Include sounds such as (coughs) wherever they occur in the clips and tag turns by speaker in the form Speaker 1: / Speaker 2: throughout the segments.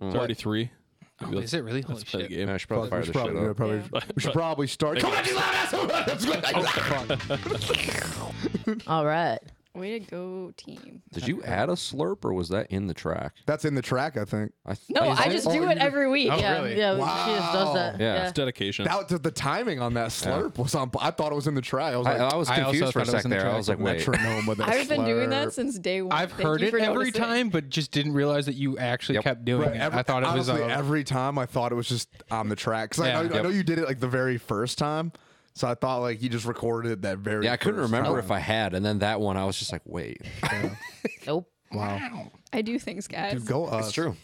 Speaker 1: It's already three.
Speaker 2: Oh, is it really? Holy
Speaker 1: Let's play the
Speaker 2: shit.
Speaker 1: game.
Speaker 3: Yeah, I should probably fire
Speaker 4: we
Speaker 3: this
Speaker 4: should
Speaker 3: shit
Speaker 4: probably, yeah,
Speaker 3: up.
Speaker 4: probably- we should probably start. Come on, you (laughs)
Speaker 5: Oh,
Speaker 4: loud ass!
Speaker 6: All right.
Speaker 5: Way to go, team.
Speaker 3: Did you add a slurp or was that in the track?
Speaker 4: That's in the track, I think.
Speaker 3: I th-
Speaker 5: No,
Speaker 3: is
Speaker 5: I
Speaker 3: it?
Speaker 5: just
Speaker 4: Oh,
Speaker 5: do
Speaker 4: you
Speaker 5: it
Speaker 4: just-
Speaker 5: every week.
Speaker 2: Oh,
Speaker 5: yeah.
Speaker 6: yeah,
Speaker 2: really?
Speaker 6: yeah,
Speaker 4: Wow.
Speaker 6: she just does that.
Speaker 3: Yeah.
Speaker 1: It's dedication.
Speaker 4: That was, the timing on that slurp was on. I thought it was in the track. I was
Speaker 3: I,
Speaker 4: like,
Speaker 3: I was
Speaker 2: I also
Speaker 3: confused for a
Speaker 2: thought it was
Speaker 3: sec
Speaker 2: in the
Speaker 3: there. I
Speaker 2: track.
Speaker 3: was like, wait.
Speaker 4: metronome
Speaker 5: (laughs)
Speaker 4: with a
Speaker 5: I've been doing
Speaker 4: slurp.
Speaker 5: that since day one.
Speaker 2: I've
Speaker 5: Thank
Speaker 2: heard
Speaker 5: you
Speaker 2: it
Speaker 5: for
Speaker 2: every
Speaker 5: noticing.
Speaker 2: time, but just didn't realize that you actually
Speaker 3: Yep.
Speaker 2: kept doing
Speaker 4: But
Speaker 2: it.
Speaker 4: every-
Speaker 2: I thought it was.
Speaker 4: honestly,
Speaker 2: uh,
Speaker 4: every time I thought it was just on the track. 'Cause
Speaker 2: Yeah.
Speaker 4: I, know, I
Speaker 2: Yep.
Speaker 4: know you did it like the very first time, so I thought like you just recorded it that very.
Speaker 3: Yeah, I couldn't
Speaker 4: first
Speaker 3: remember
Speaker 4: time.
Speaker 3: if I had. And then that one, I was just like, wait.
Speaker 6: Nope.
Speaker 5: I do things, guys.
Speaker 4: Dude, go us.
Speaker 3: It's true.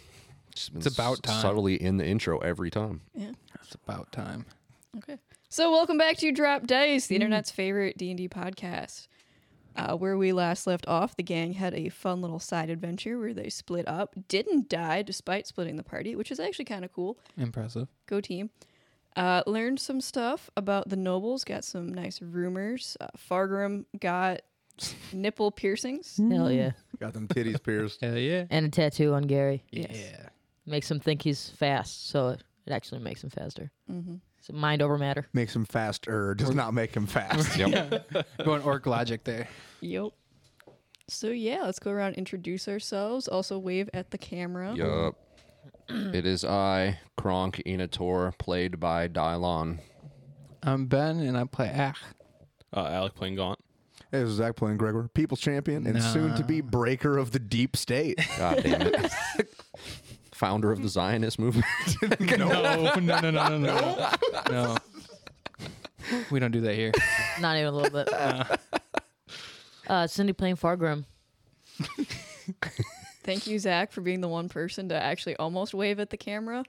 Speaker 3: It's, been
Speaker 2: It's about time.
Speaker 3: Subtly in the intro every time.
Speaker 2: it's about time.
Speaker 5: Okay. So welcome back to Drop Dice,
Speaker 4: Mm.
Speaker 5: the internet's favorite D and D podcast. Uh, where we last left off, the gang had a fun little side adventure where they split up, didn't die despite splitting the party, which is actually kind of cool.
Speaker 2: Impressive.
Speaker 5: Go team. Uh, learned some stuff about the nobles, got some nice rumors. Uh, Fargrim got
Speaker 4: (laughs)
Speaker 5: nipple piercings.
Speaker 6: Hell yeah.
Speaker 4: (laughs) Got
Speaker 3: (laughs)
Speaker 4: them titties pierced.
Speaker 2: Hell yeah.
Speaker 6: And a tattoo on Gary.
Speaker 2: Yeah.
Speaker 6: Makes him think he's fast, so it it actually makes him faster. Mm-hmm. It's mind over matter.
Speaker 4: Makes him faster. Does not make
Speaker 3: (laughs)
Speaker 4: him fast.
Speaker 2: Going orc logic there.
Speaker 5: Yep. So yeah, let's go around and introduce ourselves. Also wave at the camera.
Speaker 3: (laughs) Yup. it is I, Kronk Enator, played by Dylon.
Speaker 2: I'm Ben, and I play Ach.
Speaker 1: Uh, Alec playing Gaunt.
Speaker 4: This is Zach playing Gregor, people's champion and soon to be breaker of the deep state.
Speaker 3: God damn it. (laughs) Founder of the Zionist movement.
Speaker 2: (laughs)
Speaker 3: (laughs)
Speaker 2: No, no, no, no, no, no. No. We don't do that here.
Speaker 6: Not even a
Speaker 2: (laughs)
Speaker 6: little bit.
Speaker 2: Uh-huh.
Speaker 6: Uh, Cindy playing Fargrim.
Speaker 5: Thank you, Zach, for being the one person to actually almost wave at the camera.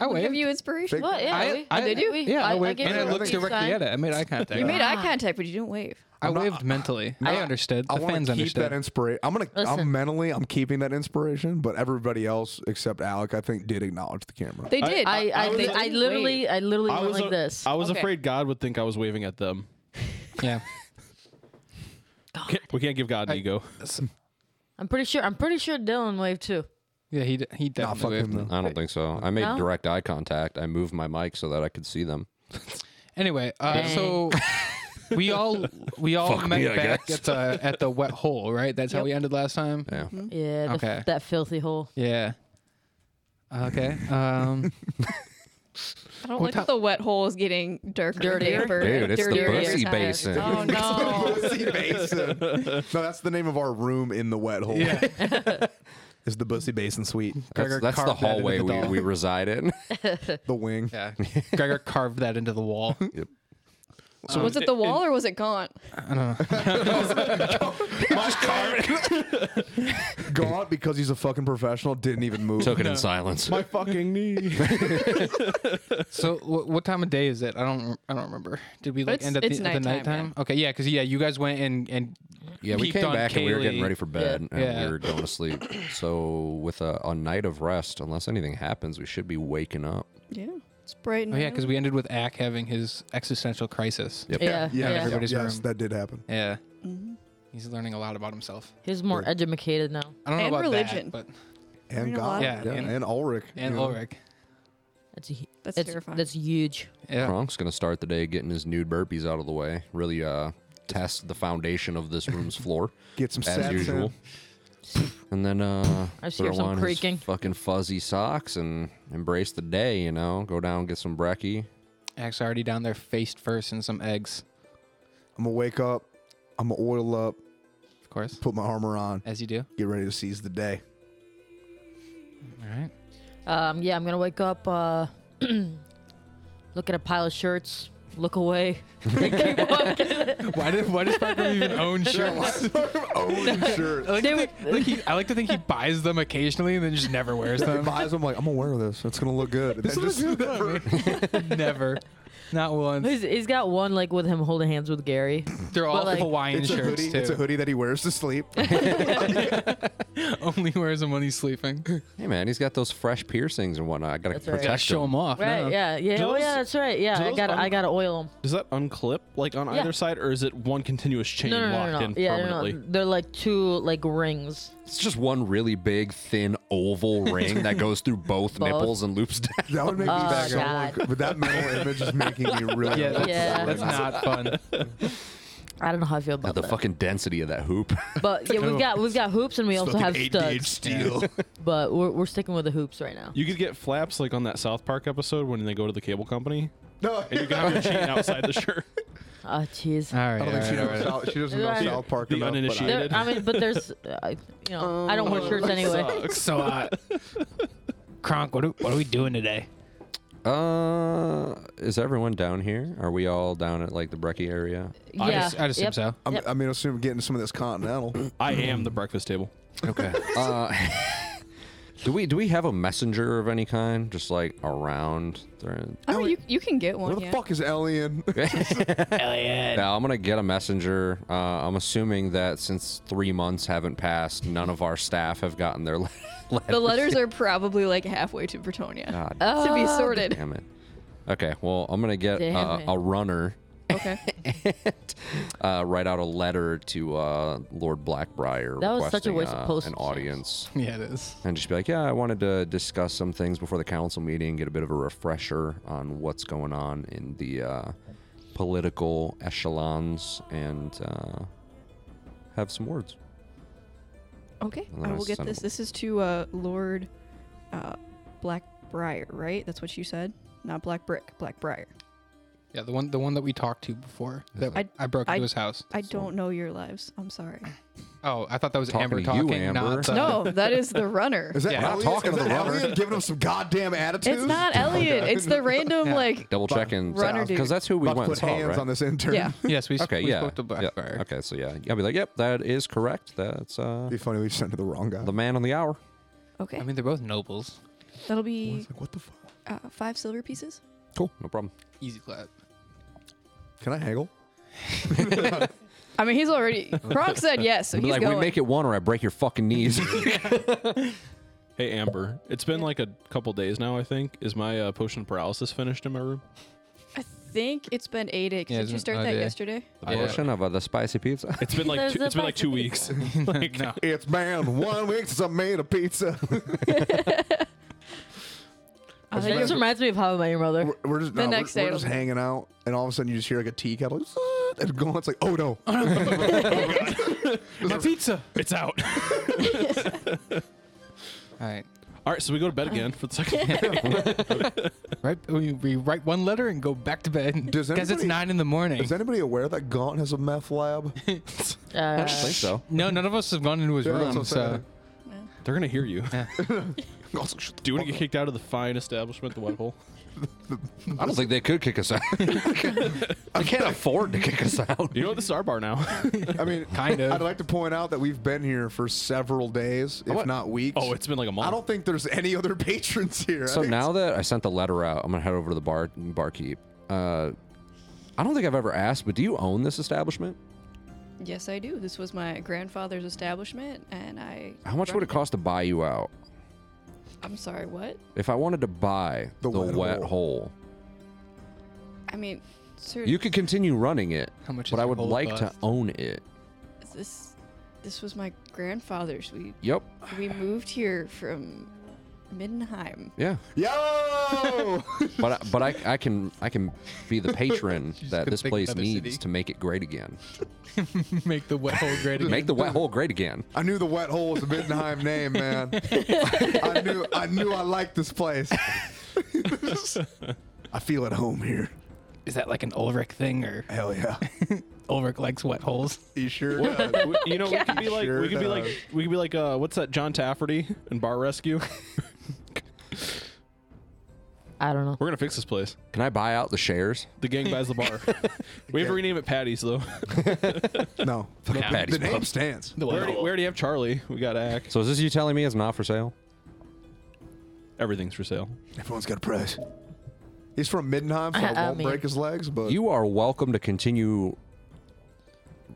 Speaker 2: I
Speaker 5: We'll give
Speaker 2: waved.
Speaker 5: you inspiration.
Speaker 4: What?
Speaker 6: Yeah,
Speaker 2: I-
Speaker 6: we-
Speaker 2: I-
Speaker 6: did you?
Speaker 2: Yeah, I, waved.
Speaker 6: gave
Speaker 2: and
Speaker 6: her
Speaker 2: I
Speaker 6: a
Speaker 2: looked
Speaker 6: peace
Speaker 2: directly
Speaker 6: sign.
Speaker 2: at it. I made eye contact.
Speaker 5: You made eye contact, but you didn't wave.
Speaker 2: I waved mentally. I understood. The
Speaker 4: I want
Speaker 2: fans
Speaker 4: to keep
Speaker 2: understood.
Speaker 4: that inspiration. I'm gonna. I'm
Speaker 6: Listen.
Speaker 4: mentally. I'm keeping that inspiration, but everybody else except Alec, I think, did acknowledge the camera.
Speaker 5: They did.
Speaker 6: I, I,
Speaker 5: They
Speaker 6: li- I
Speaker 5: didn't
Speaker 6: literally,
Speaker 5: wave.
Speaker 6: I literally
Speaker 1: I
Speaker 6: went
Speaker 1: was,
Speaker 6: like
Speaker 1: a-
Speaker 6: this.
Speaker 1: I was
Speaker 5: Okay.
Speaker 1: afraid God would think I was waving at them.
Speaker 2: yeah.
Speaker 1: Can't- we can't give God an ego.
Speaker 6: I'm pretty sure. I'm pretty sure Dylan waved too.
Speaker 2: Yeah, he, d- he
Speaker 4: Nah, fuck
Speaker 2: definitely
Speaker 4: him
Speaker 2: waved.
Speaker 4: though.
Speaker 3: I don't think so. I made
Speaker 6: No?
Speaker 3: direct eye contact. I moved my mic so that I could see them.
Speaker 2: Anyway, uh,
Speaker 6: Dang.
Speaker 2: so we all we all
Speaker 3: Fuck
Speaker 2: met
Speaker 3: me, I
Speaker 2: back
Speaker 3: guess.
Speaker 2: at the at the wet hole, right? That's how we ended last time.
Speaker 3: Yeah.
Speaker 6: Yeah. The,
Speaker 2: Okay.
Speaker 6: That filthy hole.
Speaker 2: Yeah. Uh, Okay. Um,
Speaker 5: I don't like that the wet hole is getting darker.
Speaker 6: Dirtier?
Speaker 5: Dirtier.
Speaker 3: Dude, it's the
Speaker 5: dirtier
Speaker 6: Dirty
Speaker 3: Bussy
Speaker 6: as
Speaker 3: Basin.
Speaker 5: Oh
Speaker 4: (laughs)
Speaker 5: no.
Speaker 4: Bussy Basin. No, that's the name of our room in the wet hole. (laughs)
Speaker 2: yeah.
Speaker 4: Is the Bussy Basin Suite,
Speaker 3: That's,
Speaker 2: Gregor
Speaker 3: that's the
Speaker 2: carved that into
Speaker 3: hallway
Speaker 2: the
Speaker 3: we,
Speaker 2: doll.
Speaker 3: we reside in.
Speaker 4: the wing.
Speaker 2: Yeah. (laughs) Gregor carved that into the wall.
Speaker 5: So was it the wall or was it gone?
Speaker 4: Gaunt, because he's a fucking professional, didn't even move.
Speaker 3: Took it in silence.
Speaker 4: My fucking knee.
Speaker 2: So wh- what time of day is it? I don't I don't remember. Did we like
Speaker 5: It's-
Speaker 2: end at the,
Speaker 5: it's
Speaker 2: at the
Speaker 5: nighttime,
Speaker 2: nighttime? Okay, yeah, because yeah, you guys went and and
Speaker 3: (laughs) Yeah, we
Speaker 2: peeked
Speaker 3: came
Speaker 2: on
Speaker 3: back and we were getting
Speaker 2: Kaylee.
Speaker 3: ready for bed and
Speaker 2: Yeah.
Speaker 3: we were going to sleep. So with a, a night of rest, unless anything happens, we should be waking up.
Speaker 5: Yeah. It's bright and
Speaker 2: Oh yeah, because we ended with Ack having his existential crisis.
Speaker 3: Yep.
Speaker 6: Yeah. Yeah.
Speaker 2: Everybody's
Speaker 4: yes,
Speaker 2: room.
Speaker 4: that did happen.
Speaker 2: Yeah.
Speaker 5: Mm-hmm.
Speaker 2: He's learning a lot about himself.
Speaker 6: He's more educated now.
Speaker 2: I don't
Speaker 5: And
Speaker 2: know about
Speaker 5: religion.
Speaker 2: that, but
Speaker 4: And
Speaker 5: We're in a lot
Speaker 4: Gaunt,
Speaker 5: of-
Speaker 2: Yeah,
Speaker 4: and,
Speaker 2: and-
Speaker 4: Ulrich,
Speaker 2: and
Speaker 4: you know.
Speaker 2: Ulrich.
Speaker 6: That's a, hu-
Speaker 5: That's
Speaker 6: that's
Speaker 5: terrifying.
Speaker 6: That's huge.
Speaker 2: Yeah.
Speaker 3: Kronk's going to start the day getting his nude burpees out of the way. Really uh, test the foundation of this room's floor.
Speaker 4: Get some
Speaker 3: as
Speaker 4: sets
Speaker 3: usual. And then uh,
Speaker 6: I just hear
Speaker 3: throw
Speaker 6: some
Speaker 3: on his
Speaker 6: creaking.
Speaker 3: fucking fuzzy socks and embrace the day. You know, go down get some brekkie.
Speaker 2: Ack's already down there faced first in some eggs,
Speaker 4: I'm gonna wake up. I'm gonna oil up.
Speaker 2: of course.
Speaker 4: Put my armor on.
Speaker 2: As you do.
Speaker 4: Get ready to seize the
Speaker 6: (laughs)
Speaker 4: day.
Speaker 2: All right.
Speaker 6: Um, yeah, I'm gonna wake up, uh, (clears throat) look at a pile of shirts, look away. (laughs)
Speaker 2: Why did why does Parker even own shirts?
Speaker 4: Own shirt.
Speaker 2: I like, to think, I like he, I like to think he buys them occasionally and then just never wears
Speaker 4: (laughs) In
Speaker 2: them.
Speaker 4: my eyes, I'm like, I'm gonna wear this. It's gonna look good. And then just-
Speaker 2: never. Not once.
Speaker 6: He's, he's got one like with him holding hands with Gary.
Speaker 2: They're all
Speaker 6: But, like,
Speaker 2: Hawaiian
Speaker 4: it's, a
Speaker 2: shirts
Speaker 4: hoodie,
Speaker 2: too.
Speaker 4: it's a hoodie that he wears to sleep.
Speaker 2: Only wears them when he's sleeping.
Speaker 3: Hey man, he's got those fresh piercings and whatnot. I gotta
Speaker 6: That's right.
Speaker 3: protect
Speaker 2: Gotta show
Speaker 3: him.
Speaker 2: them off.
Speaker 6: Right?
Speaker 2: no.
Speaker 6: Yeah. Yeah. oh
Speaker 1: Those-
Speaker 6: yeah, that's right. Yeah, I
Speaker 1: those
Speaker 6: gotta
Speaker 1: un-
Speaker 6: I gotta oil him.
Speaker 1: Does that unclip like on
Speaker 6: Yeah.
Speaker 1: either side, or is it one continuous chain
Speaker 6: No, no, no,
Speaker 1: locked
Speaker 6: no, no.
Speaker 1: in
Speaker 6: Yeah, no,
Speaker 1: permanently?
Speaker 6: no. They're like two like rings.
Speaker 3: It's just one really big, thin
Speaker 6: (laughs)
Speaker 3: oval ring that goes through both,
Speaker 6: Both.
Speaker 3: nipples and loops down.
Speaker 4: That would make
Speaker 6: Oh,
Speaker 4: me so
Speaker 6: God.
Speaker 4: uncomfortable. But that mental image is making me really
Speaker 7: Yeah, that's,
Speaker 4: uncomfortable.
Speaker 6: Yeah.
Speaker 7: that's not fun.
Speaker 6: I don't know how I feel about
Speaker 3: The
Speaker 6: that.
Speaker 3: fucking density of that hoop.
Speaker 6: But yeah, we've got we've got hoops and
Speaker 3: (laughs)
Speaker 6: we also have studs.
Speaker 4: steel.
Speaker 6: But we're, we're sticking with the hoops right now.
Speaker 1: You could get flaps like on that South Park episode when they go to the cable company
Speaker 4: (laughs) No,
Speaker 1: and you can have your chain outside the shirt.
Speaker 6: Oh jeez.
Speaker 7: All
Speaker 4: (laughs)
Speaker 7: right.
Speaker 4: I don't think she
Speaker 7: all
Speaker 4: knows.
Speaker 7: right, all right.
Speaker 4: South, she doesn't know
Speaker 6: Right.
Speaker 4: South Park
Speaker 1: The
Speaker 4: enough. but I-
Speaker 1: uninitiated.
Speaker 6: There, I mean, but there's, uh, you know, I don't wear shirts anyway.
Speaker 7: So, uh, Kronk, what are, what are we doing today?
Speaker 3: (laughs) uh, is everyone down here? Are we all down at like the Brecky area?
Speaker 7: I'd
Speaker 6: Yeah,
Speaker 7: ass- I'd assume
Speaker 6: yep.
Speaker 7: so.
Speaker 4: I'm,
Speaker 6: Yep.
Speaker 4: I mean, I assume we're getting some of this continental.
Speaker 5: Oh,
Speaker 1: I am the breakfast table.
Speaker 3: Okay. uh, do we do we have a messenger of any kind, just like around?
Speaker 5: I mean, you, you can get
Speaker 4: Where
Speaker 5: one.
Speaker 4: the
Speaker 5: Yeah.
Speaker 4: fuck is Alien?
Speaker 3: Now I'm gonna get a messenger. Uh, I'm assuming that since three months haven't passed, none of our staff have gotten their (laughs) le- letters.
Speaker 5: The letters are probably like halfway to Bretonia
Speaker 3: God
Speaker 5: to be
Speaker 6: Ah,
Speaker 5: (laughs) sorted.
Speaker 3: damn it. Okay, well I'm gonna get
Speaker 6: Damn
Speaker 3: uh,
Speaker 6: it.
Speaker 3: a runner
Speaker 5: Okay.
Speaker 3: (laughs) and uh, write out a letter to uh, Lord Blackbriar.
Speaker 6: That was such a
Speaker 3: requesting,
Speaker 6: waste
Speaker 3: uh,
Speaker 6: of postage
Speaker 3: An
Speaker 6: stamps.
Speaker 3: audience.
Speaker 7: Yeah, it is.
Speaker 3: And just be like, yeah, I wanted to discuss some things before the council meeting, get a bit of a refresher on what's going on in the uh, political echelons, and uh, have some words.
Speaker 5: Okay.
Speaker 3: And then
Speaker 5: I
Speaker 3: I
Speaker 5: will get
Speaker 3: send
Speaker 5: this.
Speaker 3: them.
Speaker 5: This is to uh, Lord uh, Blackbriar, right? That's what you said? Not Black Brick, Blackbriar.
Speaker 7: Yeah, the one the one that we talked to before. That I,
Speaker 5: I-
Speaker 7: broke into
Speaker 5: I-
Speaker 7: his house.
Speaker 5: I don't know your lives.
Speaker 3: (laughs)
Speaker 5: I'm sorry.
Speaker 7: Oh, I thought that was
Speaker 3: Talking
Speaker 7: Amber
Speaker 3: to you,
Speaker 7: talking.
Speaker 3: Amber.
Speaker 7: Not the-
Speaker 5: No, that
Speaker 3: (laughs)
Speaker 5: is the runner.
Speaker 4: Is that
Speaker 7: Yeah.
Speaker 4: Elliot?
Speaker 3: Talking
Speaker 4: is
Speaker 3: to
Speaker 4: that
Speaker 3: the runner.
Speaker 4: Alien giving him some goddamn attitude?
Speaker 5: It's not Elliot.
Speaker 3: (laughs)
Speaker 5: It's the random,
Speaker 7: Yeah.
Speaker 5: like,
Speaker 3: Double check and
Speaker 5: Runner dude.
Speaker 3: because that's who we
Speaker 4: About to
Speaker 3: went and
Speaker 4: put
Speaker 3: saw,
Speaker 4: hands
Speaker 3: right?
Speaker 4: on this intern.
Speaker 5: yeah.
Speaker 7: (laughs) Yes, we,
Speaker 2: (laughs)
Speaker 7: s-
Speaker 3: Okay,
Speaker 7: we
Speaker 3: yeah.
Speaker 7: spoke to
Speaker 3: yeah.
Speaker 7: Blackfire.
Speaker 3: Okay, so yeah, I'll be like, yep, that is correct. That's uh,
Speaker 4: It'd be funny we sent to the wrong guy.
Speaker 3: the man on the hour.
Speaker 5: Okay.
Speaker 7: I mean, they're both nobles.
Speaker 5: That'll
Speaker 4: It's
Speaker 5: be
Speaker 4: like, what the fuck?
Speaker 5: uh, five silver pieces.
Speaker 3: Cool, no problem.
Speaker 7: Easy clap.
Speaker 4: Can I haggle?
Speaker 5: I mean,
Speaker 3: (laughs)
Speaker 5: he's already. Kronk said yes, so
Speaker 3: I'll be
Speaker 5: he's
Speaker 3: like,
Speaker 5: going.
Speaker 3: we make it one or I break your fucking (laughs) knees.
Speaker 1: Hey Amber, it's been like a couple days now. I think is my uh, potion paralysis finished in my room.
Speaker 5: I think it's been eight days.
Speaker 7: Yeah,
Speaker 5: Did
Speaker 7: it's
Speaker 5: you
Speaker 7: been
Speaker 5: start
Speaker 7: another
Speaker 5: that
Speaker 7: day.
Speaker 5: yesterday?
Speaker 3: the portion of uh, the spicy pizza.
Speaker 1: It's been like
Speaker 6: There's
Speaker 1: two,
Speaker 6: a
Speaker 1: it's been like
Speaker 6: bunch
Speaker 1: two
Speaker 6: of
Speaker 1: weeks. Like, (laughs)
Speaker 7: no.
Speaker 4: It's been one week since I made a pizza.
Speaker 5: I
Speaker 6: It just
Speaker 5: think
Speaker 6: reminds me of How I Met Your Mother.
Speaker 4: We're, we're just,
Speaker 5: The
Speaker 4: no, we're-
Speaker 5: next day
Speaker 4: we're
Speaker 5: it'll
Speaker 4: just
Speaker 5: be-
Speaker 4: hanging out, and all of a sudden you just hear like a tea kettle "Zzz," and going. It's like,
Speaker 1: (laughs)
Speaker 4: oh no,
Speaker 1: my pizza, it's out.
Speaker 7: All right.
Speaker 1: All right, so we go to bed again for the second.
Speaker 4: (laughs)
Speaker 7: Right, we, we write one letter and go back to bed
Speaker 4: Does
Speaker 7: because it's
Speaker 4: anybody-
Speaker 7: nine in the morning.
Speaker 4: is anybody aware that Gaunt has a
Speaker 1: (laughs)
Speaker 4: meth lab?
Speaker 6: Uh,
Speaker 3: I think so.
Speaker 7: no, none of us have gone into his
Speaker 4: Yeah, that's
Speaker 7: room.
Speaker 4: what I'm
Speaker 7: So
Speaker 4: saying.
Speaker 1: They're gonna hear you.
Speaker 4: Gaunt's like, "Shut the
Speaker 1: Do you want
Speaker 4: fuck
Speaker 1: to get kicked out of the fine establishment, the Whitehole?
Speaker 3: I don't think they could kick us out. (laughs) I can't afford to kick us out.
Speaker 1: You know what? This is our bar now.
Speaker 4: up." I mean,
Speaker 7: (laughs) kind
Speaker 4: (laughs) I'd
Speaker 7: of.
Speaker 4: like to point out that we've been here for several days, if
Speaker 3: want-
Speaker 4: not weeks.
Speaker 1: (laughs) oh, it's been like a month.
Speaker 4: I don't think there's any other (laughs) patrons here.
Speaker 3: (laughs)
Speaker 4: I
Speaker 3: So
Speaker 4: think
Speaker 3: now that I sent the letter out, I'm gonna head over to the bar barkeep. Uh, I don't think I've ever asked, but do you own this establishment?
Speaker 5: Yes, I do. This was my grandfather's establishment, and I.
Speaker 3: How much would it cost to buy you out?
Speaker 5: I'm sorry, what?
Speaker 3: If I wanted to buy the,
Speaker 4: The
Speaker 3: wet,
Speaker 4: wet
Speaker 3: hole,
Speaker 5: I mean, sir,
Speaker 3: you could continue running it,
Speaker 7: How much?
Speaker 3: but
Speaker 7: is
Speaker 3: I
Speaker 7: your
Speaker 3: would
Speaker 7: whole
Speaker 3: like to
Speaker 7: bust?
Speaker 3: own it.
Speaker 5: this this was my grandfather's. We
Speaker 3: Yep.
Speaker 5: we moved here from Mindenheim.
Speaker 3: Yeah.
Speaker 4: Yo! (laughs)
Speaker 3: But I, but I, I can I can be the patron that
Speaker 7: gonna
Speaker 3: this
Speaker 7: pick
Speaker 3: place
Speaker 7: another
Speaker 3: needs
Speaker 7: city.
Speaker 3: to make it great again.
Speaker 7: make the wet hole great again.
Speaker 3: Make the wet hole great again.
Speaker 4: I knew the wet hole was a Middenheim name, man. I knew I knew I liked this place. (laughs) I feel at home here.
Speaker 7: Is that like an Ulrich thing, or
Speaker 4: Hell yeah.
Speaker 7: Ulrich likes wet holes?
Speaker 4: You sure?
Speaker 1: Well,
Speaker 4: does.
Speaker 1: we- (laughs) you know, we could be like,
Speaker 4: Sure
Speaker 1: we could be
Speaker 4: does.
Speaker 1: like, we could be like, uh, what's that? John Tafferty and Bar Rescue.
Speaker 6: I don't know.
Speaker 1: We're gonna fix this place.
Speaker 3: Can I buy out the shares?
Speaker 1: The gang buys the
Speaker 4: (laughs)
Speaker 1: bar. we have to rename it Patty's though.
Speaker 4: No. (laughs)
Speaker 3: Yeah. Patty's
Speaker 4: the name
Speaker 3: Pub.
Speaker 4: stands.
Speaker 7: The
Speaker 1: We
Speaker 7: wet
Speaker 1: already, we
Speaker 7: hole.
Speaker 1: already have Charlie. We got Act.
Speaker 3: So is this you telling me it's not for sale?
Speaker 1: Everything's for sale.
Speaker 4: Everyone's got a price. He's from Middenheim, so I
Speaker 6: I
Speaker 4: won't
Speaker 6: mean-
Speaker 4: break his legs, but
Speaker 3: You are welcome to continue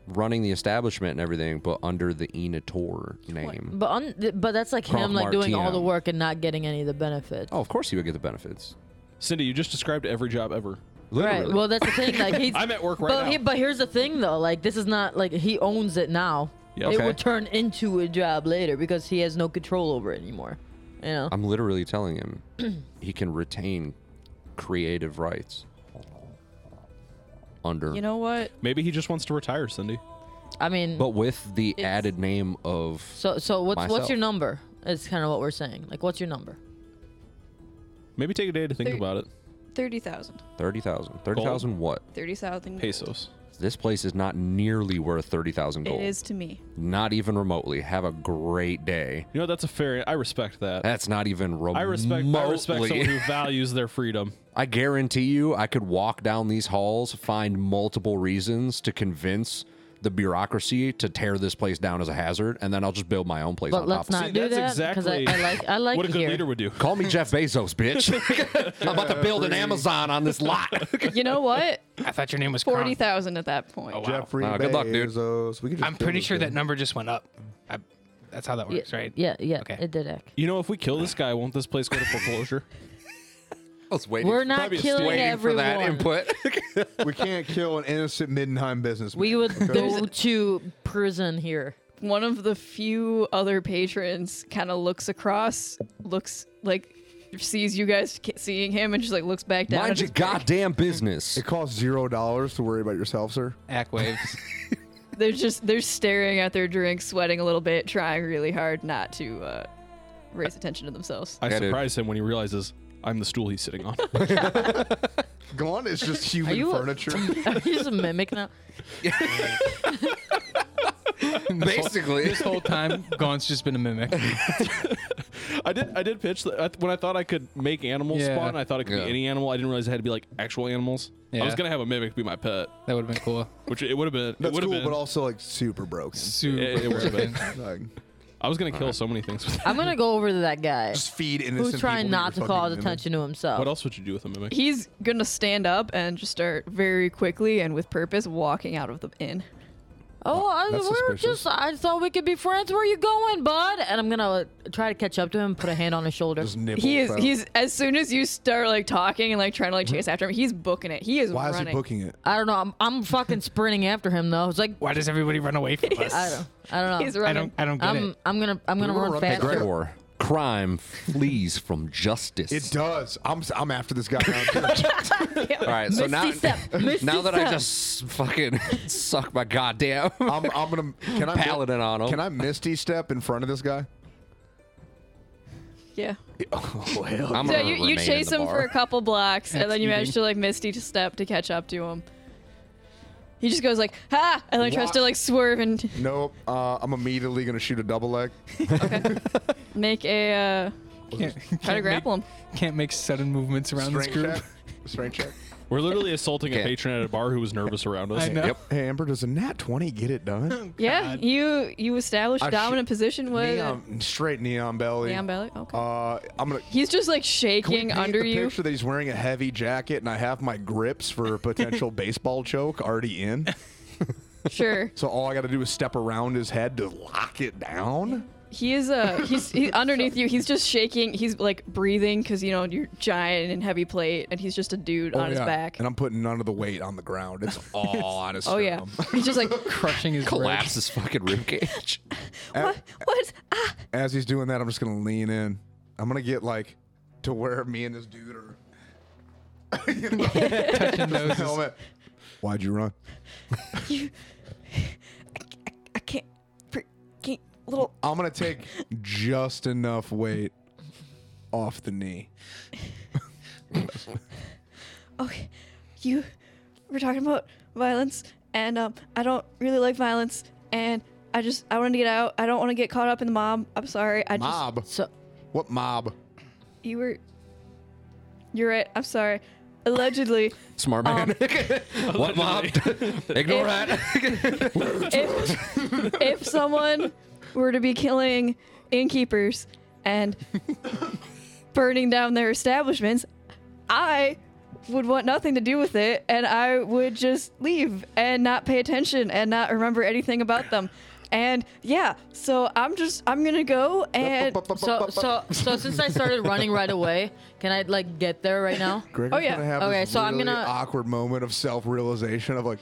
Speaker 3: running the establishment and everything, but under the Enator name.
Speaker 6: But on, th- but that's like him,
Speaker 3: Kronk
Speaker 6: like doing all
Speaker 3: Martino.
Speaker 6: the work and not getting any of the benefits.
Speaker 3: Oh, of course you would get the benefits.
Speaker 1: Cindy, you just described every job ever.
Speaker 6: right.
Speaker 3: Literally.
Speaker 6: Well, that's the thing. Like he's.
Speaker 1: I'm at work right
Speaker 6: but
Speaker 1: now.
Speaker 6: he, but here's the thing though. Like this is not like he owns it now.
Speaker 1: Yeah.
Speaker 6: It
Speaker 1: Okay.
Speaker 6: will turn into a job later because he has no control over it anymore. You know?
Speaker 3: I'm literally telling him he can retain creative rights under
Speaker 5: You know what?
Speaker 1: Maybe he just wants to retire, Cindy.
Speaker 6: I mean,
Speaker 3: but with the
Speaker 6: It's-
Speaker 3: added name of
Speaker 6: so so what's what's
Speaker 3: myself.
Speaker 6: your number? Is kind of what we're saying. Like, what's your number?
Speaker 1: Maybe take a day to think
Speaker 5: Thir-
Speaker 1: about it.
Speaker 5: 30,000.
Speaker 3: 30,000. 30,000 what?
Speaker 5: 30,000
Speaker 1: Pesos.
Speaker 3: This place is not nearly worth 30,000
Speaker 5: It
Speaker 3: gold.
Speaker 5: is to me.
Speaker 3: Not even remotely. Have a great day.
Speaker 1: You know that's a fair. I respect that.
Speaker 3: That's not even remotely.
Speaker 1: I respect. I respect someone who values their freedom.
Speaker 3: (laughs) I guarantee you, I could walk down these halls, find multiple reasons to convince the bureaucracy to tear this place down as a hazard, and then I'll just build my own place
Speaker 6: But
Speaker 3: on
Speaker 6: let's
Speaker 3: top
Speaker 6: not
Speaker 3: of it.
Speaker 1: See,
Speaker 6: do
Speaker 1: that's
Speaker 6: that because
Speaker 1: exactly
Speaker 6: I, I like I
Speaker 1: (laughs)
Speaker 6: like
Speaker 1: what a good
Speaker 6: here.
Speaker 1: leader would do.
Speaker 3: (laughs) Call me
Speaker 6: (laughs)
Speaker 3: Jeff Bezos, bitch. (laughs) I'm about to build an Amazon on this
Speaker 1: (laughs)
Speaker 3: lot. (laughs)
Speaker 5: You (laughs) know what?
Speaker 7: I thought your name was Kron.
Speaker 5: 40,000 at that
Speaker 4: Oh,
Speaker 5: point.
Speaker 4: Jeffrey
Speaker 3: Wow, good luck, dude.
Speaker 4: Bezos. We could just
Speaker 7: I'm pretty
Speaker 4: build
Speaker 7: sure
Speaker 4: this
Speaker 7: that number just went up. I, that's how that
Speaker 6: Yeah,
Speaker 7: works, right?
Speaker 6: yeah, yeah.
Speaker 7: Okay.
Speaker 6: It did. Act.
Speaker 1: You know, if we kill this guy, won't this place go to (laughs) foreclosure?
Speaker 3: I was waiting,
Speaker 6: We're not
Speaker 1: probably a
Speaker 6: killing
Speaker 3: waiting for that
Speaker 6: everyone.
Speaker 3: input.
Speaker 6: (laughs)
Speaker 4: thing. we can't kill an innocent Middenheim businessman.
Speaker 6: We would
Speaker 4: okay?
Speaker 6: go to prison here. (laughs)
Speaker 5: One of the few other patrons kind of looks across, looks like sees you guys ki- seeing him and just like looks back down.
Speaker 3: Mind
Speaker 5: at
Speaker 3: your
Speaker 5: his-
Speaker 3: goddamn business.
Speaker 4: It costs zero dollars to worry about yourself, sir. (laughs)
Speaker 7: Ack waves.
Speaker 5: They're just they're staring at their drink, sweating a little bit, trying really hard not to uh, raise attention to themselves.
Speaker 1: I
Speaker 3: Yeah, dude.
Speaker 1: surprise him when he realizes I'm the stool he's sitting on.
Speaker 4: Gone is just
Speaker 6: (laughs) Are
Speaker 4: human
Speaker 6: you a-
Speaker 4: furniture.
Speaker 6: He's a mimic now.
Speaker 3: Basically,
Speaker 7: this whole time, Gaunt's just been a mimic.
Speaker 1: (laughs) I did. I did pitch that I th- when I thought I could make animals
Speaker 7: Yeah.
Speaker 1: spawn. I thought it could
Speaker 3: Yeah.
Speaker 1: be any animal. I didn't realize it had to be like actual animals. I was
Speaker 7: Yeah.
Speaker 1: gonna have a mimic be my pet,
Speaker 7: That would have been cool.
Speaker 1: which it would have been. it
Speaker 4: That's
Speaker 1: would
Speaker 4: cool,
Speaker 1: have been.
Speaker 4: but also like super broken.
Speaker 7: Super.
Speaker 1: Yeah, it would've been.
Speaker 7: broken.
Speaker 4: Like,
Speaker 1: I was gonna kill so many things. (laughs) with that.
Speaker 6: I'm gonna go over to that guy
Speaker 4: just feed innocent.
Speaker 6: who's trying
Speaker 4: people
Speaker 6: not to
Speaker 4: your
Speaker 6: call
Speaker 4: fucking
Speaker 6: attention to himself.
Speaker 1: What else would you do with a
Speaker 6: (laughs)
Speaker 1: mimic?
Speaker 5: He's gonna stand up and just start very quickly and with purpose walking out of the inn.
Speaker 6: Oh, I,
Speaker 4: that's
Speaker 6: we're
Speaker 4: suspicious.
Speaker 6: just. I thought we could be friends. Where you going, bud? And I'm gonna uh, try to catch up to him, put a hand on his shoulder.
Speaker 4: Just nibble.
Speaker 5: He is
Speaker 4: fat.
Speaker 5: he's as soon as you start like talking and like trying to like chase after him, he's booking it. He is
Speaker 4: Why is he
Speaker 5: running.
Speaker 4: booking it?
Speaker 6: I don't know. I'm, I'm fucking sprinting after him though. It's like
Speaker 7: Why does everybody run
Speaker 6: (laughs)
Speaker 7: away from us?
Speaker 6: I don't. I don't know.
Speaker 5: He's
Speaker 7: I
Speaker 5: running.
Speaker 7: don't. I don't get
Speaker 6: I'm.
Speaker 7: it.
Speaker 6: I'm gonna. I'm gonna
Speaker 4: We're
Speaker 6: run
Speaker 4: running.
Speaker 3: hey,
Speaker 6: faster.
Speaker 3: Gregor, crime flees from justice.
Speaker 4: It does. I'm s- I'm after (laughs) this guy. now, too.
Speaker 3: All right, so (laughs)
Speaker 6: Misty
Speaker 3: now,
Speaker 6: step. Misty
Speaker 3: now that I
Speaker 6: step.
Speaker 3: just fucking (laughs) suck my
Speaker 4: (laughs)
Speaker 3: goddamn
Speaker 4: I'm I'm gonna can I
Speaker 3: paladin on him,
Speaker 4: Can I misty step in front of this guy?
Speaker 5: yeah.
Speaker 4: (laughs) Oh hell.
Speaker 3: I'm
Speaker 5: So
Speaker 3: gonna
Speaker 5: you, you
Speaker 3: remain in
Speaker 5: chase
Speaker 3: the
Speaker 5: him for
Speaker 3: bar.
Speaker 5: a couple blocks and then you manage
Speaker 7: Executing.
Speaker 5: to like misty to step to catch up to him. He just goes like ha and like tries
Speaker 4: Wha-
Speaker 5: to like swerve and
Speaker 4: Nope. Uh, I'm immediately gonna shoot a double leg.
Speaker 5: make a uh,
Speaker 7: Can't,
Speaker 5: try to
Speaker 7: can't
Speaker 5: grapple him.
Speaker 7: Make, can't make sudden movements around
Speaker 4: Strength
Speaker 7: this group.
Speaker 4: check. Strength check.
Speaker 1: We're literally assaulting a
Speaker 3: Okay.
Speaker 1: patron at a bar who was nervous around us.
Speaker 7: I know.
Speaker 3: Yep.
Speaker 4: Hey Amber, does a nat twenty get it
Speaker 5: (laughs)
Speaker 4: done?
Speaker 5: Yeah, you you establish
Speaker 4: I um, sh-
Speaker 5: dominant position with
Speaker 4: neon, straight neon belly.
Speaker 5: Leon Belly. Okay.
Speaker 4: Uh, I'm gonna.
Speaker 5: He's just like
Speaker 4: Can we
Speaker 5: shaking
Speaker 4: paint
Speaker 5: under
Speaker 4: the
Speaker 5: you.
Speaker 4: picture that he's wearing a heavy jacket and I have my grips for a
Speaker 5: (laughs)
Speaker 4: potential baseball choke already in?
Speaker 5: Sure.
Speaker 4: So all I got to do is step around his head to lock it down.
Speaker 5: He is uh he's
Speaker 4: (laughs)
Speaker 5: he, underneath you. He's just shaking. He's like breathing because you know you're giant and heavy plate, and he's just a dude on his
Speaker 4: Oh,
Speaker 5: back.
Speaker 4: And I'm putting none of the weight on the ground. It's (laughs) all on his
Speaker 5: (laughs) Oh yeah,
Speaker 4: (laughs)
Speaker 5: (laughs)
Speaker 4: sternum.
Speaker 5: he's just like
Speaker 7: (laughs) Crushing his
Speaker 3: collapse his fucking ribcage.
Speaker 5: what? What? Ah.
Speaker 4: As he's doing that, I'm just gonna lean in. I'm gonna get like to where me and this dude are. (laughs) You know, (laughs)
Speaker 7: Bricks,
Speaker 4: this
Speaker 7: touching noses.
Speaker 4: helmet. Why'd you
Speaker 5: (laughs)
Speaker 4: run?
Speaker 5: I, I can't. pre- can't little.
Speaker 4: I'm gonna take just enough weight off the knee.
Speaker 5: Okay, you were talking about violence, and um, I don't really like violence, and I just I want to get out. I don't want to get caught up in the mob. I'm sorry. I just
Speaker 4: Mob.
Speaker 6: So
Speaker 4: What mob?
Speaker 5: you were. You're right. I'm sorry.
Speaker 4: (laughs)
Speaker 5: Allegedly, um,
Speaker 3: Smart man. what
Speaker 6: (laughs)
Speaker 3: mob? (laughs) Ignore that.
Speaker 5: (laughs) if if someone were to be killing innkeepers and burning down their establishments, I would want nothing to do with it and I would just leave and not pay attention and not remember anything about them. And yeah, so I'm just I'm going to go and
Speaker 6: so so so since I started running right away, can I like get there right now?
Speaker 4: Gregor's
Speaker 5: Oh, yeah.
Speaker 4: gonna have
Speaker 6: Okay,
Speaker 4: this
Speaker 6: so I'm
Speaker 4: really
Speaker 6: gonna-
Speaker 4: awkward moment of self-realization of like,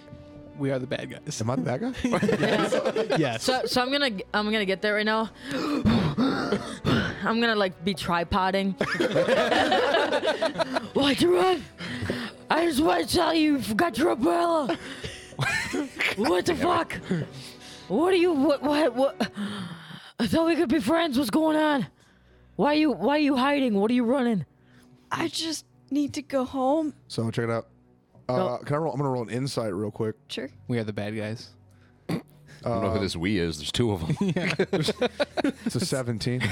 Speaker 7: we are the bad guys.
Speaker 4: Am I the bad
Speaker 5: (laughs)
Speaker 4: guy?
Speaker 7: yes.
Speaker 6: So, so I'm gonna I'm gonna get there right now. I'm gonna like be tripoding. (laughs) Why'd you run? I just want to tell you, you forgot your umbrella. what the fuck? What are you? What? What? What? I thought we could be friends. What's going on? Why are you? Why are you hiding? What are you running?
Speaker 5: I just need to go home.
Speaker 4: so check it out. Uh, can I roll? I'm gonna roll an insight real quick.
Speaker 5: Sure.
Speaker 7: we are the bad guys.
Speaker 3: I don't know who
Speaker 4: Uh,
Speaker 3: this we is. There's two of
Speaker 6: (laughs)
Speaker 3: them.
Speaker 4: It's a 17.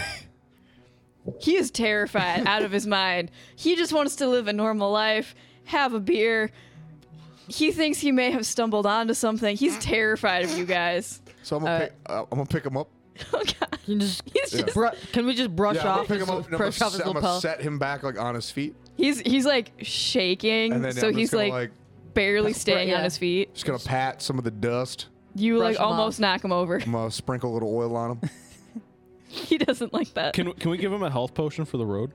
Speaker 5: He is terrified out of his mind. He just wants to live a normal life, have a beer. He thinks he may have stumbled onto something. He's terrified of you guys.
Speaker 4: So I'm gonna
Speaker 6: Uh,
Speaker 4: pick, uh, I'm gonna pick him up.
Speaker 5: Oh god.
Speaker 6: Can, you just, (laughs)
Speaker 5: He's just
Speaker 6: bru- can we just brush
Speaker 4: Yeah, I'm gonna
Speaker 6: off?
Speaker 4: pick
Speaker 6: His,
Speaker 4: him up. and I'm gonna,
Speaker 6: brush off
Speaker 4: set,
Speaker 6: his
Speaker 4: I'm
Speaker 6: little
Speaker 4: gonna
Speaker 6: pelt?
Speaker 4: set him back like on his feet,
Speaker 5: he's he's like shaking.
Speaker 6: Mm.
Speaker 4: and then
Speaker 5: so
Speaker 4: I'm just
Speaker 5: he's
Speaker 4: gonna
Speaker 5: like,
Speaker 4: like,
Speaker 5: barely
Speaker 6: That's
Speaker 5: staying
Speaker 6: right,
Speaker 5: on
Speaker 6: yeah.
Speaker 5: his feet.
Speaker 4: just gonna pat some of the dust.
Speaker 5: You
Speaker 6: Brush
Speaker 5: like
Speaker 6: him
Speaker 5: almost
Speaker 6: off.
Speaker 5: knock him over. (laughs)
Speaker 4: I'm gonna sprinkle a little oil on
Speaker 6: (laughs)
Speaker 4: him.
Speaker 5: he doesn't like that.
Speaker 1: Can can we give him a health potion for the road?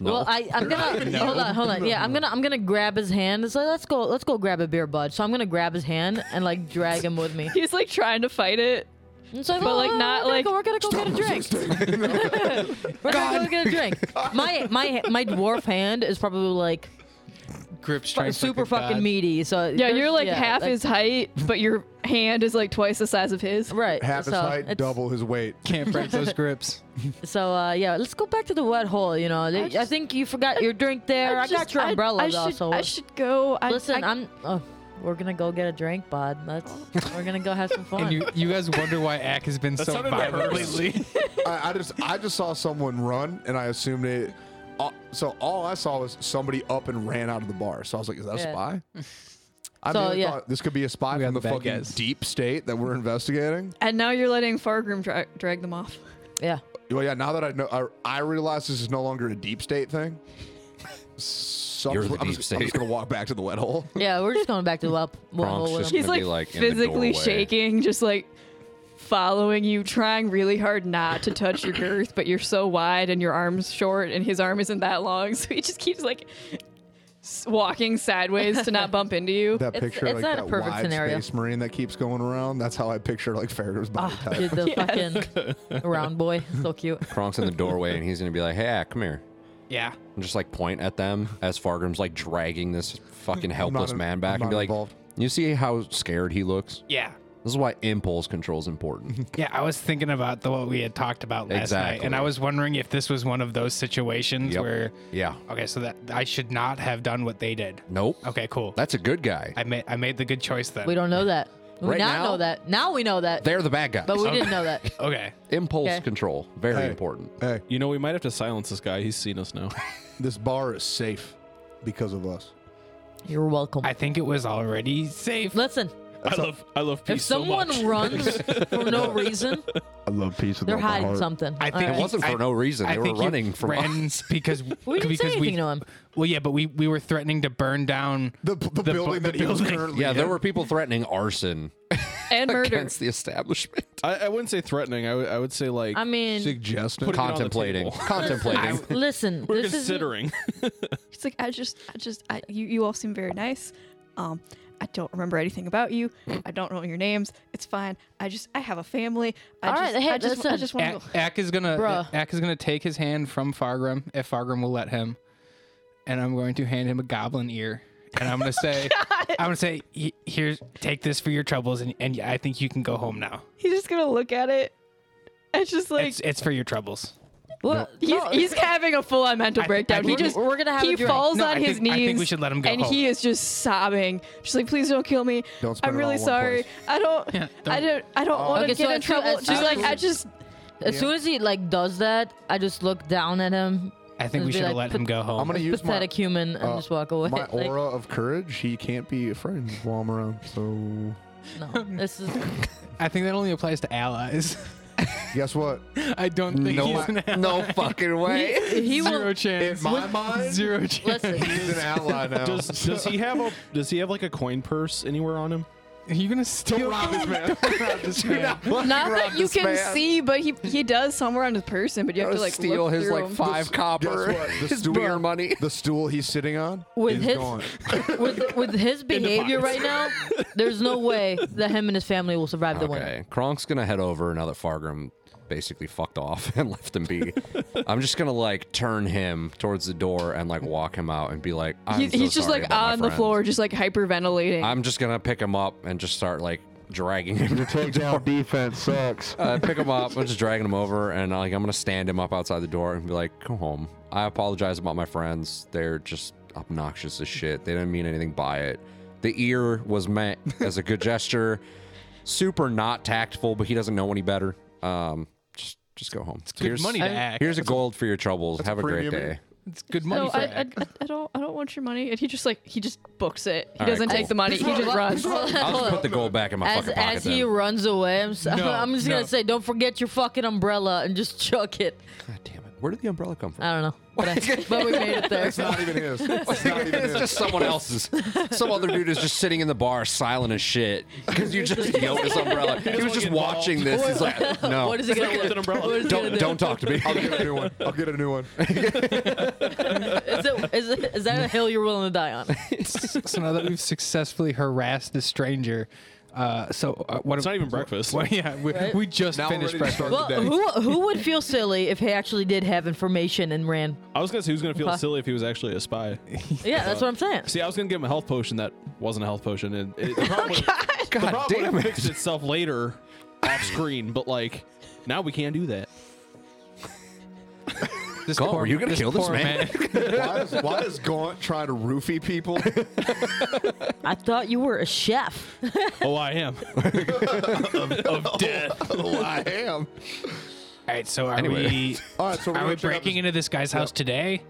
Speaker 6: Well, I,
Speaker 4: (laughs)
Speaker 6: I'm gonna hold on, hold on. Yeah, I'm gonna I'm gonna grab his hand. It's like let's go, let's go grab a beer, bud. So I'm gonna grab his hand and like drag him with me.
Speaker 5: (laughs) he's like trying to fight it.
Speaker 6: It's like,
Speaker 5: But,
Speaker 6: oh,
Speaker 5: like,
Speaker 6: we're
Speaker 5: not,
Speaker 6: gonna
Speaker 5: like-
Speaker 6: go, we're gonna go get a drink. (laughs) we're gonna go get a drink. My my my dwarf hand is probably like
Speaker 7: Grips
Speaker 6: fu- super fucking meaty. So
Speaker 5: Yeah,
Speaker 6: there's-
Speaker 5: you're like half
Speaker 6: like-
Speaker 5: his height, but your hand is like twice the size of his.
Speaker 6: right.
Speaker 4: Half his
Speaker 6: so
Speaker 4: height,
Speaker 6: it's-
Speaker 4: double his weight.
Speaker 7: Can't break those grips.
Speaker 6: So uh, yeah, let's go back to the wet hole. You know, I,
Speaker 5: just-
Speaker 6: think you forgot your drink there. I, got
Speaker 5: just-
Speaker 6: your umbrella
Speaker 5: I, I
Speaker 6: though.
Speaker 5: Should,
Speaker 6: so
Speaker 5: I should go. I,
Speaker 6: listen,
Speaker 5: I,
Speaker 6: I, am Oh, we're gonna go get a drink, bud. Let's we're gonna go have some fun.
Speaker 7: And you, you guys wonder why Ack has been so violent lately.
Speaker 4: I, I just I just saw someone run, and I assumed it. Uh, so all I saw was somebody up and ran out of the bar. So I was like, "Is that
Speaker 6: Yeah.
Speaker 4: a spy?"
Speaker 6: (laughs)
Speaker 4: I
Speaker 6: So,
Speaker 4: really
Speaker 6: yeah.
Speaker 4: thought this could be a spy
Speaker 7: We got
Speaker 4: from
Speaker 7: the
Speaker 4: the
Speaker 7: bad
Speaker 4: fucking
Speaker 7: guys.
Speaker 4: deep state that we're investigating.
Speaker 5: and now you're letting Fargrim dra- drag them off.
Speaker 6: yeah.
Speaker 4: Well, yeah. Now that I know, I, I realize this is no longer a deep state thing. So
Speaker 3: You're
Speaker 4: I'm, just,
Speaker 3: the
Speaker 4: I'm
Speaker 3: deep
Speaker 4: just- I'm just
Speaker 3: state.
Speaker 4: gonna walk back to the wet hole.
Speaker 6: Yeah, we're just going back to the well. well,
Speaker 3: Bronx
Speaker 6: well,
Speaker 3: just
Speaker 6: well.
Speaker 5: He's
Speaker 3: gonna
Speaker 5: like,
Speaker 3: be, like, in the
Speaker 5: physically
Speaker 3: doorway.
Speaker 5: shaking, just like following you, trying really hard not to touch your girth, but you're so wide and your arm's short, and his arm isn't that long, (laughs) so he just keeps like s- walking sideways to not bump
Speaker 4: (laughs)
Speaker 5: into you.
Speaker 4: That
Speaker 6: It's-
Speaker 4: picture,
Speaker 6: it's
Speaker 4: like
Speaker 6: not a
Speaker 4: that
Speaker 6: perfect
Speaker 4: wide
Speaker 6: scenario.
Speaker 4: space marine that keeps going around. That's how I picture like Farragut's body
Speaker 6: Ah,
Speaker 4: type.
Speaker 6: dude, the fucking round boy, (laughs) so cute.
Speaker 3: Kronk's in the doorway, and he's gonna be like, "Hey, Ack, come here."
Speaker 7: Yeah.
Speaker 3: And just like point at them as Fargrim's like dragging this fucking helpless
Speaker 4: in-
Speaker 3: man
Speaker 4: I'm
Speaker 3: back, and
Speaker 4: not
Speaker 3: be like,
Speaker 4: involved.
Speaker 3: "You see how scared he looks?
Speaker 7: Yeah.
Speaker 3: This is why impulse control is
Speaker 4: (laughs)
Speaker 3: important."
Speaker 7: Yeah, I was thinking about the, what we had talked about last night, and
Speaker 3: Exactly.
Speaker 7: I was wondering if this was one of those situations
Speaker 3: Yep.
Speaker 7: where,
Speaker 3: yeah.
Speaker 7: okay, so that I should not have done what they did.
Speaker 3: Nope.
Speaker 7: Okay, cool.
Speaker 3: That's a good guy.
Speaker 7: I made I made the good choice then.
Speaker 6: We don't know that. We
Speaker 3: Right
Speaker 6: now,
Speaker 3: now?
Speaker 6: know that. Now we know that.
Speaker 3: They're the bad guys. Uh,
Speaker 6: but we didn't know
Speaker 7: (laughs)
Speaker 6: that.
Speaker 7: okay.
Speaker 3: impulse
Speaker 6: Okay.
Speaker 3: control, very
Speaker 4: Hey.
Speaker 3: important.
Speaker 4: Hey,
Speaker 1: You know, we might have to silence this guy. He's seen us now.
Speaker 4: this bar is safe because of us.
Speaker 6: You're welcome.
Speaker 7: I think it was already safe.
Speaker 6: Listen,
Speaker 1: I love I love peace
Speaker 6: if someone
Speaker 1: so much.
Speaker 6: runs for no reason,
Speaker 4: I love peace.
Speaker 6: they're hiding something.
Speaker 7: I
Speaker 6: All
Speaker 7: think
Speaker 6: right.
Speaker 3: It wasn't for
Speaker 7: I-
Speaker 3: no reason.
Speaker 7: I
Speaker 3: They were
Speaker 7: think you
Speaker 3: running from
Speaker 7: ran
Speaker 3: us.
Speaker 7: (laughs) because
Speaker 6: (laughs) We didn't say
Speaker 7: because we
Speaker 6: anything to him.
Speaker 7: well yeah, but we we were threatening to burn down
Speaker 4: The, the,
Speaker 7: bu-
Speaker 4: building
Speaker 7: the
Speaker 4: that he was
Speaker 7: building.
Speaker 4: currently
Speaker 3: Yeah,
Speaker 4: in.
Speaker 3: there were people threatening arson
Speaker 5: and murder.
Speaker 3: against the establishment.
Speaker 1: I, I wouldn't say threatening. I would I would say like
Speaker 6: I mean,
Speaker 4: suggesting.
Speaker 1: Putting it on the
Speaker 3: Contemplating.
Speaker 1: table.
Speaker 6: (laughs)
Speaker 3: Contemplating.
Speaker 6: listen.
Speaker 1: we're
Speaker 6: this is
Speaker 1: considering.
Speaker 5: It's like I just, I just, I, you, you all seem very nice. Um, I don't remember anything about you. I don't know your names. It's fine. I just, I have a family. I
Speaker 6: All
Speaker 5: just,
Speaker 6: right, hey,
Speaker 5: I just, I
Speaker 6: listen.
Speaker 5: just want
Speaker 7: Ak,
Speaker 5: to.
Speaker 7: Ak is gonna
Speaker 6: Oh. Bruh.
Speaker 7: Ak is gonna take his hand from Fargrim if Fargrim will let him, and I'm going to hand him a goblin ear,
Speaker 6: (laughs)
Speaker 7: and I'm gonna say, I'm gonna say, "He- here, take this for your troubles, and, and I think you can go home now.
Speaker 5: (laughs) He's just gonna look at it. It's just like
Speaker 7: it's it's for your troubles.
Speaker 6: Well,
Speaker 5: He's,
Speaker 6: no,
Speaker 5: he's having a full on mental
Speaker 7: I- I
Speaker 5: breakdown. he
Speaker 7: think-
Speaker 5: just
Speaker 6: We're gonna have
Speaker 5: he
Speaker 6: a drink.
Speaker 5: falls
Speaker 7: No,
Speaker 5: on
Speaker 7: I
Speaker 5: his
Speaker 7: think-
Speaker 5: knees.
Speaker 7: I think we should let him go
Speaker 5: And
Speaker 7: home.
Speaker 5: he is just sobbing, just like please don't kill me.
Speaker 4: Don't spend
Speaker 5: I'm
Speaker 4: it all in
Speaker 5: really
Speaker 4: one
Speaker 5: sorry.
Speaker 4: place."
Speaker 5: I don't,
Speaker 7: Yeah,
Speaker 5: I don't Oh, I don't want
Speaker 6: Okay,
Speaker 5: to
Speaker 6: so
Speaker 5: get in
Speaker 6: as soon-
Speaker 5: trouble.
Speaker 6: as
Speaker 5: She's
Speaker 6: soon
Speaker 5: like
Speaker 6: as-
Speaker 5: I just (laughs)
Speaker 6: as soon as he like does that, I just look down at him,
Speaker 7: I think we
Speaker 6: Be
Speaker 7: should have
Speaker 6: like,
Speaker 7: let him go home.
Speaker 4: I'm gonna use my,
Speaker 6: pathetic human, and
Speaker 4: uh,
Speaker 6: just walk away.
Speaker 4: my
Speaker 6: (laughs) Like,
Speaker 4: aura of courage. He can't be frightened while I'm around. So
Speaker 6: no, this
Speaker 7: (laughs)
Speaker 6: is
Speaker 7: I think that only applies to allies. (laughs)
Speaker 4: guess (laughs) what?
Speaker 7: I don't think
Speaker 3: No,
Speaker 7: he's an ally.
Speaker 3: no fucking way.
Speaker 6: he
Speaker 7: zero
Speaker 6: will.
Speaker 7: chance.
Speaker 4: In my mind-
Speaker 7: zero chance.
Speaker 6: Listen,
Speaker 4: He's an ally now.
Speaker 1: does does he have a does he have like a coin purse anywhere on him?
Speaker 7: Are you gonna steal?
Speaker 4: Don't rob this
Speaker 7: (laughs)
Speaker 4: man. Don't rob this man.
Speaker 5: Not
Speaker 4: rob
Speaker 5: that you
Speaker 4: this
Speaker 5: can
Speaker 4: man.
Speaker 5: see, but he he does somewhere on his person. But you have to like
Speaker 3: steal
Speaker 5: look
Speaker 3: his
Speaker 5: through
Speaker 3: like
Speaker 5: him.
Speaker 3: five copper, (laughs)
Speaker 4: Guess what? The
Speaker 3: his
Speaker 4: stool-
Speaker 3: beer money.
Speaker 4: The stool he's sitting on
Speaker 6: With
Speaker 4: is
Speaker 2: (laughs)
Speaker 6: his-
Speaker 4: gone.
Speaker 6: with with his behavior right now, there's no way that him and his family will survive the winter.
Speaker 3: Okay, Kronk's gonna head over now that Fargrim basically fucked off (laughs) and left him be. I'm just gonna like turn him towards the door and like walk him out and be like, I'm
Speaker 5: He-
Speaker 3: so
Speaker 5: he's just
Speaker 3: sorry
Speaker 5: like
Speaker 3: about my
Speaker 5: on the
Speaker 3: friends.
Speaker 5: floor, just like hyperventilating.
Speaker 3: I'm just gonna pick him up and just start like dragging him. (laughs)
Speaker 2: Takedown defense sucks.
Speaker 3: I pick him up, I'm just dragging him over, and like I'm gonna stand him up outside the door and be like, "Go home. I apologize about my friends. They're just obnoxious as shit. They didn't mean anything by it. The ear was meant as a good gesture. Super not tactful, but he doesn't know any better. Um, just just go home.
Speaker 7: Good money to hack.
Speaker 3: Here's a gold for your troubles. Have a great
Speaker 4: premium ear.
Speaker 3: day.
Speaker 7: It's good money
Speaker 5: no,
Speaker 7: for
Speaker 5: I,
Speaker 7: hack.
Speaker 5: I, I, I don't. I don't want your money. And he just like he just books it. He
Speaker 3: All right,
Speaker 5: doesn't
Speaker 3: cool.
Speaker 5: take the money. He just (laughs) runs.
Speaker 3: I'll just put the gold back in my
Speaker 6: As
Speaker 3: fucking pocket.
Speaker 6: as he
Speaker 3: then.
Speaker 6: runs away, (laughs) I'm, so,
Speaker 7: No,
Speaker 6: I'm just
Speaker 7: no.
Speaker 6: gonna say, don't forget your fucking umbrella and just chuck it.
Speaker 3: God damn it. Where did the umbrella come from?
Speaker 6: I don't know, but, I- but we made it there.
Speaker 4: It's (laughs) not
Speaker 3: (laughs)
Speaker 4: even his. It's not even
Speaker 3: it's
Speaker 4: his.
Speaker 3: just someone else's. Some other dude is just sitting in the bar, silent as shit, because you just yelled his umbrella. He was just watching this. He's
Speaker 4: (laughs)
Speaker 3: like, "No,
Speaker 6: What is it gonna
Speaker 1: With an
Speaker 6: look?
Speaker 1: umbrella.
Speaker 6: What is it gonna
Speaker 3: don't
Speaker 6: do?
Speaker 3: don't talk to me."
Speaker 4: I'll get a new one. I'll get
Speaker 3: (laughs)
Speaker 4: a new one.
Speaker 6: Is, it, is, it, is that a hill you're willing to die on?
Speaker 7: so now that we've successfully harassed the stranger, uh, so uh, what?
Speaker 1: It's not even breakfast.
Speaker 7: Well, yeah, we,
Speaker 6: Right?
Speaker 7: we just
Speaker 4: Now we're
Speaker 7: finished
Speaker 4: ready to start
Speaker 7: breakfast.
Speaker 4: the
Speaker 6: Well,
Speaker 4: day.
Speaker 6: who who would feel silly if he actually did have information and ran?
Speaker 1: I was gonna say who's gonna feel
Speaker 6: Okay.
Speaker 1: silly if he was actually a spy.
Speaker 6: Yeah, that's what I'm saying.
Speaker 1: See, I was gonna give him a health potion that wasn't a health potion, and it, the
Speaker 3: (laughs)
Speaker 1: problem, would- the
Speaker 3: Oh, God
Speaker 1: problem
Speaker 3: damn
Speaker 1: would've
Speaker 3: it!
Speaker 1: fixed itself later off screen. But like, now we can't do that.
Speaker 7: This
Speaker 3: Gaunt,
Speaker 7: poor-
Speaker 3: were you gonna kill this
Speaker 7: poor
Speaker 3: man?
Speaker 4: Why is, why is Gaunt trying to roofie people? (laughs)
Speaker 6: I thought you were a chef. (laughs)
Speaker 1: Oh, I (laughs) am. (laughs)
Speaker 4: oh, I am.
Speaker 7: All right, so are
Speaker 3: Anyway. (laughs)
Speaker 7: we?
Speaker 4: All right, so we're
Speaker 7: Are
Speaker 4: gonna
Speaker 7: we
Speaker 4: check out
Speaker 7: breaking
Speaker 4: this-
Speaker 7: into this guy's house today?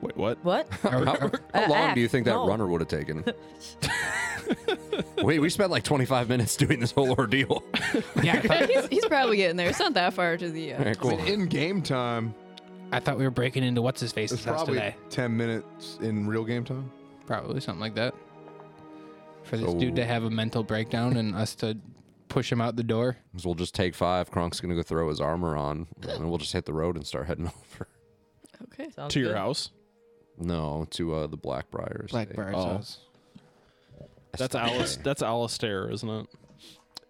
Speaker 1: Wait, what?
Speaker 6: What?
Speaker 7: Are we- are-
Speaker 3: How
Speaker 6: Uh,
Speaker 3: long do you
Speaker 6: act.
Speaker 3: think that
Speaker 6: No.
Speaker 3: runner would have taken? Wait, we spent like 25 minutes doing this whole ordeal.
Speaker 7: yeah, I thought,
Speaker 5: he's, he's probably getting there. It's not that far to the.
Speaker 3: All
Speaker 5: Uh,
Speaker 3: right, cool.
Speaker 4: in game time.
Speaker 7: I thought we were breaking into what's his face's
Speaker 4: It's
Speaker 7: house
Speaker 4: probably
Speaker 7: today.
Speaker 4: ten minutes in real game time.
Speaker 7: Probably something like that. For this dude to have a mental breakdown and us to push him out the door.
Speaker 3: So we'll just take five. Kronk's gonna go throw his armor on, and then we'll just hit the road and start heading (laughs) over.
Speaker 5: okay.
Speaker 6: Sounds
Speaker 1: To your
Speaker 6: good.
Speaker 1: house?
Speaker 3: No, to uh, the Blackbriar. estate.
Speaker 7: Blackbird's
Speaker 1: Oh.
Speaker 7: house.
Speaker 1: That's Alice. That's Alistair, isn't it?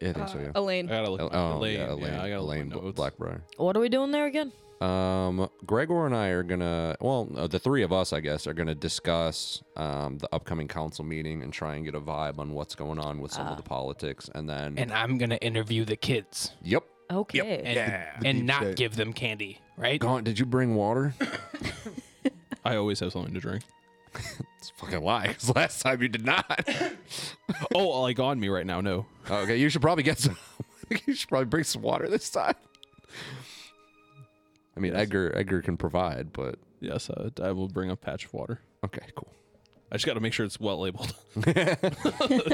Speaker 3: Yeah, I think so. Yeah.
Speaker 1: I
Speaker 5: Elaine.
Speaker 1: gotta look.
Speaker 3: El-
Speaker 1: at
Speaker 3: Oh,
Speaker 1: Uh, Elaine.
Speaker 3: yeah, Elaine,
Speaker 1: I gotta
Speaker 3: Elaine
Speaker 1: look at my
Speaker 3: Bl-
Speaker 1: notes.
Speaker 3: Blackbriar.
Speaker 6: What are we doing there again?
Speaker 3: Um, Gregor and I are gonna, well, uh, the three of us, I guess, are gonna discuss um, the upcoming council meeting and try and get a vibe on what's going on with some of the politics, and then,
Speaker 7: And I'm gonna interview the kids
Speaker 3: yep.
Speaker 6: Okay.
Speaker 7: and,
Speaker 4: The
Speaker 7: and
Speaker 4: deep
Speaker 7: not
Speaker 4: state.
Speaker 7: give them candy, right?
Speaker 3: Gaunt, did you bring (laughs) water?
Speaker 1: I always have something to drink.
Speaker 3: it's a fucking lie, (laughs) because last time you did not.
Speaker 1: Oh, like on me right now? No.
Speaker 3: (laughs) okay, you should probably get some. (laughs) you should probably bring some water this time. I mean, Edgar, Edgar can provide, but
Speaker 1: Yes, uh, I will bring a patch of water.
Speaker 3: okay, cool. (laughs)
Speaker 1: I just got to make sure it's well
Speaker 5: (laughs)
Speaker 1: labeled. (laughs)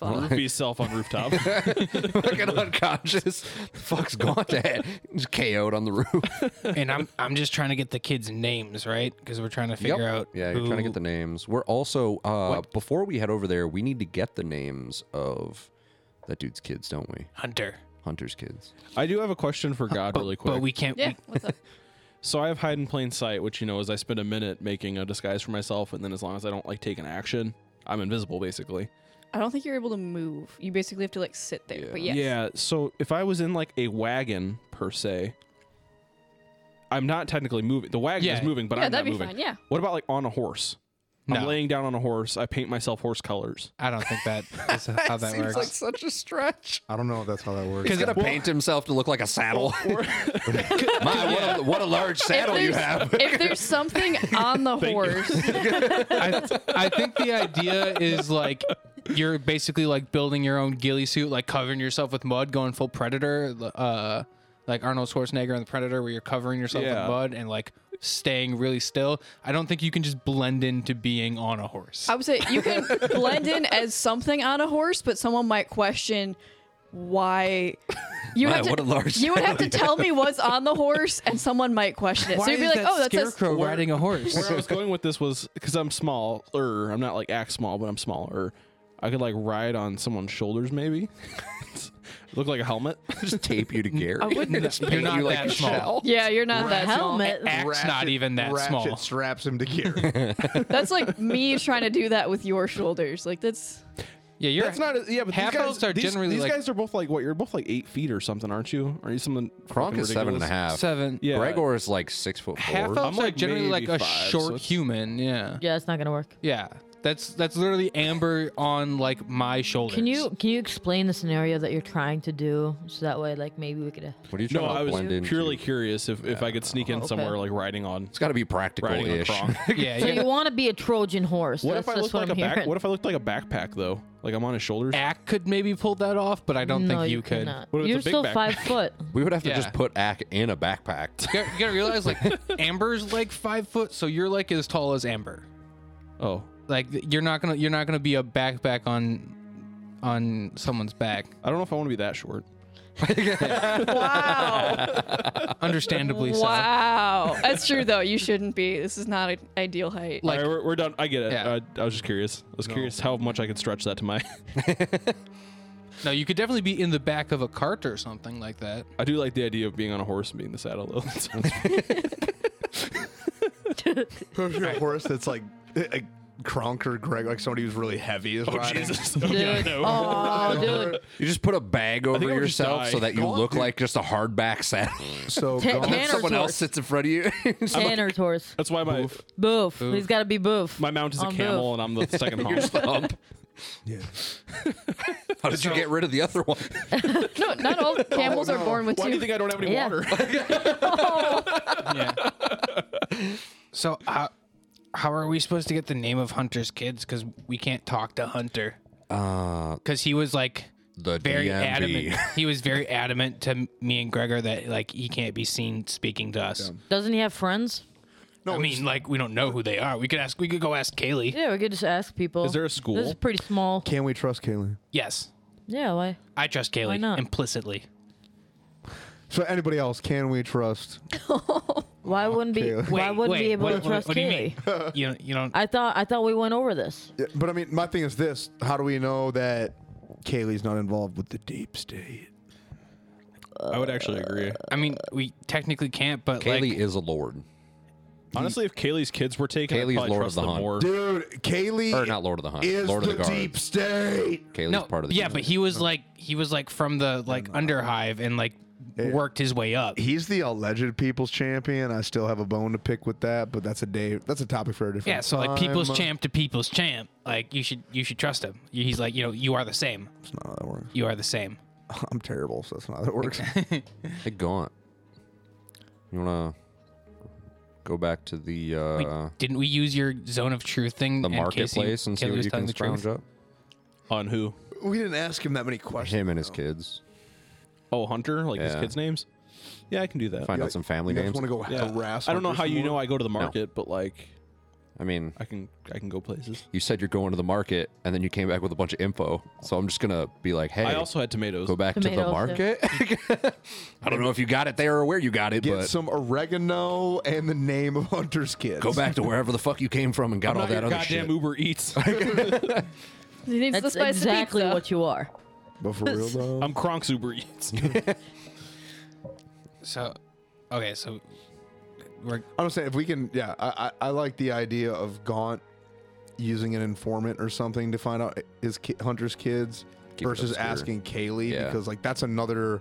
Speaker 1: Roofie self on
Speaker 5: (laughs)
Speaker 1: rooftop.
Speaker 3: Fucking unconscious. Fuck's Gaunt at? Just KO'd on the roof.
Speaker 7: and
Speaker 3: (laughs)
Speaker 7: I'm I'm just trying to get the kids' names, right? Because we're trying to figure out.
Speaker 3: Yeah, you're trying to get the names. We're also uh, before we head over there, we need to get the names of that dude's kids, don't we?
Speaker 7: hunter.
Speaker 3: Hunter's kids.
Speaker 1: I do have a question for God really quick.
Speaker 7: But we can't.
Speaker 5: Yeah.
Speaker 7: Yeah.
Speaker 5: What's up?
Speaker 1: So I have hide in plain sight, which you know is I spend a minute making a disguise for myself, and then as long as I don't like take an action, I'm invisible basically.
Speaker 5: I don't think you're able to move. You basically have to like sit there. But yes.
Speaker 1: Yeah. So if I was in like a wagon per se, I'm not technically moving. The wagon is
Speaker 7: Yeah.
Speaker 1: moving, but
Speaker 5: Yeah,
Speaker 1: I'm not
Speaker 5: that'd be
Speaker 1: moving.
Speaker 5: fine, yeah.
Speaker 1: What about like on a horse? I'm
Speaker 7: No.
Speaker 1: laying down on a horse. I paint myself horse colors.
Speaker 7: I don't think
Speaker 3: (laughs)
Speaker 7: that is how that works.
Speaker 3: such a stretch.
Speaker 4: I don't know if that's how that works.
Speaker 3: He's gonna paint himself to look like a saddle. (laughs) My, what a, what a large saddle you
Speaker 5: there's-
Speaker 3: have.
Speaker 5: (laughs) if there's something
Speaker 3: (laughs)
Speaker 5: on the horse,
Speaker 1: (laughs)
Speaker 7: I, I think the idea is like you're basically like building your own ghillie suit, like covering yourself with mud, going full predator, uh, like Arnold Schwarzenegger in the Predator, where you're covering yourself
Speaker 1: Yeah.
Speaker 7: with mud and like staying really still. I don't think you can just blend into being on a horse.
Speaker 5: I would say you can blend in as something on a horse, but someone might question why. You
Speaker 3: Man,
Speaker 5: have to,
Speaker 3: what a large
Speaker 5: you would have to
Speaker 3: (laughs)
Speaker 5: tell me what's on the horse, and someone might question it. so you'd be like, "Oh, that's a
Speaker 7: scarecrow riding a horse.
Speaker 1: Where I was going with this was because I'm small. smaller. I'm not like act small, but I'm smaller. I could like ride on someone's shoulders, maybe. (laughs) Look like a helmet.
Speaker 3: (laughs) Just tape you to Gary.
Speaker 7: I wouldn't-
Speaker 3: Just
Speaker 7: You're
Speaker 3: paint
Speaker 7: not
Speaker 3: you like
Speaker 7: that
Speaker 3: a
Speaker 7: small.
Speaker 3: shell.
Speaker 5: Yeah, you're not that small.
Speaker 6: helmet.
Speaker 7: Axe not even that
Speaker 4: Ratchet
Speaker 7: small.
Speaker 4: straps him
Speaker 3: (laughs)
Speaker 4: to (laughs) Gary.
Speaker 5: (laughs) That's like me trying to do that with your shoulders. Like that's
Speaker 7: Yeah,
Speaker 1: (laughs)
Speaker 7: you're.
Speaker 1: That's not. Yeah, but
Speaker 7: Half
Speaker 1: these guys
Speaker 7: elves are
Speaker 1: these,
Speaker 7: generally,
Speaker 1: These
Speaker 7: like-
Speaker 1: guys are both like what? You're both like eight feet or something, aren't you? Are you something?
Speaker 3: Kronk
Speaker 1: fucking
Speaker 3: is seven and a
Speaker 1: ridiculous?
Speaker 3: half.
Speaker 7: Seven.
Speaker 1: Yeah,
Speaker 3: Gregor is like six foot four.
Speaker 7: Half elves
Speaker 1: I'm
Speaker 7: are
Speaker 1: like
Speaker 7: generally like
Speaker 1: maybe
Speaker 7: a
Speaker 1: five, so
Speaker 7: short
Speaker 1: it's-
Speaker 7: human. Yeah.
Speaker 6: Yeah, it's not gonna work.
Speaker 7: Yeah. That's that's literally amber on like my shoulders.
Speaker 6: Can you can you explain the scenario that you're trying to do so that way like maybe we could uh,
Speaker 3: What are you trying
Speaker 1: No,
Speaker 3: to
Speaker 1: I was
Speaker 3: blend into?
Speaker 1: purely curious if, if I could sneak in
Speaker 6: Okay.
Speaker 1: somewhere like riding on
Speaker 3: It's got to be practical
Speaker 1: riding on
Speaker 3: ish.
Speaker 1: Kronk. (laughs)
Speaker 7: Yeah.
Speaker 6: So
Speaker 7: yeah.
Speaker 6: you want to be a Trojan horse?
Speaker 1: What if
Speaker 6: that's
Speaker 1: I
Speaker 6: that's
Speaker 1: looked
Speaker 6: what
Speaker 1: like
Speaker 6: I'm
Speaker 1: a back?
Speaker 6: hearing.
Speaker 1: What if I looked like a backpack though? Like I'm on his shoulders.
Speaker 7: Ack could maybe pull that off, but I don't
Speaker 6: no,
Speaker 7: think you,
Speaker 6: you
Speaker 7: could.
Speaker 6: cannot.
Speaker 1: What if it's a
Speaker 6: You're
Speaker 1: big
Speaker 6: still
Speaker 1: back?
Speaker 6: five
Speaker 1: (laughs)
Speaker 6: foot.
Speaker 3: (laughs) We would have to
Speaker 7: Yeah.
Speaker 3: just put Ack in a backpack.
Speaker 7: You gotta, you gotta
Speaker 6: (laughs)
Speaker 7: realize, like, Amber's like five foot, so you're like as tall as Amber.
Speaker 1: Oh,
Speaker 7: Like, th- you're not gonna, you're not gonna be a backpack on, on someone's back.
Speaker 1: I don't know if I want to be that short.
Speaker 5: wow,
Speaker 7: Understandably so.
Speaker 5: wow. That's true though. You shouldn't be. This is not an ideal height.
Speaker 7: Like-
Speaker 1: All right, we're, we're done. I get it.
Speaker 7: Yeah.
Speaker 1: Uh, I was just curious. I was curious how much I could stretch that to my.
Speaker 7: No, you could definitely be in the back of a cart or something like that.
Speaker 1: I do like the idea of being on a horse and being the saddle (laughs) though. That sounds-
Speaker 4: Who's your horse that's like a Kronk or Greg, like somebody who's really heavy
Speaker 3: Oh,
Speaker 4: is riding?
Speaker 6: (laughs) Dude. Oh, dude.
Speaker 3: You just put a bag over
Speaker 1: think I would just
Speaker 3: yourself
Speaker 1: die.
Speaker 3: so that you
Speaker 4: Go on,
Speaker 3: look
Speaker 4: dude.
Speaker 3: like just a hardback (laughs) saddle.
Speaker 4: So
Speaker 6: Ta-
Speaker 4: Gronk-
Speaker 6: Tanner's
Speaker 3: Someone else
Speaker 6: horse.
Speaker 3: sits in front of you. (laughs)
Speaker 6: Tanner's
Speaker 1: (laughs)
Speaker 6: horse.
Speaker 1: That's why my
Speaker 6: Boof. He's got to be boof.
Speaker 1: my mount is a
Speaker 6: On
Speaker 1: camel and
Speaker 6: (laughs)
Speaker 1: I'm the second
Speaker 3: Here's
Speaker 1: hump.
Speaker 3: the hump. (laughs) How did you get rid of the other one? (laughs)
Speaker 5: no, not
Speaker 1: (laughs)
Speaker 5: all camels are born with
Speaker 1: Oh, Why do you
Speaker 5: two.
Speaker 1: think I don't have any
Speaker 6: Yeah.
Speaker 1: water? (laughs)
Speaker 7: Yeah. so how, how are we supposed to get the name of Hunter's kids? Because we can't talk to Hunter.
Speaker 3: Uh,
Speaker 7: Because he was like
Speaker 3: the
Speaker 7: very
Speaker 3: DMV.
Speaker 7: adamant.
Speaker 3: (laughs)
Speaker 7: He was very adamant to me and Gregor that like he can't be seen speaking to us.
Speaker 6: Doesn't he have friends?
Speaker 7: I mean, like we don't know who they are. We could ask. We could go ask Kaylee.
Speaker 6: Yeah, we could just ask people.
Speaker 1: Is there a
Speaker 6: This
Speaker 1: school?
Speaker 6: is pretty small.
Speaker 4: Can we trust Kaylee?
Speaker 7: Yes,
Speaker 6: Yeah, why?
Speaker 7: I trust Kaylee
Speaker 6: Why not?
Speaker 7: implicitly.
Speaker 4: So anybody else, can we trust?
Speaker 6: Why wouldn't be?
Speaker 4: Kaylee.
Speaker 6: Why wouldn't be able to trust
Speaker 7: what
Speaker 6: Kaylee?
Speaker 7: do you mean? (laughs) you, don't- you don't.
Speaker 6: I thought I thought we went over this.
Speaker 4: Yeah, But I mean, my thing is this: How do we know that Kaylee's not involved with the deep state?
Speaker 1: I would actually agree.
Speaker 7: I mean, we technically can't. But
Speaker 3: Kaylee
Speaker 7: like,
Speaker 3: is a lord.
Speaker 1: Honestly, if Kaylee's kids were taken,
Speaker 3: Kaylee's
Speaker 1: I'd probably
Speaker 3: Lord of
Speaker 1: trust
Speaker 3: the
Speaker 1: them
Speaker 3: Hunt.
Speaker 1: more.
Speaker 4: Dude, Kaylee
Speaker 3: Or not Lord of the Hunt.
Speaker 4: is
Speaker 3: Lord
Speaker 4: the
Speaker 3: of the Guard.
Speaker 4: deep state.
Speaker 3: Kaylee's
Speaker 7: no,
Speaker 3: part of the
Speaker 7: yeah,
Speaker 3: DMV.
Speaker 7: but he was like he was like from the like underhive and like worked his way up.
Speaker 4: He's the alleged people's champion. I still have a bone to pick with that, but that's a day. That's a topic for a different.
Speaker 7: Yeah, so like people's
Speaker 4: time.
Speaker 7: champ to people's champ. Like you should you should trust him. He's like you know you are the same.
Speaker 4: That's not how that works. (laughs)
Speaker 7: You are the same.
Speaker 4: I'm terrible, so that's not how that works.
Speaker 3: Hey, Gaunt. You want to go back to the
Speaker 7: Wait,
Speaker 3: uh,
Speaker 7: didn't we use your zone of truth thing?
Speaker 3: the
Speaker 7: in case he-
Speaker 3: marketplace and see
Speaker 7: Kaylee
Speaker 3: what
Speaker 7: was
Speaker 3: you
Speaker 7: telling
Speaker 3: can
Speaker 7: the truth?
Speaker 3: scrounge up?
Speaker 1: On who?
Speaker 4: we didn't ask him that many questions.
Speaker 3: Him and his kids.
Speaker 1: Oh, Hunter, like his
Speaker 3: Yeah.
Speaker 1: kids' names. Yeah, I can do that.
Speaker 3: Find out some family
Speaker 4: You guys
Speaker 3: names.
Speaker 4: want to go
Speaker 1: Yeah.
Speaker 4: harass?
Speaker 1: I don't know
Speaker 4: Hunter
Speaker 1: how
Speaker 4: some
Speaker 1: you
Speaker 4: more?
Speaker 1: know I go to the market, but like
Speaker 3: I mean,
Speaker 1: I can I can go places.
Speaker 3: you said you're going to the market, and then you came back with a bunch of info. So I'm just gonna be like, hey,
Speaker 1: I also had tomatoes.
Speaker 3: go back to the
Speaker 6: Tomatoes,
Speaker 3: market. I don't know if you got it there or where you got it,
Speaker 4: Get
Speaker 3: but
Speaker 4: some oregano and the name of Hunter's kids.
Speaker 3: go back to wherever the fuck you came from and
Speaker 1: I'm
Speaker 3: got all
Speaker 1: not
Speaker 3: that
Speaker 1: your
Speaker 3: other
Speaker 1: goddamn
Speaker 3: shit.
Speaker 1: Uber
Speaker 3: (laughs)
Speaker 1: Eats.
Speaker 5: He needs the
Speaker 6: That's
Speaker 5: spice
Speaker 6: exactly
Speaker 5: of pizza.
Speaker 6: what you are.
Speaker 4: But for real though,
Speaker 1: I'm Kronk's Uber Eats.
Speaker 7: So, okay, so we're
Speaker 4: I'm saying if we can, yeah, I, I, I like the idea of Gaunt using an informant or something to find out his ki- Hunter's kids
Speaker 3: Keep it
Speaker 4: versus
Speaker 3: obscure.
Speaker 4: asking Kaylee
Speaker 3: Yeah.
Speaker 4: because like that's another.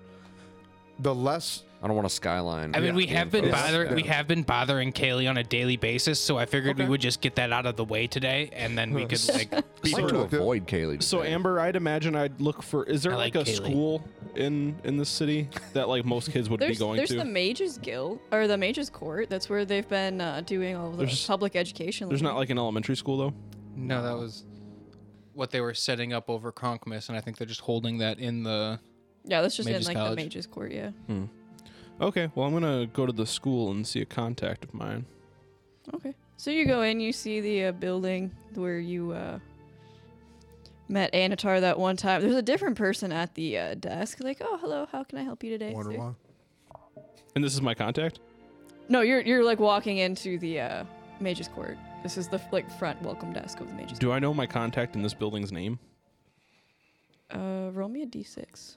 Speaker 4: The less
Speaker 3: I don't want to skyline.
Speaker 7: I mean, we
Speaker 3: the
Speaker 7: have been
Speaker 3: info.
Speaker 7: bother
Speaker 3: Yeah.
Speaker 7: we have been bothering Kaylee on a daily basis, so I figured we
Speaker 4: Okay.
Speaker 7: would just get that out of the way today, and then we could like
Speaker 3: I'd like to
Speaker 4: productive.
Speaker 3: avoid Kaylee.
Speaker 1: so
Speaker 3: today.
Speaker 1: Amber, I'd imagine I'd look for. Is there
Speaker 7: I
Speaker 1: like,
Speaker 7: like
Speaker 1: a
Speaker 7: Kaylee.
Speaker 1: school in in this city that like most kids would be
Speaker 5: There's,
Speaker 1: going
Speaker 5: there's
Speaker 1: to?
Speaker 5: the Mages Guild or the Mages Court. That's where they've been uh, doing all of the
Speaker 1: There's-
Speaker 5: public education.
Speaker 1: there's not like an elementary school though.
Speaker 7: no, that was what they were setting up over Kronkmas, and I think they're just holding that in the.
Speaker 5: yeah, that's just
Speaker 7: Mages
Speaker 5: in like
Speaker 7: College.
Speaker 5: the Mages Court. Yeah.
Speaker 1: Okay, well I'm gonna go to the school and see a contact of mine.
Speaker 5: Okay. So you go in, you see the uh, building where you uh, met Anatar that one time. There's a different person at the uh, desk. Like, oh, hello, how can I help you today?
Speaker 4: wonder
Speaker 5: sir?"
Speaker 4: why.
Speaker 1: And this is my contact.
Speaker 5: No, you're you're like walking into the uh, Mages Court. This is the like front welcome desk of the Mages.
Speaker 1: Do I know my contact in this building's name?
Speaker 5: Uh, roll me a d6.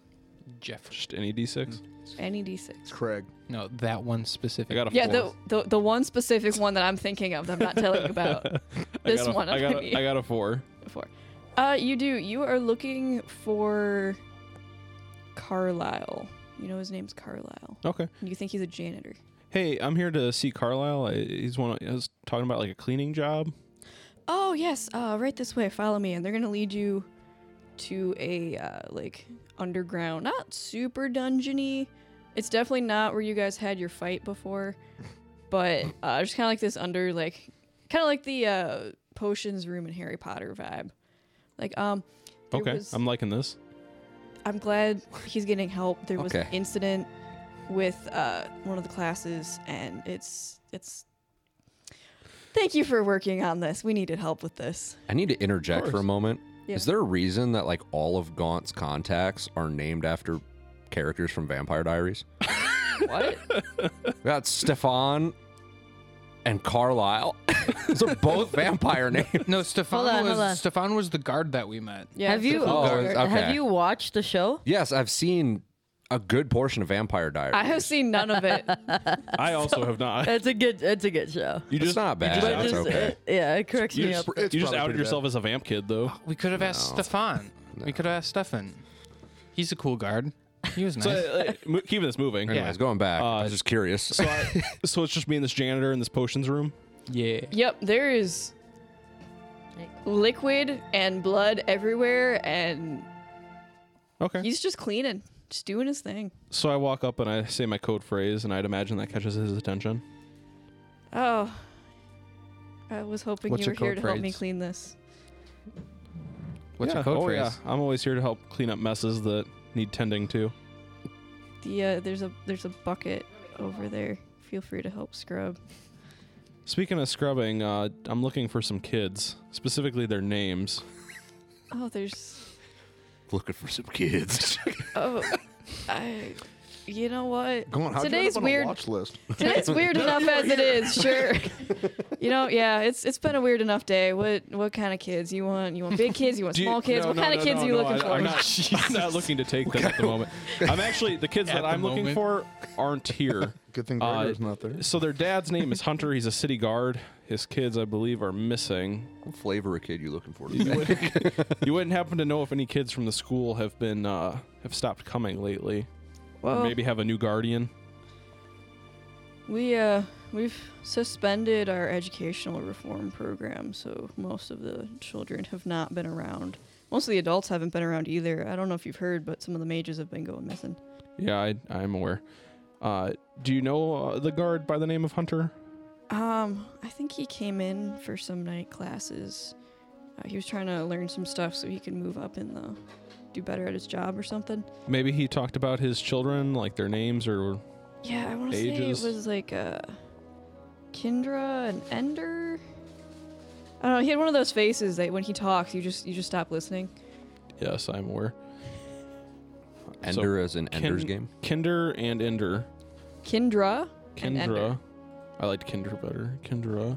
Speaker 7: Jeffrey.
Speaker 1: Just any d6.
Speaker 5: Any d6.
Speaker 4: Craig.
Speaker 7: No, that one specific.
Speaker 1: I got a
Speaker 5: Yeah,
Speaker 1: four.
Speaker 5: the, the the one specific one that I'm thinking of, that I'm not telling
Speaker 1: (laughs)
Speaker 5: you about.
Speaker 1: I
Speaker 5: This
Speaker 1: got a,
Speaker 5: one
Speaker 1: I
Speaker 5: I'm
Speaker 1: got,
Speaker 5: gonna
Speaker 1: a, I
Speaker 5: be
Speaker 1: got a four.
Speaker 5: for. Uh, you do. You are looking for Carlisle. You know his name's Carlisle.
Speaker 1: Okay.
Speaker 5: And you think he's a janitor.
Speaker 1: Hey, I'm here to see Carlisle. I, he's one. Of, I was talking about like a cleaning job.
Speaker 5: Oh yes, uh, right this way. Follow me, and they're gonna lead you to a uh, like underground, not super dungeony. It's definitely not where you guys had your fight before, but uh, just kind of like this under like kind of like the uh, potions room in Harry Potter vibe. Like um, there
Speaker 1: okay, um,
Speaker 5: was-
Speaker 1: I'm liking
Speaker 5: (laughs)
Speaker 1: this.
Speaker 5: I'm glad he's getting help. There was an
Speaker 3: Okay.
Speaker 5: incident with uh, one of the classes, and it's it's. Thank you for working on this. We needed help with this.
Speaker 3: I need to interject for a
Speaker 1: course.
Speaker 3: moment.
Speaker 5: Yeah.
Speaker 3: Is there a reason that like all of Gaunt's contacts are named after characters from
Speaker 1: (laughs)
Speaker 3: Vampire Diaries?
Speaker 5: What?
Speaker 3: We got Stefan and Carlisle. (laughs) Those are
Speaker 1: (laughs)
Speaker 3: both vampire names.
Speaker 7: No, Stefan
Speaker 6: Hold on, hold on.
Speaker 7: was Stefan was the guard that we met.
Speaker 5: Yeah.
Speaker 6: have you
Speaker 3: Oh,
Speaker 6: or-
Speaker 3: okay.
Speaker 6: have you watched the show?
Speaker 3: Yes, I've seen a good portion of Vampire Diaries.
Speaker 5: I have seen none of (laughs) it.
Speaker 1: I also have not.
Speaker 6: It's a good it's a good show.
Speaker 1: You
Speaker 3: It's
Speaker 1: just
Speaker 3: not bad.
Speaker 1: You
Speaker 6: But
Speaker 1: just,
Speaker 3: That's
Speaker 6: just,
Speaker 3: okay.
Speaker 6: uh, yeah, it corrects
Speaker 1: you
Speaker 6: me
Speaker 1: just,
Speaker 6: up.
Speaker 4: It's
Speaker 1: you just
Speaker 4: probably
Speaker 1: outed
Speaker 4: pretty bad.
Speaker 1: yourself as a vamp kid, though.
Speaker 7: (laughs) We could have asked Stefan. We could have asked Stefan. He's a cool guard. He (laughs) was nice.
Speaker 1: So, uh, (laughs) mo- keeping this moving.
Speaker 3: Anyways, going back, I was just curious.
Speaker 1: Uh, So, I, so it's just me and this janitor in this potions room.
Speaker 7: yeah.
Speaker 5: Yep, there is liquid and blood everywhere, and
Speaker 1: Okay.
Speaker 5: he's just cleaning, just doing his thing.
Speaker 1: So I walk up and I say my code phrase, and I'd imagine that catches his attention.
Speaker 5: Oh, I was hoping
Speaker 7: What's
Speaker 5: you
Speaker 7: your
Speaker 5: were here
Speaker 7: code
Speaker 5: to help me
Speaker 7: phrase?
Speaker 5: clean this.
Speaker 7: What's
Speaker 1: yeah.
Speaker 7: your code
Speaker 1: oh,
Speaker 7: phrase?
Speaker 1: yeah. I'm always here to help clean up messes that need tending to.
Speaker 5: The uh, there's a there's a bucket over there. Feel free to help scrub.
Speaker 1: Speaking of scrubbing, uh, I'm looking for some kids, specifically their names.
Speaker 5: Oh, there's
Speaker 3: (laughs) Looking for some
Speaker 1: (laughs)
Speaker 3: kids.
Speaker 5: oh, I. You know what?
Speaker 4: Go on. How'd you end
Speaker 5: Today's
Speaker 4: up on
Speaker 5: weird.
Speaker 4: a watch list?
Speaker 1: (laughs)
Speaker 5: Today's weird enough as it is, sure. You know, yeah, it's it's been a weird enough day. What what kind of kids you want? You
Speaker 1: (laughs)
Speaker 5: want big kids? You want
Speaker 1: Do you-
Speaker 5: small kids?
Speaker 1: no,
Speaker 5: what
Speaker 1: no,
Speaker 5: kind
Speaker 1: no,
Speaker 5: of kids
Speaker 1: no,
Speaker 5: are you
Speaker 1: no,
Speaker 5: looking
Speaker 1: I-
Speaker 5: for? (laughs)
Speaker 1: I'm not, I'm not looking to take them at the moment. I'm actually the kids
Speaker 7: At
Speaker 1: that
Speaker 7: the
Speaker 1: I'm looking
Speaker 7: moment.
Speaker 1: for aren't
Speaker 5: (laughs)
Speaker 1: here.
Speaker 4: Good thing
Speaker 1: Uh,
Speaker 4: Gregor's not there.
Speaker 1: So their dad's name is Hunter. He's a city guard. His kids, I believe, are missing.
Speaker 3: what flavor of kid you looking for?
Speaker 1: You
Speaker 3: today?
Speaker 1: wouldn't, you wouldn't happen to know if any kids from the school have been uh, have stopped coming lately,
Speaker 5: Well,
Speaker 1: or maybe have a new guardian.
Speaker 5: we uh we've suspended our educational reform program, so most of the children have not been around. Most of the adults haven't been around either. I don't know if you've heard, but some of the mages have been going missing.
Speaker 1: Yeah, I, I'm aware. Uh, do you know uh, the guard by the name of Hunter?
Speaker 5: Um, I think he came in for some night classes. Uh, he was trying to learn some stuff so he could move up in the do better at his job or something.
Speaker 1: Maybe he talked about his children, like their names, or
Speaker 5: Yeah, I want to say it
Speaker 1: Ages.
Speaker 5: was like uh, Kendra and Ender. I don't know. He had one of those faces that when he talks, you just you just stop listening.
Speaker 1: yes, I'm aware. So,
Speaker 3: (laughs) Ender as in Ender's
Speaker 1: Kin- (laughs)
Speaker 3: game.
Speaker 1: Kinder and Ender.
Speaker 5: Kendra. And Ender.
Speaker 1: Kendra. I liked Kinder better. Kendra.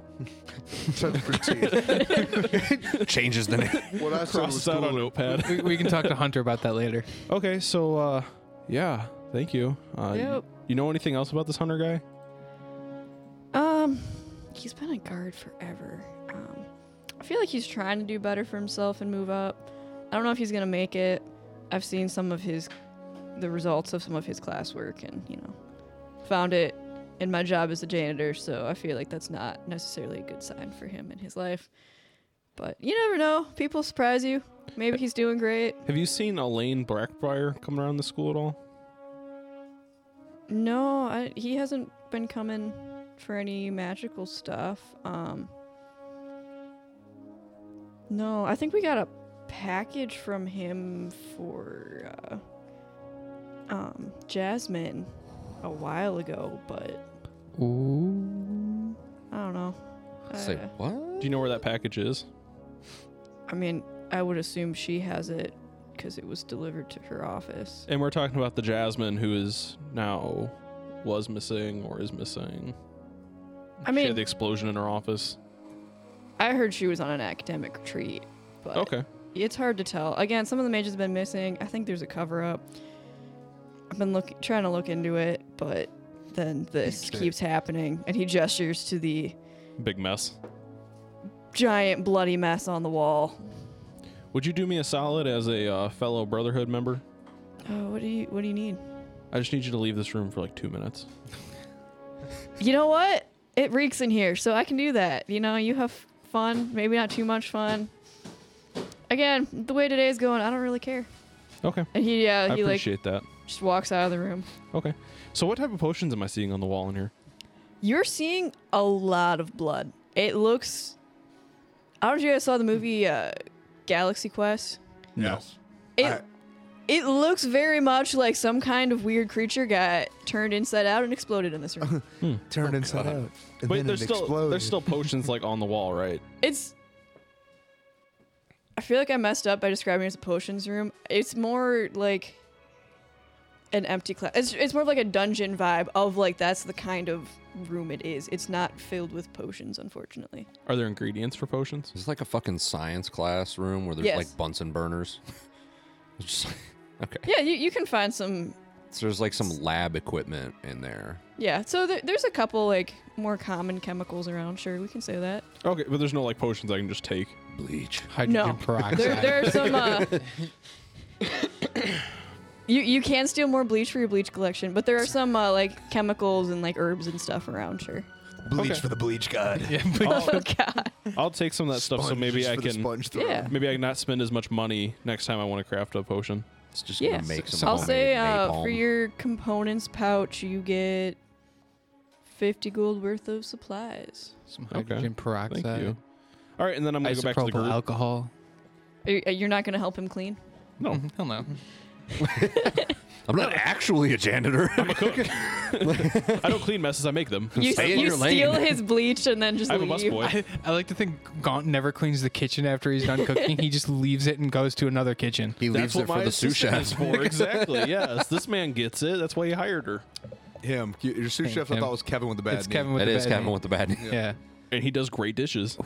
Speaker 4: Such routine.
Speaker 3: Changes the (laughs) name.
Speaker 4: What I said was
Speaker 1: Crossed out on
Speaker 4: cool.
Speaker 1: notepad. (laughs)
Speaker 7: We, we can talk to
Speaker 6: (laughs)
Speaker 7: Hunter about that later.
Speaker 1: okay, so uh, yeah, thank you. Uh,
Speaker 5: Yep.
Speaker 1: You know anything else about this Hunter guy?
Speaker 5: Um, he's been a guard forever. Um, I feel like he's trying to do better for himself and move up. I don't know if he's gonna make it. I've seen some of his, the results of some of his classwork, and you know, found it in my job as a janitor. So I feel like that's not necessarily a good sign for him in his life. But you never know. People surprise you. Maybe he's doing great.
Speaker 1: Have you seen Elaine Blackbriar come around the school at all?
Speaker 5: No, I, he hasn't been coming for any magical stuff. Um, no, I think we got a package from him for uh, um, Jasmine a while ago, but
Speaker 7: Ooh.
Speaker 5: I don't know.
Speaker 3: It's
Speaker 5: I,
Speaker 3: like what?
Speaker 1: Do you know where that package is?
Speaker 5: I mean, I would assume she has it because it was delivered to her office.
Speaker 1: And we're talking about the Jasmine who is now was missing or is missing.
Speaker 5: I
Speaker 1: she
Speaker 5: mean,
Speaker 1: had the explosion in her office.
Speaker 5: I heard she was on an academic retreat, but
Speaker 1: Okay.
Speaker 5: It's hard to tell. Again, some of the mages have been missing. I think there's a cover up. I've been look trying to look into it, but then this keeps happening. And he gestures to the
Speaker 1: Big mess.
Speaker 5: giant bloody mess on the wall.
Speaker 1: Would you do me a solid as a uh, fellow Brotherhood member?
Speaker 5: Oh, what do you what do you need?
Speaker 1: I just need you to leave this room for like two minutes.
Speaker 5: You know what? It reeks in here, so I can do that. You know, you have fun, maybe not too much fun. Again, the way today's going, I don't really care.
Speaker 1: Okay.
Speaker 5: And he yeah,
Speaker 1: I
Speaker 5: he Oh, like
Speaker 1: appreciate that.
Speaker 5: just walks out of the room.
Speaker 1: Okay. So what type of potions am I seeing on the wall in here?
Speaker 5: You're seeing a lot of blood. It looks. I don't know if you guys saw the movie uh, Galaxy Quest.
Speaker 4: Yes.
Speaker 5: It
Speaker 4: I-
Speaker 5: it looks very much like some kind of weird creature got turned inside out and exploded in this room.
Speaker 4: Turned inside out. And
Speaker 1: Wait,
Speaker 4: then
Speaker 1: there's
Speaker 4: it
Speaker 1: still
Speaker 4: exploded.
Speaker 1: there's
Speaker 4: (laughs)
Speaker 1: still potions like on the wall, right?
Speaker 5: it's. I feel like I messed up by describing it as a potions room. It's more like an empty class. It's, it's more of like a dungeon vibe of like that's the kind of room it is. It's not filled with potions, unfortunately.
Speaker 1: Are there ingredients for potions?
Speaker 3: Is this like a fucking science classroom where there's
Speaker 5: Yes.
Speaker 3: like Bunsen burners? (laughs) It's just, okay.
Speaker 5: Yeah, you, you can find some
Speaker 3: So there's like some lab equipment in there.
Speaker 5: Yeah, so there, there's a couple like more common chemicals around. Sure, we can say that.
Speaker 1: Okay, but there's no like potions I can just
Speaker 5: (laughs)
Speaker 1: take.
Speaker 3: Bleach.
Speaker 7: Hydrogen
Speaker 5: No. (laughs)
Speaker 7: peroxide.
Speaker 5: There, there are some. Uh, (coughs) you you can steal more bleach for your bleach collection, but there are some uh, like chemicals and like herbs and stuff around. Sure.
Speaker 4: bleach
Speaker 1: okay.
Speaker 4: for the bleach god.
Speaker 7: Yeah, but-
Speaker 5: (laughs) Oh, God.
Speaker 1: I'll take some of that stuff so
Speaker 4: Sponges
Speaker 1: maybe I
Speaker 4: for the
Speaker 1: can
Speaker 4: sponge thrower.
Speaker 5: Yeah.
Speaker 1: maybe I can not spend as much money next time I want to craft a potion.
Speaker 3: It's just
Speaker 5: Yeah.
Speaker 3: gonna make some.
Speaker 5: I'll
Speaker 3: homemade
Speaker 5: say uh, for
Speaker 3: napalm.
Speaker 5: your components pouch, you get fifty gold worth of supplies.
Speaker 7: Some
Speaker 1: Okay.
Speaker 7: hydrogen peroxide.
Speaker 1: Thank you. All right, and then I'm gonna go back to the
Speaker 7: Isopropyl
Speaker 1: group.
Speaker 7: alcohol.
Speaker 5: Are you- You're not gonna help him clean.
Speaker 1: Oh, No.
Speaker 2: Hmm.
Speaker 7: Mhm, Hell no.
Speaker 3: I'm not actually a janitor.
Speaker 1: I'm a
Speaker 3: (laughs)
Speaker 1: cook. I don't clean messes. I make them.
Speaker 5: You,
Speaker 3: Stay in
Speaker 5: you
Speaker 3: your lane.
Speaker 5: steal his bleach and
Speaker 3: (laughs)
Speaker 5: then just
Speaker 1: I'm a
Speaker 5: leave.
Speaker 1: busboy.
Speaker 7: I, I like to think Gaunt never cleans the kitchen after he's done cooking. he just leaves it and goes to another kitchen.
Speaker 3: he
Speaker 1: That's
Speaker 3: leaves
Speaker 1: what
Speaker 3: it
Speaker 1: my
Speaker 3: for the sous
Speaker 1: assistant is
Speaker 3: chef.
Speaker 1: for. Exactly. Yes, this man gets it. That's why he hired her,
Speaker 4: Him. You- Your sous chef, I
Speaker 7: Him.
Speaker 4: thought was Kevin with the bad
Speaker 7: it's
Speaker 4: knee.
Speaker 7: Kevin with
Speaker 3: That
Speaker 7: the
Speaker 3: is
Speaker 7: bad
Speaker 3: Kevin
Speaker 7: knee.
Speaker 3: with the bad knee.
Speaker 7: yeah.
Speaker 1: and he does great dishes.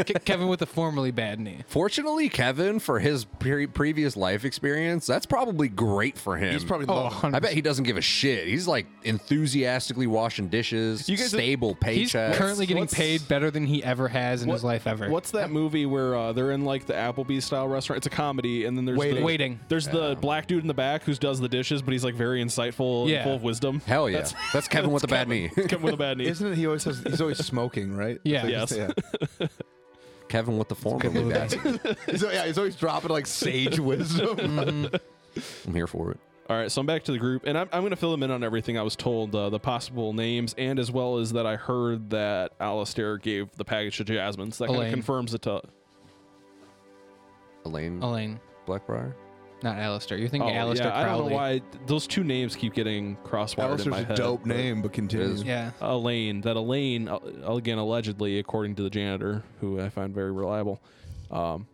Speaker 7: Ke- Kevin with the formerly bad knee.
Speaker 3: Fortunately, Kevin, for his pre- previous life experience, that's probably great for him.
Speaker 4: He's probably
Speaker 7: Oh,
Speaker 4: loving it.
Speaker 7: 100%.
Speaker 3: I bet he doesn't give a shit. He's like enthusiastically washing dishes,
Speaker 1: You guys-
Speaker 3: stable
Speaker 7: He's
Speaker 3: paycheck.
Speaker 7: currently getting
Speaker 1: what's-
Speaker 7: paid better than he ever has in
Speaker 1: What-
Speaker 7: his life ever.
Speaker 1: What's that movie where uh, they're in like the Applebee's style restaurant? It's a comedy, and then there's
Speaker 7: Waiting.
Speaker 1: the,
Speaker 7: Waiting.
Speaker 1: There's the black dude in the back who does the dishes, but he's like very insightful and
Speaker 7: Yeah.
Speaker 1: full of wisdom.
Speaker 3: Hell yeah. That's, Kevin with the bad knee. (laughs)
Speaker 1: Come with a bad knee.
Speaker 4: Isn't it? He always has, he's always smoking, right?
Speaker 7: Yeah.
Speaker 4: That's what he-
Speaker 3: Kevin with the formerly bad knee.
Speaker 4: yeah. He's, yeah. He's always dropping like sage wisdom.
Speaker 3: I'm here for it.
Speaker 1: All right, so I'm back to the group, and I'm, I'm going to fill them in on everything I was told, uh, the possible names, and as well as that I heard that Alistair gave the package to Jasmine, so that kind of
Speaker 7: Elaine.
Speaker 1: confirms it to.
Speaker 3: (laughs) Elaine
Speaker 2: Oh.
Speaker 7: Elaine,
Speaker 3: Blackbriar?
Speaker 7: not Alistair. You're
Speaker 1: Oh,
Speaker 7: thinking Alistair
Speaker 1: yeah, I don't
Speaker 7: Crowley.
Speaker 1: know why those two names keep getting crosswired in
Speaker 4: Alistair's
Speaker 1: my
Speaker 4: a
Speaker 1: head.
Speaker 4: dope
Speaker 1: but-
Speaker 4: name, but continue.
Speaker 3: is.
Speaker 7: Yeah.
Speaker 1: Elaine, that Elaine, uh, again, allegedly, according to the janitor, who I find very reliable, um,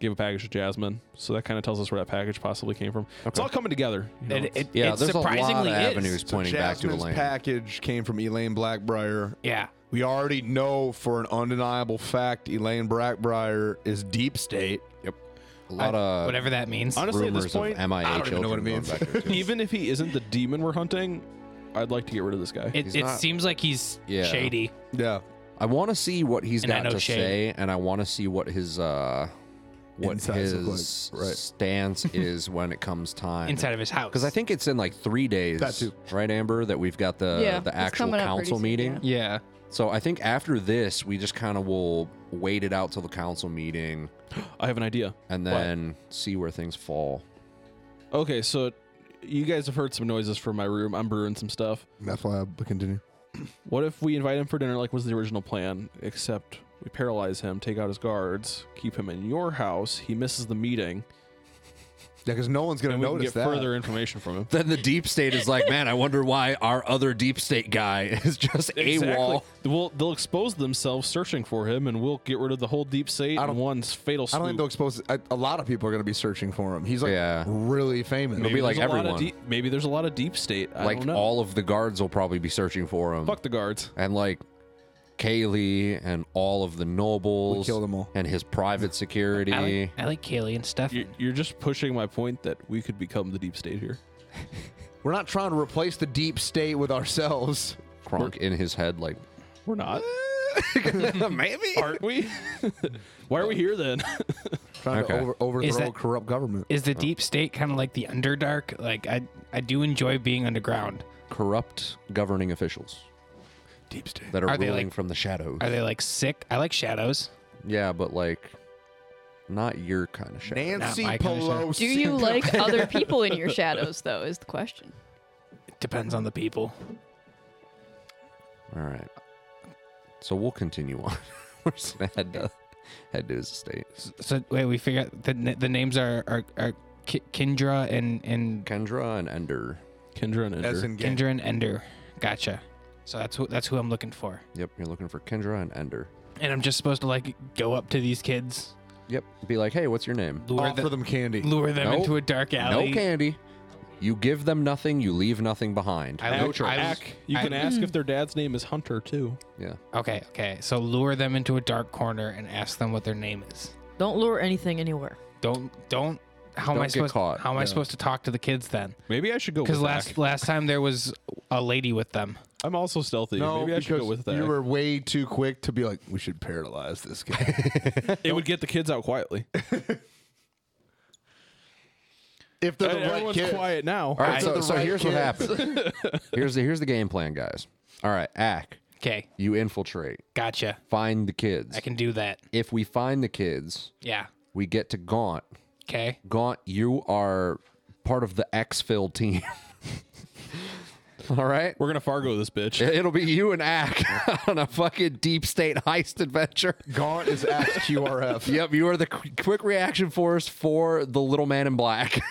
Speaker 1: gave a package to Jasmine. So that kind of tells us where that package possibly came from. It's
Speaker 3: Okay.
Speaker 1: all coming together. you know,
Speaker 7: It,
Speaker 1: it's-
Speaker 7: it,
Speaker 3: Yeah,
Speaker 7: it
Speaker 3: there's a lot of
Speaker 7: surprisingly is.
Speaker 3: avenues pointing back to
Speaker 4: Jasmine's
Speaker 3: Elaine.
Speaker 4: package came from Elaine Blackbriar.
Speaker 7: Yeah.
Speaker 4: We already know for an undeniable fact Elaine Blackbriar is deep state.
Speaker 3: Yep. A lot
Speaker 7: I-
Speaker 3: of
Speaker 7: Whatever that means.
Speaker 1: honestly, at
Speaker 3: rumors
Speaker 1: this point,
Speaker 3: of MIA
Speaker 4: I don't even
Speaker 3: children
Speaker 4: know what it
Speaker 3: going
Speaker 4: means.
Speaker 3: back there, too.
Speaker 1: even if he isn't the demon we're hunting, I'd like to get rid of this guy.
Speaker 7: It,
Speaker 3: He's
Speaker 7: it
Speaker 3: not-
Speaker 7: seems like he's
Speaker 3: Yeah.
Speaker 7: shady.
Speaker 4: (laughs) Yeah.
Speaker 3: I want to see what he's
Speaker 7: And I
Speaker 3: got
Speaker 7: know
Speaker 3: to
Speaker 7: shade.
Speaker 3: say, and I want to see what his uh, what
Speaker 4: Insides look
Speaker 3: his
Speaker 4: like, right. (laughs)
Speaker 3: stance is when it comes time.
Speaker 7: inside of his house.
Speaker 3: because I think it's in like three days,
Speaker 4: That too.
Speaker 3: right, Amber? That we've got the
Speaker 5: Yeah,
Speaker 3: the
Speaker 5: it's
Speaker 3: actual
Speaker 5: coming up pretty
Speaker 3: council
Speaker 5: soon,
Speaker 3: meeting.
Speaker 5: yeah.
Speaker 7: Yeah.
Speaker 3: So I think after this, we just kind of will wait it out till the council meeting,
Speaker 1: I have an idea.
Speaker 3: and then see where things fall. (laughs)
Speaker 1: Okay, so you guys have heard some noises from my room. I'm brewing some stuff.
Speaker 4: Meth lab, but continue.
Speaker 1: What if we invite him for dinner like was the original plan, except we paralyze him, take out his guards, keep him in your house, he misses the meeting,
Speaker 4: Yeah, because no one's gonna
Speaker 1: and we can
Speaker 4: notice
Speaker 1: get
Speaker 4: that.
Speaker 1: further information from
Speaker 4: (laughs)
Speaker 1: him.
Speaker 3: Then the deep state is like, man, I wonder why our other deep state guy (laughs) is just a wall.
Speaker 1: Well, they'll expose themselves searching for him, and we'll get rid of the whole deep state
Speaker 4: I
Speaker 1: in
Speaker 4: don't-
Speaker 1: one's fatal
Speaker 4: I
Speaker 1: swoop.
Speaker 4: don't think they'll expose. I, a lot of people are gonna be searching for him. He's like
Speaker 3: Yeah.
Speaker 4: really famous.
Speaker 3: It'll be like
Speaker 1: There's a lot of
Speaker 3: everyone.
Speaker 1: deep- maybe there's a lot of deep state. I
Speaker 3: like
Speaker 1: don't know.
Speaker 3: all of the guards will probably be searching for him.
Speaker 1: Fuck the guards.
Speaker 3: And like Kaylee and all of the nobles.
Speaker 4: killed 'em all.
Speaker 3: And his private security.
Speaker 7: I like, I like Kaylee and stuff.
Speaker 1: You're, you're just pushing my point that we could become the deep state
Speaker 4: (laughs)
Speaker 1: here.
Speaker 4: We're not trying to replace the deep state with ourselves. (laughs)
Speaker 3: Kronk in his head, like,
Speaker 1: We're not.
Speaker 3: maybe?
Speaker 1: Aren't we? (laughs) Why are we here then? (laughs)
Speaker 4: Trying
Speaker 3: Okay.
Speaker 4: to over, overthrow
Speaker 7: Is that-
Speaker 4: a corrupt government.
Speaker 7: Is the
Speaker 3: Oh.
Speaker 7: deep state kind of like the underdark? Like I, I do enjoy being underground.
Speaker 3: Corrupt governing officials
Speaker 4: deep state.
Speaker 3: that are,
Speaker 7: Are they,
Speaker 3: ruling
Speaker 7: like-
Speaker 3: from the shadows.
Speaker 7: Are they like sick? I like shadows.
Speaker 3: yeah, but like, not your kind of shadow.
Speaker 4: Nancy
Speaker 7: Not my kind of shadow.
Speaker 4: Pelosi.
Speaker 5: Do you
Speaker 3: (laughs)
Speaker 4: (laughs)
Speaker 5: like other people in your shadows, though, is the question.
Speaker 7: It depends on the people.
Speaker 3: All right. So we'll continue on. (laughs) We're just gonna head to, head to his estate.
Speaker 7: So wait, we figure out the na- the names are are, are Ki- Kindra and and
Speaker 3: Kendra and Ender.
Speaker 1: Kendra and
Speaker 4: As
Speaker 1: Ender.
Speaker 4: in game.
Speaker 7: Kindra and Ender. Gotcha. So that's who that's who I'm looking for.
Speaker 3: Yep, you're looking for Kendra and Ender.
Speaker 7: And I'm just supposed to like go up to these kids,
Speaker 3: Yep. Be like, hey, what's your name?
Speaker 7: lure
Speaker 4: Offer
Speaker 7: them,
Speaker 4: them candy.
Speaker 7: lure them
Speaker 3: No.
Speaker 7: into a dark alley.
Speaker 3: No candy. You give them nothing. You leave nothing behind.
Speaker 7: I
Speaker 3: no
Speaker 7: look-
Speaker 3: choice.
Speaker 7: I look-
Speaker 1: Ack, you can ask if their dad's name is Hunter too.
Speaker 3: yeah.
Speaker 7: Okay, okay. So lure them into a dark corner and ask them what their name is.
Speaker 6: Don't lure anything anywhere.
Speaker 7: Don't don't. How am
Speaker 3: Don't
Speaker 7: I
Speaker 3: get
Speaker 7: supposed?
Speaker 3: caught.
Speaker 7: How am I supposed to talk to the kids then?
Speaker 1: Maybe I should go with
Speaker 7: Because last
Speaker 1: Ack.
Speaker 7: last time there was a lady with them.
Speaker 1: I'm also stealthy. Maybe I should go
Speaker 4: because
Speaker 1: with that.
Speaker 4: You were way too quick to be like, we should paralyze this guy.
Speaker 3: (laughs)
Speaker 1: it would get the kids out (laughs) quietly.
Speaker 4: if they're the right
Speaker 1: Everyone's
Speaker 4: kid.
Speaker 1: quiet now.
Speaker 3: All right.
Speaker 4: Those are
Speaker 3: So,
Speaker 4: the
Speaker 3: so
Speaker 4: right
Speaker 3: here's what
Speaker 4: (laughs)
Speaker 3: happened. here's the here's the game plan, guys. All right, Ack,
Speaker 7: Okay,
Speaker 3: you infiltrate.
Speaker 7: gotcha.
Speaker 3: Find the kids.
Speaker 7: I can do that.
Speaker 3: If we find the kids,
Speaker 7: Yeah.
Speaker 3: we get to Gaunt.
Speaker 7: Okay.
Speaker 3: Gaunt, you are part of the Xfil team. (laughs) All right.
Speaker 1: We're gonna Fargo this bitch.
Speaker 3: It- It'll be you and Ack (laughs) on a fucking deep state heist adventure.
Speaker 4: Gaunt is at QRF.
Speaker 3: (laughs) Yep, you are the qu- quick reaction force for the little man in black. (laughs)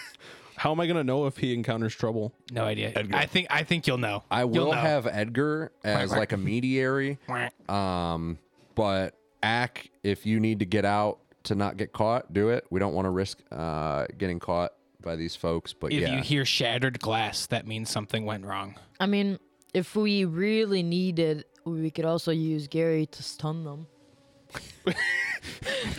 Speaker 1: How am I gonna know if he encounters trouble?
Speaker 7: No idea. I think I think you'll know.
Speaker 3: I
Speaker 7: You'll
Speaker 3: will
Speaker 7: know.
Speaker 3: have Edgar as like a mediary,
Speaker 7: (laughs) Quack.
Speaker 3: um, but Ack, if you need to get out to not get caught, do it. We don't want to risk uh, getting caught by these folks, but
Speaker 7: If
Speaker 3: yeah,
Speaker 7: you hear shattered glass, that means something went wrong.
Speaker 6: I mean, if we really needed, we could also use Gary to
Speaker 3: (laughs)
Speaker 6: stun them.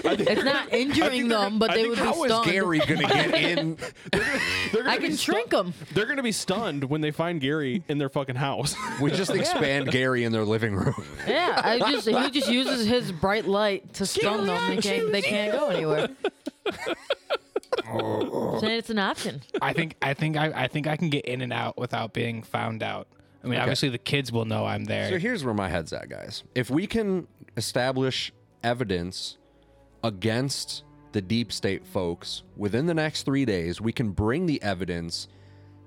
Speaker 6: it's not injuring them, but (laughs) they would be
Speaker 3: how is
Speaker 6: stunned.
Speaker 3: Gary gonna (laughs) get in?
Speaker 1: They're gonna
Speaker 6: I
Speaker 1: be
Speaker 6: can
Speaker 1: stu-
Speaker 6: shrink them.
Speaker 1: They're gonna be stunned when they find Gary in their fucking house. (laughs)
Speaker 3: we just expand Gary in their living
Speaker 7: (laughs)
Speaker 3: room.
Speaker 6: (laughs) Yeah, I just
Speaker 3: (laughs)
Speaker 6: he just uses his bright light to stun them. They can't, they can't
Speaker 3: (laughs)
Speaker 6: go anywhere. so it's an option.
Speaker 7: I think I think I, I think I can get in and out without being found out. I mean, obviously the kids will know I'm there.
Speaker 3: So here's where my head's at, guys. If we can establish evidence against the deep state folks within the next three days, we can bring the evidence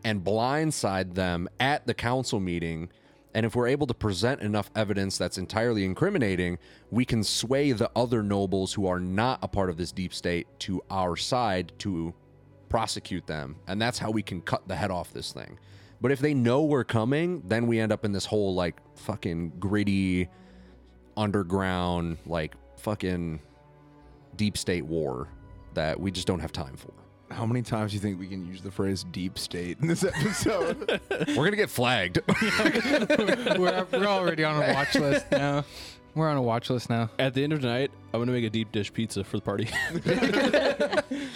Speaker 3: and blindside them at the council meeting. And if we're able to present enough evidence that's entirely incriminating, we can sway the other nobles who are not a part of this deep state to our side to prosecute them. And that's how we can cut the head off this thing. But if they know we're coming, then we end up in this whole like fucking gritty underground, like fucking deep state war that we just don't have time for.
Speaker 4: How many times do you think we can use the phrase deep state in (laughs) this episode?
Speaker 3: We're gonna get flagged.
Speaker 7: (laughs)
Speaker 3: (laughs)
Speaker 7: we're, we're already on a watch list now. We're on a watch list now.
Speaker 1: At the end of the night, I'm gonna make a deep dish pizza for the (laughs) party.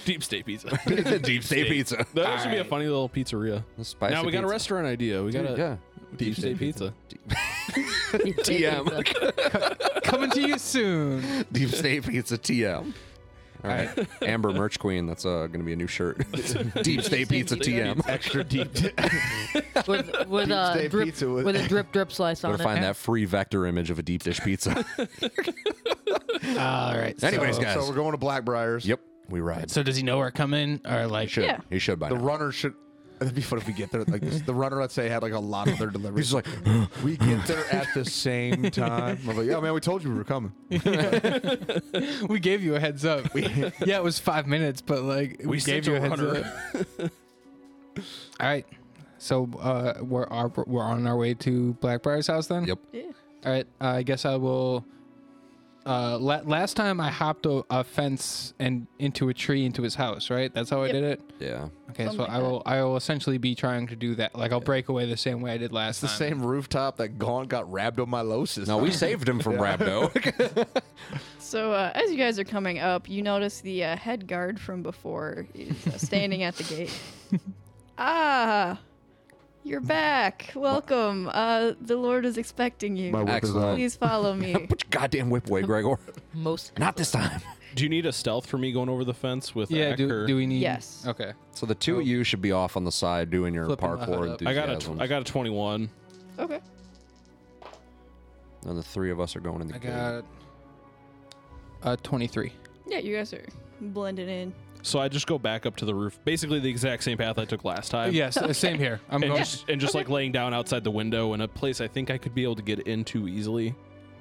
Speaker 1: deep state (laughs) pizza. That
Speaker 3: deep state pizza.
Speaker 1: should be a funny little pizzeria.
Speaker 3: Spicy
Speaker 1: now we got a
Speaker 3: pizza.
Speaker 1: restaurant idea. We got a (laughs)
Speaker 3: Yeah.
Speaker 1: deep, state, pizza.
Speaker 6: TM.
Speaker 7: (laughs) Coming to you soon.
Speaker 3: (laughs) Deep state pizza TM. All right. Amber
Speaker 1: (laughs)
Speaker 3: Merch Queen, that's uh, gonna be a new shirt. deep state pizza TM.
Speaker 1: (laughs)
Speaker 4: Extra deep.
Speaker 6: with with a
Speaker 4: state
Speaker 6: drip
Speaker 4: pizza
Speaker 6: with,
Speaker 4: with-
Speaker 3: (laughs)
Speaker 6: a drip drip slice
Speaker 3: Gotta
Speaker 6: on it.
Speaker 3: find that free vector image of a deep dish
Speaker 1: (laughs)
Speaker 3: pizza. (laughs)
Speaker 7: All right. so-
Speaker 3: Anyways, guys.
Speaker 4: Uh, So we're going to Blackbriars.
Speaker 3: yep, we ride.
Speaker 7: So does he know we're coming or like?
Speaker 3: should.
Speaker 5: Yeah.
Speaker 3: He should by
Speaker 4: The
Speaker 3: now.
Speaker 4: runner should. It'd be fun if we get there like this. The runner, let's say, had like a lot
Speaker 3: (laughs)
Speaker 4: of their deliveries.
Speaker 3: He's just like, (gasps)
Speaker 4: we get there at the same time. I'm like, oh man, we told you we were coming.
Speaker 7: We gave you a heads up. (laughs) yeah, it was five minutes, but like we,
Speaker 1: sent
Speaker 7: gave you
Speaker 1: a
Speaker 7: a heads
Speaker 1: runner.
Speaker 7: up. All right. So uh, we're are, we're on our way to Blackbriar's house then.
Speaker 3: Yep.
Speaker 5: Yeah.
Speaker 7: All right. I guess I will uh, la- last time I hopped a, a fence and into a tree into his house, right? That's how I did it.
Speaker 3: Yeah.
Speaker 7: Okay,
Speaker 5: Something
Speaker 7: so
Speaker 5: like
Speaker 7: I will I will essentially be trying to do that. Like I'll break away the same way I did last
Speaker 4: the
Speaker 7: time.
Speaker 4: same rooftop that Gaunt got rhabdomyolysis.
Speaker 3: No,
Speaker 4: on. (laughs)
Speaker 3: we saved
Speaker 1: (laughs)
Speaker 3: him from (laughs) Rabdo.
Speaker 5: So uh, as you guys are coming up, you notice the uh, head guard from before is uh, standing at the gate. ah, you're back. Welcome. Uh, the Lord is expecting you.
Speaker 2: My whip is
Speaker 5: Please follow me.
Speaker 3: Put your goddamn whip away, Gregor. (laughs)
Speaker 6: Most
Speaker 3: Not this time.
Speaker 1: Do you need a stealth for me going over the fence with
Speaker 7: yeah.
Speaker 1: Eck,
Speaker 7: Do,
Speaker 1: or-
Speaker 7: do we need?
Speaker 5: Yes.
Speaker 7: Okay.
Speaker 3: So the two of you should be off on the side doing your
Speaker 7: Flipping my
Speaker 3: parkour
Speaker 7: hood up.
Speaker 3: enthusiasm.
Speaker 1: I got a tw- I got a 21.
Speaker 5: okay.
Speaker 3: and the three of us are going in the
Speaker 7: I
Speaker 3: gate.
Speaker 7: got uh 23.
Speaker 5: Yeah, you guys are blended in.
Speaker 1: So I just go back up to the roof, basically the exact same path I took last time.
Speaker 7: (laughs) yes, uh, same here. I'm
Speaker 1: And
Speaker 7: going.
Speaker 1: just, and just like laying down outside the window in a place I think I could be able to get into easily.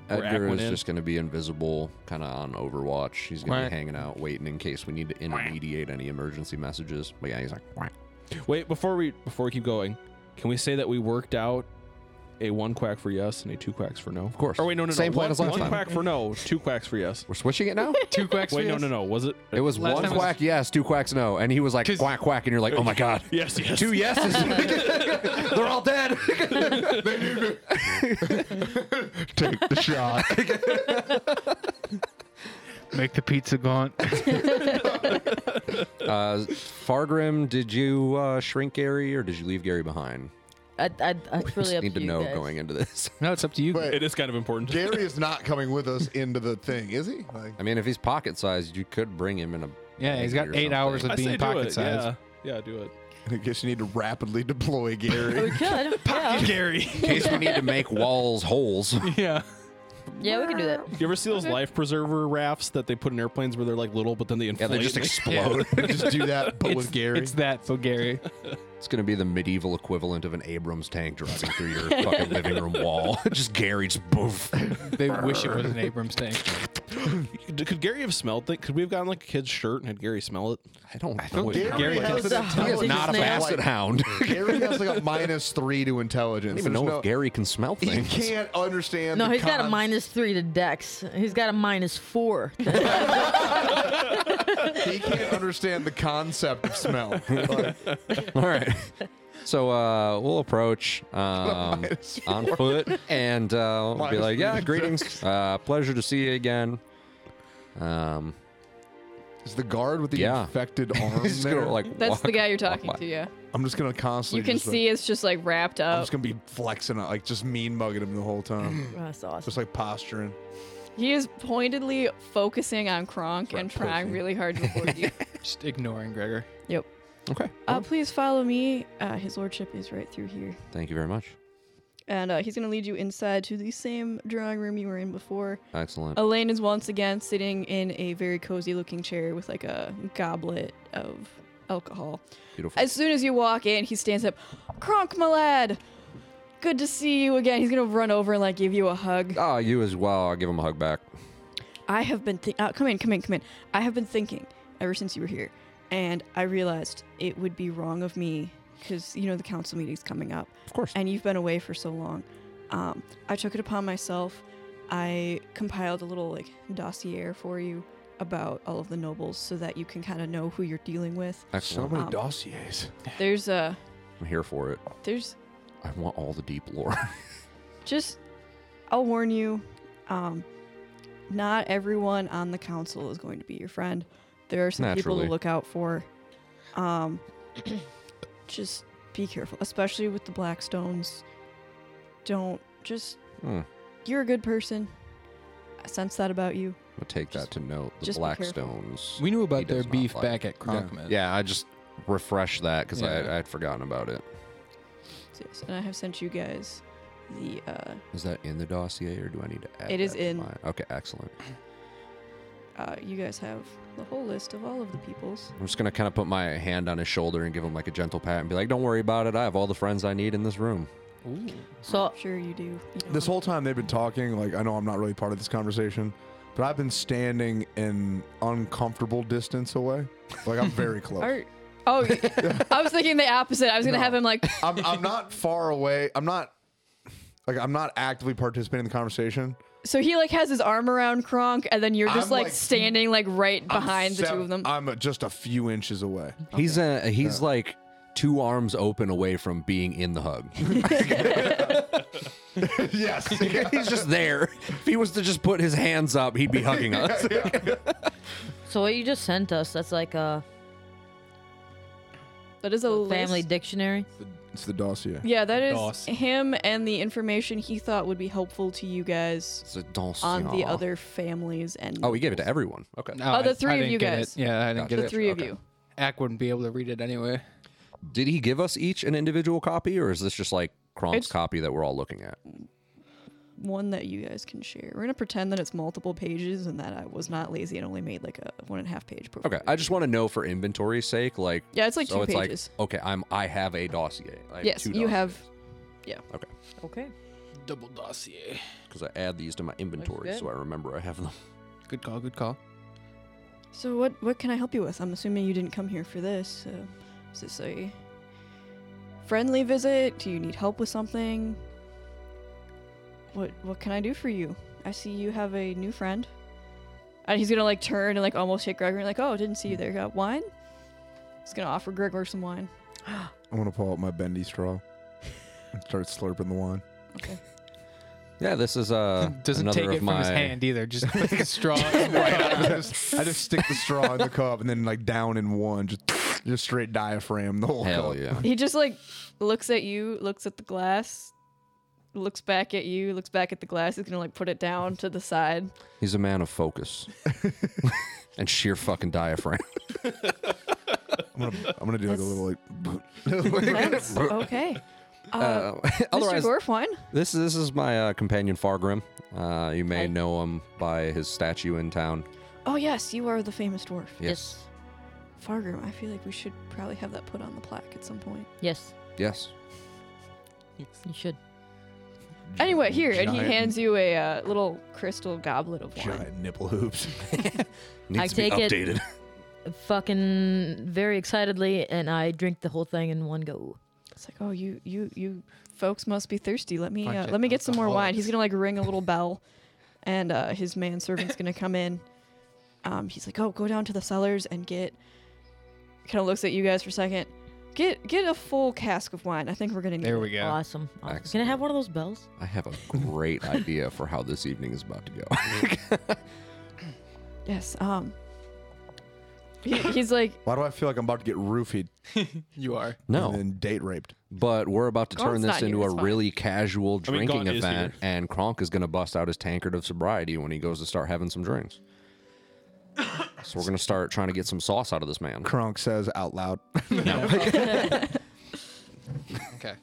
Speaker 1: Where Ack
Speaker 3: Edgar
Speaker 1: went
Speaker 3: is
Speaker 1: in.
Speaker 3: just going to be invisible, kind of on Overwatch. He's going to
Speaker 7: Quack.
Speaker 3: be hanging out, waiting in case we need to intermediate any emergency messages. But yeah, he's like, "Quack."
Speaker 1: Wait, before we before we keep going, can we say that we worked out a one quack for yes and a two quacks for no? Of
Speaker 3: course.
Speaker 1: Or wait, no, no, no.
Speaker 3: Same plan
Speaker 1: one,
Speaker 3: as last
Speaker 1: one
Speaker 3: time.
Speaker 1: quack for no, two quacks for yes.
Speaker 3: we're switching it now?
Speaker 7: (laughs) Two quacks.
Speaker 1: Wait,
Speaker 7: for
Speaker 1: no,
Speaker 7: yes?
Speaker 1: no, no. Was it?
Speaker 3: it was
Speaker 7: Last
Speaker 3: one
Speaker 7: time was-
Speaker 3: quack yes, two quacks no. And he was like,
Speaker 7: 'Cause-
Speaker 3: quack, quack. And you're like, oh my God.
Speaker 1: Yes, yes.
Speaker 3: Two yeses. (laughs) They're all dead. (laughs)
Speaker 2: Take the shot.
Speaker 7: (laughs) Make the pizza
Speaker 3: (laughs)
Speaker 7: gaunt.
Speaker 3: Uh, Fargrim, did you uh, shrink Gary or did you leave Gary behind?
Speaker 6: I, I, that's really
Speaker 3: Just
Speaker 6: up
Speaker 3: need to
Speaker 6: to you
Speaker 3: know
Speaker 6: guys.
Speaker 3: going into this. (laughs)
Speaker 7: no, it's up to you.
Speaker 4: But
Speaker 1: It is kind of important.
Speaker 4: Gary is not coming with us into the thing, is he? Like,
Speaker 3: I mean, if he's pocket sized, you could bring him in a.
Speaker 7: yeah, he's got
Speaker 3: or
Speaker 7: eight
Speaker 3: something.
Speaker 7: hours
Speaker 1: I
Speaker 7: of
Speaker 1: say
Speaker 7: being
Speaker 1: do
Speaker 7: pocket
Speaker 1: it.
Speaker 7: sized.
Speaker 1: Yeah, yeah, do it.
Speaker 4: I guess you need to rapidly deploy
Speaker 6: We
Speaker 4: Gary.
Speaker 6: could. Yeah.
Speaker 1: (laughs)
Speaker 7: Gary.
Speaker 3: In case we need to (laughs) make walls holes.
Speaker 7: yeah.
Speaker 6: yeah, we could do that.
Speaker 1: You ever see those life preserver rafts that they put in airplanes where they're like little, but then they
Speaker 3: Yeah,
Speaker 1: inflate?
Speaker 3: they just
Speaker 1: and
Speaker 3: explode.
Speaker 4: (laughs) Just do that, but with Gary.
Speaker 7: It's that for Gary.
Speaker 3: It's going to be the medieval equivalent of an Abrams tank driving through
Speaker 5: (laughs)
Speaker 3: your fucking living room wall. (laughs) just Gary, just boof.
Speaker 7: (laughs) They wish it was an Abrams thing.
Speaker 1: D- Could Gary have smelled it? Could we have gotten like a kid's shirt and had Gary smell it?
Speaker 3: I don't know. what-
Speaker 4: Gary,
Speaker 7: Gary
Speaker 4: has
Speaker 6: is.
Speaker 4: an
Speaker 6: It's a-
Speaker 3: He is
Speaker 6: He's
Speaker 4: intelligence
Speaker 3: not a
Speaker 4: of,
Speaker 6: snail.
Speaker 3: basset
Speaker 4: like-
Speaker 3: hound. (laughs) I
Speaker 4: Gary has like a minus three to intelligence.
Speaker 3: don't even
Speaker 4: There's
Speaker 3: know
Speaker 4: no-
Speaker 3: if Gary can smell
Speaker 4: He
Speaker 3: things.
Speaker 4: can't understand.
Speaker 6: No,
Speaker 4: the
Speaker 6: he's got a
Speaker 4: cons-
Speaker 6: minus three to Dex. He's got a minus (laughs) four.
Speaker 4: He can't understand the concept of (laughs) smell. Like,
Speaker 3: All right. So uh, we'll approach um, on foot and uh, we'll be
Speaker 4: Minus
Speaker 3: like, yeah,
Speaker 4: four.
Speaker 3: greetings. Uh, pleasure to see you again. Um,
Speaker 4: is the guard with the
Speaker 3: Yeah.
Speaker 4: (laughs) infected arm
Speaker 3: he's just
Speaker 4: there?
Speaker 3: gonna, like,
Speaker 5: That's the
Speaker 3: walk-
Speaker 5: guy you're
Speaker 3: walk
Speaker 5: talking
Speaker 3: by.
Speaker 5: to, yeah.
Speaker 4: I'm just gonna constantly.
Speaker 5: you can
Speaker 4: just, like,
Speaker 5: see it's just like wrapped
Speaker 4: I'm
Speaker 5: up.
Speaker 4: just gonna be flexing, like just mean mugging him the whole (clears throat) time,
Speaker 6: That's awesome.
Speaker 4: just like posturing.
Speaker 5: He is pointedly focusing on Kronk and trying really hard to avoid you.
Speaker 7: Just ignoring Gregor.
Speaker 5: Yep.
Speaker 3: Okay.
Speaker 5: Uh, please follow me. Uh, his lordship is right through here.
Speaker 3: Thank you very much.
Speaker 5: And uh, he's going to lead you inside to the same drawing room you were in before.
Speaker 3: Excellent.
Speaker 5: Elaine is once again sitting in a very cozy looking chair with like a goblet of alcohol.
Speaker 3: Beautiful.
Speaker 5: As soon as you walk in, he stands up. Kronk, my lad! Good to see you again. He's going to run over and like give you a hug.
Speaker 3: Ah, you as well. I'll give him a hug back.
Speaker 5: I have been thinking. Uh, come in, come in, come in. I have been thinking ever since you were here, and I realized it would be wrong of me because you know the council meeting's coming up,
Speaker 3: Of course.
Speaker 5: and you've been away for so long. Um, I took it upon myself. I compiled a little like dossier for you about all of the nobles so that you can kind of know who you're dealing with.
Speaker 3: Excellent.
Speaker 5: Um,
Speaker 4: dossiers.
Speaker 5: There's uh,
Speaker 3: I'm here for it.
Speaker 5: there's
Speaker 3: I want all the deep lore. (laughs)
Speaker 5: just I'll warn you, um, not everyone on the council is going to be your friend. There are some people
Speaker 3: Naturally.
Speaker 5: to look out for. Um, (clears throat) just be careful, especially with the Blackstones. Don't just.
Speaker 3: Hmm.
Speaker 5: You're a good person. I sense that about you.
Speaker 3: I'll take that
Speaker 5: Just-
Speaker 3: to note. The
Speaker 5: just be careful.
Speaker 3: Blackstones.
Speaker 7: We knew
Speaker 3: He
Speaker 7: about their
Speaker 3: does not
Speaker 7: beef
Speaker 3: like-
Speaker 7: back at
Speaker 4: Yeah.
Speaker 7: Kronkman.
Speaker 3: Yeah, I just refreshed that because
Speaker 7: Yeah.
Speaker 3: I, I had forgotten about it.
Speaker 5: Yes, And I have sent you guys the. Uh,
Speaker 3: Is that in the dossier, or do I need to add?
Speaker 5: It is
Speaker 3: that to
Speaker 5: in.
Speaker 3: mine? Okay, excellent.
Speaker 5: uh, you guys have the whole list of all of the peoples.
Speaker 3: I'm just gonna kind of put my hand on his shoulder and give him like a gentle pat and be like, "Don't worry about it. I have all the friends I need in this room."
Speaker 6: So
Speaker 5: I'm sure you do. You know.
Speaker 4: This whole time they've been talking. Like I know I'm not really part of this conversation, but I've been standing an uncomfortable distance away. Like I'm
Speaker 6: (laughs)
Speaker 4: very close.
Speaker 5: Are- oh, (laughs) I was thinking the opposite. I was gonna
Speaker 4: No.
Speaker 5: have him like
Speaker 4: I'm, I'm not far away. I'm not like I'm not actively participating in the conversation,
Speaker 5: So he like has his arm around Kronk, and then you're just
Speaker 4: I'm,
Speaker 5: like,
Speaker 4: like,
Speaker 5: standing like right behind the two of them.
Speaker 4: I'm just a few inches away.
Speaker 3: He's a he's like two arms open away from being in the hug. (laughs)
Speaker 4: yes.
Speaker 3: he's just there. If he was to just put his hands up, he'd be hugging (laughs) us.
Speaker 6: So what you just sent us, that's like a
Speaker 5: that is a
Speaker 6: family
Speaker 5: list.
Speaker 6: dictionary.
Speaker 4: (laughs) It's the dossier.
Speaker 5: Yeah, that is
Speaker 7: Doss.
Speaker 5: him and the information he thought would be helpful to you guys
Speaker 3: It's a dossier.
Speaker 5: on the other families and
Speaker 3: Oh, he gave it to everyone. Okay.
Speaker 7: No,
Speaker 5: Oh,
Speaker 7: I-
Speaker 5: the three
Speaker 7: I
Speaker 5: of
Speaker 7: didn't
Speaker 5: you
Speaker 7: get
Speaker 5: guys.
Speaker 7: It. Yeah, I didn't
Speaker 3: Gotcha.
Speaker 5: the
Speaker 7: get it.
Speaker 5: three of
Speaker 3: Okay.
Speaker 5: you.
Speaker 7: Ack wouldn't be able to read it anyway.
Speaker 3: Did he give us each an individual copy, or is this just like Kronk's
Speaker 5: It's-
Speaker 3: copy that we're all looking at?
Speaker 5: One that you guys can share. We're gonna pretend that it's multiple pages and that I was not lazy and only made like a one and a half page.
Speaker 3: Okay. I just want to know for inventory's sake, like
Speaker 5: Yeah, it's like
Speaker 3: so
Speaker 5: two
Speaker 3: it's
Speaker 5: pages.
Speaker 3: like okay, I'm I have a dossier. I have
Speaker 5: yes,
Speaker 3: two
Speaker 5: you have.
Speaker 3: dossiers. Okay.
Speaker 6: Okay.
Speaker 7: Double dossier.
Speaker 3: Because I add these to my inventory,
Speaker 6: good.
Speaker 3: so I remember I have them. (laughs)
Speaker 7: Good call. Good call.
Speaker 5: So what? What can I help you with? I'm assuming you didn't come here for this. So is this a friendly visit? Do you need help with something? What What can I do for you? I see you have a new friend. And he's gonna like turn and like almost hit Gregor and like, oh, didn't see you there. Got wine? He's gonna offer Gregor some wine.
Speaker 4: I'm gonna pull out my bendy straw and start slurping the wine.
Speaker 3: Yeah, this is uh
Speaker 7: (laughs) Doesn't
Speaker 3: another
Speaker 7: take
Speaker 3: of
Speaker 7: it from
Speaker 3: my (laughs)
Speaker 7: his hand either. Just (laughs) puts the straw. in the
Speaker 4: (laughs) I
Speaker 7: cup.
Speaker 4: just, I just stick the straw in the cup and then like down in one, just just straight diaphragm the whole
Speaker 3: Hell
Speaker 4: cup.
Speaker 3: yeah.
Speaker 5: He just like looks at you, looks at the glass, looks back at you, looks back at the glass. He's gonna like put it down to the side.
Speaker 3: He's a man of
Speaker 7: (laughs)
Speaker 3: focus and sheer fucking diaphragm.
Speaker 4: I'm gonna, I'm gonna do like a little like. (laughs)
Speaker 5: That's okay. Uh,
Speaker 3: (laughs) Uh,
Speaker 5: Mr.
Speaker 3: otherwise,
Speaker 5: Gorf, wine.
Speaker 3: this this is my uh, companion Fargrim. Uh, you may
Speaker 5: Hi.
Speaker 3: know him by his statue in town.
Speaker 5: Oh yes, you are the famous dwarf.
Speaker 3: Yes,
Speaker 5: Fargrim, I feel like we should probably have that put on the plaque at some point.
Speaker 6: Yes.
Speaker 3: yes.
Speaker 6: You should.
Speaker 5: Anyway, here, and he
Speaker 4: Giant-
Speaker 5: hands you a uh, little crystal goblet of wine.
Speaker 4: giant nipple hoops. (laughs)
Speaker 3: Needs
Speaker 6: I
Speaker 3: to
Speaker 6: take
Speaker 3: be
Speaker 6: it-
Speaker 3: updated. (laughs)
Speaker 6: Fucking very excitedly, and I drink the whole thing in one go.
Speaker 5: It's like, oh, you, you, you, folks must be thirsty. Let me, uh,
Speaker 7: Bunch of
Speaker 5: let me get some more wine.
Speaker 7: alcoholics.
Speaker 5: He's gonna like
Speaker 4: (laughs)
Speaker 5: ring a little bell, and uh, his manservant's gonna come in. Um, he's like, oh, go down to the cellars and get. Kind of looks at you guys for a second. Get, get a full cask of wine. I think we're gonna need.
Speaker 7: There
Speaker 5: it.
Speaker 7: we (laughs) go.
Speaker 6: Awesome. awesome. Can I have one of those bells?
Speaker 3: I have a great idea for how this evening is about to go. (laughs)
Speaker 5: Yes. Um. he- he's like,
Speaker 4: Why do I feel like I'm about to get roofied
Speaker 7: You are.
Speaker 4: and
Speaker 3: no,
Speaker 4: then date raped?
Speaker 3: but we're about to turn
Speaker 5: Gronk's
Speaker 3: this
Speaker 5: not
Speaker 3: into
Speaker 5: here,
Speaker 3: a
Speaker 5: it's fine.
Speaker 3: really
Speaker 1: I
Speaker 3: casual
Speaker 1: mean,
Speaker 3: drinking
Speaker 1: Gronk is
Speaker 3: event,
Speaker 1: here.
Speaker 3: and Kronk is going to bust out his tankard of sobriety when he goes to start having some drinks. (coughs) So we're going to start trying to get some sauce out of this man.
Speaker 4: Kronk says out loud.
Speaker 7: Okay.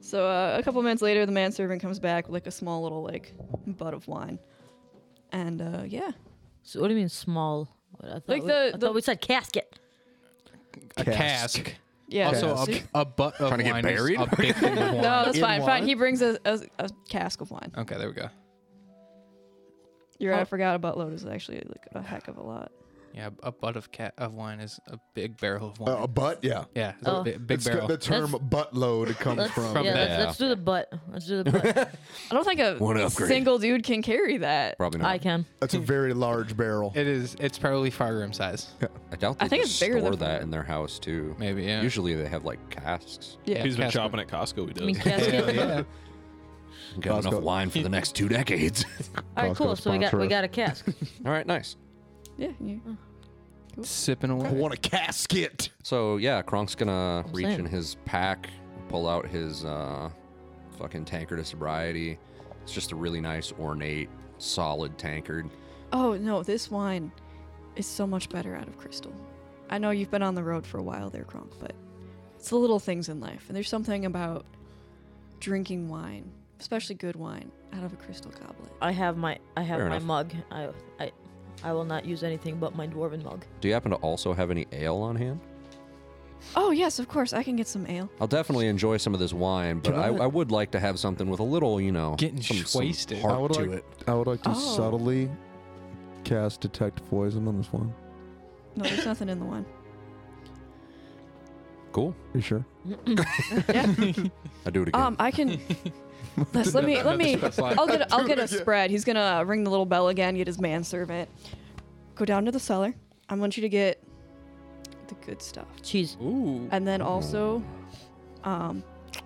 Speaker 5: So uh, a couple minutes later, the manservant comes back with like a small little like butt of wine, and uh, yeah,
Speaker 6: So what do you mean small? What, I thought
Speaker 5: Like
Speaker 6: we-
Speaker 5: the-
Speaker 6: I
Speaker 5: the-
Speaker 6: thought we said casket.
Speaker 7: A
Speaker 4: Cask.
Speaker 7: cask.
Speaker 5: yeah.
Speaker 7: Also,
Speaker 5: so-
Speaker 7: a, a butt of
Speaker 3: Trying to get
Speaker 7: wine is
Speaker 3: buried?
Speaker 7: a big thing (laughs) of wine.
Speaker 5: no, that's
Speaker 4: in
Speaker 5: fine. Fine.
Speaker 4: wine?
Speaker 5: He brings a, a, a cask of wine.
Speaker 7: Okay, there we go.
Speaker 5: You're
Speaker 7: Oh.
Speaker 5: right. I forgot a buttload is actually like a heck of a lot.
Speaker 7: Yeah, a butt of cat of wine is a big barrel of wine.
Speaker 4: Uh, a butt, yeah.
Speaker 7: yeah, it's
Speaker 6: Oh.
Speaker 7: a bi- big
Speaker 4: It's got
Speaker 7: barrel.
Speaker 4: the term
Speaker 6: That's-
Speaker 4: butt load comes
Speaker 6: Let's,
Speaker 4: from.
Speaker 6: yeah,
Speaker 7: that.
Speaker 6: let's, let's do the butt.
Speaker 3: (laughs)
Speaker 6: Let's do the butt.
Speaker 5: I don't think
Speaker 3: One
Speaker 5: a
Speaker 3: upgrade.
Speaker 5: single dude can carry that.
Speaker 3: Probably not.
Speaker 6: I can.
Speaker 4: That's a very large barrel.
Speaker 7: It is. It's probably Fargrim size,
Speaker 3: I doubt they
Speaker 5: I think
Speaker 3: just
Speaker 5: it's bigger
Speaker 3: store
Speaker 5: than
Speaker 3: that
Speaker 5: four.
Speaker 3: in their house too.
Speaker 7: maybe. Yeah.
Speaker 3: Usually they have like casks.
Speaker 5: Yeah.
Speaker 1: He's been
Speaker 7: Casper.
Speaker 1: shopping at Costco. He (laughs)
Speaker 3: (laughs)
Speaker 6: I mean
Speaker 1: does.
Speaker 6: casket.
Speaker 7: Hell yeah.
Speaker 3: Got
Speaker 4: Costco.
Speaker 3: enough wine for the next two
Speaker 7: (laughs)
Speaker 3: decades.
Speaker 6: All right, cool.
Speaker 4: Costco
Speaker 6: So we got
Speaker 4: sponsor
Speaker 6: we
Speaker 4: us.
Speaker 6: got
Speaker 3: (laughs)
Speaker 6: a cask.
Speaker 3: All right, nice.
Speaker 5: Yeah.
Speaker 7: Mm.
Speaker 5: you-
Speaker 7: Sipping away.
Speaker 4: want a casket.
Speaker 3: So yeah, Kronk's gonna
Speaker 6: I'm
Speaker 3: reach
Speaker 6: saying.
Speaker 3: in his pack, pull out his uh, fucking tankard of sobriety. It's just a really nice, ornate, solid tankard.
Speaker 5: Oh no, this wine is so much better out of crystal. I know you've been on the road for a while there, Kronk, but it's the little things in life, and there's something about drinking wine, especially good wine, out of a crystal goblet.
Speaker 6: I have my I have
Speaker 3: Fair
Speaker 6: my
Speaker 3: enough.
Speaker 6: mug. I I I will not use anything but my dwarven
Speaker 3: (coughs)
Speaker 6: mug. (coughs)
Speaker 3: Do you happen to also have any ale on hand?
Speaker 5: Oh yes, of course, I can get some ale.
Speaker 3: I'll definitely enjoy some of this wine, but I, I would like to have something with a little, you know,
Speaker 7: Getting
Speaker 3: some, some
Speaker 7: schwasted.
Speaker 3: heart
Speaker 4: I would
Speaker 3: to
Speaker 4: like,
Speaker 3: it.
Speaker 4: I would like to
Speaker 5: Oh.
Speaker 4: subtly cast detect poison on this one.
Speaker 5: No, there's nothing in the wine.
Speaker 3: Cool.
Speaker 4: You sure? (laughs)
Speaker 3: I do it again.
Speaker 5: Um, I can, Les, let me let me.
Speaker 7: specify.
Speaker 5: I'll get I'll get a spread. He's gonna uh, ring the little bell again. Get his manservant. Go down to the cellar. I want you to get the good stuff,
Speaker 6: Cheese. (laughs)
Speaker 7: Ooh.
Speaker 5: and then also, um,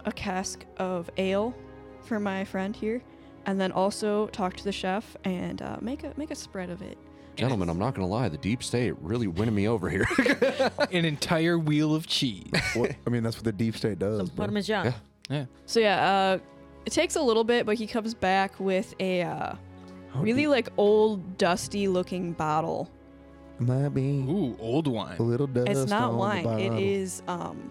Speaker 5: a cask of ale for my friend here, and then also talk to the chef and uh, make a make a spread of it.
Speaker 3: Gentlemen, I'm not gonna lie, the deep state really winning me over
Speaker 4: (laughs)
Speaker 3: here.
Speaker 7: An entire wheel of cheese.
Speaker 4: What- I mean, that's what the deep state does.
Speaker 6: Some
Speaker 4: bro.
Speaker 6: parmesan.
Speaker 3: Yeah.
Speaker 5: So yeah, uh, it takes a little bit, but he comes back with a uh, really like old, dusty looking bottle.
Speaker 4: Might be
Speaker 7: Ooh, old
Speaker 4: a
Speaker 7: wine.
Speaker 4: little dust.
Speaker 5: it's not
Speaker 4: on the
Speaker 5: wine. It
Speaker 4: bottle.
Speaker 5: is um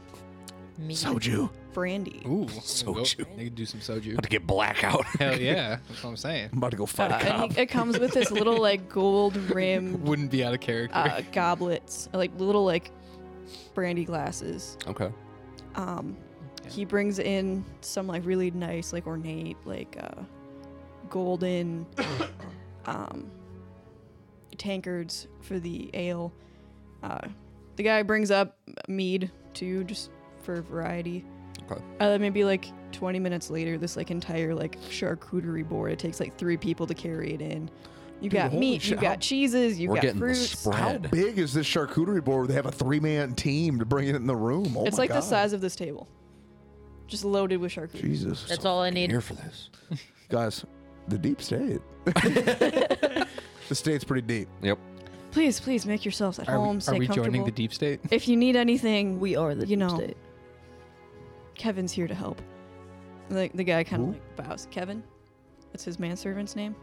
Speaker 6: Me.
Speaker 4: soju.
Speaker 5: brandy.
Speaker 3: (laughs)
Speaker 7: Ooh.
Speaker 3: Soju.
Speaker 7: They could do some soju.
Speaker 3: (laughs) About to get blackout.
Speaker 7: Hell yeah. (laughs) That's what I'm saying.
Speaker 4: I'm (laughs) about to go
Speaker 5: Uh,
Speaker 4: fight a cop.
Speaker 5: and he, it comes with this little like gold rimmed
Speaker 7: Wouldn't be out of character.
Speaker 5: uh, goblets, like little like brandy glasses.
Speaker 3: okay.
Speaker 5: Um, he brings in some like really nice, like ornate, like uh, golden (coughs) um, tankards for the ale. Uh, the guy brings up mead too, just for variety.
Speaker 3: Okay.
Speaker 5: Uh, then maybe like 20 minutes later, this like entire like charcuterie board. It takes like three people to carry it in. You got
Speaker 4: holy
Speaker 5: meat, you
Speaker 4: shit, how-
Speaker 5: got cheeses, you
Speaker 3: We're
Speaker 5: got
Speaker 3: getting
Speaker 5: fruits.
Speaker 3: the spread.
Speaker 4: Big is this charcuterie board? Where they have a three-man team to bring it in the room. Oh
Speaker 5: it's
Speaker 4: my
Speaker 5: like
Speaker 4: God.
Speaker 5: the size of this table, just loaded with charcuterie.
Speaker 4: Jesus,
Speaker 6: That's all I need.
Speaker 3: Here for this.
Speaker 4: guys, the deep (laughs)
Speaker 5: (laughs)
Speaker 4: state. the state's pretty (laughs) deep.
Speaker 3: Yep.
Speaker 5: Please, please make yourselves at
Speaker 7: Are
Speaker 5: home.
Speaker 7: we,
Speaker 5: stay
Speaker 7: are we
Speaker 5: comfortable.
Speaker 7: joining the deep state?
Speaker 5: if you need anything,
Speaker 6: We are the
Speaker 5: You know.
Speaker 6: state.
Speaker 5: Kevin's here to help. The, the guy kind of like bows. Kevin, that's his manservant's name,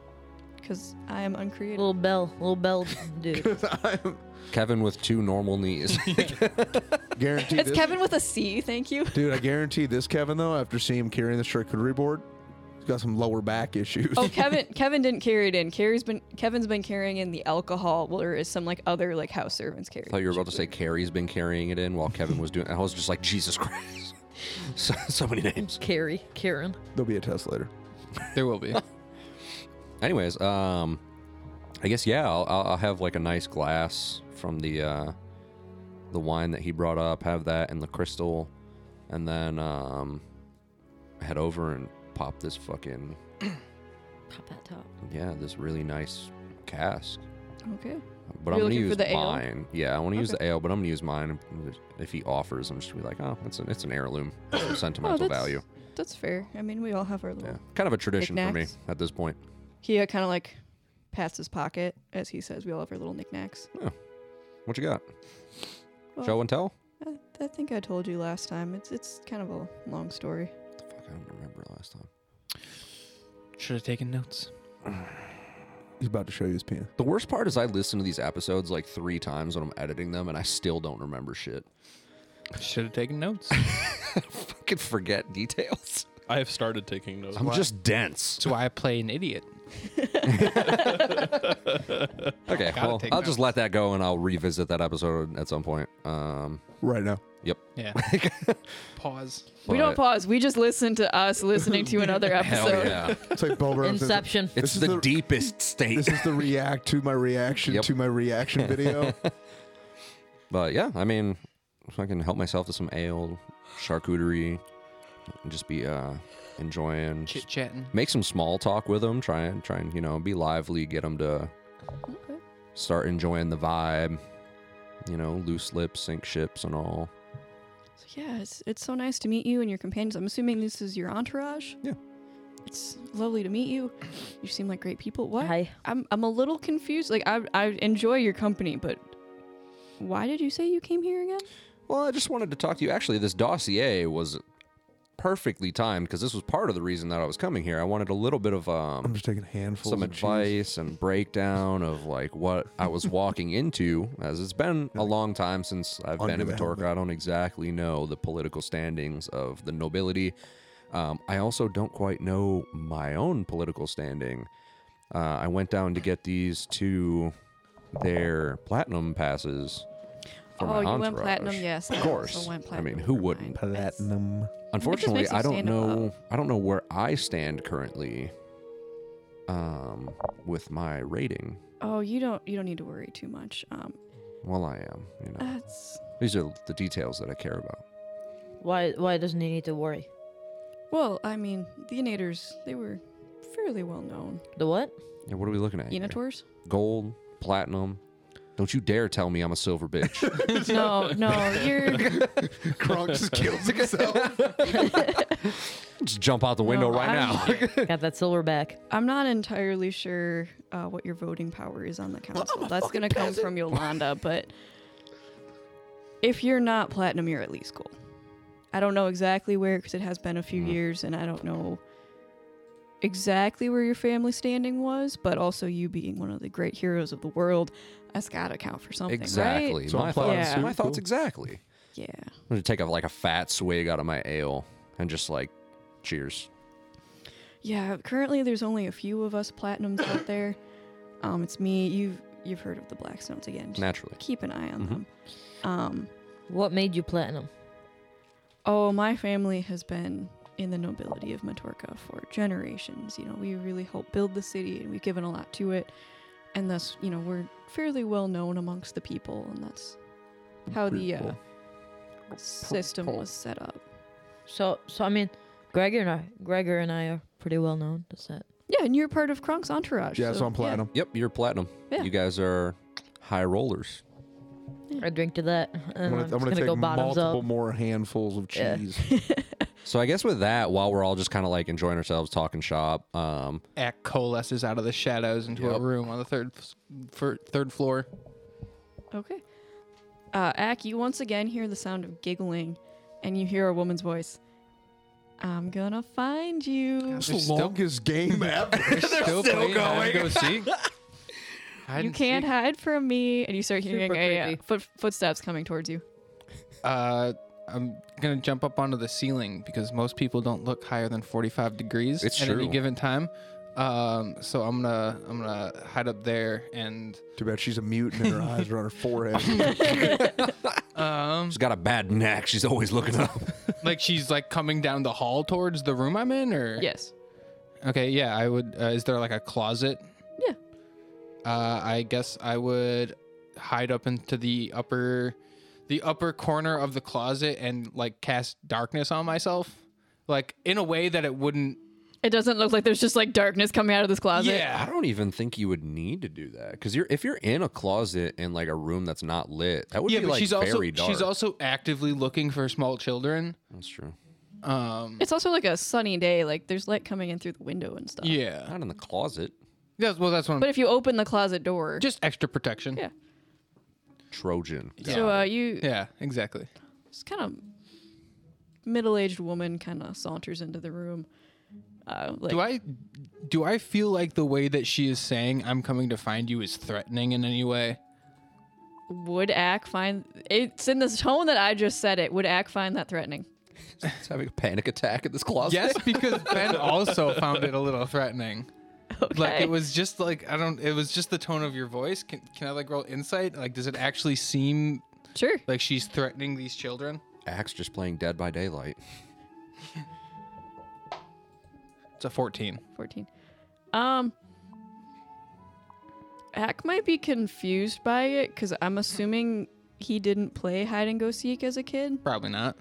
Speaker 5: because I am uncreated.
Speaker 6: Little bell. Little bell
Speaker 3: (laughs)
Speaker 6: dude.
Speaker 3: Kevin with two normal knees.
Speaker 4: Guarantee
Speaker 5: It's
Speaker 4: this,
Speaker 5: Kevin with a C.
Speaker 3: (laughs)
Speaker 5: Thank you.
Speaker 4: dude. I guarantee this Kevin though. After seeing him carrying the charcuterie board, he's got some lower back issues.
Speaker 5: Oh, Kevin. Kevin didn't carry it in. Carrie's been. Kevin's been carrying in the alcohol, or is some like other like house servants carry?
Speaker 3: I thought you were about to say Carrie's been carrying it in while Kevin was doing. I was just like, Jesus Christ, (laughs) so, so many names.
Speaker 6: Carrie. Karen.
Speaker 4: There'll be a test later.
Speaker 7: There will be.
Speaker 3: Anyways, um, I guess yeah, I'll, I'll I'll have like a nice glass from the uh, the wine that he brought up. Have that in the crystal, and then um, head over and pop this fucking
Speaker 6: Pop that top.
Speaker 3: yeah, this really nice cask.
Speaker 5: Okay.
Speaker 3: But
Speaker 5: You're
Speaker 3: I'm gonna
Speaker 5: looking for
Speaker 3: use
Speaker 5: the ale?
Speaker 3: mine. Yeah, I want to use
Speaker 5: Okay.
Speaker 3: the ale, but I'm gonna use mine. If he offers, I'm just gonna be like, oh, it's an it's an heirloom, Has
Speaker 5: (coughs)
Speaker 3: some sentimental
Speaker 5: Oh, that's-
Speaker 3: value.
Speaker 5: That's fair. I mean, we all have our little.
Speaker 3: Yeah, kind of a tradition for me
Speaker 5: Knickknacks.
Speaker 3: at this point.
Speaker 5: He uh, kind of like pats his pocket as he says, "We all have our little knickknacks."
Speaker 3: What you got?
Speaker 5: Well-
Speaker 3: Show and tell.
Speaker 5: I, I think I told you last time. It's it's kind of a long story.
Speaker 3: Fuck, I don't remember last time.
Speaker 7: Should have taken notes.
Speaker 4: He's about to show you his penis.
Speaker 3: The worst part is I listen to these episodes like three times when I'm editing them, and I still don't remember shit. (laughs)
Speaker 7: Should have taken notes.
Speaker 3: Fucking forget details.
Speaker 1: (laughs) I have started taking notes.
Speaker 3: I'm just dense.
Speaker 7: That's why I play an idiot.
Speaker 3: Okay,
Speaker 7: Oh, Gotta
Speaker 3: well,
Speaker 7: take
Speaker 3: I'll just
Speaker 7: notes.
Speaker 3: let that go, and I'll revisit that episode at some point. Um,
Speaker 4: Right now,
Speaker 7: Yeah. Pause.
Speaker 5: we don't
Speaker 3: but-
Speaker 5: pause. We just listen
Speaker 3: (laughs)
Speaker 5: to us listening to another
Speaker 3: Hell
Speaker 5: episode.
Speaker 3: yeah!
Speaker 4: it's like Bo Burnham says,
Speaker 6: Inception.
Speaker 3: It's
Speaker 4: is
Speaker 3: the,
Speaker 4: the-
Speaker 3: deepest state.
Speaker 4: This is the react to my reaction
Speaker 3: Yep.
Speaker 4: to my reaction
Speaker 3: (laughs)
Speaker 4: video.
Speaker 3: But yeah, I mean, if I can help myself to some ale, charcuterie, and just be uh enjoying,
Speaker 7: Chit chatting.
Speaker 3: make some small talk with them. Try and try and you know be lively, get them to
Speaker 5: Okay.
Speaker 3: start enjoying the vibe. You know, loose lips, sink ships, and all.
Speaker 5: So yeah, it's, it's so nice to meet you and your companions. I'm assuming this is your entourage.
Speaker 3: Yeah.
Speaker 5: It's lovely to meet you. You seem like great people. What?
Speaker 6: Hi.
Speaker 5: I'm I'm a little confused. Like I I enjoy your company, but why did you say you came here again?
Speaker 3: Well, I just wanted to talk to you. Actually, this dossier was perfectly timed because this was part of the reason that I was coming here. I wanted a little bit of um,
Speaker 4: I'm just taking handfuls
Speaker 3: some
Speaker 4: of cheese.
Speaker 3: advice and breakdown of like what I was walking into, as it's been a long time since I've been
Speaker 4: Under
Speaker 3: in
Speaker 4: the
Speaker 3: Matorka.
Speaker 4: helmet.
Speaker 3: I don't exactly know the political standings of the nobility. Um, I also don't quite know my own political standing. Uh, I went down to get these two, their platinum passes. For my
Speaker 5: oh, you went
Speaker 3: entourage.
Speaker 5: platinum, yes.
Speaker 3: Of course. I mean, who wouldn't?
Speaker 4: Platinum.
Speaker 3: Unfortunately,
Speaker 5: makes you
Speaker 3: I don't
Speaker 5: stand up.
Speaker 3: know. I don't know where I stand currently. Um, with my rating.
Speaker 5: Oh, you don't you don't need to worry too much. Um,
Speaker 3: Well, I am. You know,
Speaker 5: that's
Speaker 3: these are the details that I care about.
Speaker 6: Why? Why doesn't he need to worry?
Speaker 5: Well, I mean, the Enators, they were fairly well known.
Speaker 3: (laughs)
Speaker 6: The what?
Speaker 3: Yeah, what are we looking at? here? (laughs)
Speaker 5: Enators?
Speaker 3: Gold, platinum. Don't you dare tell me I'm a silver bitch.
Speaker 6: No, no, you're.
Speaker 4: Kronk just kills himself.
Speaker 3: Just jump out the window
Speaker 5: No,
Speaker 3: right now.
Speaker 6: now. Got that silver back.
Speaker 5: I'm not entirely sure uh, what your voting power is on the council. That's going to come from Yolanda, but if you're not platinum, you're at least gold. I don't know exactly where because it has been a few years, and I don't know exactly where your family standing was, but also you being one of the great heroes of the world, that's got to count for something.
Speaker 3: (laughs)
Speaker 5: right?
Speaker 3: exactly.
Speaker 4: So
Speaker 3: my
Speaker 4: I'm plowing
Speaker 3: thoughts.
Speaker 5: soup,
Speaker 3: My thoughts exactly.
Speaker 5: Yeah.
Speaker 3: I'm gonna take a, like a fat swig out of my ale and just like, cheers.
Speaker 5: Yeah, currently there's only a few of us platinums out there. Um, it's me. You've you've heard of the Blackstones again. Just
Speaker 3: Naturally.
Speaker 5: keep an eye on
Speaker 3: Mhm.
Speaker 4: Mm-hmm.
Speaker 5: them. Um,
Speaker 6: What made you platinum?
Speaker 5: oh, my family has been in the nobility of Matorka for generations. You know, we really helped build the city, and we've given a lot to it. And thus, you know, we're fairly well known amongst the people, and that's how the uh, system was set up.
Speaker 6: So, so I mean, Gregor and I, Gregor and I are pretty well known. That's it.
Speaker 5: Yeah, and you're part of Kronk's entourage.
Speaker 4: Yeah, so I'm platinum.
Speaker 3: Yep, you're platinum.
Speaker 5: Yeah.
Speaker 3: You guys are high rollers.
Speaker 6: I drink to that,
Speaker 4: I'm
Speaker 6: and
Speaker 4: gonna,
Speaker 6: I'm,
Speaker 4: I'm
Speaker 6: just
Speaker 4: gonna
Speaker 6: Uh-huh. gonna
Speaker 4: take
Speaker 6: go bottoms
Speaker 4: multiple
Speaker 6: up.
Speaker 4: more handfuls of
Speaker 6: Yeah. (laughs)
Speaker 4: cheese.
Speaker 3: So I guess with that, while we're all just kind of like enjoying ourselves, talking shop, um,
Speaker 7: Ack coalesces out of the shadows into a
Speaker 3: Yep.
Speaker 7: room on the third, f- fir-
Speaker 3: (laughs)
Speaker 7: third floor.
Speaker 5: Okay. Uh, Ack, you once again hear the sound of giggling, and you hear a woman's voice. I'm gonna find you.
Speaker 7: Gosh.
Speaker 4: It's the
Speaker 7: They're still-
Speaker 4: longest game ever.
Speaker 7: They're still, playing hide and go seek.
Speaker 3: (laughs)
Speaker 7: Hide
Speaker 5: You
Speaker 7: and
Speaker 5: can't
Speaker 7: seek.
Speaker 5: hide from me. And you start hearing
Speaker 6: Super
Speaker 5: a, uh,
Speaker 6: creepy.
Speaker 5: foot, footsteps coming towards you.
Speaker 7: Uh, I'm gonna jump up onto the ceiling because most people don't look higher than 45 degrees
Speaker 3: It's
Speaker 7: at any
Speaker 3: true.
Speaker 7: given time. Um, so I'm gonna I'm gonna hide up there and
Speaker 4: Too bad she's a mutant and her eyes are on her forehead.
Speaker 7: um,
Speaker 3: she's got a bad neck. She's always looking up.
Speaker 7: like she's like coming down the hall towards the room I'm in, or
Speaker 5: Yes.
Speaker 7: Okay, yeah, I would. Uh, is there like a closet?
Speaker 5: Yeah.
Speaker 7: Uh, I guess I would hide up into the upper, the upper corner of the closet and like cast darkness on myself, like in a way that it wouldn't.
Speaker 5: It doesn't look like there's just like darkness coming out of this closet.
Speaker 3: I don't even think you would need to do that because you're if you're in a closet in like a room that's not lit, that would
Speaker 7: yeah,
Speaker 3: be
Speaker 7: but
Speaker 3: like
Speaker 7: she's
Speaker 3: very
Speaker 7: also
Speaker 3: dark.
Speaker 7: she's also actively looking for small children.
Speaker 3: that's true.
Speaker 7: Um,
Speaker 5: It's also like a sunny day. Like there's light coming in through the window and stuff.
Speaker 7: yeah,
Speaker 3: Not in the closet.
Speaker 7: that's well, that's one.
Speaker 5: But if you open the closet door,
Speaker 7: just extra protection.
Speaker 5: Yeah.
Speaker 3: Trojan.
Speaker 7: (laughs)
Speaker 5: so uh, you,
Speaker 7: Yeah, exactly.
Speaker 5: This kind of middle-aged woman kind of saunters into the room. Uh, like,
Speaker 7: Do I do I feel like the way that she is saying "I'm coming to find you" is threatening in any way?
Speaker 5: would Ack find it's in this tone that I just said it? Would Ack find that threatening?
Speaker 3: She's (laughs) having a panic attack in this closet.
Speaker 7: Yes, because Ben also found it a little threatening.
Speaker 5: Okay.
Speaker 7: Like it was just like I don't. It was just the tone of your voice. Can can I like roll insight? Like, does it actually seem
Speaker 5: sure.
Speaker 7: like she's threatening these children?
Speaker 3: Axe just playing Dead by Daylight.
Speaker 7: It's a fourteen.
Speaker 5: Fourteen. Um, Ack might be confused by it because I'm assuming he didn't play hide and go seek as a kid,
Speaker 7: Probably not.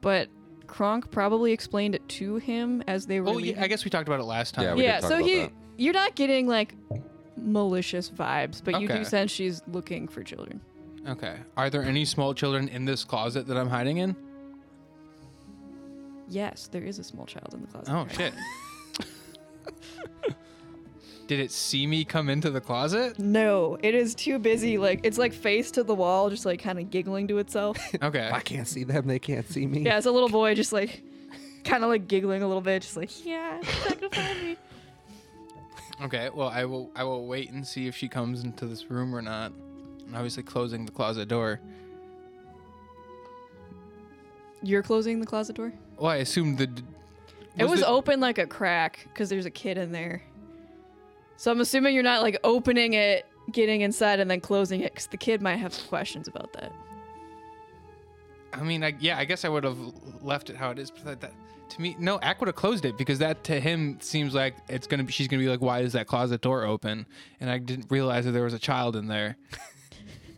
Speaker 5: but Kronk probably explained it to him as they were.
Speaker 7: Oh yeah, I
Speaker 5: leaving.
Speaker 7: guess we talked about it last time.
Speaker 3: Yeah, we-
Speaker 5: yeah.
Speaker 3: did talk
Speaker 5: So
Speaker 3: about
Speaker 5: he,
Speaker 3: that.
Speaker 5: you're not getting like malicious vibes, but you
Speaker 7: Okay.
Speaker 5: do sense she's looking for children.
Speaker 7: okay. Are there any small children in this closet that I'm hiding in?
Speaker 5: Yes, there is a small child in the closet.
Speaker 7: Oh
Speaker 5: right
Speaker 7: shit.
Speaker 5: now.
Speaker 7: Did it see me come into the closet?
Speaker 5: No, it is too busy. Like it's like face to the wall, just like kind of giggling to itself.
Speaker 7: Okay.
Speaker 3: (laughs) I can't see them. They can't see me.
Speaker 5: yeah, it's a little boy just like kind of like giggling a little bit, just like yeah, it's not gonna find me.
Speaker 7: Okay, well, I will. I will wait and see if she comes into this room or not. I'm obviously closing the closet door.
Speaker 5: (laughs) You're closing the closet door.
Speaker 7: Well, I assumed the.
Speaker 5: it was
Speaker 7: the-
Speaker 5: open like a crack because there's a kid in there. So I'm assuming you're not like opening it, getting inside, and then closing it because the kid might have some questions about that.
Speaker 7: I mean, I, yeah, I guess I would have left it how it is. But that, that to me, no, Ack would have closed it because that to him seems like it's gonna. be She's gonna be like, "Why is that closet door open?" And I didn't realize that there was a child in there.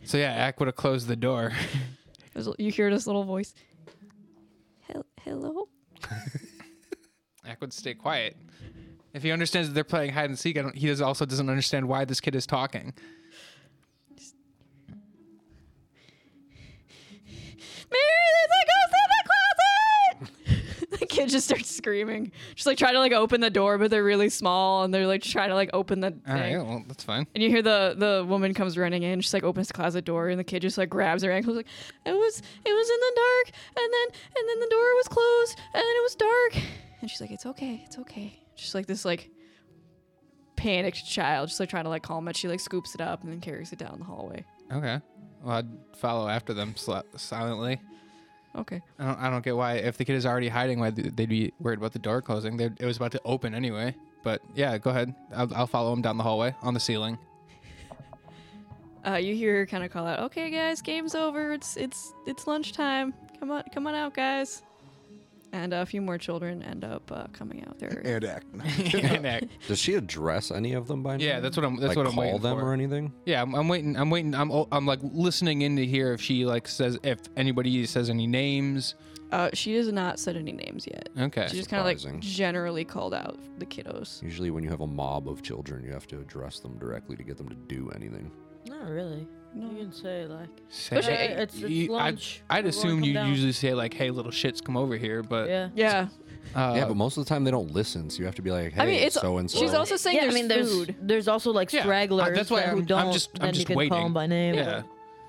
Speaker 7: so yeah, Ack would have closed the door. (laughs)
Speaker 5: There's- You hear this little voice. "Hel- Hello.
Speaker 7: Mac would stay quiet. If he understands that they're playing hide and seek, I don't, he does also doesn't understand why this kid is talking.
Speaker 5: Mary, there's a ghost in the closet! (laughs) the kid just starts screaming. Just like trying to like open the door, but they're really small and they're like trying to like open the thing.
Speaker 7: All right, well, that's fine.
Speaker 5: And you hear the the woman comes running in. She's like opens the closet door, and the kid just like grabs her ankles. Like it was it was in the dark, and then and then the door was closed, and then it was dark. And she's like, "It's okay, it's okay." She's like this like panicked child, just like trying to like calm it. She like scoops it up and then carries it down the hallway.
Speaker 7: Okay. Well, I'd follow after them sl- silently.
Speaker 5: Okay.
Speaker 7: I don't, I don't get why, if the kid is already hiding, why th- they'd be worried about the door closing. They'd, it was about to open anyway. But yeah, go ahead. I'll, I'll follow him down the hallway on the ceiling. (laughs)
Speaker 5: Uh, you hear her kind of call out, "Okay, guys, game's over. It's it's it's lunchtime. Come on, come on out, guys." And a few more children end up uh, coming out. They're
Speaker 4: And act.
Speaker 7: yeah,
Speaker 3: Does she address any of them by name?
Speaker 7: that's what I'm. That's
Speaker 3: like
Speaker 7: what I'm
Speaker 3: call
Speaker 7: waiting
Speaker 3: them
Speaker 7: for.
Speaker 3: or anything?
Speaker 7: Yeah, I'm, I'm waiting. I'm waiting. I'm o- I'm like listening in to hear if she like says if anybody says any names.
Speaker 5: Uh, she has not said any names yet.
Speaker 7: Okay.
Speaker 5: she just kind of like
Speaker 3: surprising.
Speaker 5: generally called out the kiddos.
Speaker 3: Usually, when you have a mob of children, you have to address them directly to get them to do anything.
Speaker 6: Not really. You can say like,
Speaker 7: Say-
Speaker 5: But she-
Speaker 6: "Hey, it's, it's
Speaker 7: you- I'd-
Speaker 6: lunch.
Speaker 7: I'd,
Speaker 6: everyone
Speaker 7: assume
Speaker 6: come
Speaker 7: you
Speaker 6: down."
Speaker 7: usually say like, "Hey, little shits, come over here," but
Speaker 6: Yeah.
Speaker 5: Yeah,
Speaker 7: uh,
Speaker 3: yeah, but most of the time they don't listen, so you have to be like, "Hey,
Speaker 5: I mean, it's-
Speaker 3: so and so."
Speaker 5: she's also saying
Speaker 6: yeah,
Speaker 5: there's,
Speaker 6: I mean, there's
Speaker 5: food.
Speaker 6: there's also like
Speaker 7: Yeah, I-
Speaker 6: stragglers
Speaker 7: that's why
Speaker 6: that who
Speaker 7: I'm- I'm
Speaker 6: don't.
Speaker 7: just- I'm
Speaker 6: then
Speaker 7: just
Speaker 6: you can call
Speaker 7: waiting.
Speaker 6: them by name.
Speaker 7: yeah.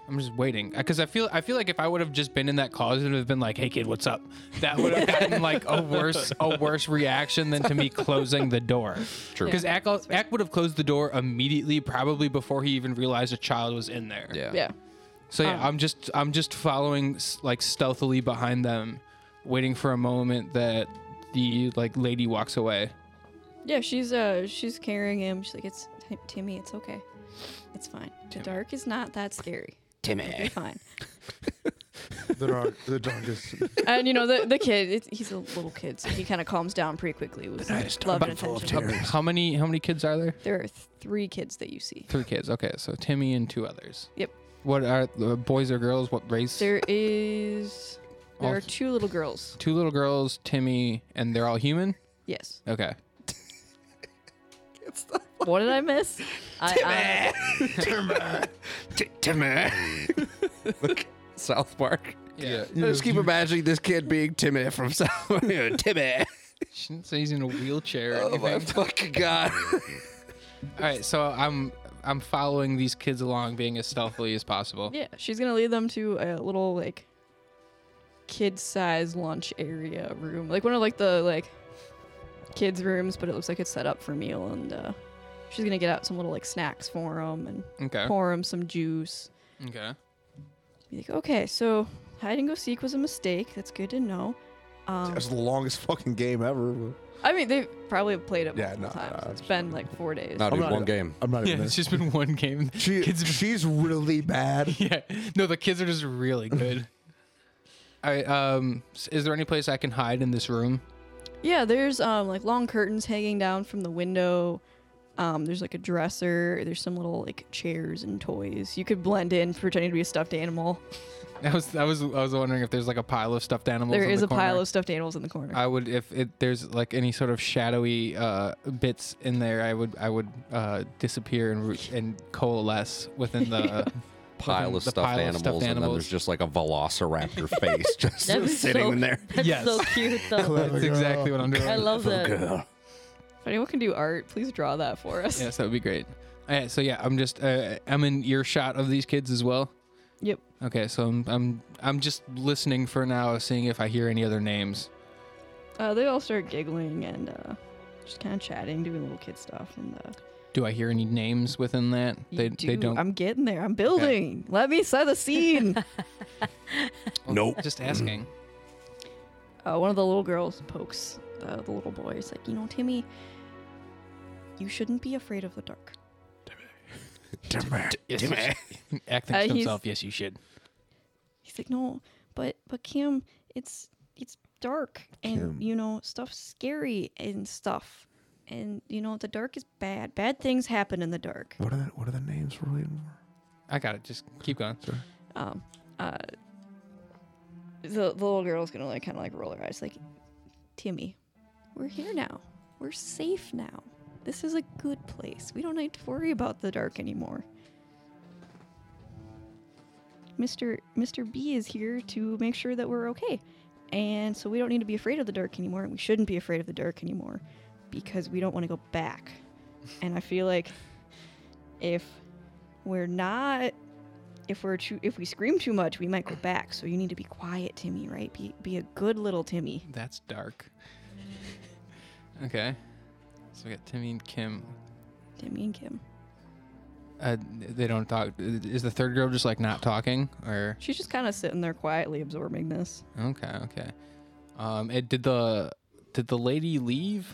Speaker 7: I'm just waiting because I feel I feel like if I would have just been in that closet and have been like, "Hey kid, what's up?" That
Speaker 3: (laughs)
Speaker 7: would have gotten like a worse a worse reaction than to me closing the door. True. Because Ack, Ack would have closed the door immediately, probably before he even realized a child was in there.
Speaker 3: yeah.
Speaker 5: yeah.
Speaker 7: So yeah, I'm just I'm just following s- like stealthily behind them, waiting for a moment that the like lady walks (laughs) away.
Speaker 5: Yeah, she's uh she's carrying him. She's like, it's Tim- Timmy. It's okay. It's fine. The dark is not that scary. Timmy, You're fine.
Speaker 4: The, dark, the darkest.
Speaker 5: and you know the the kid, it's, he's a little kid, so he kind of calms down pretty quickly. It was love and attention.
Speaker 7: How many how many kids are there?
Speaker 5: There are three kids that you see.
Speaker 7: Three kids. Okay, so Timmy and two others.
Speaker 5: Yep.
Speaker 7: What are uh, boys or girls? What race?
Speaker 5: There is there
Speaker 7: All
Speaker 5: are
Speaker 7: th-
Speaker 5: two little girls.
Speaker 7: two little girls, Timmy, and they're all human.
Speaker 5: Yes.
Speaker 7: Okay.
Speaker 5: What did I miss? I, I,
Speaker 3: Timmy. Look, South Park.
Speaker 7: Yeah.
Speaker 3: I just keep imagining this kid being Timmy from South Timmy.
Speaker 7: She didn't say he's in a wheelchair. (laughs) Or
Speaker 3: Oh
Speaker 7: anything.
Speaker 3: my fucking god.
Speaker 7: All right, so I'm I'm following these kids along, being as stealthily as possible.
Speaker 5: yeah, she's gonna lead them to a little like kid-sized lunch area room, like one of like the like kids' rooms, but it looks like it's set up for meal. And uh, she's gonna get out some little like snacks for them and
Speaker 7: Okay.
Speaker 5: pour them some juice.
Speaker 7: Okay.
Speaker 5: Be like, okay, so hide and go seek was a mistake. That's good to know. Um,
Speaker 4: That's the longest (laughs) fucking game ever.
Speaker 5: I mean, they've probably played it
Speaker 4: Yeah,
Speaker 5: multiple
Speaker 4: no,
Speaker 5: times.
Speaker 4: no,
Speaker 5: it's been like four days.
Speaker 3: Not
Speaker 4: I'm
Speaker 3: dude,
Speaker 4: not
Speaker 3: one
Speaker 4: even-
Speaker 3: game.
Speaker 4: I'm not even
Speaker 7: Yeah,
Speaker 4: there.
Speaker 7: it's just been one game.
Speaker 4: She,
Speaker 7: kids
Speaker 4: she's really bad.
Speaker 7: yeah. No, the kids are just really good. All right. Um, s- is there any place I can hide in this room? (laughs)
Speaker 5: Yeah, there's um like long curtains hanging down from the window. Um, there's like a dresser. There's some little like chairs and toys. You could blend in pretending to be a stuffed animal.
Speaker 7: I was, I was, I was wondering if there's like a pile of stuffed animals.
Speaker 5: There
Speaker 7: in
Speaker 5: is
Speaker 7: the
Speaker 5: a pile
Speaker 7: corner.
Speaker 5: of stuffed animals in the corner.
Speaker 7: I would, if it, there's like any sort of shadowy uh, bits in there, I would, I would uh, disappear and re- and coalesce
Speaker 5: (laughs)
Speaker 7: within the uh, (laughs)
Speaker 3: Pile
Speaker 7: within
Speaker 3: of
Speaker 7: the
Speaker 3: stuffed animals, and then there's just like a
Speaker 7: (laughs)
Speaker 3: velociraptor face just
Speaker 6: That'd be
Speaker 3: sitting
Speaker 6: so-
Speaker 3: in there.
Speaker 6: That's
Speaker 7: Yes.
Speaker 6: so cute though.
Speaker 7: (laughs) That's exactly what I'm doing.
Speaker 6: I love that.
Speaker 3: Girl.
Speaker 5: if anyone can do art, please draw that for us.
Speaker 7: Yes, that would be great. All right, so yeah, I'm just uh, I'm in earshot of these kids as well.
Speaker 5: Yep.
Speaker 7: Okay, so I'm I'm I'm just listening for now, seeing if I hear any other names.
Speaker 5: Uh, they all start giggling and uh, just kind of chatting, doing little kid stuff. And uh,
Speaker 7: Do I hear any names within that?
Speaker 5: you
Speaker 7: they
Speaker 5: do,
Speaker 7: they don't.
Speaker 5: I'm getting there. I'm building. Let me set
Speaker 7: (laughs)
Speaker 5: the scene.
Speaker 3: Nope.
Speaker 7: Just asking.
Speaker 5: uh, one of the little girls pokes uh, the little boy. He's like, you know, Timmy, you shouldn't be afraid of the dark.
Speaker 7: Yes,
Speaker 2: (laughs)
Speaker 7: you should. Acting
Speaker 5: Uh,
Speaker 7: to
Speaker 5: he's-
Speaker 7: himself. Yes, you should.
Speaker 5: He's like, no, but but Kim, it's it's dark, and
Speaker 4: Kim.
Speaker 5: you know stuff's scary and stuff, and you know the dark is bad. Bad things happen in the dark.
Speaker 4: What are the, what are the names related
Speaker 7: I got it. Just keep going.
Speaker 5: Um, uh, the, the little girl's gonna like kind of like roll her eyes, like, Timmy, we're- we're here now. We're safe now. This is a good place. We don't need to worry about the dark anymore. Mr. Mr. B is here to make sure that we're okay. And so we don't need to be afraid of the dark anymore, and we shouldn't be afraid of the dark anymore because we don't want to go back. And I feel like if we're not if we're too, if we scream too much, we might go back. So you need to be quiet, Timmy, right? Be be a good little Timmy.
Speaker 2: That's dark. Okay. So we got Timmy and Kim.
Speaker 5: Timmy and Kim.
Speaker 2: Uh, they don't talk. Is the third girl just like not talking or?
Speaker 5: She's just kind of sitting there quietly absorbing this.
Speaker 2: Okay, okay. Um, it did the did the lady leave?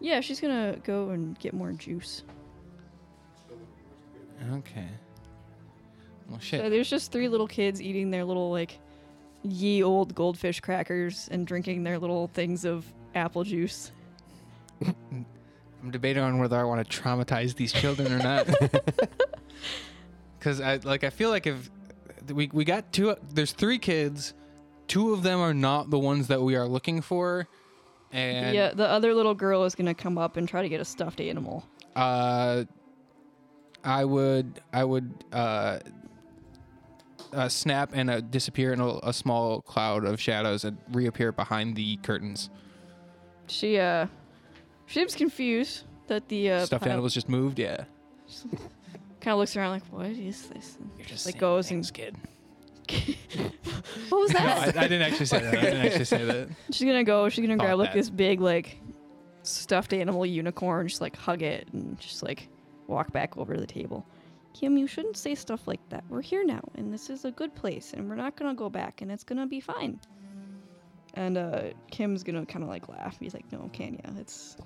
Speaker 5: Yeah, she's gonna go and get more juice.
Speaker 2: Okay. Well,
Speaker 5: So
Speaker 2: shit.
Speaker 5: there's just three little kids eating their little like ye old goldfish crackers and drinking their little things of apple juice.
Speaker 2: I'm debating on whether I want to traumatize these children or
Speaker 5: (laughs)
Speaker 2: not. (laughs) Because I like I feel like if we we got two, there's three kids, two of them are not the ones that we are looking for,
Speaker 5: Oh.
Speaker 2: and
Speaker 5: yeah, the other little girl is gonna come up and try to get a stuffed animal.
Speaker 2: Uh, I would, I would, uh, uh snap and uh, disappear in a, a small cloud of shadows and reappear behind the curtains.
Speaker 5: She uh, she was confused that the uh,
Speaker 2: Stuffed animals just moved. Yeah,
Speaker 5: kind of looks around like, what is this? And
Speaker 2: You're just
Speaker 5: like goes and
Speaker 2: kid.
Speaker 5: what was
Speaker 2: No,
Speaker 5: that?
Speaker 2: I, I didn't actually say that. I didn't actually say
Speaker 5: (laughs)
Speaker 2: that.
Speaker 5: She's gonna go. She's gonna
Speaker 2: Thought
Speaker 5: grab like
Speaker 2: that.
Speaker 5: this big like stuffed animal unicorn. Just like hug it and just like walk back over to the table. Kim, you shouldn't say stuff like that. We're here now, and this is a good place, and we're not gonna go back, and it's gonna be fine. And uh, Kim's gonna kind of like laugh. He's like, "No, Kenya, it's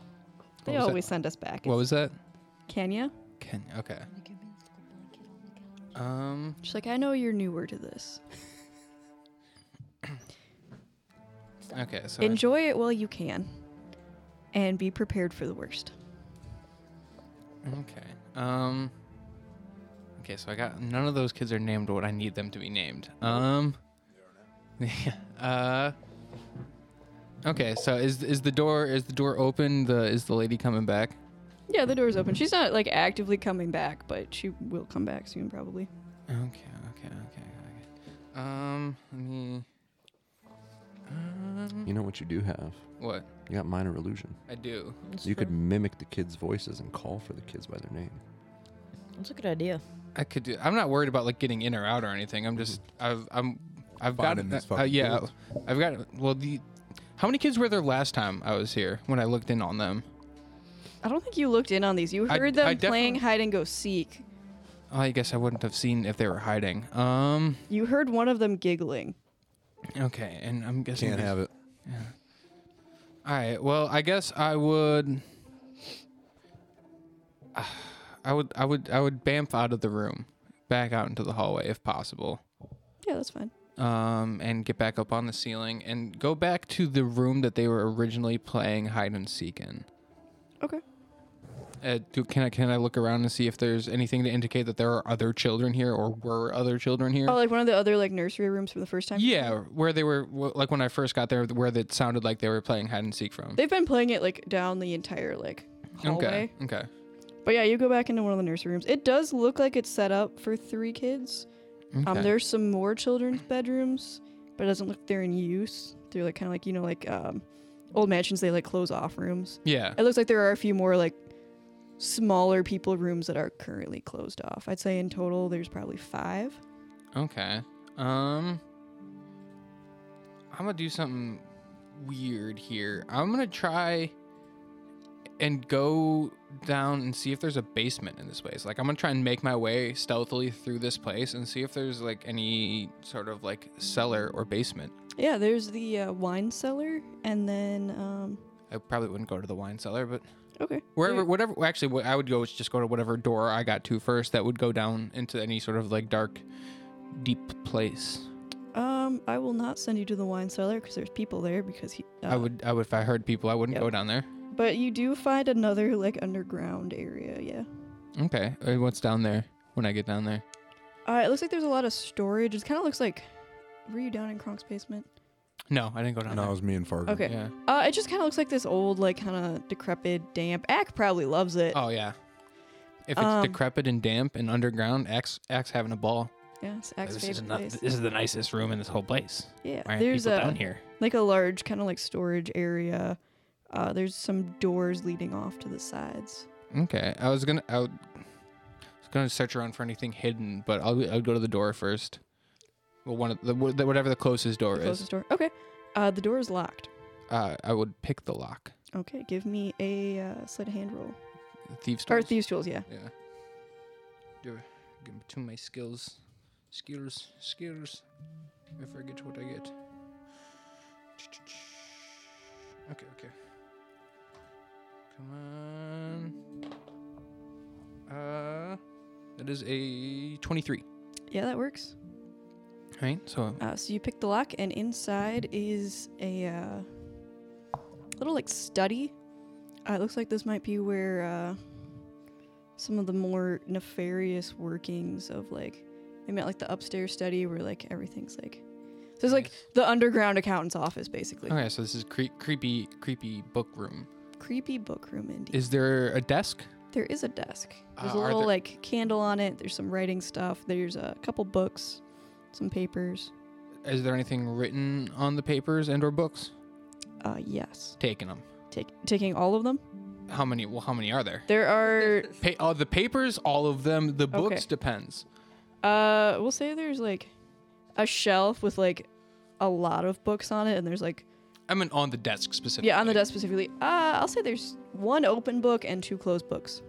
Speaker 5: they
Speaker 2: was that?
Speaker 5: always send us back."
Speaker 2: What was that?
Speaker 5: Kenya?
Speaker 2: Can okay. Um,
Speaker 5: She's like, "I know you're newer to this.
Speaker 2: okay. So
Speaker 5: Enjoy it while you can, and be prepared for the worst."
Speaker 2: Okay. Um. Okay, so I got none of those kids are named what I need them to be named. Um. (laughs) Yeah. Uh. Okay, so is is the door is the door open? The is the lady coming back?
Speaker 5: Yeah, the door's open. She's not like actively coming back, but she will come back soon, probably.
Speaker 2: Okay, okay, okay, okay. Um, let me. Um,
Speaker 3: You know what you do have?
Speaker 2: what
Speaker 3: You got minor illusion.
Speaker 2: I do?
Speaker 3: You could mimic the kids' voices and call for the kids by their name.
Speaker 6: That's a good idea.
Speaker 2: I could do. I'm not worried about like getting in or out or anything. I'm just. I've. I'm. I've got.
Speaker 4: Finding these
Speaker 2: Uh,
Speaker 4: fucking
Speaker 2: yeah.
Speaker 4: kids.
Speaker 2: I've got. Well, the. How many kids were there last time I was here when I looked in on them?
Speaker 5: I don't think you looked in on these. You
Speaker 2: I-
Speaker 5: heard them
Speaker 2: I
Speaker 5: playing
Speaker 2: definitely-
Speaker 5: hide and go seek.
Speaker 2: Oh, I guess I wouldn't have seen if they were hiding. Um.
Speaker 5: You heard one of them giggling.
Speaker 2: Okay, and I'm guessing.
Speaker 4: Can't have it.
Speaker 2: All right. Well, I guess I would. (sighs) I would. I would. I would bamf out of the room, back out into the hallway if possible,
Speaker 5: Yeah, that's fine.
Speaker 2: um, and get back up on the ceiling and go back to the room that they were originally playing hide and seek in.
Speaker 5: Okay.
Speaker 2: Uh, do, can I can I look around and see if there's anything to indicate that there are other children here or were other children here?
Speaker 5: Oh, like one of the other like nursery rooms from the first time.
Speaker 2: yeah, where they were, wh- like when I first got there, where it sounded like they were playing hide and seek from.
Speaker 5: They've been playing it like down the entire like hallway.
Speaker 2: okay, okay.
Speaker 5: But yeah, you go back into one of the nursery rooms. It does look like it's set up for three kids. Um,
Speaker 2: Okay.
Speaker 5: there's some more children's bedrooms, but it doesn't look they're in use. They're like kind of like you know like um, old mansions. They like close off rooms.
Speaker 2: Yeah.
Speaker 5: It looks like there are a few more like smaller people rooms that are currently closed off. I'd say in total there's probably five.
Speaker 2: Okay. Um I'm going to do something weird here. I'm going to try and go down and see if there's a basement in this place. Like I'm going to try and make my way stealthily through this place and see if there's like any sort of like cellar or basement.
Speaker 5: Yeah, there's the uh, wine cellar, and then um,
Speaker 2: I probably wouldn't go to the wine cellar, but
Speaker 5: okay,
Speaker 2: wherever, whatever. well, Actually, what I would go is just go to whatever door I got to first. That would go down into any sort of like dark, deep place.
Speaker 5: Um, I will not send you to the wine cellar because there's people there because he. Uh,
Speaker 2: I would, I would, if I heard people, I wouldn't
Speaker 5: Yep.
Speaker 2: go down there.
Speaker 5: But you do find another like underground area. Yeah.
Speaker 2: Okay. Uh, What's down there when I get down there?
Speaker 5: Uh, it looks like there's a lot of storage. It kind of looks like. Were you down in Kronk's basement?
Speaker 7: No, I didn't go down.
Speaker 4: No, it was me and Fargo.
Speaker 5: Okay.
Speaker 7: there. Yeah.
Speaker 5: Uh, it just kind of looks like this old, like, kind of decrepit, damp. Ack probably loves it.
Speaker 7: Oh yeah. If it's
Speaker 5: Um,
Speaker 7: decrepit and damp and underground, Axe Axe having a ball.
Speaker 5: yeah, it's Ack's
Speaker 7: This is,
Speaker 5: favorite
Speaker 7: not,
Speaker 5: place.
Speaker 7: this is the nicest room in this whole place.
Speaker 5: yeah,
Speaker 7: Why aren't
Speaker 5: there's
Speaker 7: people
Speaker 5: a
Speaker 7: down here?
Speaker 5: like a large kind of like storage area. Uh, there's some doors leading off to the sides.
Speaker 7: Okay, I was gonna I would- I was gonna search around for anything hidden, but I'll I'll go to the door first. Well, one of the wh- the- whatever the closest door
Speaker 5: The
Speaker 7: is,
Speaker 5: closest door. Okay. Uh, the door is locked.
Speaker 7: uh, I would pick the lock.
Speaker 5: Okay, give me a uh, sleight of hand roll.
Speaker 7: Thieves.
Speaker 5: Or
Speaker 7: tools.
Speaker 5: thieves tools, yeah.
Speaker 7: Yeah. Do it. Give me two of my skills, skills, skills. If I get what I get. Okay, okay. Come on. Uh, that is a twenty-three.
Speaker 5: Yeah, that works.
Speaker 7: Right. So
Speaker 5: Uh, so you pick the lock, and inside is a uh, little like study. Uh, it looks like this might be where uh, some of the more nefarious workings of like maybe not like the upstairs study where like everything's like so it's like the underground accountant's office basically.
Speaker 7: Okay, so this is cre- creepy, creepy book room.
Speaker 5: Creepy book room indeed.
Speaker 7: Is there a desk?
Speaker 5: there is a desk. There's
Speaker 7: Uh,
Speaker 5: a
Speaker 7: are
Speaker 5: little
Speaker 7: there-
Speaker 5: like candle on it. There's some writing stuff. There's a couple books, some papers.
Speaker 7: Is there anything written on the papers and/or books?
Speaker 5: Uh, yes,
Speaker 7: Taking them.
Speaker 5: take taking all of them.
Speaker 7: How many? Well, how many are there?
Speaker 5: There
Speaker 7: (laughs)
Speaker 5: are
Speaker 7: Pa- oh, the papers, all of them. The books depends.
Speaker 5: Uh, we'll say there's like a shelf with like a lot of books on it, and there's like
Speaker 7: I mean, on the desk specifically.
Speaker 5: yeah, on the desk specifically. Uh, I'll say there's one open book and two closed books.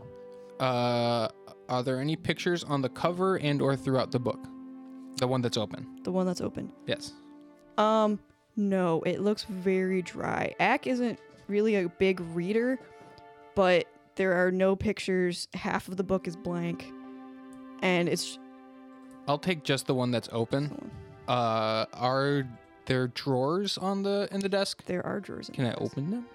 Speaker 7: Uh, are there any pictures on the cover and/or throughout the book? The one that's open.
Speaker 5: The one that's open.
Speaker 7: Yes.
Speaker 5: Um, no, it looks very dry. Ack isn't really a big reader, but there are no pictures. Half of the book is blank, and it's
Speaker 7: I'll take just the one that's open. Uh, are there drawers on the in the desk?
Speaker 5: there are drawers. in
Speaker 7: Can I
Speaker 5: this.
Speaker 7: open them?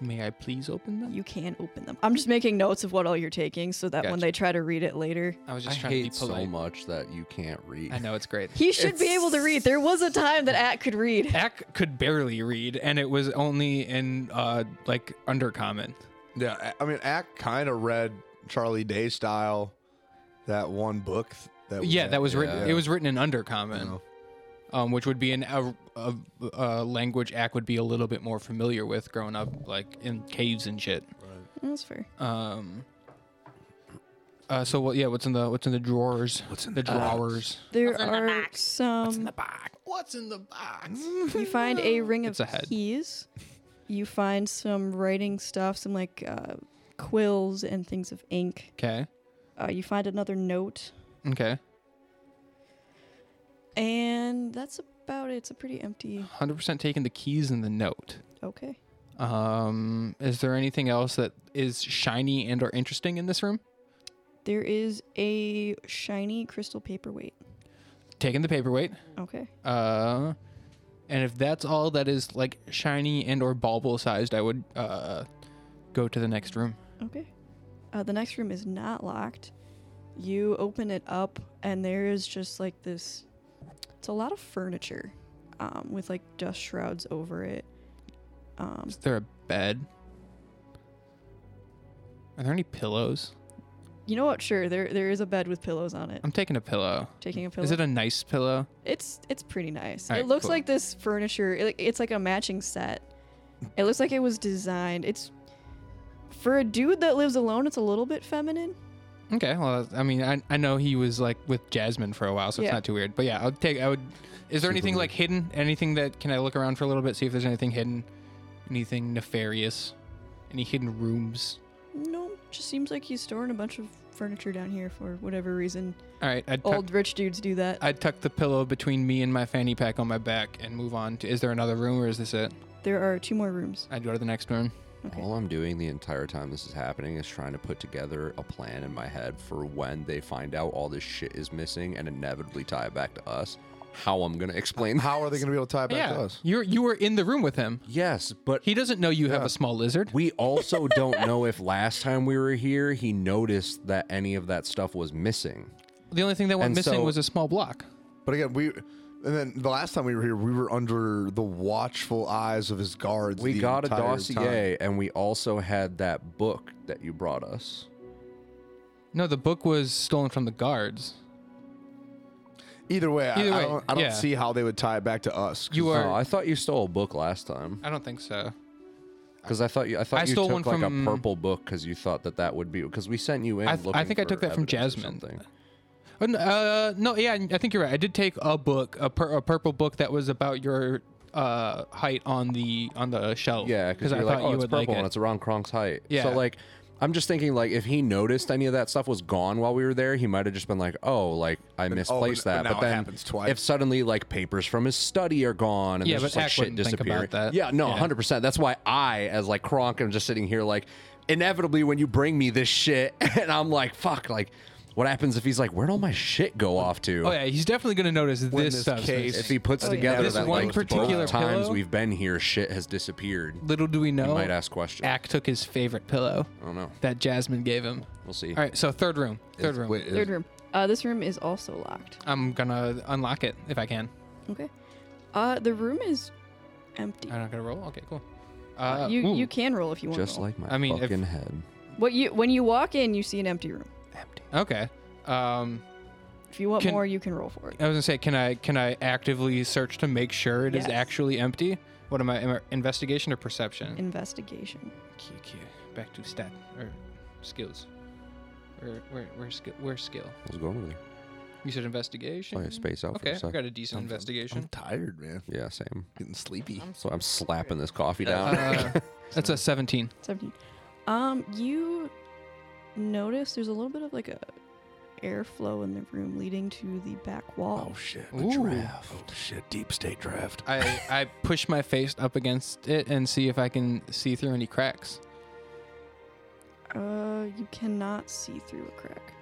Speaker 7: May I please open them?
Speaker 5: You can open them. I'm just making notes of what all you're taking, so that when
Speaker 7: Gotcha.
Speaker 5: they try to read it later,
Speaker 7: I was
Speaker 3: I
Speaker 7: just trying to be
Speaker 3: hate so
Speaker 7: polite.
Speaker 3: much that you can't read.
Speaker 7: I know it's great.
Speaker 5: He should be able to read. There was a time that At could read.
Speaker 7: Ack could barely read, and it was only in uh like undercommon.
Speaker 4: Yeah, I I mean, Ack kind of read Charlie Day style, that one book. th- That we
Speaker 7: Yeah,
Speaker 4: had.
Speaker 7: that was written.
Speaker 3: Yeah.
Speaker 7: It was written in undercommon,
Speaker 4: No.
Speaker 7: um, which would be an a, a, a language Ack would be a little bit more familiar with growing up, like in caves and shit.
Speaker 5: That's fair.
Speaker 7: Um. Uh, so what? Yeah, what's in the what's in the drawers? What's in the drawers?
Speaker 5: There are some.
Speaker 7: box. What's in the box?
Speaker 5: You find a ring of
Speaker 7: It's a head.
Speaker 5: keys. You find some writing stuff, some like uh, quills and things of ink.
Speaker 7: Okay.
Speaker 5: Uh, you find another note,
Speaker 7: Okay.
Speaker 5: and that's about it. It's a pretty empty.
Speaker 7: Hundred percent taking the keys and the note.
Speaker 5: Okay.
Speaker 7: Um, is there anything else that is shiny and or interesting in this room?
Speaker 5: There is a shiny crystal paperweight.
Speaker 7: Taking the paperweight.
Speaker 5: Okay.
Speaker 7: Uh, and if that's all that is like shiny and or bauble sized, I would uh go to the next room.
Speaker 5: Okay. Uh, the next room is not locked. You open it up, and there is just like this. It's a lot of furniture, um, with like dust shrouds over it. Um,
Speaker 7: Is there a bed? Are there any pillows?
Speaker 5: you know what? Sure, there there is a bed with pillows on it.
Speaker 7: I'm taking a pillow.
Speaker 5: Taking a pillow.
Speaker 7: Is it a nice pillow?
Speaker 5: it's it's pretty nice.
Speaker 7: All
Speaker 5: it
Speaker 7: right,
Speaker 5: looks
Speaker 7: cool.
Speaker 5: like this furniture. It, it's like a matching set. It looks like it was designed. It's for a dude that lives alone. It's a little bit feminine.
Speaker 7: Okay, well, I mean, I, I know he was like with Jasmine for a while, so
Speaker 5: Yeah.
Speaker 7: it's not too weird. But yeah, I would take. I would. Is there
Speaker 2: Hmm.
Speaker 7: anything like hidden? Anything that can I look around for a little bit, see if there's anything hidden, anything nefarious, any hidden rooms?
Speaker 5: No, just seems like he's storing a bunch of furniture down here for whatever reason.
Speaker 7: All right, I'd tuck,
Speaker 5: Old rich dudes do that.
Speaker 7: I'd tuck the pillow between me and my fanny pack on my back and move on to. Is there another room or is this it?
Speaker 5: There are two more rooms.
Speaker 7: I'd go to the next room.
Speaker 5: Okay.
Speaker 3: All I'm doing the entire time this is happening is trying to put together a plan in my head for when they find out all this shit is missing and inevitably tie it back to us. How I'm gonna explain?
Speaker 4: (laughs) How are they going to be able to tie it back to
Speaker 7: yeah,
Speaker 4: us?
Speaker 7: you you were in the room with him.
Speaker 3: Yes, but
Speaker 7: He doesn't know you have a small lizard.
Speaker 3: we also don't know if last time we were here he noticed that any of that stuff was missing.
Speaker 7: The only thing that went
Speaker 3: And
Speaker 7: missing
Speaker 3: so-
Speaker 7: was a small block.
Speaker 4: But again, we And then the last time we were here, we were under the watchful eyes of his guards.
Speaker 3: We
Speaker 4: the
Speaker 3: got a
Speaker 4: entire time.
Speaker 3: dossier, and we also had that book that you brought us.
Speaker 7: No, the book was stolen from the guards.
Speaker 4: Either way, I-
Speaker 7: Either
Speaker 4: I,
Speaker 7: way,
Speaker 4: don't, I don't
Speaker 7: yeah.
Speaker 4: see how they would tie it back to us. 'cause
Speaker 7: You are.
Speaker 3: Oh, I thought you stole a book last time
Speaker 7: I don't think so.
Speaker 3: because I thought you. I thought
Speaker 7: I
Speaker 3: you
Speaker 7: stole
Speaker 3: took
Speaker 7: one
Speaker 3: like
Speaker 7: from-
Speaker 3: a purple book because you thought that that would be because we sent you in.
Speaker 7: I th- I
Speaker 3: looking
Speaker 7: think I
Speaker 3: for
Speaker 7: took that from
Speaker 3: evidence or
Speaker 7: Jasmine.
Speaker 3: something.
Speaker 7: Oh, no, uh, no, yeah, I think you're right. I did take a book, a, pur- a purple book that was about your uh, height on the on the shelf.
Speaker 3: Yeah, because
Speaker 7: I
Speaker 3: you're
Speaker 7: thought
Speaker 3: like, oh,
Speaker 7: you
Speaker 3: it's
Speaker 7: would
Speaker 3: purple
Speaker 7: like
Speaker 3: and
Speaker 7: it.
Speaker 3: it's around Kronk's height.
Speaker 7: Yeah.
Speaker 3: So like, I'm just thinking like if he noticed any of that stuff was gone while we were there, he might have just been like, oh, like I misplaced
Speaker 4: but
Speaker 3: that.
Speaker 4: now
Speaker 3: But,
Speaker 4: it
Speaker 3: then
Speaker 4: happens twice.
Speaker 3: if suddenly like papers from his study are gone and
Speaker 7: Yeah,
Speaker 3: there's
Speaker 7: but
Speaker 3: just like
Speaker 7: Ack
Speaker 3: shit
Speaker 7: wouldn't think about
Speaker 3: disappearing.
Speaker 7: that.
Speaker 3: Yeah, no,
Speaker 7: Yeah.
Speaker 3: 100. percent That's why I, as like Kronk, am just sitting here like, inevitably when you bring me this shit, (laughs) and I'm like, fuck, like. What happens if he's like, where'd all my shit go off to?
Speaker 7: Oh yeah, he's definitely gonna notice this,
Speaker 4: this
Speaker 7: substance.
Speaker 4: case-
Speaker 3: If he puts
Speaker 5: Oh, yeah.
Speaker 3: together
Speaker 7: This
Speaker 3: that
Speaker 7: one
Speaker 3: like
Speaker 7: particular
Speaker 3: both times
Speaker 7: pillow?
Speaker 3: we've been here, shit has disappeared.
Speaker 7: Little do we
Speaker 3: You
Speaker 7: know,
Speaker 3: might ask questions.
Speaker 7: Ack took his favorite pillow
Speaker 3: I don't know.
Speaker 7: that Jasmine gave him.
Speaker 3: We'll see.
Speaker 7: All right, so third room, third room.
Speaker 4: Wait,
Speaker 5: Third room. Uh, this room is also locked.
Speaker 7: I'm gonna unlock it if I can.
Speaker 5: Okay. Uh, the room is empty.
Speaker 7: I'm not gonna roll. Okay, cool.
Speaker 5: Uh,
Speaker 7: Uh,
Speaker 5: you
Speaker 7: ooh,
Speaker 5: you can roll if you want.
Speaker 3: Just
Speaker 5: to roll.
Speaker 3: like my
Speaker 7: I mean, if-
Speaker 3: fucking head.
Speaker 5: what you when you walk in, you see an empty room.
Speaker 7: okay. Um,
Speaker 5: If you want
Speaker 7: Can-
Speaker 5: more, you can roll for it.
Speaker 7: I was gonna say, can I can I actively search to make sure it is
Speaker 5: Yes.
Speaker 7: actually empty? What am I? Am I investigation or perception?
Speaker 5: Investigation.
Speaker 7: Okay, okay. Back to stat or skills. Where where where skill? Where skill?
Speaker 3: Let's go over there.
Speaker 7: You said investigation.
Speaker 3: Oh, yeah, space out for
Speaker 7: okay,
Speaker 3: a
Speaker 7: I
Speaker 3: second.
Speaker 7: got a decent
Speaker 4: I'm
Speaker 7: investigation.
Speaker 4: tired, man.
Speaker 3: Yeah, same.
Speaker 4: Getting sleepy.
Speaker 3: So I'm slapping this coffee down.
Speaker 7: Uh, that's a 17.
Speaker 5: 17. Um, you notice there's a little bit of like a airflow in the room leading to the back
Speaker 4: (laughs)
Speaker 5: wall.
Speaker 4: Oh shit,
Speaker 7: Ooh.
Speaker 4: a draft. Oh shit, deep state draft.
Speaker 7: I I push my face up against it and see if I can see through any cracks.
Speaker 5: Uh, you cannot see through a crack.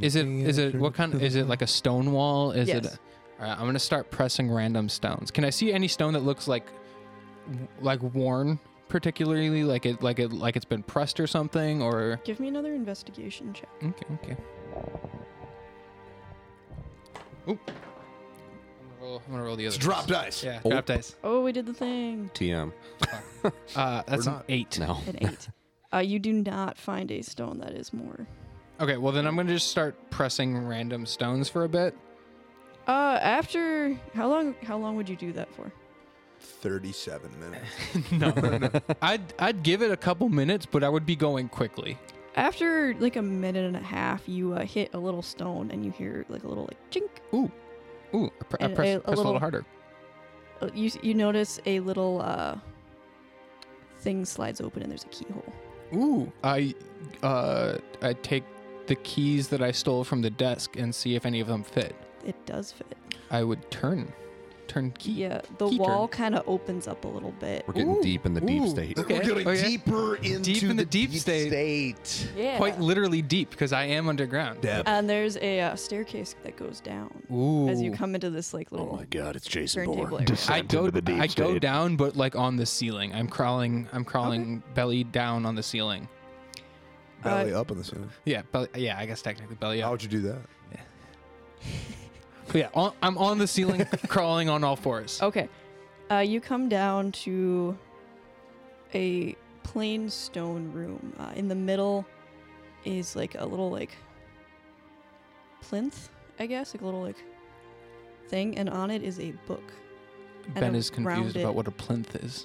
Speaker 7: Is it is it what kind? Is it like a stone wall? Is it?
Speaker 5: Yes.
Speaker 7: All right, I'm gonna start pressing random stones. Can I see any stone that looks like like worn, particularly like it like it like it's been pressed or something? Or
Speaker 5: Give me another investigation check.
Speaker 7: okay, okay. Oop. I'm gonna roll, I'm gonna roll the other.
Speaker 4: It's drop
Speaker 7: dice.
Speaker 4: dice.
Speaker 7: Yeah, drop dice.
Speaker 5: Oh, we did the thing.
Speaker 3: TM.
Speaker 7: Uh, that's an
Speaker 4: not-
Speaker 7: eight.
Speaker 3: No.
Speaker 7: (laughs)
Speaker 5: An eight. uh, you do not find a stone that is more.
Speaker 7: Okay, well then I'm gonna just start pressing random stones for a (laughs) bit.
Speaker 5: Uh, after how long? How long would you do that for?
Speaker 4: Thirty-seven minutes.
Speaker 7: no, I'd I'd give it a couple minutes, but I would be going quickly.
Speaker 5: After like a minute and a half, you uh, hit a little stone and you hear like a little like chink.
Speaker 7: Ooh, I, pr- I
Speaker 5: And
Speaker 7: press,
Speaker 5: a- a
Speaker 7: press a little
Speaker 5: little-
Speaker 7: harder.
Speaker 5: Uh, You you notice a little uh thing slides open and there's a keyhole.
Speaker 7: Ooh, I uh I take the keys that I stole from the desk and see if any of them fit.
Speaker 5: It does fit.
Speaker 7: I would turn, turn key.
Speaker 5: Yeah, the
Speaker 7: key turn.
Speaker 5: wall kind of opens up a little bit.
Speaker 3: We're getting
Speaker 7: Ooh,
Speaker 3: deep in the deep
Speaker 7: ooh.
Speaker 3: state.
Speaker 7: Okay, Oh,
Speaker 4: We're getting
Speaker 7: okay.
Speaker 4: deeper into
Speaker 7: in the deep state.
Speaker 4: state.
Speaker 6: Yeah.
Speaker 7: Quite literally deep because I am underground.
Speaker 4: Depth.
Speaker 5: And there's a uh, staircase that goes down
Speaker 7: Ooh. Oh
Speaker 5: as you come into this like little.
Speaker 2: god, it's Jason
Speaker 5: Turntable
Speaker 3: (laughs)
Speaker 5: area.
Speaker 7: I
Speaker 2: Descent
Speaker 7: go,
Speaker 2: into the deep
Speaker 7: I
Speaker 2: state.
Speaker 7: go down, but like on the ceiling. I'm crawling, I'm crawling belly down on the ceiling.
Speaker 4: Belly up on the ceiling.
Speaker 7: Yeah, belly, uh, yeah, I guess technically belly
Speaker 4: How
Speaker 7: up.
Speaker 4: would you do that?
Speaker 7: But yeah, on, I'm on the (laughs) ceiling, crawling on all fours.
Speaker 5: Okay. Uh, you come down to a plain stone room. Uh, in the middle is like a little like plinth, I guess, like a little like thing, and on it is a book.
Speaker 7: ben
Speaker 5: and
Speaker 7: is confused
Speaker 5: rounded-
Speaker 7: about what a plinth is.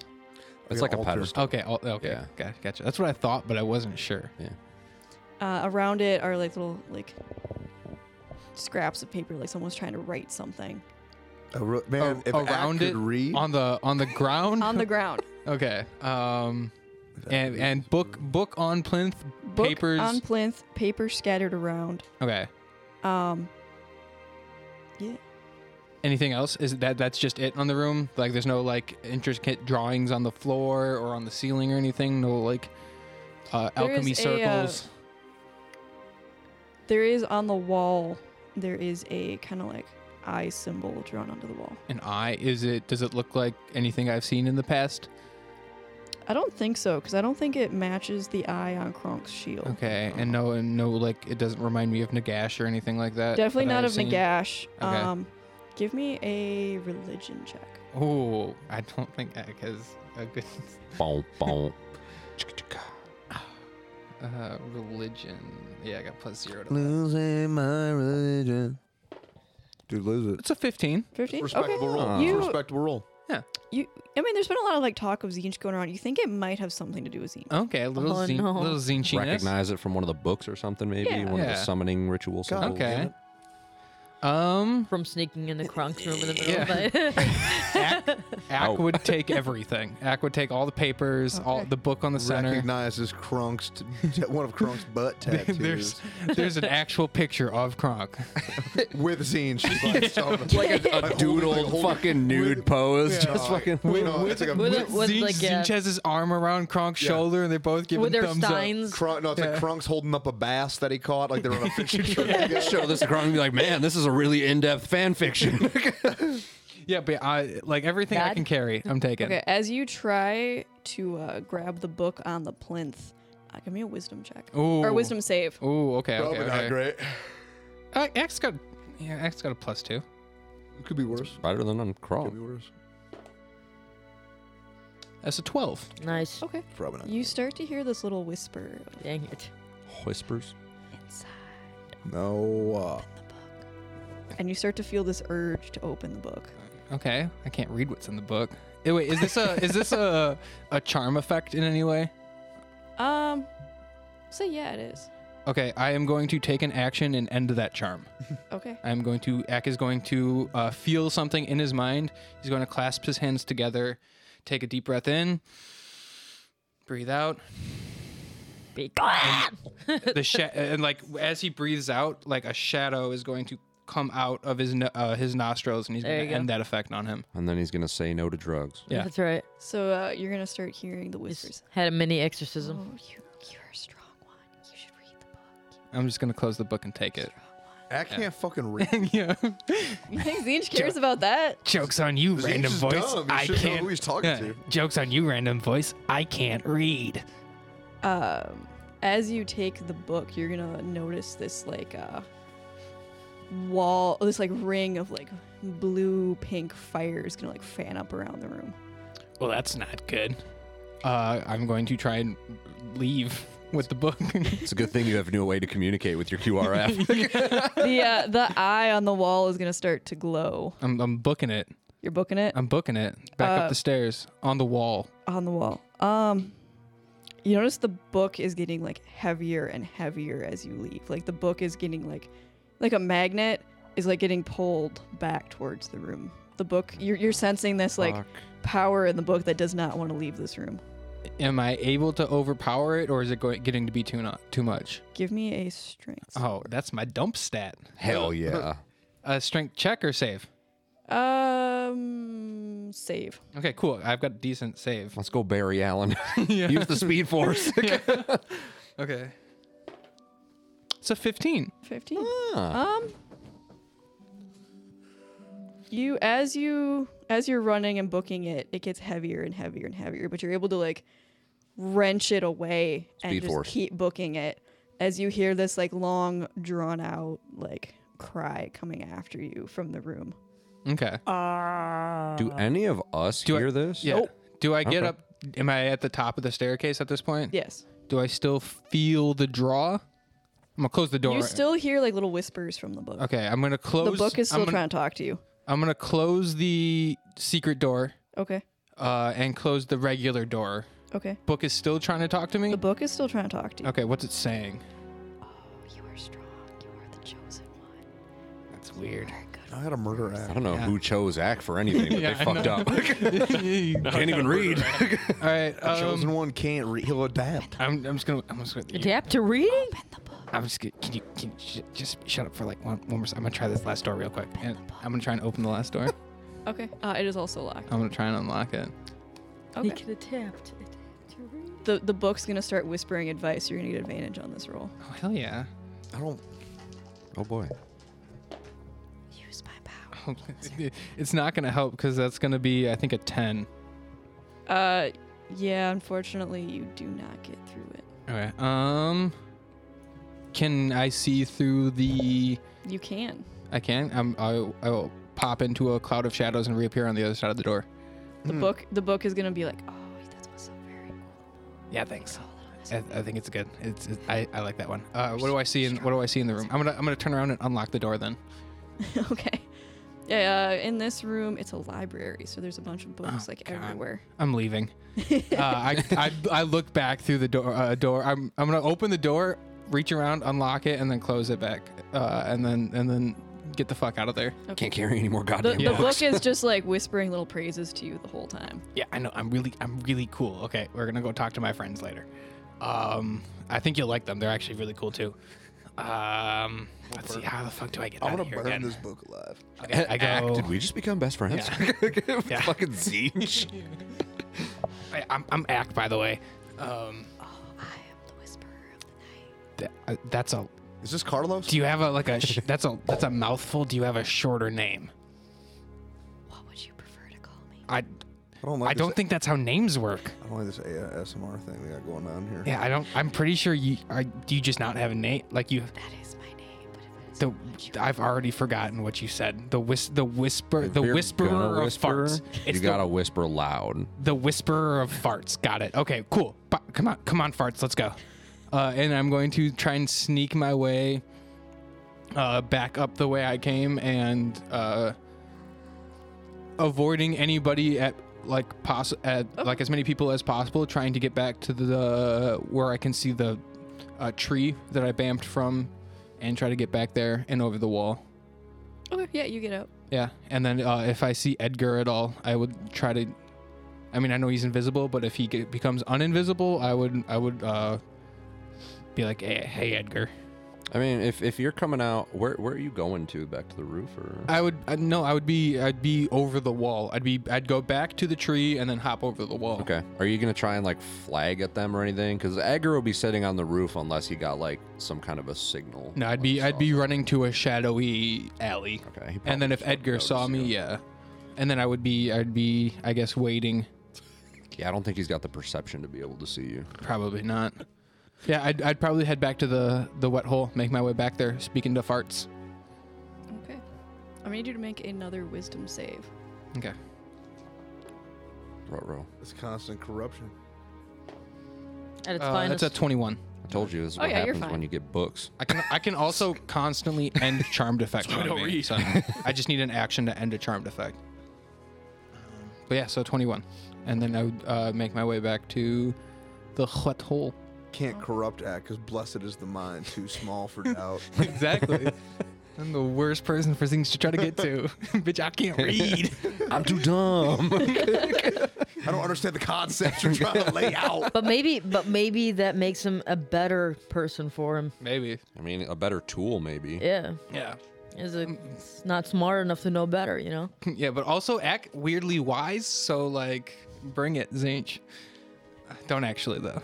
Speaker 3: It's like a
Speaker 4: altar.
Speaker 3: pedestal.
Speaker 7: Okay, all, okay,
Speaker 3: Yeah.
Speaker 7: got- gotcha. That's what I thought, but I wasn't sure.
Speaker 5: Uh, around it are like little like scraps of paper, like someone's trying to write
Speaker 7: (laughs)
Speaker 5: something
Speaker 4: A ro- man, if Ack
Speaker 7: around
Speaker 4: could
Speaker 7: it,
Speaker 4: read,
Speaker 7: On the on the ground.
Speaker 5: on the ground.
Speaker 7: okay. Um,
Speaker 4: If Ack
Speaker 7: and
Speaker 4: could
Speaker 7: and
Speaker 4: read,
Speaker 7: book book on plinth.
Speaker 5: Book
Speaker 7: Papers.
Speaker 5: on plinth, paper scattered around.
Speaker 7: Okay.
Speaker 5: Um,
Speaker 7: Anything else? Is that that's just it on the room? Like, there's no like intricate drawings on the floor or on the ceiling or anything. No like uh,
Speaker 5: There is
Speaker 7: alchemy
Speaker 5: a, uh,
Speaker 7: circles.
Speaker 5: there is on the wall. There is a kind of like eye symbol drawn onto the wall.
Speaker 7: An eye? Is it? Does it look like anything I've seen in the past?
Speaker 5: I don't think so, because I don't think it matches the eye on Kronk's shield.
Speaker 7: Okay. And no, and no, like it doesn't remind me of Nagash or anything like that.
Speaker 5: Definitely
Speaker 7: that
Speaker 5: not
Speaker 7: I've
Speaker 5: of
Speaker 7: seen.
Speaker 5: Nagash.
Speaker 7: Okay.
Speaker 5: Um, Give me a religion check.
Speaker 7: Oh, I don't think Eck has a good (laughs)
Speaker 3: Boom, boom.
Speaker 7: uh, religion. Yeah, I got plus zero. To that.
Speaker 4: Losing my religion. Dude, lose it.
Speaker 7: It's a 15.
Speaker 5: 15? Okay.
Speaker 4: Respectable roll.
Speaker 5: You-
Speaker 4: It's a respectable roll.
Speaker 5: You, I mean, there's been a lot of like talk of Zinch going around. You think it might have something to do with Zinch.
Speaker 7: Okay, a little
Speaker 6: Oh,
Speaker 7: zine,
Speaker 6: no.
Speaker 7: little zinchiness.
Speaker 3: Recognize it from one of the books or something, maybe
Speaker 5: Yeah.
Speaker 3: one of
Speaker 7: Yeah.
Speaker 3: the summoning rituals.
Speaker 4: God
Speaker 7: Okay. Um,
Speaker 6: (laughs) From sneaking in the Kronk's room in the middle
Speaker 7: Yeah.
Speaker 6: of it.
Speaker 7: Ack, Ack
Speaker 3: Oh.
Speaker 2: (laughs)
Speaker 7: would take everything. Ack would take all the papers, all
Speaker 5: Okay.
Speaker 7: the book on the center.
Speaker 4: Recognizes Krunk's t- (laughs) one of Krunk's butt
Speaker 7: (laughs) There's
Speaker 4: tattoos
Speaker 7: there's an actual picture of Kronk.
Speaker 4: with zine.
Speaker 7: (laughs)
Speaker 4: She's like, stuff. (laughs)
Speaker 5: (laughs)
Speaker 4: like
Speaker 3: (laughs) A doodled fucking nude pose. just fucking. (laughs)
Speaker 4: you know, Oh, it's like a
Speaker 6: with-
Speaker 4: with,
Speaker 6: with
Speaker 7: Zinch,
Speaker 6: like a-
Speaker 7: Zinch has his arm around Kronk's
Speaker 4: Yeah.
Speaker 7: shoulder, and they're both (laughs) giving
Speaker 6: With their
Speaker 7: thumbs
Speaker 6: steins.
Speaker 4: no, it's like Krunk's holding up a bass that he caught, like they're on a
Speaker 7: (laughs)
Speaker 4: fishing trip. together.
Speaker 3: Show this to Kron and be like, man, this is a really in depth fan fiction.
Speaker 7: up. Yeah, but I like everything I
Speaker 6: Bad.
Speaker 7: can carry. I'm taking.
Speaker 5: Okay, as you try to uh, grab the book on the plinth, uh, give me a wisdom check.
Speaker 7: Ooh.
Speaker 5: Or wisdom save.
Speaker 7: Ooh, okay, okay,
Speaker 4: Probably
Speaker 7: okay.
Speaker 4: not great.
Speaker 7: Uh, X got, yeah, X got a plus two.
Speaker 4: Could be worse.
Speaker 3: Better than on
Speaker 4: Could be
Speaker 3: Kron.
Speaker 4: worse.
Speaker 7: That's a twelve.
Speaker 6: nice.
Speaker 5: Okay.
Speaker 4: Probably not.
Speaker 5: You start to hear this little whisper of
Speaker 6: Dang it.
Speaker 3: Whispers.
Speaker 5: inside
Speaker 4: No.
Speaker 5: the book. And you start to feel this urge to open the book.
Speaker 7: Okay, I can't read what's in the book. Eh, Wait, is
Speaker 6: (laughs)
Speaker 7: this a is this a a charm effect in any way?
Speaker 5: Um, so yeah, it is.
Speaker 7: Okay, I am going to take an action and end that charm.
Speaker 5: Okay.
Speaker 7: I'm going to Ak is going to uh, feel something in his mind. He's going to clasp his hands together, take a deep breath in, breathe out.
Speaker 6: Be gone.
Speaker 7: The sha- and like as he breathes out, like a shadow is going to come out of his no- uh, his nostrils, and he's
Speaker 6: There
Speaker 7: going
Speaker 6: you
Speaker 7: to
Speaker 6: go.
Speaker 7: end that effect on him.
Speaker 3: And then he's going to say no to drugs.
Speaker 7: Yeah.
Speaker 6: That's right.
Speaker 5: So uh, you're gonna start hearing the whispers.
Speaker 6: Just had a mini
Speaker 5: Oh,
Speaker 6: exorcism.
Speaker 5: you, you're a strong one. You should read the book.
Speaker 7: I'm just going to close the book and take it.
Speaker 6: (laughs)
Speaker 4: I can't fucking read.
Speaker 7: yeah.
Speaker 5: You think (laughs) Zinch cares about that?
Speaker 7: Jokes on you,
Speaker 4: He's
Speaker 7: random
Speaker 4: just
Speaker 7: voice.
Speaker 4: dumb. He
Speaker 7: I
Speaker 4: shouldn't know
Speaker 7: can't.
Speaker 4: who he's talking
Speaker 7: Yeah.
Speaker 4: to.
Speaker 7: Jokes on you, random voice. I can't read.
Speaker 5: um, as you take the book, you're gonna notice this like uh, wall, this like ring of like blue pink fire is gonna like fan up around the room.
Speaker 7: Well, that's not good. Uh, I'm going to try and leave with the book. (laughs)
Speaker 3: It's a good thing you have no way to communicate with your QRF.
Speaker 5: (laughs) the uh, the eye on the wall is gonna start to glow.
Speaker 7: I'm, I'm booking it.
Speaker 5: You're booking it
Speaker 7: I'm booking it. Back
Speaker 5: Uh,
Speaker 7: up the stairs on the wall.
Speaker 5: on the wall. Um, you notice the book is getting like heavier and heavier as you leave. Like the book is getting like like a magnet is like getting pulled back towards the room. The book you're you're sensing this like power in the book that does not want to leave this room.
Speaker 7: Am I able to overpower it, or is it going, getting to be too not, too much?
Speaker 5: Give me a strength.
Speaker 7: Oh, that's my dump stat.
Speaker 3: Hell yeah.
Speaker 7: A strength check or save. Uh-huh.
Speaker 5: Um, save.
Speaker 7: Okay, cool. I've got decent save.
Speaker 3: Let's go, Barry
Speaker 7: (laughs)
Speaker 3: Allen. (laughs) Use the speed force.
Speaker 7: Okay. It's a 15.
Speaker 5: Fifteen.
Speaker 3: Ah.
Speaker 5: Um, you as you as you're running and booking it, it gets heavier and heavier and heavier, but you're able to like wrench it away and
Speaker 3: Speed
Speaker 5: just
Speaker 3: force.
Speaker 5: keep booking it as you hear this like long drawn out like cry coming after you from the room.
Speaker 7: Okay.
Speaker 6: Uh,
Speaker 3: Do any of us
Speaker 7: Do I-
Speaker 3: hear this? Oh,
Speaker 7: yeah. Do I get
Speaker 3: Okay.
Speaker 7: up? Am I at the top of the staircase at this point?
Speaker 5: Yes.
Speaker 7: Do I still feel the draw? I'm gonna close the door.
Speaker 5: You still hear like little whispers from the book.
Speaker 7: okay, I'm gonna
Speaker 5: The
Speaker 7: close.
Speaker 5: book is still
Speaker 7: I'm gonna,
Speaker 5: trying to talk to you.
Speaker 7: I'm gonna close the secret door
Speaker 5: Okay.
Speaker 7: uh, and close the regular door.
Speaker 5: Okay.
Speaker 7: Book is still trying to talk to me.
Speaker 5: The book is still trying to talk to you.
Speaker 7: Okay, what's it saying?
Speaker 5: Oh, You are strong. You are the chosen one.
Speaker 7: That's weird.
Speaker 4: I had a murder
Speaker 3: I
Speaker 4: act.
Speaker 3: don't know who chose Ack for
Speaker 7: (laughs)
Speaker 3: anything, but
Speaker 7: Yeah,
Speaker 3: they
Speaker 7: I
Speaker 3: fucked
Speaker 7: know.
Speaker 3: up. Can't even read.
Speaker 7: All right.
Speaker 4: Chosen
Speaker 7: Um,
Speaker 4: one can't read. He'll adapt.
Speaker 7: I'm, I'm just gonna. I'm just gonna.
Speaker 6: Adapt to reading?
Speaker 7: I'm just gonna. Can you, can you sh- just shut up for like one, one more? se- I'm gonna try this last door real quick. And I'm gonna try and open the last
Speaker 5: (laughs)
Speaker 7: door.
Speaker 5: Okay. Uh, it is also locked.
Speaker 7: I'm gonna try and unlock it.
Speaker 5: Okay.
Speaker 6: He can adapt. Adapt to reading.
Speaker 5: the the book's gonna start whispering advice. You're gonna get advantage on this roll.
Speaker 7: Oh hell yeah.
Speaker 4: I don't.
Speaker 3: Oh boy.
Speaker 6: Use my power.
Speaker 7: (laughs) it's not gonna help because that's gonna be I think a ten.
Speaker 5: Uh, yeah. Unfortunately, you do not get through it.
Speaker 7: Okay. Um. Can I see through the? um,
Speaker 5: You can.
Speaker 7: I can. I'm. I. I will pop into a cloud of shadows and reappear on the other side of the door. Hmm.
Speaker 5: The book the book is gonna be like, oh, that's what's up very cool.
Speaker 7: Yeah, thanks. I, I think it's good. It's, it's I, I like that one. Uh, what do I see in What do I see in the room? I'm gonna I'm gonna turn around and unlock the door then.
Speaker 5: (laughs) okay. Yeah, uh, in this room, it's a library, so there's a bunch of books like
Speaker 7: Oh, God.
Speaker 5: everywhere.
Speaker 7: I'm (laughs) leaving. uh, I, I I look back through the door. Uh, door. I'm I'm gonna open the door, reach around, unlock it, and then close it back. Uh, and then and then get the fuck out of there.
Speaker 5: Okay.
Speaker 3: Can't carry any more
Speaker 5: The,
Speaker 3: goddamn
Speaker 5: the
Speaker 3: books.
Speaker 7: (laughs)
Speaker 5: book is just like whispering little praises to you the whole time.
Speaker 7: Yeah, I know. I'm really I'm really cool. Okay, we're gonna go talk to my friends later. Um, I think you'll like them. They're actually really cool too. Um, let's see. How the fuck do I get
Speaker 4: I'm
Speaker 7: out
Speaker 4: gonna
Speaker 7: of here
Speaker 4: burn
Speaker 7: again?
Speaker 4: this book alive.
Speaker 7: (laughs) Okay,
Speaker 3: (laughs)
Speaker 7: I go.
Speaker 3: Did we just become best friends? (laughs)
Speaker 7: Yeah.
Speaker 3: Fucking Zeech.
Speaker 7: I, I'm I'm act by the way. Um,
Speaker 5: I am the whisperer of the night.
Speaker 7: th- uh, that's a.
Speaker 4: Is this Carlos?
Speaker 7: Do you have a like
Speaker 4: (laughs)
Speaker 7: a? Sh- that's a that's a mouthful. Do you have a shorter name?
Speaker 5: What would you prefer to call me?
Speaker 7: I
Speaker 4: I don't like.
Speaker 7: I
Speaker 4: this,
Speaker 7: don't think that's how names work.
Speaker 4: I don't like this ASMR thing we got going on here.
Speaker 7: Yeah, I don't. I'm pretty sure you are. Do you just not have a name? Like you,
Speaker 5: That is my name, but if it's
Speaker 7: the I've already forgotten what you said. The whis, the whisper, the
Speaker 3: If you're
Speaker 7: whisperer
Speaker 3: gonna
Speaker 7: of
Speaker 3: whisper,
Speaker 7: farts. It's
Speaker 3: you
Speaker 7: the,
Speaker 3: gotta whisper loud.
Speaker 7: the whisperer of farts. Got it. Okay, cool. Bu- come on, come on, farts. Let's go. Uh, and I'm going to try and sneak my way uh, back up the way I came and uh, avoiding anybody at like poss at like as many people as possible, trying to get back to the where I can see the uh, tree that I bamped from, and try to get back there and over the wall.
Speaker 5: okay, yeah, you get out.
Speaker 7: Yeah, and then uh, if I see Edgar at all, I would try to. I mean, I know he's invisible, but if he ge- becomes uninvisible, I would I would uh, be like, hey, hey, Edgar.
Speaker 3: I mean, if, if you're coming out, where where are you going to? Back to the roof or?
Speaker 7: I would uh, no, I would be I'd be over the wall. I'd be I'd go back to the tree and then hop over the wall.
Speaker 3: Okay. Are you gonna try and like flag at them or anything? Because Edgar will be sitting on the roof unless he got like some kind of a signal.
Speaker 7: No, I'd
Speaker 3: like,
Speaker 7: be I'd
Speaker 3: saw
Speaker 7: be
Speaker 3: something.
Speaker 7: running to a shadowy alley.
Speaker 3: Okay. he
Speaker 7: And
Speaker 3: probably
Speaker 7: then if
Speaker 3: just wouldn't
Speaker 7: Edgar saw me,
Speaker 3: notice you.
Speaker 7: yeah. And then I would be I'd be I guess waiting.
Speaker 3: yeah, I don't think he's got the perception to be able to see you.
Speaker 7: Probably not. Yeah, I'd, I'd probably head back to the the wet hole, make my way back there, speaking to farts.
Speaker 5: Okay. I'm gonna need you to make another wisdom save.
Speaker 7: Okay.
Speaker 3: Ruh, ruh.
Speaker 4: It's constant corruption.
Speaker 6: At its
Speaker 7: Uh,
Speaker 6: finest.
Speaker 7: that's a 21.
Speaker 3: I told you this is
Speaker 5: Oh,
Speaker 3: what
Speaker 5: yeah, you're
Speaker 3: happens
Speaker 5: fine.
Speaker 3: when you get books.
Speaker 7: I can I can (laughs) also constantly end charmed effect. on me, so I just need an action to end a charmed effect. But yeah, so 21, and then I would uh, make my way back to the wet hole.
Speaker 4: Can't corrupt act because blessed is the mind too small (laughs) for doubt.
Speaker 7: Exactly. I'm the worst person for things to try to get (laughs) to, bitch. I can't read.
Speaker 3: I'm too dumb. (laughs)
Speaker 4: I don't understand the concept you're trying to lay (laughs) out.
Speaker 6: (laughs) but maybe, but maybe that makes him a better person for him.
Speaker 7: Maybe.
Speaker 3: I mean, a better tool maybe.
Speaker 6: Yeah,
Speaker 7: Yeah.
Speaker 6: is it it's not smart enough to know better? You know.
Speaker 7: (laughs) Yeah, but also act weirdly wise. So like, bring it, Zinch. Don't actually (laughs) though.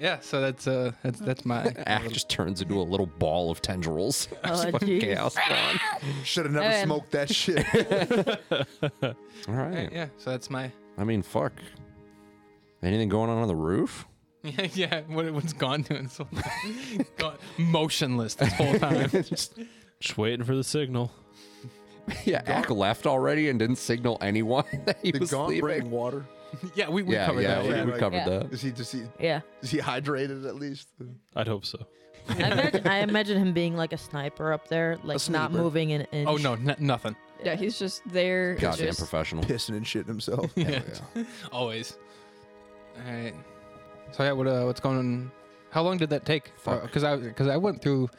Speaker 7: yeah. So that's uh that's that's my
Speaker 3: Act Ah, just turns into a little ball of tendrils. (laughs)
Speaker 6: Oh,
Speaker 3: Fucking
Speaker 6: jeez.
Speaker 3: chaos spawn.
Speaker 4: Should have never
Speaker 6: Um,
Speaker 4: smoked that (laughs) shit.
Speaker 3: All right.
Speaker 7: yeah. So that's my (laughs)
Speaker 3: I mean, fuck. Anything going on on the roof? (laughs)
Speaker 7: Yeah, yeah. What what's gone doing so (laughs) gone, motionless (laughs) this whole time.
Speaker 1: Just waiting for the signal.
Speaker 3: Yeah, Ack left already and didn't signal anyone (laughs) that he
Speaker 4: Did
Speaker 3: was
Speaker 4: Gaunt bring
Speaker 3: leaving.
Speaker 4: water?
Speaker 7: yeah, we, we
Speaker 3: yeah,
Speaker 7: covered
Speaker 3: yeah,
Speaker 7: that.
Speaker 3: we,
Speaker 7: yeah.
Speaker 4: yeah.
Speaker 3: we
Speaker 4: right.
Speaker 3: covered
Speaker 6: Yeah.
Speaker 3: that.
Speaker 4: Is he does he
Speaker 6: Yeah,
Speaker 4: is he hydrated at least?
Speaker 1: I'd hope so.
Speaker 6: I imagine, I imagine him being like a sniper up there, like not
Speaker 4: sniper.
Speaker 6: moving an inch.
Speaker 7: Oh no, n- nothing.
Speaker 5: Yeah, he's just there.
Speaker 3: Goddamn
Speaker 5: just,
Speaker 3: professional.
Speaker 4: Pissing and shitting himself.
Speaker 7: Yeah, always. All right. So yeah, what uh, what's going on? How long did that take? Because I because I went through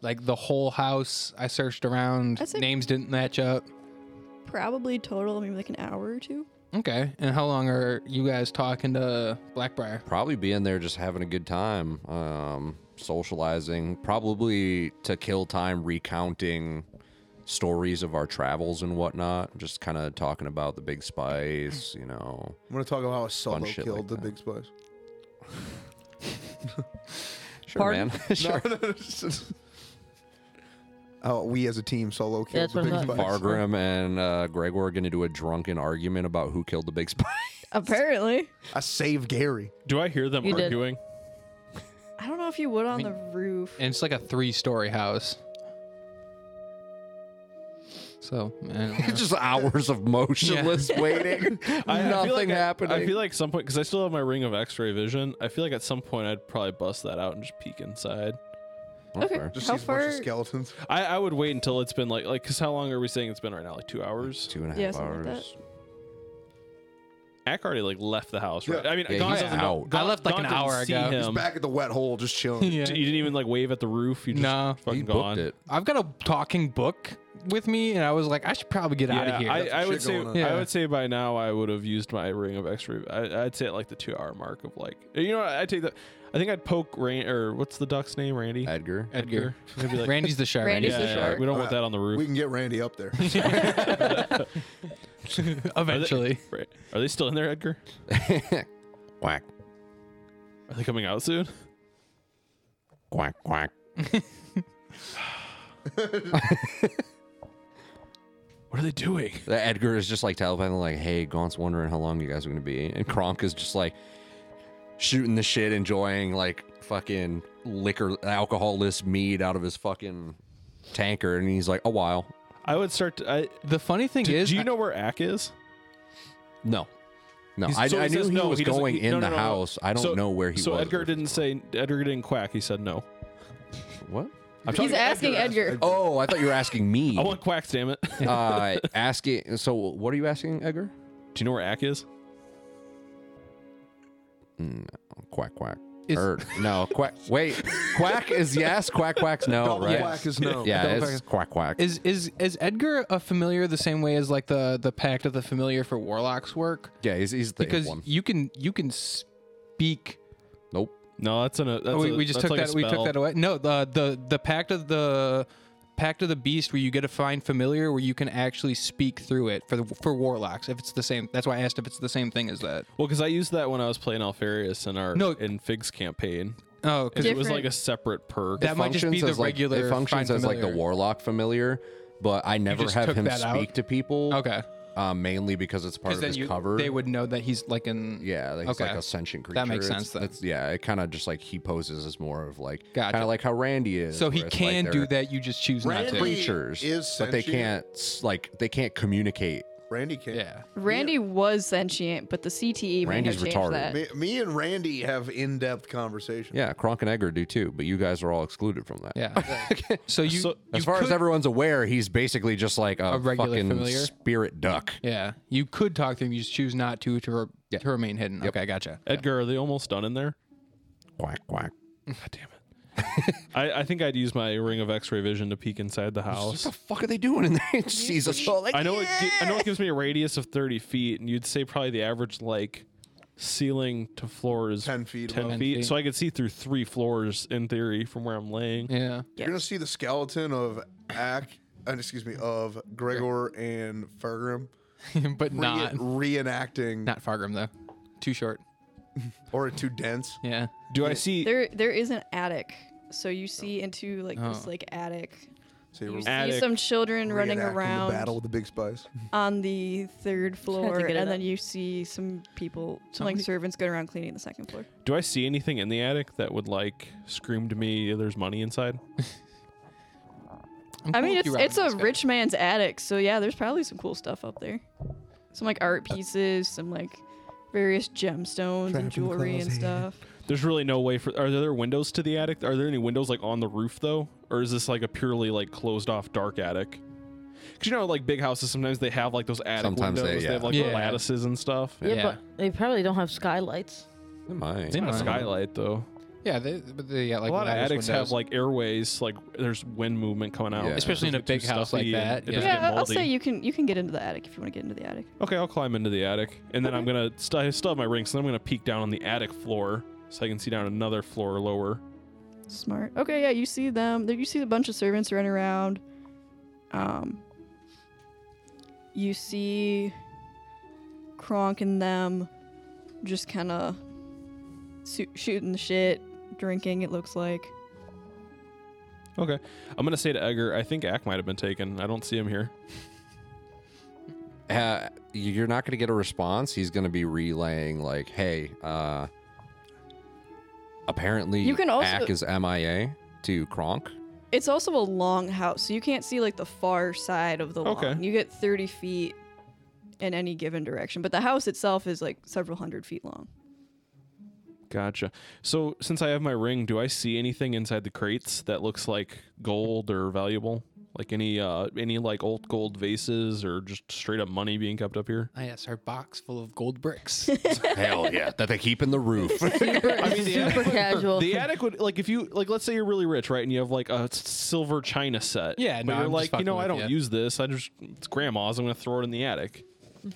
Speaker 7: like the whole house. I searched around.
Speaker 5: I'd say-
Speaker 7: Names didn't match up.
Speaker 5: probably total, maybe like an hour or two.
Speaker 7: Okay. And how long are you guys talking to Blackbriar?
Speaker 3: Probably being there just having a good time, um, socializing, probably to kill time recounting stories of our travels and whatnot. Just kind of talking about the big spice, you know.
Speaker 4: I'm gonna talk about how a solo
Speaker 3: shit like
Speaker 4: killed the
Speaker 3: that.
Speaker 4: big spice. (laughs)
Speaker 3: Sure,
Speaker 6: Pardon?
Speaker 3: man. (laughs) sure.
Speaker 4: How we as a team solo
Speaker 6: Yeah,
Speaker 4: killed
Speaker 6: that's
Speaker 4: the
Speaker 6: what I
Speaker 4: big
Speaker 6: thought.
Speaker 4: spice.
Speaker 3: Fargrim and uh, Gregor are going to do a drunken argument about who killed the big spice. (laughs)
Speaker 5: Apparently.
Speaker 4: I saved Gary.
Speaker 1: Do I hear them
Speaker 6: You did.
Speaker 1: arguing?
Speaker 5: I don't know if you would on the roof.
Speaker 7: And it's like a three story house. So man, (laughs)
Speaker 3: just hours of motionless waiting.
Speaker 1: I feel
Speaker 3: Nothing
Speaker 1: like I-
Speaker 3: happening.
Speaker 1: I feel like some point because I still have my ring of X-ray vision. I feel like at some point I'd probably bust that out and just peek inside.
Speaker 5: (laughs) (laughs) Okay.
Speaker 4: (laughs) Just sees a
Speaker 5: How
Speaker 4: bunch of
Speaker 5: far-
Speaker 4: skeletons.
Speaker 1: I, I would wait until it's been like like because how long are we saying it's been right now? Like two hours.
Speaker 3: Two and a half
Speaker 5: Yeah, something
Speaker 3: hours.
Speaker 5: like
Speaker 1: Ack already like left the house, right?
Speaker 4: Yeah.
Speaker 1: I mean,
Speaker 3: Yeah,
Speaker 1: Gaunt
Speaker 3: he's
Speaker 1: doesn't
Speaker 3: out.
Speaker 1: Know, Gaunt-
Speaker 7: I left, like, an
Speaker 1: Gaunt didn't
Speaker 7: hour
Speaker 1: see
Speaker 7: ago. He's
Speaker 1: him.
Speaker 4: Back at the wet hole, just chilling. (laughs)
Speaker 7: yeah.
Speaker 1: D- You didn't even like wave at the roof. You just
Speaker 7: No.
Speaker 1: fucking
Speaker 3: He
Speaker 1: gone.
Speaker 3: booked it.
Speaker 7: I've got a talking book with me, and I was like, I should probably get out
Speaker 1: Yeah,
Speaker 7: of here.
Speaker 1: I,
Speaker 4: Got some
Speaker 1: I would
Speaker 4: shit
Speaker 1: say
Speaker 4: going on.
Speaker 1: I
Speaker 7: Yeah.
Speaker 1: would say by now I would have used my ring of X-ray. I, I'd say at like the two hour mark of like you know what, I take that. I think I'd poke Ran or what's the duck's name? Randy.
Speaker 3: Edgar.
Speaker 7: Edgar,
Speaker 1: Maybe like-
Speaker 7: Randy's the shark.
Speaker 5: Randy's
Speaker 1: yeah,
Speaker 5: the
Speaker 1: yeah,
Speaker 5: shark.
Speaker 1: we don't want that on the roof.
Speaker 4: We can get Randy up (laughs) there.
Speaker 7: Eventually,
Speaker 1: (laughs) Right. Are they still in there, Edgar?
Speaker 3: Quack,
Speaker 1: Are they coming out soon?
Speaker 3: quack, quack.
Speaker 1: What are they doing?
Speaker 3: The Edgar is just like telepathically like, hey, Gaunt's wondering how long you guys are gonna be. And Kronk is just like shooting the shit, enjoying like fucking liquor alcoholless mead out of his fucking tanker, and he's like, a while.
Speaker 1: I would start. To, I,
Speaker 7: the funny thing
Speaker 1: do,
Speaker 7: is,
Speaker 1: do you know where Ack is?
Speaker 3: No. No,
Speaker 1: He's-
Speaker 3: I,
Speaker 1: so he
Speaker 3: I knew
Speaker 1: says
Speaker 3: he
Speaker 1: no,
Speaker 3: was
Speaker 1: he doesn't-
Speaker 3: going
Speaker 1: he-
Speaker 3: in
Speaker 1: no, no,
Speaker 3: the
Speaker 1: no, no.
Speaker 3: house. I don't
Speaker 1: So-
Speaker 3: know where he
Speaker 1: so
Speaker 3: was.
Speaker 1: Edgar didn't say. Edgar didn't quack. He said no.
Speaker 3: What?
Speaker 1: I'm
Speaker 5: He's
Speaker 1: talking-
Speaker 5: asking Edgar.
Speaker 3: Oh, I thought you were asking
Speaker 1: (laughs)
Speaker 3: me.
Speaker 1: I want quacks. Damn it. do
Speaker 3: uh, asking. So, what are you asking, Edgar?
Speaker 1: you know where Ack is?
Speaker 3: Quack quack.
Speaker 7: Is-
Speaker 3: Or, no, quack.
Speaker 1: (laughs)
Speaker 3: Wait, quack is yes, quack quack's no,
Speaker 4: Double
Speaker 3: right?
Speaker 4: whack is no.
Speaker 3: yeah,
Speaker 7: Double
Speaker 3: it's quack quack.
Speaker 7: is is is Edgar a familiar the same way as like the the Pact of the Familiar for warlocks work?
Speaker 3: yeah, he's, he's the
Speaker 7: Because
Speaker 3: one.
Speaker 7: you can you can speak.
Speaker 3: Nope.
Speaker 1: No, that's an. uh, That's
Speaker 7: Oh, we,
Speaker 1: a-
Speaker 7: we just
Speaker 1: that's
Speaker 7: took
Speaker 1: like a
Speaker 7: that we took
Speaker 1: spell.
Speaker 7: that away. No, the the the Pact of the Pact of the Beast, where you get to find familiar, where you can actually speak through it for the, for warlocks. If it's the same, that's why I asked if it's the same thing as that.
Speaker 1: Well, because I used that when I was playing Alpharius in our
Speaker 7: No.
Speaker 1: in Fig's campaign.
Speaker 7: Oh, because
Speaker 1: It was
Speaker 5: Different.
Speaker 1: like a separate perk.
Speaker 7: That might just be
Speaker 3: Functions
Speaker 7: the
Speaker 3: as, like-
Speaker 7: regular.
Speaker 3: It functions
Speaker 7: find
Speaker 3: as like the
Speaker 7: familiar.
Speaker 3: warlock familiar, but I never
Speaker 7: just
Speaker 3: have
Speaker 7: took
Speaker 3: him
Speaker 7: that
Speaker 3: speak
Speaker 7: out?
Speaker 3: to people.
Speaker 7: Okay,
Speaker 3: Uh, mainly because it's part
Speaker 7: because
Speaker 3: of
Speaker 7: then
Speaker 3: his
Speaker 7: you
Speaker 3: cover.
Speaker 7: they would know that he's like an
Speaker 3: Yeah, like he's like
Speaker 7: Okay.
Speaker 3: a sentient creature.
Speaker 7: That makes
Speaker 3: It's-
Speaker 7: sense then.
Speaker 3: it's- yeah, it kind of just like he poses as more of like
Speaker 7: Gotcha.
Speaker 3: kind of like how Randy is.
Speaker 7: So he
Speaker 3: where it's, like,
Speaker 7: can do
Speaker 3: they're
Speaker 7: that. You just choose not to.
Speaker 4: Randy-
Speaker 3: Creatures,
Speaker 4: is
Speaker 3: but they
Speaker 4: sentient.
Speaker 3: can't s- like they can't communicate.
Speaker 4: Randy can.
Speaker 7: Yeah.
Speaker 5: Randy was sentient, but the CTE may
Speaker 3: Randy's
Speaker 5: have changed
Speaker 3: retarded.
Speaker 5: that.
Speaker 4: Me, me and Randy have in-depth conversations.
Speaker 3: Yeah, Kronk and Edgar do too, but you guys are all excluded from that.
Speaker 1: (laughs)
Speaker 7: Yeah. so you,
Speaker 1: So-
Speaker 7: you
Speaker 3: As far
Speaker 7: could,
Speaker 3: as everyone's aware, he's basically just like a,
Speaker 7: A regular
Speaker 3: fucking
Speaker 7: familiar?
Speaker 3: spirit duck.
Speaker 7: yeah, you could talk to him. You just choose not to to, re- to remain hidden. Okay, gotcha.
Speaker 1: Edgar, are they almost done in there?
Speaker 3: Quack quack.
Speaker 1: God damn it. I, I think I'd use my ring of X-ray vision to peek inside the house.
Speaker 3: What the fuck are they doing in there? It just sees us all oh, like
Speaker 1: I know it. gi- I know it gives me a radius of thirty feet, and you'd say probably the average like ceiling to floor is
Speaker 4: 10 feet
Speaker 1: Ten
Speaker 4: above.
Speaker 1: feet.
Speaker 7: feet.
Speaker 1: So I could see through three floors in theory from where I'm laying.
Speaker 7: Yeah.
Speaker 4: You're gonna see the skeleton of Ack, uh, excuse me, of Gregor and Fergrim
Speaker 7: (laughs) but
Speaker 4: re-
Speaker 7: not
Speaker 4: reenacting,
Speaker 7: not Fargrim though. Too short.
Speaker 4: or too dense.
Speaker 7: Yeah.
Speaker 1: Do I see
Speaker 5: There, there is an attic, so you see into like this like attic.
Speaker 4: So
Speaker 5: You
Speaker 4: you're
Speaker 5: see
Speaker 1: Attic.
Speaker 5: some children running
Speaker 4: reenacting the battle
Speaker 5: around
Speaker 4: with the big spice.
Speaker 5: on the third floor,
Speaker 6: get it up.
Speaker 5: and then you see some people, some like servants, going around cleaning the second floor.
Speaker 1: Do I see anything in the attic that would like scream to me? There's money inside.
Speaker 7: I'm
Speaker 5: I
Speaker 7: cool
Speaker 5: mean,
Speaker 7: with
Speaker 5: it's
Speaker 7: you
Speaker 5: it's
Speaker 7: rounding
Speaker 5: a
Speaker 7: this guy.
Speaker 5: rich man's attic, so yeah, there's probably some cool stuff up there. Some like art pieces, some like various gemstones and jewelry and stuff.
Speaker 1: There's really no way for. Are there windows to the attic? Are there any windows like on the roof though, or is this like a purely like closed off dark attic? Because you know, like big houses, sometimes they have like those attic
Speaker 3: Sometimes they-
Speaker 1: windows. They,
Speaker 3: yeah.
Speaker 1: have like
Speaker 7: Yeah.
Speaker 1: lattices and stuff.
Speaker 6: Yeah,
Speaker 7: Yeah.
Speaker 6: but they probably don't have skylights.
Speaker 3: They might.
Speaker 1: It's not a
Speaker 7: Right.
Speaker 1: skylight though.
Speaker 7: Yeah, they, but they, yeah, like
Speaker 1: a lot of
Speaker 7: lattice
Speaker 1: attics have
Speaker 7: windows.
Speaker 1: like airways, like there's wind movement coming out.
Speaker 3: Yeah.
Speaker 7: especially in a
Speaker 1: It doesn't
Speaker 7: big
Speaker 1: get too
Speaker 7: house like
Speaker 1: stuffy and
Speaker 7: that.
Speaker 1: it
Speaker 7: Yeah.
Speaker 1: doesn't
Speaker 5: Yeah,
Speaker 1: get
Speaker 5: I'll say
Speaker 1: moldy.
Speaker 5: you can you can get into the attic if you want to get into the attic.
Speaker 1: Okay, I'll climb into the attic, and then I'm gonna. St- I still have my ring, so then I'm gonna peek down on the attic floor, so I can see down another floor lower.
Speaker 5: Smart. Okay, yeah, you see them. There, you see a bunch of servants running around. Um, you see Kronk and them just kind of su- shooting the shit, drinking. It looks like.
Speaker 1: Okay, I'm gonna say to Edgar, I think Ack might have been taken. I don't see him here.
Speaker 3: Uh, you're not going to get a response. He's going to be relaying like, "Hey, uh, apparently
Speaker 5: You can also-
Speaker 3: Ack is MIA to Kronk,
Speaker 5: It's also a long house, so you can't see like the far side of the
Speaker 1: Okay.
Speaker 5: lawn. You get 30 feet in any given direction, but the house itself is like several hundred feet long.
Speaker 1: Gotcha. So since I have my ring, do I see anything inside the crates that looks like gold or valuable? Like any uh any like old gold vases or just straight up money being kept up here?
Speaker 7: Ah, yes, our box full of gold bricks.
Speaker 5: (laughs)
Speaker 3: Hell yeah, that they keep in the roof.
Speaker 1: I mean, the (laughs)
Speaker 6: Super
Speaker 1: attic,
Speaker 6: (laughs) casual.
Speaker 1: the attic would like if you like let's say you're really rich, right, and you have like a s- silver china set.
Speaker 7: Yeah,
Speaker 1: but
Speaker 7: no,
Speaker 1: you're
Speaker 7: I'm just
Speaker 1: like you
Speaker 7: fucking
Speaker 1: know I
Speaker 7: with
Speaker 1: don't
Speaker 7: ya.
Speaker 1: use this. I just it's grandma's. I'm gonna throw it in the attic.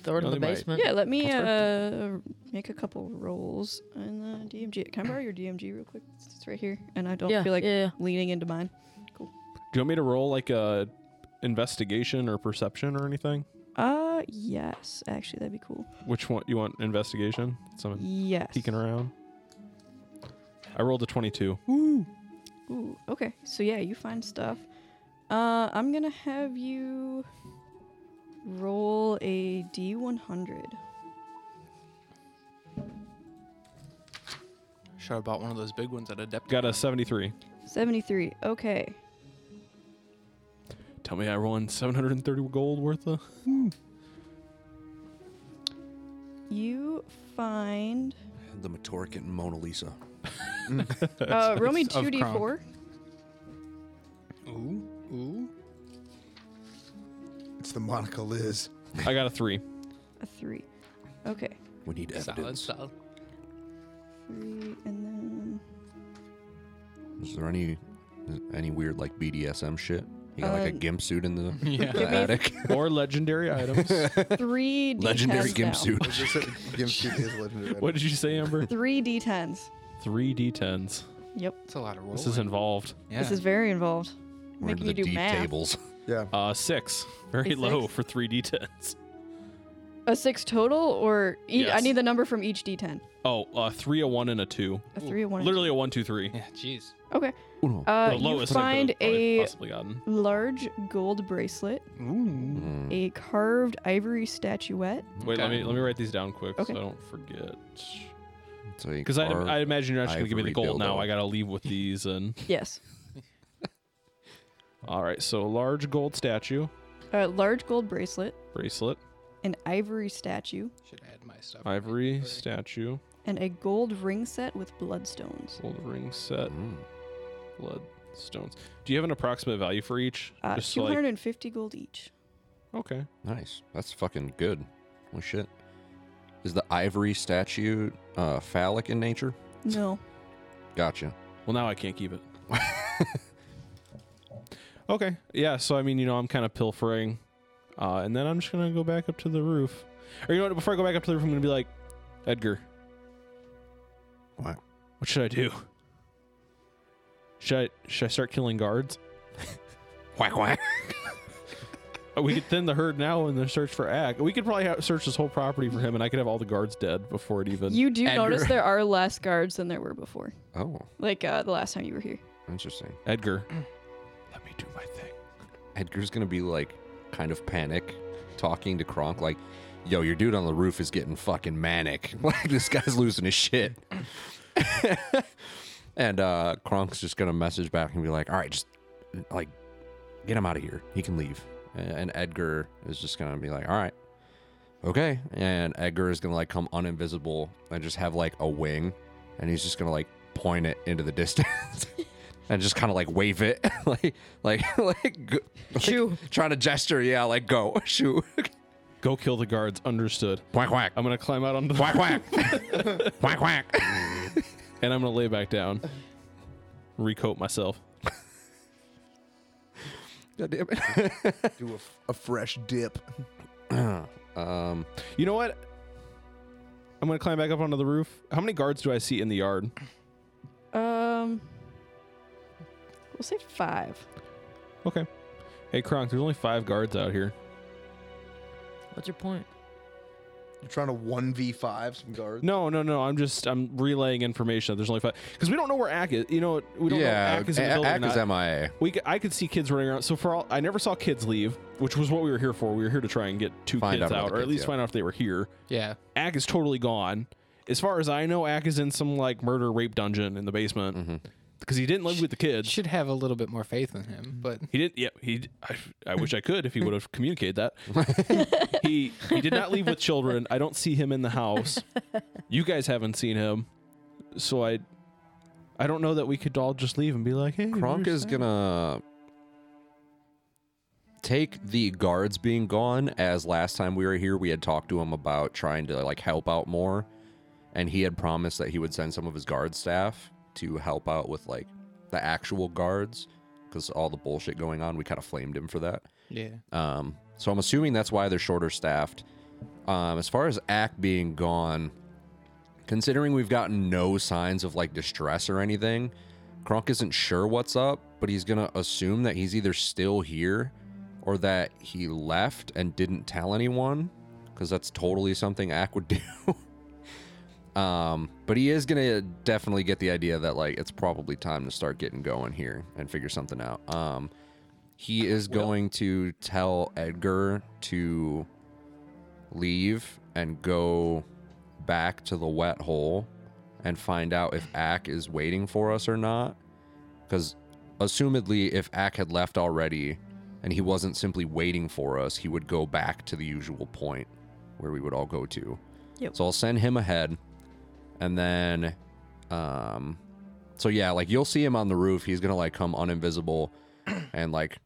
Speaker 6: Throw it in
Speaker 1: No,
Speaker 6: the
Speaker 1: they might.
Speaker 6: basement.
Speaker 5: Yeah, let me uh, make a couple rolls in the DMG. Can I borrow your DMG real quick? It's it's right here, and I don't
Speaker 6: Yeah,
Speaker 5: feel like
Speaker 6: yeah, yeah.
Speaker 5: leaning into mine.
Speaker 1: Do you want me to roll like a investigation or perception or anything?
Speaker 5: Uh, yes, actually, that'd be cool.
Speaker 1: Which one you want? Investigation. Someone
Speaker 5: Yes.
Speaker 1: peeking around. I rolled a twenty-two.
Speaker 5: Ooh, okay. So yeah, you find stuff. Uh, I'm gonna have you roll a D100.
Speaker 7: Should have bought one of those big ones at Adept.
Speaker 1: Got a seventy-three.
Speaker 5: 73. Okay.
Speaker 1: Tell me I won 730 gold worth of.
Speaker 5: You find.
Speaker 3: the Matorican Mona Lisa.
Speaker 5: Uh, roll me
Speaker 7: nice. Of
Speaker 5: 2D4.
Speaker 7: Ooh, ooh.
Speaker 4: (laughs) It's the Monica Liz.
Speaker 1: I got a
Speaker 7: (laughs)
Speaker 1: three.
Speaker 5: A 3. Okay.
Speaker 3: We need
Speaker 7: Solid,
Speaker 3: evidence.
Speaker 7: solid.
Speaker 5: 3, and then.
Speaker 3: Is there any is any weird like BDSM shit? You got like a
Speaker 5: Uh,
Speaker 3: gimp suit in the,
Speaker 7: (laughs)
Speaker 3: (laughs)
Speaker 7: Yeah. (laughs)
Speaker 3: the
Speaker 5: (laughs)
Speaker 3: attic.
Speaker 1: Or legendary items.
Speaker 5: 3
Speaker 3: Legendary
Speaker 5: D10s
Speaker 3: gimp
Speaker 5: now. (laughs)
Speaker 3: suit.
Speaker 4: Is this a- Jim Street is legendary.
Speaker 1: what did you say, Amber?
Speaker 5: 3 D10s.
Speaker 1: Three D10s.
Speaker 5: Yep.
Speaker 7: That's a lot of rolling.
Speaker 1: This is involved.
Speaker 7: yeah.
Speaker 5: This is very involved.
Speaker 3: We're into
Speaker 5: Making
Speaker 3: the
Speaker 5: you do
Speaker 3: deep
Speaker 5: math.
Speaker 3: tables.
Speaker 4: Yeah.
Speaker 1: Uh, six. Very
Speaker 5: A
Speaker 1: low
Speaker 5: six?
Speaker 1: for three D10s.
Speaker 5: A 6 total, or. E- I
Speaker 1: Yes.
Speaker 5: need the number from each D10.
Speaker 1: Oh, uh, three, a one, and a two.
Speaker 5: A 3, a 1, and a
Speaker 1: Literally a one, two, three.
Speaker 7: yeah, jeez.
Speaker 5: Okay.
Speaker 3: Uno.
Speaker 5: Uh,
Speaker 1: the lowest
Speaker 5: you
Speaker 1: I could
Speaker 5: find
Speaker 1: have probably
Speaker 5: a
Speaker 1: possibly gotten.
Speaker 5: large gold bracelet,
Speaker 1: Hmm.
Speaker 7: Ooh.
Speaker 3: Mm.
Speaker 5: a carved ivory statuette.
Speaker 1: Wait, let
Speaker 7: Okay.
Speaker 1: me let me write these down quick
Speaker 5: Okay.
Speaker 1: so I don't forget.
Speaker 3: So you
Speaker 1: Because I,
Speaker 3: carve-
Speaker 1: I imagine you're not just gonna give me the
Speaker 3: ivory
Speaker 1: gold now.
Speaker 3: dildo.
Speaker 1: I gotta leave with these and.
Speaker 3: (laughs)
Speaker 5: Yes.
Speaker 1: All right. So large gold statue,
Speaker 5: A large gold bracelet,
Speaker 1: bracelet,
Speaker 5: an ivory statue,
Speaker 7: Should add my stuff.
Speaker 1: ivory statue,
Speaker 5: and a gold ring set with bloodstones.
Speaker 1: gold ring set,
Speaker 3: Mm.
Speaker 1: blood stones. Do you have an approximate value for each?
Speaker 5: Uh,
Speaker 1: Just so, like
Speaker 5: 250 gold each.
Speaker 1: okay.
Speaker 3: Nice. That's fucking good. Holy shit. Is the ivory statue uh, phallic in nature?
Speaker 5: No.
Speaker 3: Gotcha.
Speaker 1: Well, now I can't keep it. (laughs) okay. Yeah. So I mean, you know, I'm kind of pilfering, uh, and then I'm just gonna go back up to the roof. Or you know what? Before I go back up to the roof, I'm gonna be like, Edgar.
Speaker 3: What?
Speaker 1: What should I do? Should I should I start killing guards?
Speaker 3: Quack quack.
Speaker 1: Uh, We could thin the herd now in the search for Ag. We could probably have, search this whole property for him, and I could have all the guards dead before it even.
Speaker 5: You do
Speaker 7: Edgar.
Speaker 5: notice there are less guards than there were before.
Speaker 3: Oh,
Speaker 5: Like uh, the last time you were here.
Speaker 3: interesting.
Speaker 1: Edgar, let me do my thing.
Speaker 3: Edgar's gonna be like, kind of panic, talking to Kronk like, "Yo, your dude on the roof is getting fucking manic. (laughs) Like this guy's losing his shit." (laughs) and uh, Kronk's just gonna message back and be like, "All right, just like get him out of here. He can leave." And Edgar is just gonna be like, "All right, okay." And Edgar is gonna like come uninvisible and just have like a wing, and he's just gonna like point it into the (laughs) distance. And just kind of like wave it, (laughs) like, like, (laughs) like, go- like
Speaker 6: Shoo.
Speaker 3: trying to gesture. Yeah, like go, (laughs) shoot,
Speaker 1: Go kill the guards. Understood.
Speaker 3: quack quack,
Speaker 1: I'm gonna climb out onto the
Speaker 3: quack (laughs) quack, quack quack.
Speaker 1: and I'm gonna lay back down, recoat myself.
Speaker 3: God damn it.
Speaker 4: Do a, f- a fresh dip.
Speaker 3: um,
Speaker 1: You know what? I'm gonna climb back up onto the roof. How many guards do I see in the yard?
Speaker 5: Um. We'll say five.
Speaker 3: (laughs)
Speaker 1: Okay. Hey Kronk, there's only five guards out here.
Speaker 6: What's your point?
Speaker 4: You're trying to one v five some guards.
Speaker 1: No, no, no. I'm just I'm relaying information. that There's only five because we don't know where Ack is. You know, we don't know
Speaker 3: yeah,
Speaker 1: if Ack is in the
Speaker 3: A-
Speaker 1: building or
Speaker 3: Ack is
Speaker 1: not.
Speaker 3: MIA.
Speaker 1: We c- I could see kids running around. So for all I never saw kids leave, which was what we were here for. We were here to try and get two
Speaker 3: Find
Speaker 1: kids
Speaker 3: out about
Speaker 1: out,
Speaker 3: the
Speaker 1: or at
Speaker 3: kids,
Speaker 1: least
Speaker 3: yeah.
Speaker 1: find out if they were here.
Speaker 7: Yeah.
Speaker 1: Ack
Speaker 3: Ừ, Mm.
Speaker 1: is totally gone. As far as I know, Ack is in some like murder rape dungeon in the basement. because he didn't live with the kids.
Speaker 7: Should have a little bit more faith in him, but
Speaker 1: He didn't. Yeah, he. I, I wish I could if he would have communicated that.
Speaker 5: (laughs)
Speaker 1: he he did not leave with children. I don't see him in the house. You guys haven't seen him, so I. I don't know that we could all just leave and be like, "Hey,
Speaker 3: Kronk
Speaker 1: where's
Speaker 3: is
Speaker 1: Sam?"
Speaker 3: gonna take the guards being gone as last time we were here we had talked to him about trying to like help out more and he had promised that he would send some of his guard staff to help out with like the actual guards because all the bullshit going on we kind of flamed him for that
Speaker 7: yeah.
Speaker 3: um, so I'm assuming that's why they're shorter staffed. Um, as far as Ack being gone, considering we've gotten no signs of like distress or anything, Kronk isn't sure what's up, but he's gonna assume that he's either still here or that he left and didn't tell anyone, because that's totally something Ack would do. (laughs) um, but he is gonna definitely get the idea that like it's probably time to start getting going here and figure something out. Um, he is going to tell Edgar to leave and go back to the wet hole and find out if Ack is waiting for us or not. Because, assumedly, if Ack had left already and he wasn't simply waiting for us, he would go back to the usual point where we would all go to.
Speaker 5: Yep.
Speaker 3: So I'll send him ahead. And then, um, so yeah, like you'll see him on the roof. He's going to like come uninvisible and like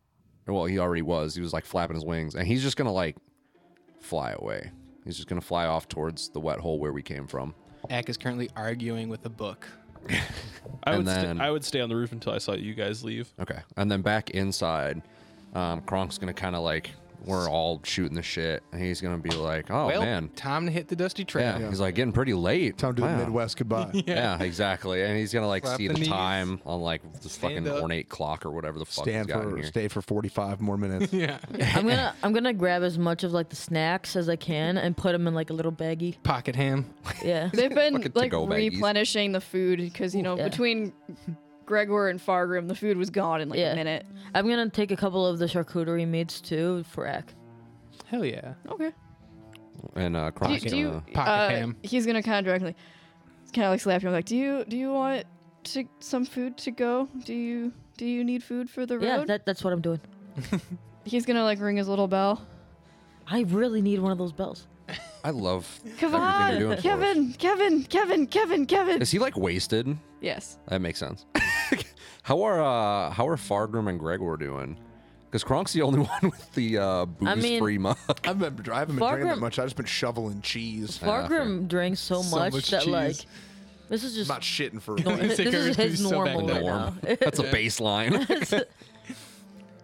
Speaker 3: well he already was he was like flapping his wings and he's just gonna like fly away he's just gonna fly off towards the wet hole where we came from
Speaker 7: Ack is currently arguing with a book.
Speaker 1: I would
Speaker 3: and
Speaker 1: sta-
Speaker 3: then-
Speaker 1: I would stay on the roof until I saw you guys leave.
Speaker 3: okay and then back inside um kronk's gonna kind of like we're all shooting the shit and he's gonna be like oh
Speaker 7: well,
Speaker 3: man
Speaker 7: time to hit the dusty
Speaker 3: yeah.
Speaker 7: trail.
Speaker 3: he's like getting pretty late
Speaker 4: Time to
Speaker 3: Wow."
Speaker 4: the Midwest goodbye.
Speaker 3: yeah. exactly and he's gonna like
Speaker 7: Slap
Speaker 3: see
Speaker 7: the
Speaker 3: the,
Speaker 7: knees.
Speaker 3: time on like this
Speaker 7: Stand
Speaker 3: fucking
Speaker 7: up.
Speaker 3: ornate clock or whatever the fuck he's
Speaker 4: Stand
Speaker 3: got in
Speaker 4: for
Speaker 3: here.
Speaker 4: stay for 45 more minutes.
Speaker 7: Yeah.
Speaker 6: I'm gonna I'm gonna grab as much of like the snacks as I can and put them in like a little baggie.
Speaker 7: Pocket ham.
Speaker 6: Yeah.
Speaker 5: They've been
Speaker 3: Fucking
Speaker 5: like
Speaker 3: to-go baggies.
Speaker 5: replenishing the food because you know
Speaker 6: Yeah.
Speaker 5: between Gregor and Fargrim, the food was gone in like
Speaker 6: Yeah.
Speaker 5: a minute.
Speaker 6: I'm gonna take a couple of the charcuterie meats too for Ack.
Speaker 7: Hell yeah.
Speaker 5: Okay.
Speaker 3: and uh
Speaker 5: Do, you-
Speaker 3: kronk's
Speaker 5: do you?
Speaker 3: gonna-
Speaker 7: Pocket
Speaker 5: uh,
Speaker 7: ham.
Speaker 5: He's gonna kind of directly, kind of like slap you. I'm like, do you do you want to some food to go? Do you do you need food for the
Speaker 6: Yeah,
Speaker 5: road?
Speaker 6: that, that's what I'm doing.
Speaker 5: he's gonna like ring his little bell.
Speaker 6: I really need one of those bells.
Speaker 3: i love
Speaker 5: Come
Speaker 3: everything you're
Speaker 5: on,
Speaker 3: doing for us.
Speaker 5: Kevin, Kevin, Kevin, Kevin, Kevin.
Speaker 3: is he like wasted
Speaker 5: Yes.
Speaker 3: That makes sense. (laughs) how are uh, how are Fargrim and Gregor doing? Because Kronk's the only (laughs) one with the uh, booze
Speaker 6: I mean-
Speaker 3: free mug. (laughs)
Speaker 4: I've been, I haven't been drinking
Speaker 6: Fargrim-
Speaker 4: that much. I've just been shoveling cheese. I'm
Speaker 6: Fargrim drinks so,
Speaker 7: So
Speaker 6: much,
Speaker 7: much
Speaker 6: that like
Speaker 7: cheese.
Speaker 6: this is just
Speaker 4: not shitting for
Speaker 6: no, (laughs) this
Speaker 7: Sicker
Speaker 6: is
Speaker 7: is
Speaker 6: his
Speaker 7: so back
Speaker 6: normal
Speaker 7: to
Speaker 6: right now.
Speaker 3: Norm. That's a
Speaker 5: (laughs)
Speaker 3: baseline.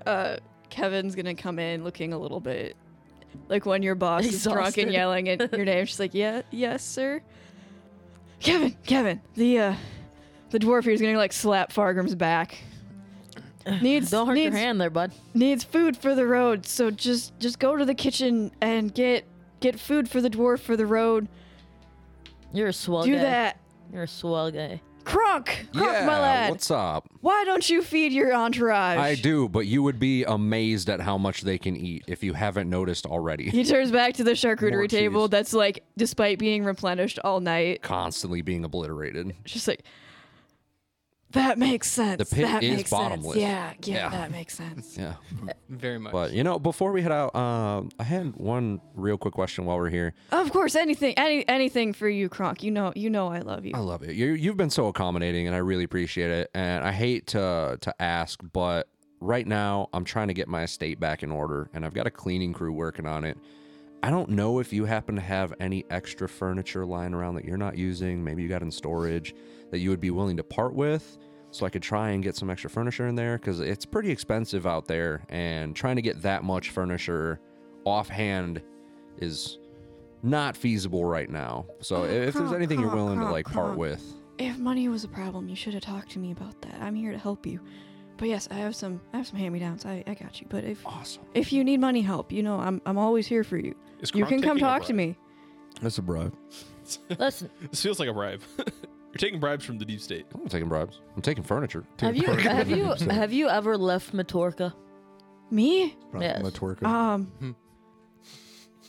Speaker 5: Uh, Kevin's gonna come in looking a little bit like when your boss is drunk
Speaker 6: Exhausted.
Speaker 5: and yelling at your name. She's like, "Yeah, yes, sir." Kevin, Kevin, the uh, the dwarf here's gonna like slap
Speaker 6: (sighs)
Speaker 5: Fargrim's back. Needs
Speaker 6: Don't hurt your
Speaker 5: needs
Speaker 6: hand there, bud.
Speaker 5: needs food for the road, so just just go to the kitchen and get get food for the dwarf for the road.
Speaker 6: You're a swell
Speaker 5: Do
Speaker 6: guy.
Speaker 5: that,
Speaker 6: You're a swell (laughs) guy.
Speaker 5: Kronk, Kronk,
Speaker 3: yeah,
Speaker 5: my lad.
Speaker 3: what's up?
Speaker 5: Why don't you feed your entourage?
Speaker 3: I do, but you would be amazed at how much they can eat if you haven't noticed already.
Speaker 5: (laughs) He turns back to the charcuterie
Speaker 3: More
Speaker 5: table
Speaker 3: cheese.
Speaker 5: that's like, despite being replenished all night,
Speaker 3: Constantly being obliterated.
Speaker 5: she's like, that makes sense.
Speaker 3: The pit
Speaker 5: that
Speaker 3: is
Speaker 5: makes
Speaker 3: bottomless."
Speaker 5: Sense. Yeah, yeah,
Speaker 3: Yeah.
Speaker 5: that makes
Speaker 3: (laughs)
Speaker 5: sense.
Speaker 3: Yeah.
Speaker 7: Very much.
Speaker 3: But you know, before we head out, um, I had one real quick question while we're here.
Speaker 5: Of course, anything, any, anything for you, Kronk. You know, you know, I love you.
Speaker 3: I love it. You you've been so accommodating, and I really appreciate it. And I hate to to ask, but right now I'm trying to get my estate back in order, and I've got a cleaning crew working on it. I don't know if you happen to have any extra furniture lying around that you're not using, maybe you got in storage that you would be willing to part with, so I could try and get some extra furniture in there because it's pretty expensive out there, and trying to get that much furniture offhand is not feasible right now. So if there's
Speaker 5: Kronk,
Speaker 3: anything you're
Speaker 5: Kronk,
Speaker 3: willing to
Speaker 5: Kronk,
Speaker 3: like part
Speaker 5: Kronk.
Speaker 3: with,
Speaker 5: If money was a problem, you should have talked to me about that. I'm here to help you. But yes, I have some, I have some hand-me-downs. I, I got you. But if,
Speaker 3: Awesome.
Speaker 5: if you need money help, you know, I'm, I'm always here for you.
Speaker 1: Is
Speaker 5: You
Speaker 1: Kronk
Speaker 5: can
Speaker 1: taking
Speaker 5: come
Speaker 1: a
Speaker 5: talk to
Speaker 1: bribe?
Speaker 5: me.
Speaker 4: That's a bribe.
Speaker 6: Listen,
Speaker 1: This feels like a bribe. (laughs) You're taking bribes from the deep state.
Speaker 3: I'm taking bribes. I'm taking furniture.
Speaker 6: have you have you
Speaker 3: (laughs)
Speaker 6: (laughs) have you ever left Matorka?
Speaker 5: Me?
Speaker 6: Yes.
Speaker 5: Ah.
Speaker 4: Hmm.
Speaker 5: (sighs)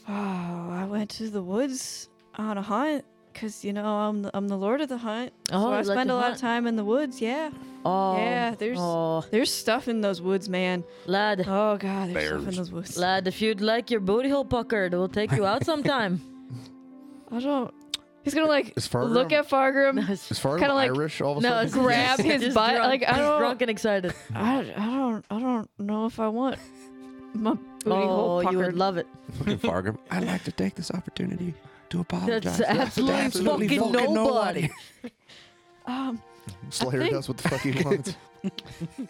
Speaker 5: Um. Oh, I went to the woods on a hunt. Cause you know I'm the, I'm the lord of the hunt,
Speaker 6: Oh,
Speaker 5: so I
Speaker 6: you like
Speaker 5: spend
Speaker 6: to
Speaker 5: a lot
Speaker 6: hunt.
Speaker 5: of time in the woods. Yeah,
Speaker 6: Oh,
Speaker 5: Yeah, there's-
Speaker 6: oh,
Speaker 5: there's stuff in those woods, man.
Speaker 6: (laughs) lad,
Speaker 5: Oh god, there's stuff in those woods.
Speaker 6: lad. If you'd like your booty hole puckered, we'll take you out sometime.
Speaker 5: I don't. He's gonna like
Speaker 4: Is Fargrim-
Speaker 5: look at Fargrim,
Speaker 4: Is Fargo
Speaker 5: Kinda like-
Speaker 4: Irish all of a
Speaker 5: (laughs) no,
Speaker 4: sudden?
Speaker 5: it's grab
Speaker 6: (laughs)
Speaker 5: his
Speaker 6: Just
Speaker 5: butt.
Speaker 6: drunk-
Speaker 5: Like I
Speaker 6: he's
Speaker 5: don't,
Speaker 6: drunk and excited.
Speaker 5: I, I don't, I don't know if I want my booty
Speaker 6: Oh,
Speaker 5: hole
Speaker 6: you would
Speaker 5: puckered.
Speaker 6: love it.
Speaker 3: Fucking Fargrim, I'd like to take this opportunity to apologize.
Speaker 6: That's
Speaker 3: to
Speaker 6: absolutely,
Speaker 3: absolutely
Speaker 6: fucking
Speaker 3: fucking
Speaker 6: nobody.
Speaker 5: um,
Speaker 4: Slayer
Speaker 5: think-
Speaker 4: does what the fuck he wants.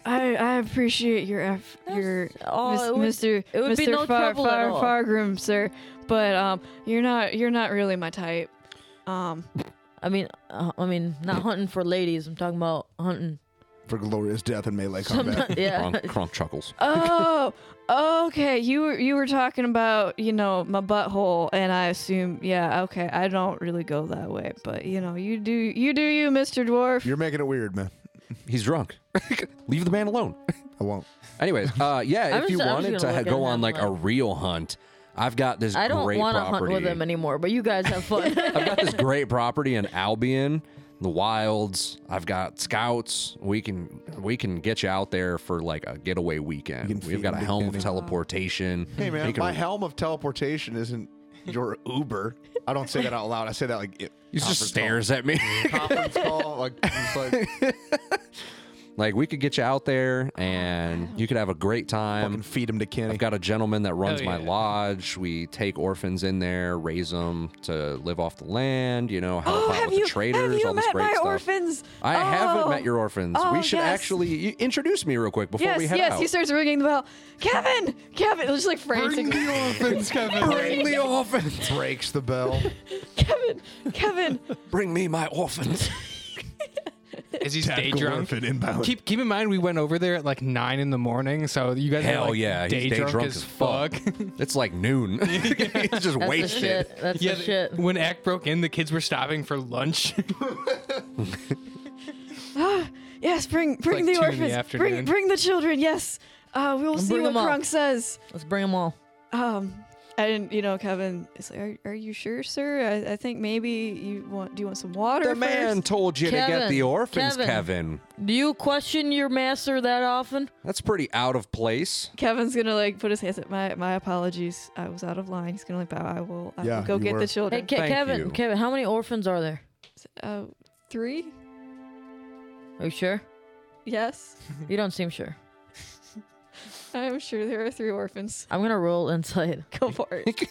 Speaker 5: I, I appreciate your eff- your
Speaker 6: Oh,
Speaker 5: Mis-
Speaker 6: it was-
Speaker 5: Mr.
Speaker 6: it would
Speaker 5: Mr.
Speaker 6: be no
Speaker 5: Far,
Speaker 6: trouble at
Speaker 5: Far-
Speaker 6: all.
Speaker 5: Fargrim, sir, but um, you're not you're not really my type. Um,
Speaker 6: I mean, uh, I mean, not hunting for ladies. I'm talking about hunting. (laughs)
Speaker 4: For glorious death and melee combat.
Speaker 6: Sometimes, yeah. (laughs)
Speaker 3: Kronk, Kronk chuckles.
Speaker 5: (laughs) oh, okay. You were you were talking about you know my butthole, and I assume yeah. Okay, I don't really go that way, but you know you do you do you, Mr. Dwarf.
Speaker 4: You're making it weird, man.
Speaker 3: He's drunk. (laughs) Leave the man alone.
Speaker 4: I won't.
Speaker 3: Anyways, uh,
Speaker 6: (laughs)
Speaker 3: yeah,
Speaker 6: I'm
Speaker 3: if you
Speaker 6: just- I'm
Speaker 3: wanted
Speaker 6: just gonna
Speaker 3: to ha-
Speaker 6: look at
Speaker 3: go
Speaker 6: him
Speaker 3: on
Speaker 6: and
Speaker 3: like a
Speaker 6: laugh.
Speaker 3: real hunt, I've got this
Speaker 6: I don't
Speaker 3: great
Speaker 6: want to hunt
Speaker 3: property.
Speaker 6: with him anymore, but you guys have
Speaker 3: (laughs)
Speaker 6: fun.
Speaker 3: I've got this great property in Albion, the wilds. I've got scouts. We can we can get you out there for like a getaway
Speaker 4: You
Speaker 3: weekend.
Speaker 4: can
Speaker 3: We've
Speaker 4: feed
Speaker 3: got a
Speaker 4: him to
Speaker 3: helm of
Speaker 4: Kenny.
Speaker 3: teleportation.
Speaker 4: Hey man,
Speaker 3: You can-
Speaker 4: my helm of teleportation isn't your Uber. I don't say that out loud. I say that like it,
Speaker 3: he just
Speaker 4: conference
Speaker 3: stares at me. (laughs)
Speaker 4: call. Conference (laughs) call, like it's like
Speaker 3: like we could get you out there and you could have a great
Speaker 4: fucking
Speaker 3: time.
Speaker 4: feed him to Kenny.
Speaker 3: I've got a gentleman that runs
Speaker 7: Hell
Speaker 3: my
Speaker 7: yeah.
Speaker 3: lodge. We take orphans in there, raise them to live off the land. You know, help
Speaker 5: Oh,
Speaker 3: out
Speaker 5: have
Speaker 3: with
Speaker 5: you,
Speaker 3: the traders,
Speaker 5: have you
Speaker 3: all this
Speaker 5: met
Speaker 3: great
Speaker 5: my
Speaker 3: stuff.
Speaker 5: orphans?
Speaker 3: I haven't
Speaker 5: Oh.
Speaker 3: met your orphans.
Speaker 5: Oh,
Speaker 3: we should
Speaker 5: yes.
Speaker 3: actually you, introduce me real quick before
Speaker 5: Yes,
Speaker 3: we head
Speaker 5: yes.
Speaker 3: out.
Speaker 5: He starts ringing the bell. Kevin, (laughs) Kevin. Just like frantically.
Speaker 7: orphans,
Speaker 3: Bring the orphans.
Speaker 4: Breaks the bell.
Speaker 5: (laughs) Kevin, Kevin.
Speaker 3: Bring me my orphans.
Speaker 7: Is he day drunk?
Speaker 4: inbound.
Speaker 7: Keep keep in mind we went over there at like nine in the morning, so you guys
Speaker 3: Hell
Speaker 7: are like
Speaker 3: yeah, he's
Speaker 7: day, drunk, as, fuck.
Speaker 3: it's like (laughs) noon. He's just
Speaker 6: That's the
Speaker 3: wasted.
Speaker 6: shit. That's
Speaker 7: yeah,
Speaker 6: the shit.
Speaker 7: when Act broke in, the kids were stopping for lunch.
Speaker 5: Yes, bring bring
Speaker 7: like
Speaker 5: the
Speaker 7: two in the
Speaker 5: orphans.
Speaker 7: afternoon.
Speaker 5: bring bring the children. Yes. Uh, we will see
Speaker 6: bring
Speaker 5: what
Speaker 6: them all.
Speaker 5: Krunk says.
Speaker 6: Let's bring them all.
Speaker 5: Um, and you know, Kevin is like, are, are you sure, sir? I, I think maybe you want. Do you want some water
Speaker 3: The man
Speaker 5: first?
Speaker 3: told you to get
Speaker 6: Kevin,
Speaker 3: the orphans,
Speaker 6: Kevin.
Speaker 3: Kevin.
Speaker 6: Do you question your master that often?
Speaker 3: That's pretty out of place.
Speaker 5: Kevin's gonna like put his hands up. My my apologies. I was out of line. He's gonna like bow. I will. I
Speaker 4: Yeah,
Speaker 5: will go
Speaker 4: you
Speaker 5: get
Speaker 4: were.
Speaker 5: the
Speaker 6: Hey,
Speaker 5: children.
Speaker 6: Ke-
Speaker 3: Thank
Speaker 6: Kevin,
Speaker 3: you.
Speaker 6: Kevin, how many orphans are there?
Speaker 5: uh, three.
Speaker 6: Are you sure?
Speaker 5: Yes, (laughs)
Speaker 6: You don't seem sure.
Speaker 5: I am sure there are three orphans.
Speaker 6: I'm gonna roll (laughs) insight.
Speaker 5: Go for it.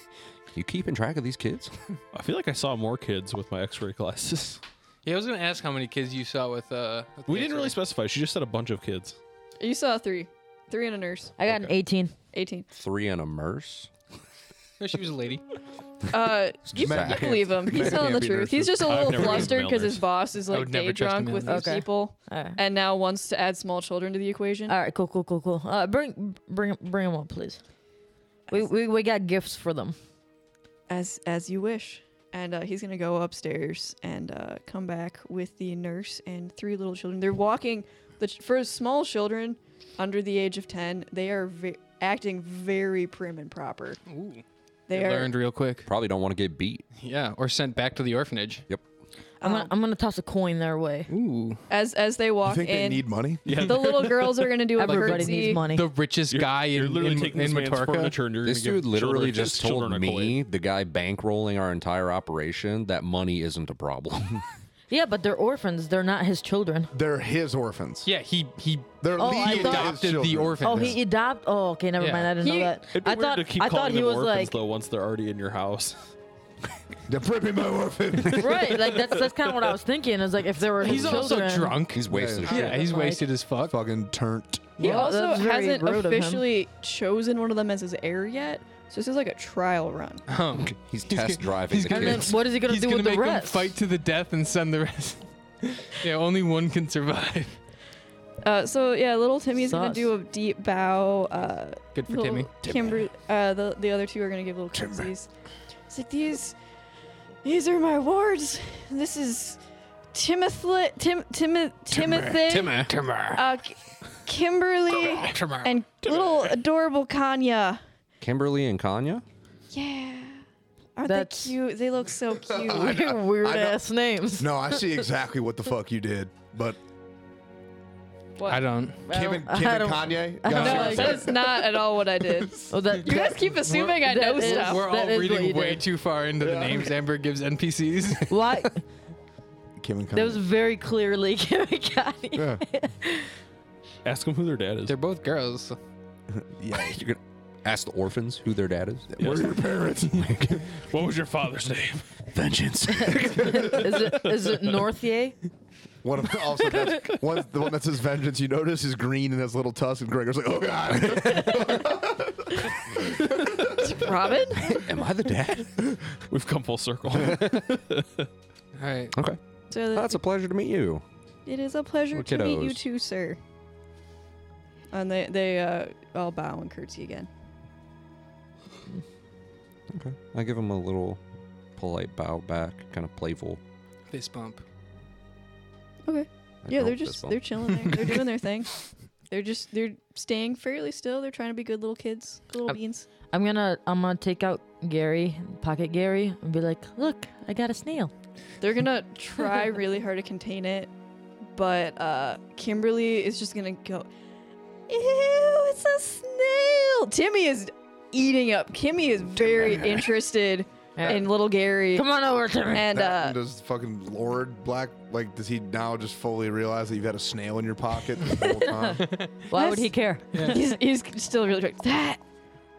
Speaker 3: You keeping track of these kids?
Speaker 1: I feel like I saw more kids with my X-ray
Speaker 3: (laughs)
Speaker 1: glasses.
Speaker 7: yeah, I was gonna ask how many kids you saw with. uh with
Speaker 1: We
Speaker 7: the
Speaker 1: didn't really
Speaker 7: X-ray.
Speaker 1: specify. She just said a bunch of kids.
Speaker 5: You saw three, three and a nurse.
Speaker 6: I got an 18.
Speaker 5: 18.
Speaker 3: Three and a merce.
Speaker 7: No, she was a lady.
Speaker 5: Uh, you,
Speaker 3: Matt
Speaker 5: you
Speaker 3: can't-
Speaker 5: believe him. He's
Speaker 4: Matt
Speaker 5: telling the
Speaker 4: can't be
Speaker 5: truth.
Speaker 4: nurses.
Speaker 5: He's just a
Speaker 1: I've
Speaker 5: little
Speaker 1: never been
Speaker 5: flustered
Speaker 1: male
Speaker 5: because his
Speaker 1: nurse.
Speaker 5: boss is
Speaker 7: I
Speaker 5: like
Speaker 7: would never
Speaker 5: day
Speaker 7: trust a
Speaker 5: drunk
Speaker 7: male
Speaker 5: with
Speaker 7: nurse.
Speaker 5: these
Speaker 6: Okay.
Speaker 5: people,
Speaker 6: All right.
Speaker 5: and now wants to add small children to the equation.
Speaker 6: All right, cool, cool, cool, cool. Uh, bring, bring, bring them all, please. We, we, we got gifts for them.
Speaker 5: as as you wish. And uh, he's gonna go upstairs and uh, come back with the nurse and three little children. They're walking. The ch- for small children under the age of ten, they are ve- acting very prim and proper.
Speaker 7: Ooh,
Speaker 5: They are.
Speaker 7: learned real quick.
Speaker 3: Probably don't want to get beat.
Speaker 7: Yeah, or sent back to the orphanage.
Speaker 6: I'm gonna,
Speaker 5: um,
Speaker 6: I'm gonna toss a coin their way.
Speaker 7: Ooh,
Speaker 5: as as they
Speaker 4: You
Speaker 5: walk
Speaker 4: think they
Speaker 5: in.
Speaker 4: need money?
Speaker 1: Yeah,
Speaker 5: the little girls are
Speaker 4: (laughs)
Speaker 5: gonna do a
Speaker 6: Everybody
Speaker 5: curtsy.
Speaker 6: needs money.
Speaker 7: the richest
Speaker 1: You're-
Speaker 7: guy
Speaker 1: you're
Speaker 7: in,
Speaker 1: literally
Speaker 7: in,
Speaker 1: taking
Speaker 7: in
Speaker 1: this man's
Speaker 7: Matorka.
Speaker 1: furniture and you're
Speaker 3: This
Speaker 1: gonna give
Speaker 3: dude literally
Speaker 1: children-
Speaker 3: just
Speaker 1: his
Speaker 3: told
Speaker 1: children a
Speaker 3: me,
Speaker 1: Kool-Aid.
Speaker 3: the guy bankrolling our entire operation, that money isn't a problem. (laughs)
Speaker 6: Yeah, but they're orphans. They're not his children.
Speaker 4: They're his orphans.
Speaker 7: Yeah, he he
Speaker 4: They're
Speaker 6: Oh, I
Speaker 4: legally
Speaker 6: thought-
Speaker 4: his
Speaker 7: adopted the
Speaker 4: children.
Speaker 7: orphan.
Speaker 6: Oh, he adopt. Oh, okay, never
Speaker 7: Yeah.
Speaker 6: mind. I didn't
Speaker 5: He-
Speaker 6: know that.
Speaker 1: It'd be
Speaker 6: I
Speaker 1: weird
Speaker 6: thought
Speaker 1: to keep
Speaker 6: I
Speaker 1: calling
Speaker 6: thought he
Speaker 1: them
Speaker 6: was
Speaker 1: orphans
Speaker 6: like
Speaker 1: though once they're already in your house. (laughs)
Speaker 4: They're pretty my orphan.
Speaker 6: (laughs) right. Like that's that's kind of what I was thinking. Is like if there were his
Speaker 7: he's also
Speaker 6: children.
Speaker 7: drunk.
Speaker 3: He's wasted as
Speaker 4: Yeah.
Speaker 7: yeah, he's
Speaker 6: Like-
Speaker 7: wasted as fuck.
Speaker 4: fucking turnt.
Speaker 5: He
Speaker 6: Well,
Speaker 5: also
Speaker 6: that's very
Speaker 5: hasn't
Speaker 6: rude of him.
Speaker 5: officially chosen one of them as his heir yet, so this is like a trial
Speaker 6: (laughs)
Speaker 5: run.
Speaker 7: Huh.
Speaker 3: He's test driving
Speaker 7: he's
Speaker 3: the
Speaker 7: gonna-
Speaker 6: And then (laughs)
Speaker 3: kids.
Speaker 6: what is he gonna
Speaker 7: he's
Speaker 6: do
Speaker 7: gonna
Speaker 6: with the
Speaker 7: make them
Speaker 6: rest? (laughs)
Speaker 7: fight to the death and send the rest. (laughs) yeah, only one can (laughs) survive.
Speaker 5: Uh, so yeah, little Timmy's gonna
Speaker 6: Sus.
Speaker 5: do a deep bow. Uh,
Speaker 7: Good for
Speaker 5: little
Speaker 7: Timmy.
Speaker 5: Kimber, uh, the the other two are gonna give little curtsies. It's like these, these are my wards. This is Timothy, Tim, Tim, Timothy,
Speaker 7: Timmer.
Speaker 5: uh, K- Kimberly, and little adorable Kanya.
Speaker 3: Kimberly and Kanya?
Speaker 5: Yeah. Aren't
Speaker 6: That's-
Speaker 5: they cute? They
Speaker 6: (laughs)
Speaker 5: look so cute.
Speaker 6: Weird
Speaker 4: I know.
Speaker 6: ass names.
Speaker 4: No, I see exactly what the fuck you did, but
Speaker 7: I don't.
Speaker 4: Kim
Speaker 5: Oh,
Speaker 4: and,
Speaker 6: I
Speaker 4: Kim and
Speaker 6: don't-
Speaker 4: Kanye.
Speaker 6: I
Speaker 4: got
Speaker 6: don't know.
Speaker 4: you.
Speaker 5: no, that's not at all what I did.
Speaker 6: Oh, that,
Speaker 5: (laughs) You guys
Speaker 6: that-
Speaker 5: keep assuming I
Speaker 6: that
Speaker 5: know
Speaker 6: is-
Speaker 5: stuff.
Speaker 7: We're all
Speaker 6: That is what you
Speaker 7: reading way
Speaker 6: did.
Speaker 7: too far into the names Amber gives (laughs)
Speaker 6: (laughs)
Speaker 7: NPCs.
Speaker 6: why?
Speaker 4: Kim and Kanye.
Speaker 6: That
Speaker 5: (laughs)
Speaker 6: was very clearly (laughs) Kanye.
Speaker 4: yeah.
Speaker 1: Ask them who their dad is.
Speaker 7: They're both girls.
Speaker 4: yeah.
Speaker 3: (laughs) You're gonna ask the orphans who their dad is.
Speaker 4: Where are
Speaker 1: (laughs)
Speaker 4: your parents?
Speaker 1: What was your father's name? (laughs)
Speaker 4: Vengeance.
Speaker 6: Is it is it Northier?
Speaker 4: One of also that's, one, the one that says vengeance. You notice is green and has little tusk, and Gregor's like, oh god.
Speaker 5: Robin?
Speaker 3: Am I the dad?
Speaker 1: We've come full circle.
Speaker 7: All right.
Speaker 3: okay.
Speaker 5: So
Speaker 3: That's a pleasure to meet you.
Speaker 5: It is a pleasure
Speaker 3: Well,
Speaker 5: to meet you
Speaker 3: kiddos.
Speaker 5: too, sir. And they they uh, all bow and curtsy again.
Speaker 3: Okay. I give him a little polite bow back, kind of playful.
Speaker 7: Fist bump.
Speaker 5: Okay.
Speaker 3: like,
Speaker 5: yeah,
Speaker 3: no
Speaker 5: they're
Speaker 3: fist
Speaker 5: just
Speaker 3: bump.
Speaker 5: they're chilling. There.
Speaker 3: (laughs)
Speaker 5: They're doing their thing. They're just they're staying fairly still. They're trying to be good little kids, good little
Speaker 6: Um,
Speaker 5: beans.
Speaker 6: I'm gonna I'm gonna take out Gary, pocket Gary, and be like, look, I got a snail.
Speaker 5: They're gonna try really hard to contain it, but uh, Kimberly is just gonna go. Ew! It's a snail. Timmy is eating up. Kimmy is very interested in little Gary.
Speaker 6: Come on over to (laughs) me.
Speaker 4: (laughs)
Speaker 5: And
Speaker 4: That-
Speaker 5: uh,
Speaker 4: does fucking Lord Black like? Does he now just fully realize that you've had a snail in your pocket this
Speaker 5: (laughs)
Speaker 4: whole time?
Speaker 6: Why would
Speaker 5: that's-
Speaker 6: he care?
Speaker 5: he's, he's still really quick. That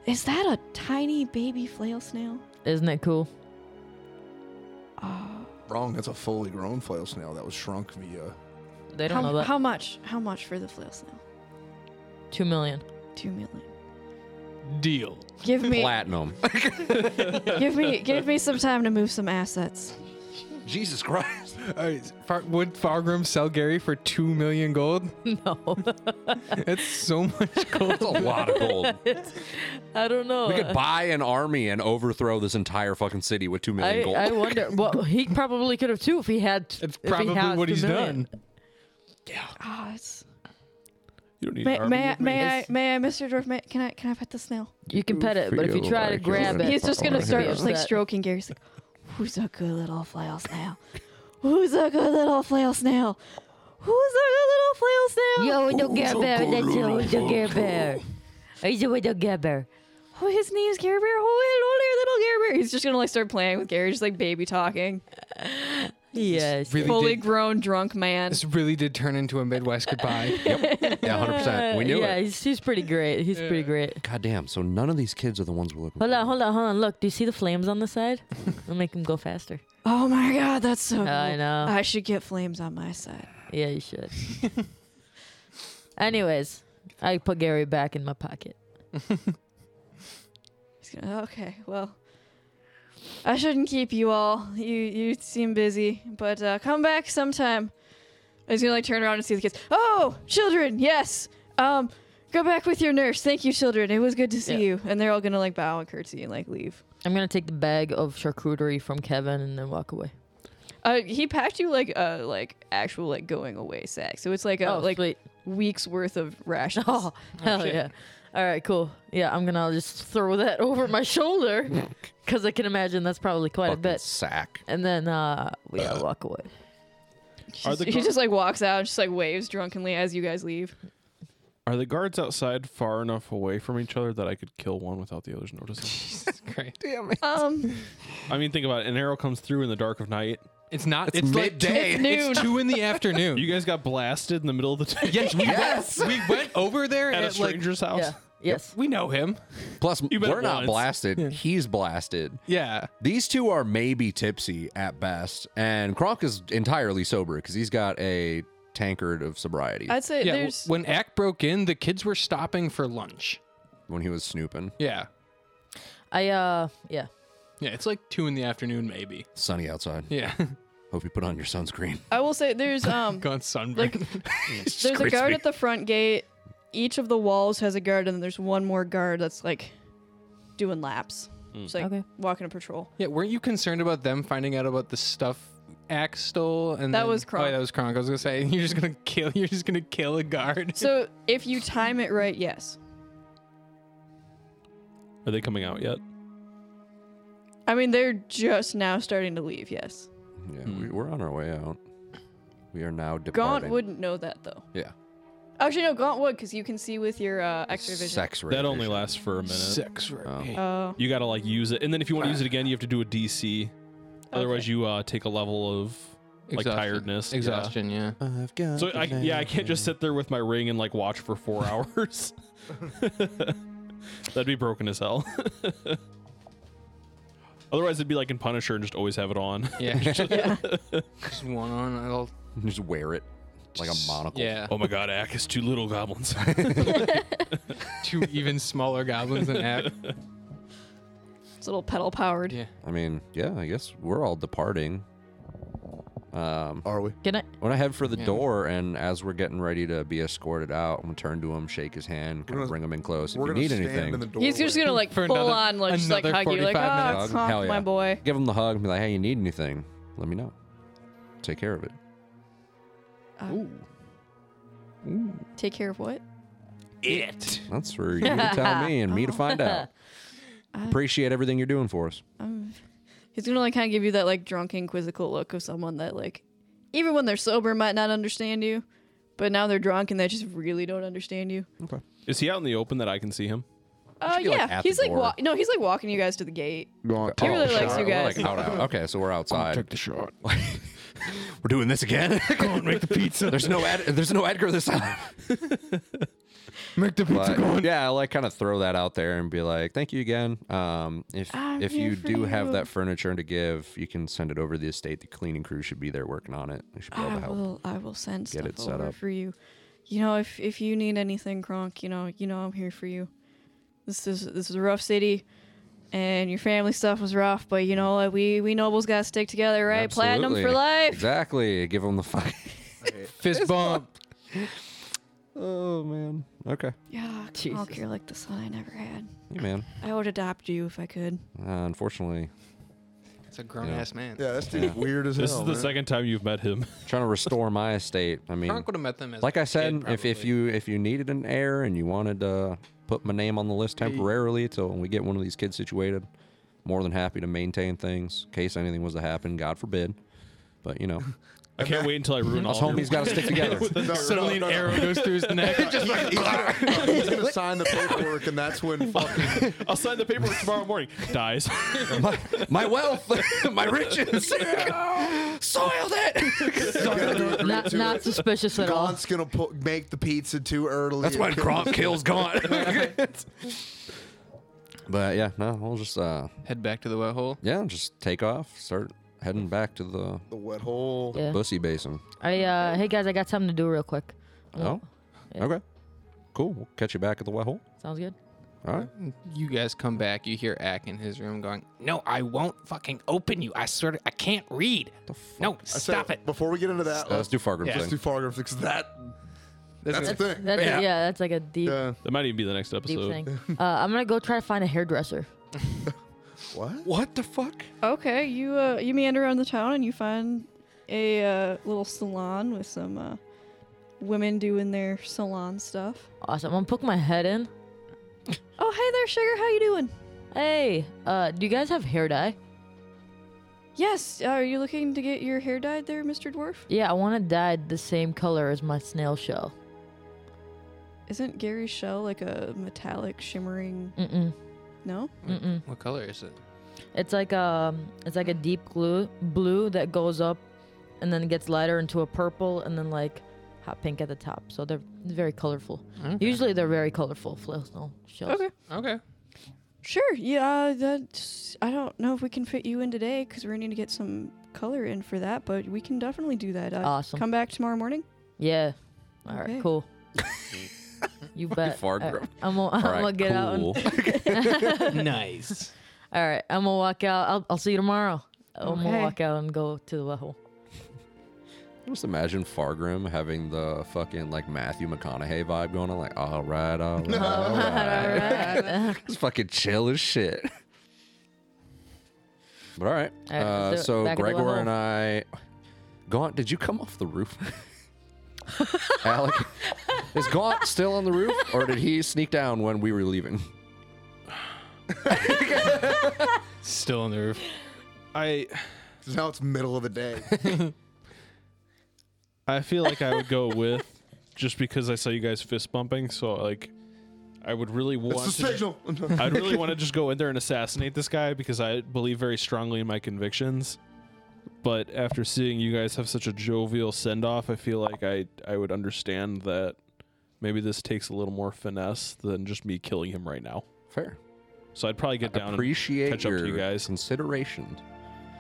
Speaker 5: is that a tiny baby flail snail?
Speaker 6: Isn't it cool?
Speaker 5: Oh,
Speaker 4: Wrong. That's a fully grown flail snail that was shrunk via.
Speaker 6: They don't know
Speaker 5: how,
Speaker 6: that.
Speaker 5: how much? How much for the flail snail?
Speaker 6: Two million.
Speaker 5: Two million.
Speaker 7: Deal.
Speaker 5: Give me,
Speaker 3: (laughs) platinum.
Speaker 5: give me, give me some time to move some assets.
Speaker 3: Jesus Christ.
Speaker 7: All right. Far- would Fargrim sell Gary for two
Speaker 6: (laughs)
Speaker 7: million gold?
Speaker 6: (laughs) No,
Speaker 7: That's so much gold.
Speaker 3: That's a lot of gold.
Speaker 6: I don't know.
Speaker 3: We
Speaker 6: (laughs)
Speaker 3: could buy an army and overthrow this entire fucking city with two million
Speaker 6: I,
Speaker 3: gold.
Speaker 6: I
Speaker 3: (laughs)
Speaker 6: wonder. Well, he probably could have too if he had.
Speaker 7: That's
Speaker 6: if he
Speaker 7: probably
Speaker 6: had
Speaker 7: what
Speaker 6: two
Speaker 7: he's
Speaker 6: million.
Speaker 7: done.
Speaker 5: Ah, it's.
Speaker 1: You don't need
Speaker 5: May,
Speaker 1: an army
Speaker 5: may, I,
Speaker 1: of me.
Speaker 5: may I, may I, Mr. Dwarf? May, can I, can I pet the snail?
Speaker 6: You can pet it, but if you
Speaker 3: Feel
Speaker 6: try to
Speaker 3: like
Speaker 6: grab
Speaker 3: you're
Speaker 6: it,
Speaker 5: He's just
Speaker 6: you'll
Speaker 5: gonna
Speaker 6: be
Speaker 5: start just like
Speaker 6: upset.
Speaker 5: stroking Gary. He's like, "Who's a good little flail snail? Who's a good little flail snail? Who's a good little flail snail?"
Speaker 3: Oh,
Speaker 6: Yo, we don't get bear. That's yo, we don't get bear. He's a little get bear.
Speaker 5: Oh, his name's Gary Bear. Oh, hello there, little Gary Bear. He's just gonna like start playing with Gary, just like baby talking.
Speaker 6: Yes.
Speaker 7: Really
Speaker 5: Fully
Speaker 7: did,
Speaker 5: grown drunk man.
Speaker 7: this really did turn into a
Speaker 5: (laughs)
Speaker 7: Midwest goodbye.
Speaker 3: yeah, hundred percent. We knew
Speaker 6: yeah,
Speaker 3: it.
Speaker 6: he's he's pretty great. He's pretty great.
Speaker 3: God damn. So none of these kids are the ones we're looking.
Speaker 6: Hold
Speaker 3: for.
Speaker 6: on, hold on, hold on. Look, do you see the flames on the (laughs) side? I'll make him go faster.
Speaker 5: Oh my god, that's so. cool.
Speaker 6: I know.
Speaker 5: I should get flames on my side.
Speaker 6: Yeah, you (laughs) should. Anyways, I put Gary back in my pocket.
Speaker 5: He's gonna. Okay, well, I shouldn't keep you all. You you seem busy, but uh, come back sometime. He's gonna like turn around and see the kids. Oh, children, yes. Um, go back with your nurse. Thank you, children. It was good to see
Speaker 6: Yeah.
Speaker 5: you. And they're all gonna like bow and curtsy and like leave.
Speaker 6: I'm gonna take the bag of charcuterie from Kevin and then walk away.
Speaker 5: Uh, he packed you like a like actual like going away sack, so it's like a
Speaker 6: oh, (laughs)
Speaker 5: like
Speaker 6: sweet.
Speaker 5: weeks worth of rations.
Speaker 6: Oh, hell yeah. All right, cool. Yeah, I'm gonna just throw that (laughs) over my shoulder (laughs) because I can imagine that's probably quite a
Speaker 3: Fucking
Speaker 6: bit.
Speaker 3: sack.
Speaker 6: And then uh, we gotta walk away.
Speaker 1: Are the
Speaker 5: he
Speaker 1: gar-
Speaker 5: just like walks out, and just like waves drunkenly as you guys leave.
Speaker 1: Are the guards outside far enough away from each other that I could kill one without the others noticing?
Speaker 2: (laughs)
Speaker 7: great.
Speaker 5: Um,
Speaker 1: I mean, think about it. An arrow comes through in the dark of night.
Speaker 7: It's not. It's, like two,
Speaker 5: midday. It's noon.
Speaker 7: It's two in
Speaker 6: (laughs)
Speaker 7: the afternoon.
Speaker 1: You guys got blasted in the middle of the day
Speaker 7: yes, we went. We went over there
Speaker 1: at
Speaker 7: and
Speaker 1: a stranger's house.
Speaker 6: Yeah. Yes.
Speaker 7: we know (laughs) him.
Speaker 3: Plus,
Speaker 1: You bet
Speaker 3: we're not
Speaker 1: once.
Speaker 3: blasted. He's blasted.
Speaker 7: Yeah.
Speaker 3: These two are maybe tipsy at best, and Kronk is entirely sober because he's got a tankard of sobriety
Speaker 5: I'd
Speaker 2: (laughs)
Speaker 5: say
Speaker 7: Yeah. w-
Speaker 5: there's
Speaker 7: When Ack broke in, the kids were stopping for lunch.
Speaker 3: when he was snooping.
Speaker 7: Yeah.
Speaker 6: I uh yeah.
Speaker 7: Yeah. It's like two in the afternoon, maybe.
Speaker 3: Sunny outside.
Speaker 7: Yeah. (laughs)
Speaker 3: Hope you put on your sunscreen.
Speaker 5: I will say there's um
Speaker 7: Gone sunburn.
Speaker 5: there's a guard at the front gate. Each of the walls has a guard, and then there's one more guard that's like doing laps, just like
Speaker 6: Okay.
Speaker 5: walking a patrol.
Speaker 7: yeah. Weren't you concerned about them finding out about the stuff? Axe stole, and
Speaker 5: That
Speaker 7: then-
Speaker 5: was
Speaker 7: Oh, yeah,
Speaker 5: Kronk.
Speaker 7: that was Kronk. I was gonna say (laughs) you're just gonna kill. You're just gonna kill a (laughs) guard.
Speaker 5: So if you time it right, yes.
Speaker 1: Are they coming out yet?
Speaker 5: I mean, they're just now starting to leave. Yes,
Speaker 3: Yeah,
Speaker 1: Hmm.
Speaker 3: we, we're on our way out. We are now departing.
Speaker 5: Gaunt wouldn't know that though.
Speaker 3: Yeah.
Speaker 5: Actually, no, Gaunt would because you can see with your uh, X-ray vision.
Speaker 3: Sex ray
Speaker 1: That only
Speaker 3: vision.
Speaker 1: lasts for a minute.
Speaker 7: Sex ray.
Speaker 3: Oh.
Speaker 5: Oh,
Speaker 1: You gotta like use it, and then if you want to use it again, you have to do a DC. Otherwise,
Speaker 5: Okay.
Speaker 1: you uh, take a level of like tiredness, yeah.
Speaker 7: (laughs) Exhaustion, yeah.
Speaker 3: I've got
Speaker 1: So I
Speaker 3: the
Speaker 1: yeah, I can't just
Speaker 3: vision.
Speaker 1: sit there with my ring and like watch for four (laughs) hours. That'd be broken as hell. (laughs) Otherwise, it'd be like in Punisher and just always have it on. (laughs)
Speaker 7: Yeah. (laughs) Just one on. I'll,
Speaker 3: (laughs) Just wear it like a monocle.
Speaker 7: yeah.
Speaker 1: Oh my God, Ack is two little goblins. (laughs)
Speaker 7: Two even smaller goblins than
Speaker 3: (laughs)
Speaker 7: that.
Speaker 5: it's a little pedal powered.
Speaker 7: Yeah.
Speaker 3: I mean, yeah, I guess we're all departing. Um,
Speaker 4: Are we?
Speaker 6: Can I?
Speaker 3: when I head for the
Speaker 7: Yeah.
Speaker 3: door, and as we're getting ready to be escorted out, I'm gonna turn to him, shake his hand, kind
Speaker 4: We're
Speaker 3: of
Speaker 4: gonna-
Speaker 3: bring him in close. If
Speaker 4: We're
Speaker 3: you
Speaker 4: gonna
Speaker 3: need
Speaker 4: stand
Speaker 3: anything,
Speaker 4: in the door.
Speaker 5: He's just gonna like
Speaker 7: For
Speaker 5: full
Speaker 7: another-
Speaker 5: on, like just like
Speaker 7: another
Speaker 5: hug you, like
Speaker 7: 45
Speaker 5: ah,
Speaker 3: minutes.
Speaker 5: honk,
Speaker 3: Hell yeah.
Speaker 5: my boy.
Speaker 3: give him the hug, and be like, "Hey, you need anything? Let me know. Take care of it."
Speaker 5: Uh, Take care of what?
Speaker 7: It.
Speaker 3: That's for you to
Speaker 5: (laughs)
Speaker 3: tell me and me to find out.
Speaker 5: Uh,
Speaker 3: Appreciate everything you're doing for us.
Speaker 5: Um, he's gonna like kind of give you that like drunken, quizzical look of someone that like, even when they're sober, might not understand you, but now they're drunk and they just really don't understand you.
Speaker 1: is he out in the open that I can see him?
Speaker 5: Uh,
Speaker 3: should be, like,
Speaker 5: yeah,
Speaker 3: at the
Speaker 5: he's like
Speaker 3: door.
Speaker 5: wa- no, he's like walking you guys to the gate.
Speaker 4: Gaunt.
Speaker 5: He really
Speaker 4: Oh,
Speaker 5: likes
Speaker 4: shot.
Speaker 5: you
Speaker 3: We're,
Speaker 5: guys.
Speaker 3: like, out, out. Okay, so we're outside.
Speaker 4: the shot.
Speaker 3: We're doing this again. (laughs) Go and make the pizza. There's no ad- there's no Edgar this (laughs) time.
Speaker 4: Make the pizza
Speaker 3: But, yeah, I like kind of throw that out there and be like, "Thank you again. Um, if
Speaker 5: I'm
Speaker 3: if
Speaker 5: here
Speaker 3: you
Speaker 5: for
Speaker 3: do have
Speaker 5: you."
Speaker 3: that furniture to give, you can send it over to the estate. The cleaning crew should be there working on it. They should be able to
Speaker 5: I
Speaker 3: help.
Speaker 5: will, I will
Speaker 3: Get
Speaker 5: send stuff
Speaker 3: it set
Speaker 5: over
Speaker 3: up.
Speaker 5: for you. You know, if if you need anything, Kronk, you know, you know, I'm here for you. This is this is a rough city, and your family stuff was rough, but you know, like, we we nobles gotta stick together, right? Platinum for
Speaker 3: Absolutely.
Speaker 5: life.
Speaker 3: Exactly. Give them the (laughs) fuck.
Speaker 7: Fist bump.
Speaker 3: oh man. Okay. (laughs)
Speaker 5: Yeah, Kronk, you're like the son I never had.
Speaker 3: Hey man.
Speaker 5: I would adopt you if I could.
Speaker 3: Uh, unfortunately,
Speaker 7: It's a grown ass man.
Speaker 4: (laughs) Yeah, that's dude's weird as
Speaker 1: This
Speaker 4: hell.
Speaker 1: is the
Speaker 4: man.
Speaker 1: second time you've met
Speaker 3: (laughs)
Speaker 1: him.
Speaker 3: trying to restore my estate. I mean,
Speaker 7: Frank would have met them as
Speaker 3: like
Speaker 7: a
Speaker 3: I said,
Speaker 7: kid,
Speaker 3: if if
Speaker 7: probably.
Speaker 3: you if you needed an heir and you wanted to put my name on the list temporarily till we get one of these kids situated, more than happy to maintain things in case anything was to happen. God forbid. But
Speaker 6: (laughs)
Speaker 3: you know,
Speaker 1: I can't wait until I ruin all.
Speaker 3: us
Speaker 1: of your-
Speaker 3: homies got to
Speaker 1: (laughs)
Speaker 3: stick together.
Speaker 4: No,
Speaker 7: suddenly
Speaker 4: no,
Speaker 7: an
Speaker 4: no,
Speaker 3: (laughs)
Speaker 4: no.
Speaker 7: arrow goes through his neck.
Speaker 4: Just like- he's gonna- he's gonna sign the paperwork, and that's when fucking
Speaker 1: I'll sign the paperwork tomorrow
Speaker 3: (laughs)
Speaker 1: morning. Dies.
Speaker 3: my, my wealth, (laughs) my riches, (laughs) soiled it.
Speaker 6: Not, not suspicious at all.
Speaker 4: Gaunt's gonna pu- make the pizza too early.
Speaker 3: That's
Speaker 4: and
Speaker 3: when
Speaker 4: kill
Speaker 3: Gronk
Speaker 4: us.
Speaker 3: kills
Speaker 6: (laughs)
Speaker 3: gone. but yeah, no, we'll just uh,
Speaker 7: Head back to the wet hole.
Speaker 3: yeah, just take off, start heading back to the
Speaker 4: the wet hole.
Speaker 6: Yeah.
Speaker 3: Bussy Basin.
Speaker 6: I uh, hey guys, I got something to do real quick.
Speaker 3: Oh,
Speaker 6: Yeah.
Speaker 3: okay, cool. We'll catch you back at the wet hole.
Speaker 6: Sounds good.
Speaker 3: All right.
Speaker 7: You guys come back. You hear Ack in his room going, "No, I won't fucking open you. I swear, to, I can't read.
Speaker 3: The fuck?
Speaker 7: No,
Speaker 4: I said,
Speaker 3: (laughs)
Speaker 7: stop it."
Speaker 4: Before we get into that,
Speaker 3: Uh, Let's
Speaker 4: let's,
Speaker 3: do Fargo
Speaker 7: Yeah.
Speaker 4: let's
Speaker 6: (laughs)
Speaker 4: do
Speaker 3: thing.
Speaker 4: Fargo because that
Speaker 7: That's
Speaker 4: that's
Speaker 7: it.
Speaker 4: the thing.
Speaker 6: That's
Speaker 7: Yeah.
Speaker 6: yeah, that's like a deep,
Speaker 4: Yeah.
Speaker 1: that might even be the next
Speaker 6: deep
Speaker 1: episode.
Speaker 4: (laughs)
Speaker 6: thing. Uh, I'm gonna go try to find a hairdresser.
Speaker 4: What?
Speaker 3: What the fuck?
Speaker 5: Okay, you uh, you meander around the town and you find a uh, little salon with some uh, women doing their salon stuff.
Speaker 6: Awesome. I'm gonna poke my head in.
Speaker 5: Oh, hey there, sugar. How you doing?
Speaker 6: Hey, uh, do you guys have hair dye?
Speaker 5: Yes. uh, Are you looking to get your hair dyed, there, Mister Dwarf?
Speaker 6: Yeah, I want it dyed the same color as my snail shell.
Speaker 5: Isn't Gary's shell like a metallic shimmering?
Speaker 6: Mm-mm.
Speaker 5: No.
Speaker 6: Mm-mm.
Speaker 7: What color is it?
Speaker 6: It's like um, it's like a deep glue, blue that goes up, and then gets lighter into a purple, and then like hot pink at the top. So they're very colorful. Usually they're very colorful snail shells.
Speaker 5: Okay.
Speaker 7: Okay.
Speaker 5: Sure. Yeah. uh, That's. I don't know if we can fit you in today because we're needing to get some color in for that, but we can definitely do that. Uh,
Speaker 6: Awesome.
Speaker 5: Come back tomorrow morning.
Speaker 6: Yeah. All right.
Speaker 5: Okay.
Speaker 6: Cool. you bet.
Speaker 3: far
Speaker 6: All right,
Speaker 3: gro-
Speaker 6: I'm gonna, I'm
Speaker 3: All right,
Speaker 6: gonna get out. and-
Speaker 3: cool.
Speaker 7: nice.
Speaker 6: all right. I'm gonna walk out. I'll, I'll see you tomorrow. I'm
Speaker 5: Okay.
Speaker 6: gonna walk out and go to the well hole.
Speaker 3: Just imagine Fargrim having the fucking like Matthew McConaughey vibe going on, like, all right,
Speaker 1: (laughs)
Speaker 3: all right, all right.
Speaker 6: (laughs)
Speaker 3: Just fucking chill as shit. But all right.
Speaker 6: All right,
Speaker 3: uh,
Speaker 6: let's do it.
Speaker 3: so
Speaker 6: Back at the
Speaker 3: Gregor
Speaker 6: well.
Speaker 3: and I. Gaunt, did you come off the roof? (laughs) Alec, is Gaunt still on the roof, or did he sneak down when we were leaving?
Speaker 7: Still on the roof.
Speaker 1: I
Speaker 4: Now it's middle of the day.
Speaker 1: I feel like I would go with just because I saw you guys fist bumping, so like I would really want
Speaker 4: It's a
Speaker 1: to
Speaker 4: signal. (laughs)
Speaker 1: I'd
Speaker 3: (laughs)
Speaker 1: really want to just go in there and assassinate this guy because I believe very strongly in my convictions. But after seeing you guys have such a jovial send off, I feel like I I would understand that maybe this takes a little more finesse than just me killing him right now.
Speaker 3: Fair.
Speaker 1: So I'd probably get down, and,
Speaker 3: Appreciate
Speaker 1: catch up
Speaker 3: your
Speaker 1: to you guys.
Speaker 3: consideration.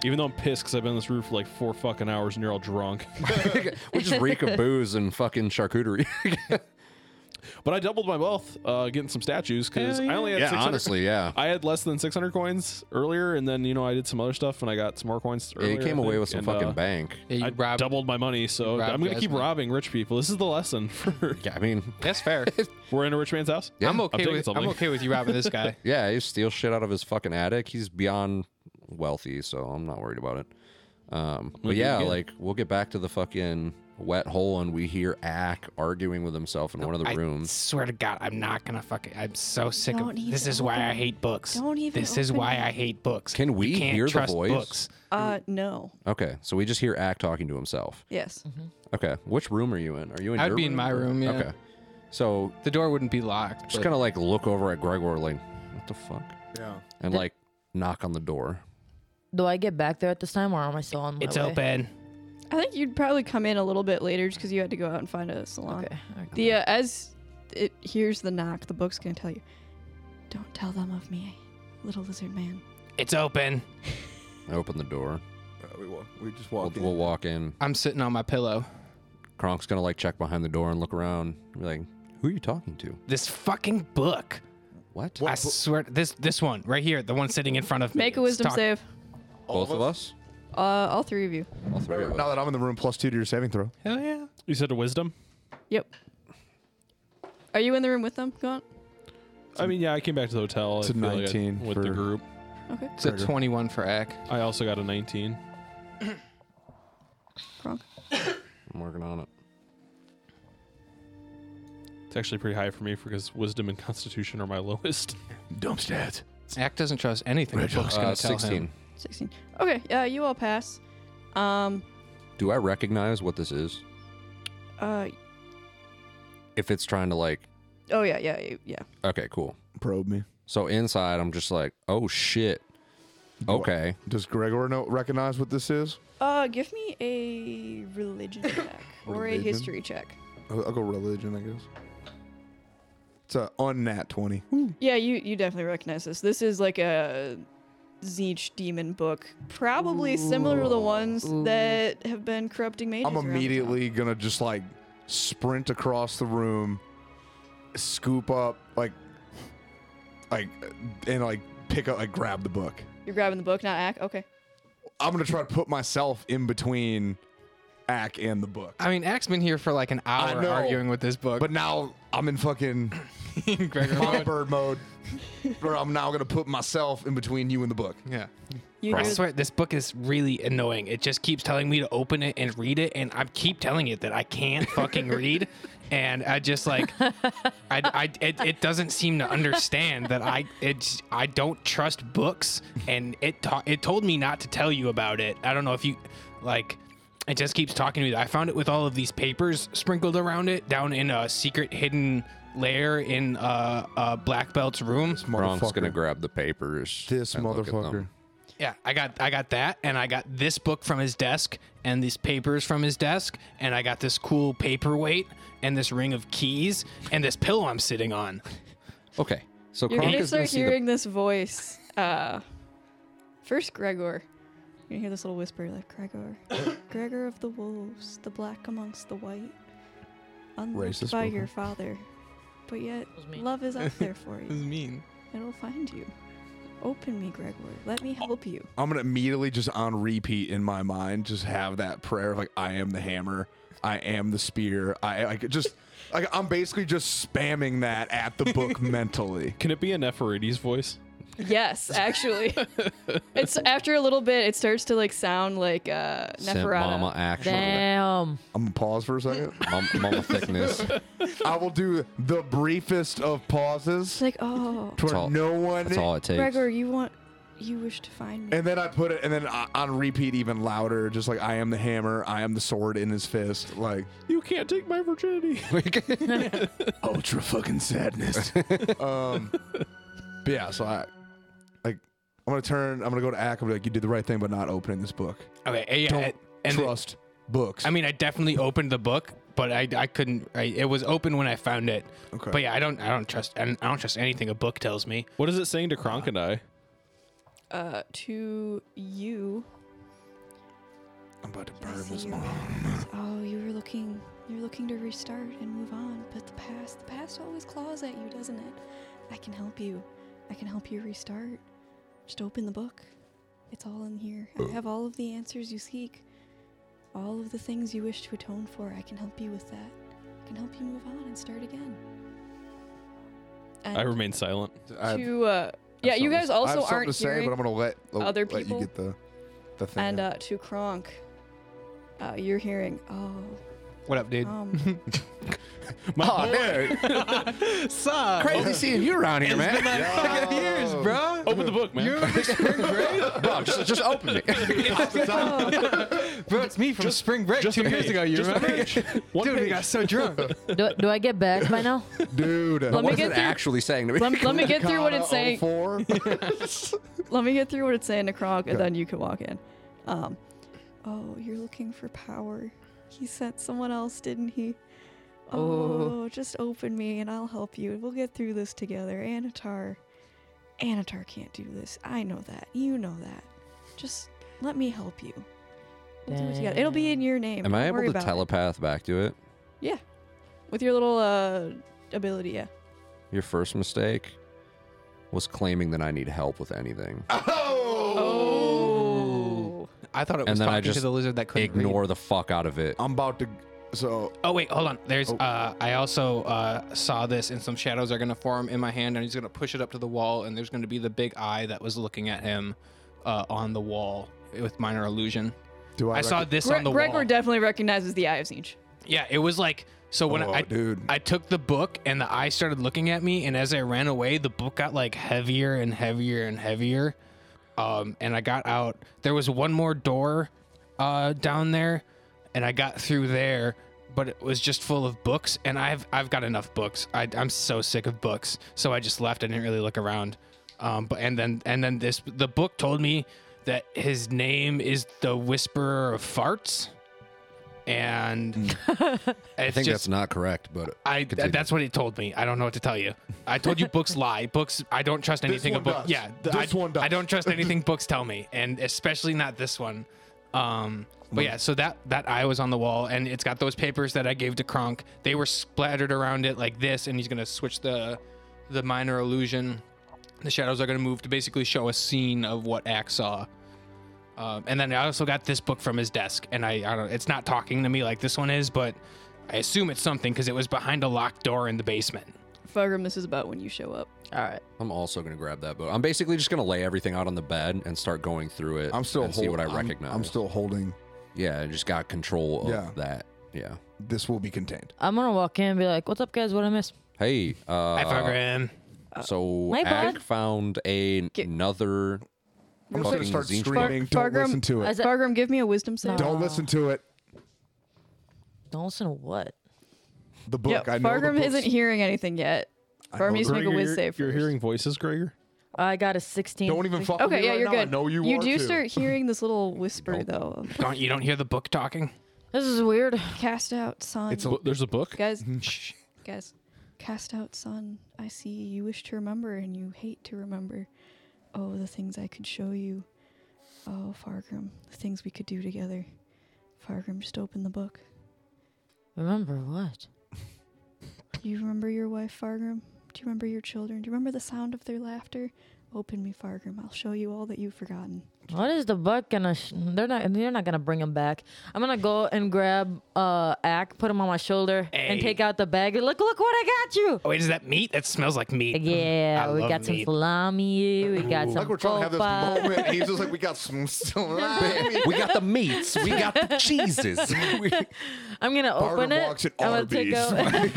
Speaker 1: even though I'm pissed because I've been on this roof for like four fucking hours and you're all drunk.
Speaker 3: we
Speaker 6: (laughs)
Speaker 3: just reek of booze and fucking charcuterie.
Speaker 1: But I doubled my wealth uh, getting some statues because I only had
Speaker 3: yeah,
Speaker 1: 600
Speaker 3: honestly,
Speaker 7: (laughs)
Speaker 3: yeah.
Speaker 1: I had less than 600 coins earlier, and then you know I did some other stuff, and I got some more coins.
Speaker 3: Yeah,
Speaker 1: Earlier,
Speaker 3: you came
Speaker 1: I
Speaker 3: away
Speaker 1: think,
Speaker 3: with some
Speaker 1: and,
Speaker 3: fucking
Speaker 1: uh,
Speaker 3: bank.
Speaker 7: Yeah, you
Speaker 1: I
Speaker 7: robbed.
Speaker 1: doubled my money, so
Speaker 7: robbed
Speaker 1: I'm gonna keep
Speaker 7: Jasmine.
Speaker 1: robbing rich people. This is the lesson. (laughs) For
Speaker 3: Yeah, I mean,
Speaker 7: That's fair.
Speaker 1: we're in a rich man's house.
Speaker 3: Yeah,
Speaker 7: I'm okay
Speaker 1: taking
Speaker 7: with
Speaker 1: something.
Speaker 7: I'm okay with you robbing this guy.
Speaker 3: (laughs) yeah, he steals shit out of his fucking attic. He's beyond wealthy, so I'm not worried about it. Um,
Speaker 1: We'll
Speaker 3: but
Speaker 1: do it
Speaker 3: yeah,
Speaker 1: again.
Speaker 3: like we'll get back to the fucking wet hole, and we hear Ack arguing with himself in one of the
Speaker 7: I
Speaker 3: rooms.
Speaker 7: swear to God, I'm not gonna fuck it. I'm so sick
Speaker 5: Don't
Speaker 7: of
Speaker 5: even
Speaker 7: this. Is why I
Speaker 5: open-
Speaker 7: hate books.
Speaker 5: don't even
Speaker 7: This is
Speaker 5: open
Speaker 7: why
Speaker 5: it.
Speaker 7: I hate books.
Speaker 3: Can
Speaker 7: You
Speaker 3: we
Speaker 7: can't
Speaker 3: hear the
Speaker 7: trust
Speaker 3: voice?
Speaker 7: Books.
Speaker 5: Uh, no.
Speaker 3: Okay, so we just hear Ack talking to himself.
Speaker 5: Yes.
Speaker 6: Mm-hmm.
Speaker 3: Okay, which room are you in? Are you in?
Speaker 7: I'd
Speaker 3: your
Speaker 7: be in my
Speaker 3: or-
Speaker 7: room, yeah.
Speaker 3: Okay, so
Speaker 7: The door wouldn't be locked.
Speaker 3: just
Speaker 7: but-
Speaker 3: kind of like look over at Gregor, like what the fuck,
Speaker 4: yeah.
Speaker 3: and like knock on the door.
Speaker 6: Do I get back there at this time, or am I still on my
Speaker 7: It's
Speaker 6: way?
Speaker 7: open.
Speaker 5: I think you'd probably come in a little bit later just because you had to go out and find a salon.
Speaker 6: Okay. all right.
Speaker 5: The uh, as it hears the knock, the book's gonna tell you, "Don't tell them of me, little lizard man."
Speaker 7: It's open.
Speaker 3: I open the door.
Speaker 4: Uh, we, wa- we just
Speaker 3: We'll,
Speaker 4: walked in.
Speaker 3: we'll walk in.
Speaker 7: I'm sitting on my pillow.
Speaker 3: Kronk's gonna like check behind the door and look around. Be like, who are you talking to?
Speaker 7: This fucking book.
Speaker 3: What?
Speaker 7: I swear this this one right here, the one sitting in front of me.
Speaker 5: Make a
Speaker 7: It's
Speaker 5: wisdom
Speaker 7: talk-
Speaker 5: save.
Speaker 3: Both of us?
Speaker 5: Uh, all three of you.
Speaker 3: All three of us.
Speaker 4: Now that I'm in the room, plus two to your saving throw.
Speaker 7: Hell yeah.
Speaker 1: You said a wisdom.
Speaker 5: Yep. Are you in the room with them? Go on.
Speaker 1: I mean, yeah, I came back to the hotel.
Speaker 4: It's
Speaker 1: I
Speaker 4: a
Speaker 1: feel like I-
Speaker 4: 19
Speaker 1: with the
Speaker 4: for-
Speaker 1: group.
Speaker 5: Okay.
Speaker 7: It's a
Speaker 4: Trigger.
Speaker 7: 21 for Eck.
Speaker 1: I also got a 19.
Speaker 5: Kronk.
Speaker 3: I'm working on it.
Speaker 1: It's actually pretty high for me because wisdom and constitution are my (laughs) lowest.
Speaker 4: Dump stats.
Speaker 7: Eck doesn't trust anything the book's gonna
Speaker 3: Uh,
Speaker 7: tell
Speaker 3: 16.
Speaker 7: him.
Speaker 5: Sixteen. Okay. Yeah, you all pass. Um.
Speaker 3: Do I recognize what this is?
Speaker 5: Uh.
Speaker 3: If it's trying to like,
Speaker 5: Oh yeah. Yeah. you- Yeah.
Speaker 3: okay, cool.
Speaker 4: Probe me.
Speaker 3: So inside, I'm just like, oh shit. Okay.
Speaker 4: Does Gregor know recognize what this is?
Speaker 5: Uh, give me a religion check or
Speaker 4: Religion?
Speaker 5: a history check.
Speaker 4: I'll, I'll go religion, I guess. It's a unnat twenty.
Speaker 5: Yeah, you you definitely recognize this. This is like a Zeech demon book, probably similar to the ones that have been corrupting mages.
Speaker 4: I'm
Speaker 5: around the
Speaker 4: immediately gonna just like sprint across the room, scoop up like, like, and like pick up, like grab the book.
Speaker 5: town. You're grabbing the book, not Ack. Okay.
Speaker 4: I'm gonna try to put myself in between Ack and the book.
Speaker 7: I mean, Eck's been here for like an hour
Speaker 4: know.
Speaker 7: arguing with this book.
Speaker 4: But now I'm in fucking
Speaker 7: Gregor,
Speaker 4: bird mode, where I'm now gonna put myself in between you and the book.
Speaker 7: yeah.
Speaker 5: You
Speaker 7: I
Speaker 5: hear-
Speaker 7: swear this book is really annoying. It just keeps telling me to open it and read it, and I keep telling it that I can't fucking read, and I just like, I, I it, it doesn't seem to understand that I it's I don't trust books, and it ta- it told me not to tell you about it. I don't know if you like. It just keeps talking to me. I found it with all of these papers sprinkled around it, down in a secret hidden lair in uh, uh, Black Belt's room.
Speaker 3: Kronk's gonna grab the papers.
Speaker 4: this
Speaker 3: and look at them.
Speaker 4: motherfucker.
Speaker 7: Yeah, I got I got that, and I got this book from his desk, and these papers from his desk, and I got this cool paperweight, and this ring of keys, and this pillow I'm sitting (laughs) on.
Speaker 3: Okay. So
Speaker 5: You're
Speaker 3: Kronk
Speaker 5: gonna
Speaker 3: is gonna
Speaker 5: start
Speaker 3: see
Speaker 5: hearing this voice. Uh, first Gregor. You're gonna hear this little whisper
Speaker 3: (coughs)
Speaker 5: like Gregor, Gregor of the wolves, the black amongst the white, unloved
Speaker 4: Racist
Speaker 5: by
Speaker 4: woman.
Speaker 5: your father, but yet
Speaker 6: was me.
Speaker 5: love is out
Speaker 3: (laughs)
Speaker 5: there for you.
Speaker 7: mean.
Speaker 5: It'll find you. Open me, Gregor. Let me help you.
Speaker 4: I'm gonna immediately just on repeat in my mind, just have that prayer of like, I am the hammer, I am the spear, I like just like I'm basically just spamming that at
Speaker 3: (laughs)
Speaker 4: the book mentally.
Speaker 1: Can it be an Nepherides voice?
Speaker 5: Yes, actually. it's after a little bit, it starts to like sound like uh,
Speaker 3: the (laughs) scent Mama
Speaker 5: Neferata.
Speaker 3: action.
Speaker 6: Damn.
Speaker 4: I'm gonna pause for a second.
Speaker 3: Mom- mama thickness.
Speaker 4: I will do the briefest of pauses
Speaker 5: It's like, oh,
Speaker 4: to where
Speaker 3: all-
Speaker 4: no one
Speaker 3: That's all it takes.
Speaker 5: Gregor, you want you wish to find me.
Speaker 4: And then I put it, and then o- on repeat, even louder, just like I am the hammer, I am the sword in his fist, like
Speaker 1: You can't take my virginity. (laughs)
Speaker 4: ultra fucking sadness. (laughs) um, but yeah, so I, like, I'm gonna turn, I'm gonna go to Ack and be like, you did the right thing, but not opening this book.
Speaker 7: Okay, yeah,
Speaker 4: Don't
Speaker 7: and- and
Speaker 4: trust books.
Speaker 7: I mean, I definitely opened the book, but I, I couldn't. I, it was open when I found it.
Speaker 4: Okay.
Speaker 7: But yeah, I don't I don't trust I don't I don't trust anything a book tells me.
Speaker 1: What is it saying to Kronk and I?
Speaker 5: Uh, to you.
Speaker 4: I'm about to
Speaker 5: I
Speaker 4: burn
Speaker 5: see
Speaker 4: this
Speaker 5: your
Speaker 4: mom.
Speaker 5: past. Oh, you were looking. You're looking to restart and move on, but the past, the past always claws at you, doesn't it? I can help you. I can help you restart. Just open the book. It's all in here. I have all of the answers you seek. All of the things you wish to atone for. I can help you with that. I can help you move on and start again. And
Speaker 1: I remain silent.
Speaker 4: I have-
Speaker 5: to uh,
Speaker 4: I
Speaker 5: yeah,
Speaker 4: have
Speaker 5: you guys
Speaker 4: something- I have
Speaker 5: also
Speaker 4: something
Speaker 5: aren't
Speaker 4: to say,
Speaker 5: hearing.
Speaker 4: But I'm gonna let
Speaker 5: other
Speaker 4: let
Speaker 5: people.
Speaker 4: you get the the thing.
Speaker 5: and uh, to Kronk, uh, you're hearing, oh,
Speaker 7: What up,
Speaker 3: (laughs)
Speaker 7: dude?
Speaker 5: um,
Speaker 4: oh, dude,
Speaker 7: Sup? Oh,
Speaker 4: crazy seeing you around here, man.
Speaker 7: years, bro.
Speaker 1: Open the book, man.
Speaker 3: Bro, just, just open
Speaker 5: (laughs)
Speaker 3: it.
Speaker 5: oh,
Speaker 7: Bro, it's me from spring break
Speaker 1: just a page. Just a page. One page.
Speaker 7: so drunk.
Speaker 6: Do, do I get back by now?
Speaker 7: (laughs)
Speaker 4: dude. oh
Speaker 5: Let me
Speaker 3: What is
Speaker 5: get
Speaker 3: it
Speaker 5: through-
Speaker 3: actually saying to me?
Speaker 5: let, let me get through what it's
Speaker 4: (laughs)
Speaker 5: saying.
Speaker 4: Four.
Speaker 5: (laughs) Let me get through what it's saying to Kronk, and then you can walk in. Um, oh, you're looking for power. He sent someone else, didn't he?
Speaker 6: Oh.
Speaker 5: Oh, just open me, and I'll help you. We'll get through this together. Anatar, Anatar can't do this. I know that. You know that. Just let me help you. We'll do it together. It'll be in your name.
Speaker 3: Am
Speaker 5: Don't
Speaker 3: I able
Speaker 5: worry
Speaker 3: to
Speaker 5: about it.
Speaker 3: telepath back to it?
Speaker 5: with your little uh ability? Yeah.
Speaker 3: Your first mistake was claiming that I need help with anything.
Speaker 5: Oh.
Speaker 7: I thought it
Speaker 3: And
Speaker 7: was
Speaker 3: then I
Speaker 7: talking
Speaker 3: just
Speaker 7: to the lizard that couldn't
Speaker 3: Ignore
Speaker 7: Read.
Speaker 3: the fuck out of it.
Speaker 4: I'm about to. So
Speaker 7: Oh wait, hold on. There's.
Speaker 4: Oh.
Speaker 7: Uh, I also uh, saw this, and some shadows are gonna form in my hand, and he's gonna push it (laughs) up to the wall, and there's gonna be the big eye that was looking at him uh, on the wall with minor illusion.
Speaker 4: do I?
Speaker 7: I saw
Speaker 4: recog-
Speaker 7: this on
Speaker 5: Gre-
Speaker 7: the
Speaker 5: Gregor
Speaker 7: wall.
Speaker 5: definitely recognizes the Eye of Siege.
Speaker 7: yeah, it was like so when
Speaker 4: Oh,
Speaker 7: I
Speaker 4: dude.
Speaker 7: I took the book and the eye started looking at me, and as I ran away, the book got like heavier and heavier and heavier. Um, and I got out. There was one more door uh, down there, and I got through there, but it was just full of books, and I've I've got enough books. I, I'm so sick of books, so I just left. I didn't really look around. Um, but and then and then this the book told me that his name is the Whisperer of Farts, and
Speaker 3: Hmm. I think that's not correct, but
Speaker 7: I th- that's what he told me. I don't know what to tell you. I told you
Speaker 4: (laughs)
Speaker 7: books lie. Books. I don't trust anything
Speaker 4: one
Speaker 7: a book.
Speaker 4: does.
Speaker 7: Yeah, th-
Speaker 4: This
Speaker 7: I,
Speaker 4: one does.
Speaker 7: I don't
Speaker 4: (laughs)
Speaker 7: trust anything books tell me, and especially not this one. Um, but
Speaker 4: Hmm.
Speaker 7: yeah, so that that eye was on the wall, and it's got those papers that I gave to Kronk. They were splattered around it like this, and he's gonna switch the the minor illusion. The shadows are gonna move to basically show a scene of what Axe saw. Um, and then I also got this book from his desk, and I, I don't. It's not talking to me like this one is, but I assume it's something because it was behind a locked door in the basement.
Speaker 5: Fargrim, this is about when you show up.
Speaker 6: All right.
Speaker 3: I'm also gonna grab that book. I'm basically just gonna lay everything out on the bed and start going through it.
Speaker 4: I'm still
Speaker 3: and
Speaker 4: holding.
Speaker 3: see what I
Speaker 4: I'm-
Speaker 3: recognize.
Speaker 4: I'm still holding.
Speaker 3: yeah. I just got control of
Speaker 4: Yeah.
Speaker 3: that. Yeah.
Speaker 4: This will be contained.
Speaker 6: I'm gonna walk in and be like, "What's up, guys? What I miss?"
Speaker 3: Hey. Uh,
Speaker 7: Hi, Fargrim.
Speaker 3: So
Speaker 6: My
Speaker 3: Ag
Speaker 6: bad.
Speaker 3: found a,
Speaker 5: Get-
Speaker 3: another.
Speaker 4: I'm just gonna
Speaker 3: fucking
Speaker 4: start
Speaker 3: zine tree.
Speaker 4: screaming. Don't
Speaker 5: Fargrim-
Speaker 4: listen to
Speaker 6: I
Speaker 4: it.
Speaker 6: said,
Speaker 5: Fargrim, give me a wisdom save.
Speaker 6: No.
Speaker 4: Don't listen to it.
Speaker 6: "Don't listen to what."
Speaker 4: The
Speaker 5: Yeah,
Speaker 4: book. I know. the
Speaker 5: Fargrim
Speaker 4: book's-
Speaker 5: isn't hearing anything yet.
Speaker 4: I
Speaker 5: Farm
Speaker 4: know
Speaker 5: needs to
Speaker 4: the-
Speaker 5: make a whiz save.
Speaker 1: you're
Speaker 5: first.
Speaker 1: hearing voices, Gregor?
Speaker 6: I got a 16.
Speaker 4: Don't even fuck with
Speaker 5: Okay,
Speaker 4: me
Speaker 5: yeah,
Speaker 4: right
Speaker 5: you're
Speaker 4: now. I
Speaker 5: good.
Speaker 4: know Oh, you,
Speaker 5: you
Speaker 4: are
Speaker 5: do
Speaker 4: too. (laughs)
Speaker 5: start hearing this little whisper though. of,
Speaker 7: Don't you don't hear the book talking?
Speaker 6: This is weird.
Speaker 5: Cast out sun,
Speaker 4: It's a-
Speaker 1: Bu- There's a book.
Speaker 4: (laughs)
Speaker 5: guys. shh, guys, cast out sun. I see you wish to remember and you hate to remember. Oh, the things I could show you. Oh, Fargrim, the things we could do together. Fargrim, just open the book.
Speaker 6: Remember what?
Speaker 5: Do you remember your wife, Fargrim? Do you remember your children? Do you remember the sound of their laughter? Open me, Fargrim. I'll show you all that you've forgotten.
Speaker 6: What is the buck gonna? Sh- they're not. They're not gonna bring him back. I'm gonna go and grab uh Ack, put him on my shoulder, and
Speaker 7: Hey.
Speaker 6: take out the bag. Look, look what I got you.
Speaker 7: Oh, wait, is that meat? That smells like meat.
Speaker 6: Yeah,
Speaker 7: I
Speaker 6: we
Speaker 7: love
Speaker 6: got some
Speaker 7: meat.
Speaker 6: salami. We got some
Speaker 4: Like we're trying to have this
Speaker 6: faux pas.
Speaker 4: moment. and He's just like, we got some. some
Speaker 3: we got the meats. We got the
Speaker 4: (laughs)
Speaker 3: cheeses. We-
Speaker 6: I'm gonna open
Speaker 4: Barter
Speaker 6: it.
Speaker 4: walks at (laughs)
Speaker 6: I'm gonna take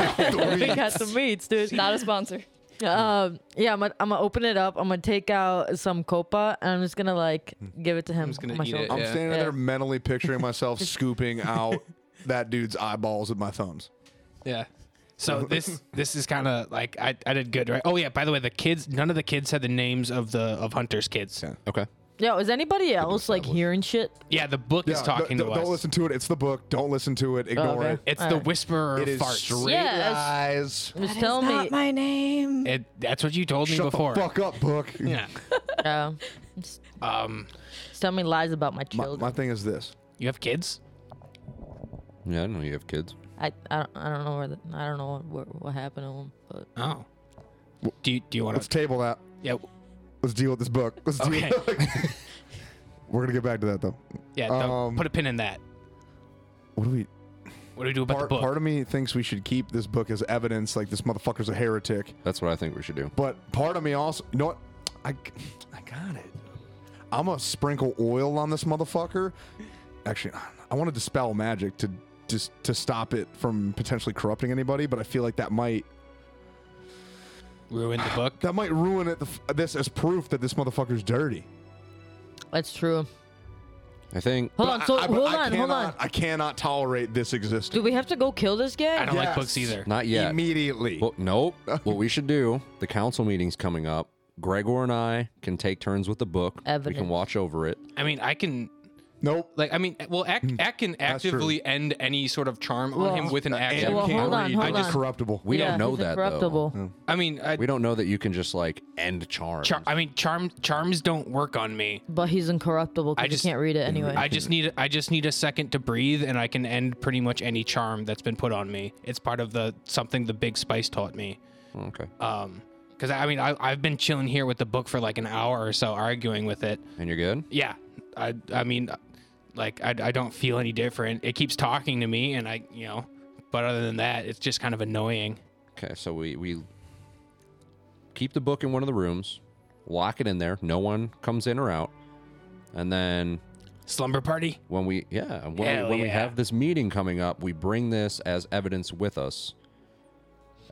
Speaker 4: Arby's.
Speaker 6: (laughs) out. we got some meats, dude.
Speaker 5: Not a sponsor.
Speaker 6: Um, yeah, I'm gonna, I'm gonna open it up. I'm gonna take out some copa and I'm just gonna like give it to him.
Speaker 7: I'm just gonna
Speaker 6: on my
Speaker 7: eat it,
Speaker 6: shoulder.
Speaker 4: Hmm. I'm
Speaker 7: Yeah.
Speaker 4: standing
Speaker 6: Yeah.
Speaker 4: there mentally picturing myself scooping out that dude's eyeballs with my thumbs.
Speaker 7: Yeah. So this this is kind of like I, I did good right. Oh yeah. By the way, the kids none of the kids had the names of the of Hunter's kids. Yeah.
Speaker 3: Okay.
Speaker 6: Yo, is anybody else like hearing shit?
Speaker 7: the book is
Speaker 4: Yeah,
Speaker 7: talking
Speaker 4: don't-
Speaker 7: to
Speaker 4: don't
Speaker 7: us. Oh,
Speaker 4: listen to it. It's the book. Don't listen to it. Ignore
Speaker 6: okay.
Speaker 4: it.
Speaker 7: It's
Speaker 6: All
Speaker 7: the
Speaker 6: right.
Speaker 7: whisperer
Speaker 4: It
Speaker 7: of
Speaker 4: is
Speaker 7: farts.
Speaker 4: straight
Speaker 6: Yeah, that's-
Speaker 4: lies.
Speaker 6: Just
Speaker 5: That
Speaker 6: tell
Speaker 5: is
Speaker 6: me.
Speaker 5: not my name.
Speaker 7: It, that's what you told me
Speaker 4: Shut
Speaker 7: before.
Speaker 4: the fuck up, book.
Speaker 7: Yeah.
Speaker 6: Yeah.
Speaker 7: Um.
Speaker 6: Just tell me lies about my
Speaker 4: My,
Speaker 6: children.
Speaker 4: my thing is this.
Speaker 7: You have kids?
Speaker 3: Yeah, I know you have kids.
Speaker 6: I, I, don't, I don't know where the, I don't know what, what happened to him, but
Speaker 7: Oh. Do you do you want
Speaker 4: Let's
Speaker 7: to?
Speaker 4: table that.
Speaker 7: Yeah.
Speaker 4: Let's deal with this book. Let's deal
Speaker 7: Okay.
Speaker 4: (laughs) We're gonna get back to that though.
Speaker 7: Yeah. don't-
Speaker 4: Um,
Speaker 7: put a pin in that.
Speaker 4: What do we?
Speaker 7: What do we do about
Speaker 4: Part,
Speaker 7: the book?
Speaker 4: part of me thinks we should keep this book as evidence, like this motherfucker's a heretic.
Speaker 3: That's what I think we should do.
Speaker 4: But part of me also, you know what? I, I got it. I'm gonna sprinkle oil on this motherfucker. Actually, I want to dispel magic to just to stop it from potentially corrupting anybody. But I feel like that might
Speaker 7: Ruin the book.
Speaker 4: that might ruin it. The, f- this as proof that this motherfucker's dirty.
Speaker 6: that's true.
Speaker 3: I think.
Speaker 6: Hold on, Oh, so
Speaker 4: I, I-
Speaker 6: hold
Speaker 4: I
Speaker 6: on, hold on.
Speaker 4: cannot- I cannot tolerate this
Speaker 6: Do
Speaker 4: existing.
Speaker 6: we have to go kill this
Speaker 7: I
Speaker 6: guy?
Speaker 7: don't like
Speaker 4: Yes.
Speaker 7: books either.
Speaker 3: Not yet.
Speaker 4: Immediately.
Speaker 3: Well,
Speaker 7: (laughs)
Speaker 3: nope. what we should do, the council meeting's coming up. Gregor and I can take turns with the book. We
Speaker 6: Evidence.
Speaker 3: can watch over it.
Speaker 7: I mean, I can
Speaker 4: nope.
Speaker 7: like I mean, eh, well, Ack, Ack can
Speaker 4: Hmm. That's true. uh,
Speaker 7: actively end any sort of charm on
Speaker 6: Well,
Speaker 7: him with an action.
Speaker 4: And
Speaker 6: Well,
Speaker 4: can't
Speaker 6: hold on,
Speaker 4: read.
Speaker 6: hold
Speaker 4: I just
Speaker 6: on.
Speaker 4: corruptible.
Speaker 3: We
Speaker 6: Yeah,
Speaker 3: don't know
Speaker 6: he's
Speaker 3: that
Speaker 6: incorruptible.
Speaker 3: though.
Speaker 7: I mean, I,
Speaker 3: We don't know that you can just like end charm.
Speaker 7: char- I mean, charm charms don't work on me.
Speaker 6: But he's incorruptible because
Speaker 7: I
Speaker 6: you
Speaker 7: just-
Speaker 6: can't read it anyway.
Speaker 7: I just need I just need a second to breathe, and I can end pretty much any charm that's been put on me. It's part of the something the Big Spice taught me.
Speaker 3: okay.
Speaker 7: Um, because I mean, I, I've been chilling here with the book for like an hour or so, arguing with it.
Speaker 3: And you're good.
Speaker 7: Yeah, I I mean, like I, I don't feel any different. It keeps talking to me, and I you know, but other than that, it's just kind of annoying.
Speaker 3: Okay, so we we keep the book in one of the rooms, lock it in there. No one comes in or out. And then
Speaker 7: Slumber party.
Speaker 3: when we yeah when,
Speaker 7: Hell
Speaker 3: we, when we
Speaker 7: yeah.
Speaker 3: have this meeting coming up, we bring this as evidence with us,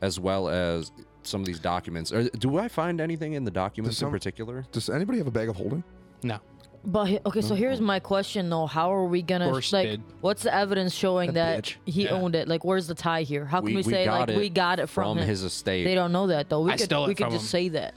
Speaker 3: as well as some of these documents. Or do I find anything in the documents
Speaker 4: some-
Speaker 3: in particular?
Speaker 4: Does anybody have a bag of holding?
Speaker 7: No.
Speaker 6: But he- okay, so here's my question though: How are we gonna
Speaker 7: Or she
Speaker 6: like?
Speaker 7: did.
Speaker 6: What's the evidence showing that
Speaker 4: bitch.
Speaker 6: he
Speaker 7: Yeah.
Speaker 6: owned it? Like, where's the tie here? How can
Speaker 3: We-
Speaker 6: we,
Speaker 3: we
Speaker 6: say
Speaker 3: got
Speaker 6: like
Speaker 3: it
Speaker 6: we got it from,
Speaker 3: from
Speaker 6: him?
Speaker 3: his estate.
Speaker 6: They don't know that though. We
Speaker 7: I
Speaker 6: could
Speaker 7: stole it
Speaker 6: we could
Speaker 7: from
Speaker 6: just
Speaker 7: him.
Speaker 6: say that.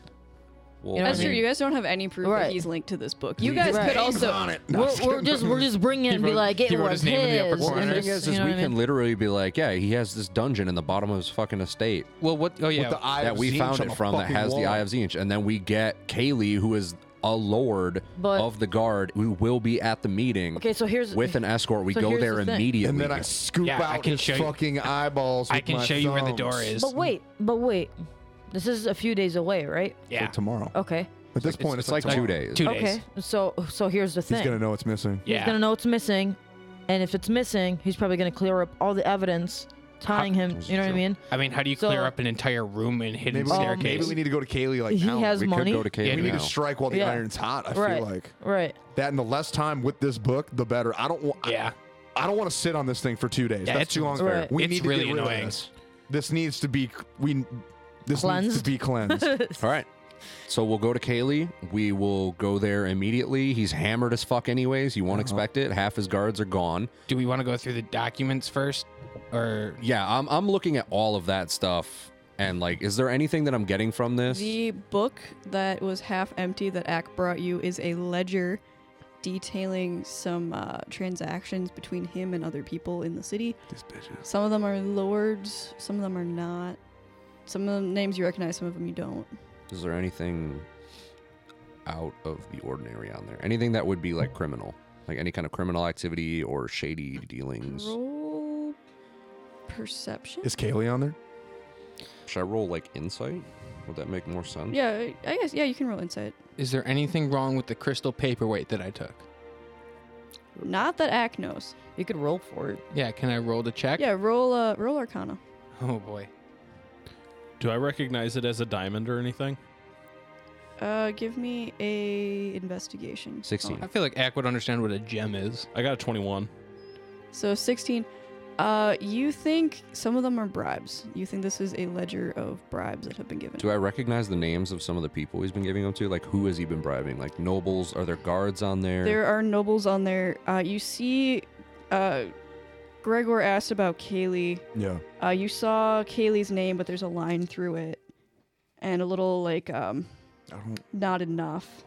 Speaker 3: Well,
Speaker 6: You know
Speaker 5: That's
Speaker 6: I
Speaker 5: true.
Speaker 6: mean-
Speaker 5: You guys don't have any proof
Speaker 6: Right.
Speaker 5: that he's linked to this book. You guys
Speaker 6: Right.
Speaker 5: could also.
Speaker 6: we're, we're just we're just bringing it and be
Speaker 7: wrote-
Speaker 6: like it
Speaker 7: he wrote
Speaker 6: was
Speaker 7: his name in the upper
Speaker 6: his.
Speaker 7: corner.
Speaker 6: and
Speaker 3: the
Speaker 7: Well,
Speaker 3: thing
Speaker 6: just-
Speaker 3: is,
Speaker 6: you
Speaker 3: is
Speaker 6: know
Speaker 3: we
Speaker 6: what I
Speaker 3: can
Speaker 6: mean?
Speaker 3: literally be like, yeah, he has this dungeon in the bottom of his fucking estate
Speaker 7: Well, what? Oh yeah.
Speaker 4: With the eye
Speaker 3: that
Speaker 4: of
Speaker 3: we
Speaker 4: Zinch
Speaker 3: found
Speaker 4: on
Speaker 3: it
Speaker 4: the
Speaker 3: from that
Speaker 4: fucking
Speaker 3: has the
Speaker 4: wall.
Speaker 3: Eye of Zinch. And then we get Kaylee, who is a lord
Speaker 6: But-
Speaker 3: of the guard, who will be at the meeting
Speaker 6: Okay, so here's
Speaker 3: with an escort. We
Speaker 6: so
Speaker 3: go
Speaker 6: here's
Speaker 3: there
Speaker 6: the thing.
Speaker 3: immediately.
Speaker 4: And then I scoop
Speaker 7: Yeah, I
Speaker 4: out
Speaker 7: can
Speaker 4: his
Speaker 7: show you-
Speaker 4: fucking eyeballs.
Speaker 7: (laughs) I
Speaker 4: with
Speaker 7: can
Speaker 4: my
Speaker 7: show you where the door
Speaker 4: thumbs.
Speaker 7: is.
Speaker 6: But wait, but wait, this is a few days away, right?
Speaker 7: yeah.
Speaker 4: Oh, Like tomorrow.
Speaker 6: Okay,
Speaker 4: At this point,
Speaker 3: it's like two
Speaker 4: tomorrow.
Speaker 3: days.
Speaker 7: Two days.
Speaker 6: okay. So so here's the thing.
Speaker 4: He's gonna know it's missing.
Speaker 7: Yeah.
Speaker 6: He's gonna know it's missing, and if it's missing, he's probably gonna clear up all the evidence tying him. You know what I mean?
Speaker 7: I mean, how do you
Speaker 6: So-
Speaker 7: clear up an entire room and hidden
Speaker 4: Maybe,
Speaker 6: Um,
Speaker 7: staircase?
Speaker 4: maybe we need to go to Kaylee like
Speaker 6: He
Speaker 4: now.
Speaker 6: has
Speaker 3: we
Speaker 6: money.
Speaker 3: could go to Kaylee.
Speaker 7: Yeah,
Speaker 4: we need
Speaker 3: now.
Speaker 4: to strike while the
Speaker 6: Yeah.
Speaker 4: iron's hot. I
Speaker 6: Right.
Speaker 4: feel like
Speaker 6: Right.
Speaker 4: that, and the less time with this book, the better. I don't. Wa- I-
Speaker 7: Yeah.
Speaker 4: I, don't want to sit on this thing for two days.
Speaker 7: Yeah,
Speaker 4: That's
Speaker 7: it's-
Speaker 4: too long.
Speaker 6: Right.
Speaker 4: We
Speaker 7: It's
Speaker 4: need to
Speaker 7: really
Speaker 4: get rid
Speaker 7: annoying.
Speaker 4: Of this. this needs to be we. This needs
Speaker 6: Cleansed?
Speaker 4: to be cleansed.
Speaker 6: (laughs)
Speaker 3: All right. So we'll go to Kaylee. We will go there immediately. He's hammered as fuck, anyways. You won't
Speaker 4: Uh-huh.
Speaker 3: expect it. Half his guards are gone.
Speaker 7: Do we want to go through the documents first, or
Speaker 3: Yeah, I'm, I'm looking at all of that stuff. And, like, is there anything that I'm getting from this?
Speaker 5: The book that was half empty that Ack brought you is a ledger detailing some uh, transactions between him and other people in the city.
Speaker 4: These bitches.
Speaker 5: Some of them are lords, some of them are not. Some of the names you recognize, some of them you don't.
Speaker 3: Is there anything out of the ordinary on there? Anything that would be, like, criminal? Like, any kind of criminal activity or shady dealings?
Speaker 5: Roll perception.
Speaker 4: Is Kaylee on there?
Speaker 3: Should I roll, like, insight? Would that make more sense?
Speaker 5: Yeah, I guess. Yeah, you can roll insight.
Speaker 7: is there anything wrong with the crystal paperweight that I took?
Speaker 5: Not that Ack knows.
Speaker 6: You could roll for it.
Speaker 7: Yeah, can I roll to check?
Speaker 5: Yeah, roll uh, roll Arcana.
Speaker 7: Oh boy.
Speaker 1: Do I recognize it as a diamond or anything?
Speaker 5: Uh, give me a investigation.
Speaker 3: 16.
Speaker 7: I feel like Ack would understand what a gem is.
Speaker 1: I got a 21.
Speaker 5: So 16. Uh, you think some of them are bribes. You think this is a ledger of bribes that have been given.
Speaker 3: Do I recognize the names of some of the people he's been giving them to? Like, who has he been bribing? Like, nobles? Are there guards on there?
Speaker 5: There are nobles on there. Uh, you see, uh, Gregor asked about Kaylee.
Speaker 4: Yeah.
Speaker 5: Uh, you saw Kaylee's name, but there's a line through it, and a little like um,
Speaker 4: I don't,
Speaker 5: not enough.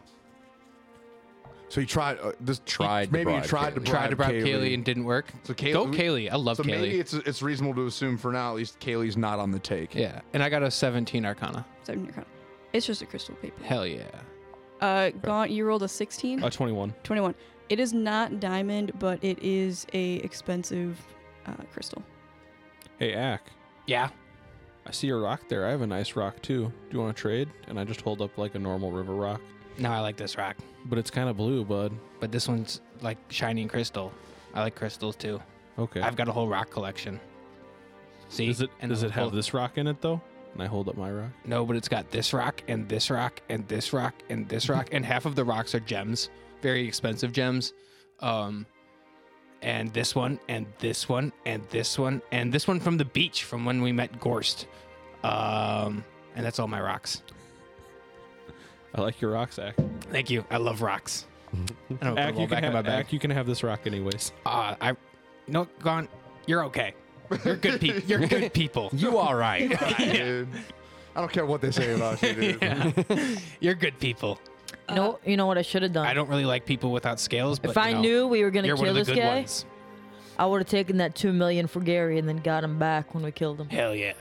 Speaker 4: so he tried uh, this.
Speaker 3: Tried to
Speaker 4: Maybe he
Speaker 3: bribe
Speaker 4: tried to
Speaker 3: Kaylee.
Speaker 4: bribe
Speaker 7: Tried to bribe
Speaker 4: Kaylee.
Speaker 7: Kaylee and didn't work.
Speaker 4: So Kay-
Speaker 7: Go Kaylee. I love
Speaker 4: So
Speaker 7: Kaylee.
Speaker 4: maybe it's it's reasonable to assume for now at least Kaylee's not on the take. (laughs)
Speaker 7: yeah, and I got a 17 Arcana.
Speaker 5: So in your con- It's just a crystal paper.
Speaker 7: Hell yeah.
Speaker 5: Uh, Gaunt, you rolled a 16,
Speaker 1: A 21.
Speaker 5: 21. It is not diamond, but it is a expensive uh, crystal.
Speaker 1: Hey, Ack,
Speaker 7: Yeah.
Speaker 1: I see a rock there. I have a nice rock too. Do you want to trade? And I just hold up like a normal river rock,
Speaker 7: No, I like this rock,
Speaker 1: but it's kind of blue, bud.
Speaker 7: but this one's like shining crystal. I like crystals too.
Speaker 1: Okay.
Speaker 7: I've got a whole rock collection. See?
Speaker 1: does it does
Speaker 7: the
Speaker 1: it have
Speaker 7: whole-
Speaker 1: this rock in it though? And I hold up my rock.
Speaker 7: No, but it's got this rock and this rock and this rock and this rock and half of the rocks are gems, very expensive gems. Um and this one and this one and this one and this one from the beach from when we met Gorst. Um and that's all my rocks.
Speaker 1: I like your rocks, Ack.
Speaker 7: Thank you. I
Speaker 1: (laughs)
Speaker 7: love rocks. I don't
Speaker 1: Ack,
Speaker 7: know
Speaker 1: you
Speaker 7: back
Speaker 1: can
Speaker 7: in
Speaker 1: have
Speaker 7: my bag.
Speaker 1: Ack, you can have this rock anyways.
Speaker 7: Uh, I no gone. You're okay. You're good people. You're (laughs) good people. You all right.
Speaker 4: Dude, I don't care what they say about you, dude.
Speaker 7: (laughs) You're good people.
Speaker 6: You
Speaker 3: Uh,
Speaker 6: know, you know what I should have done?
Speaker 7: I don't really like people without scales, but
Speaker 6: if I
Speaker 7: you know,
Speaker 6: knew we were going to
Speaker 7: you're one
Speaker 6: kill
Speaker 7: of the
Speaker 6: this
Speaker 7: good
Speaker 6: guy,
Speaker 7: ones.
Speaker 6: I would have taken that 2 million for Gary and then got him back when we killed him.
Speaker 7: Hell yeah.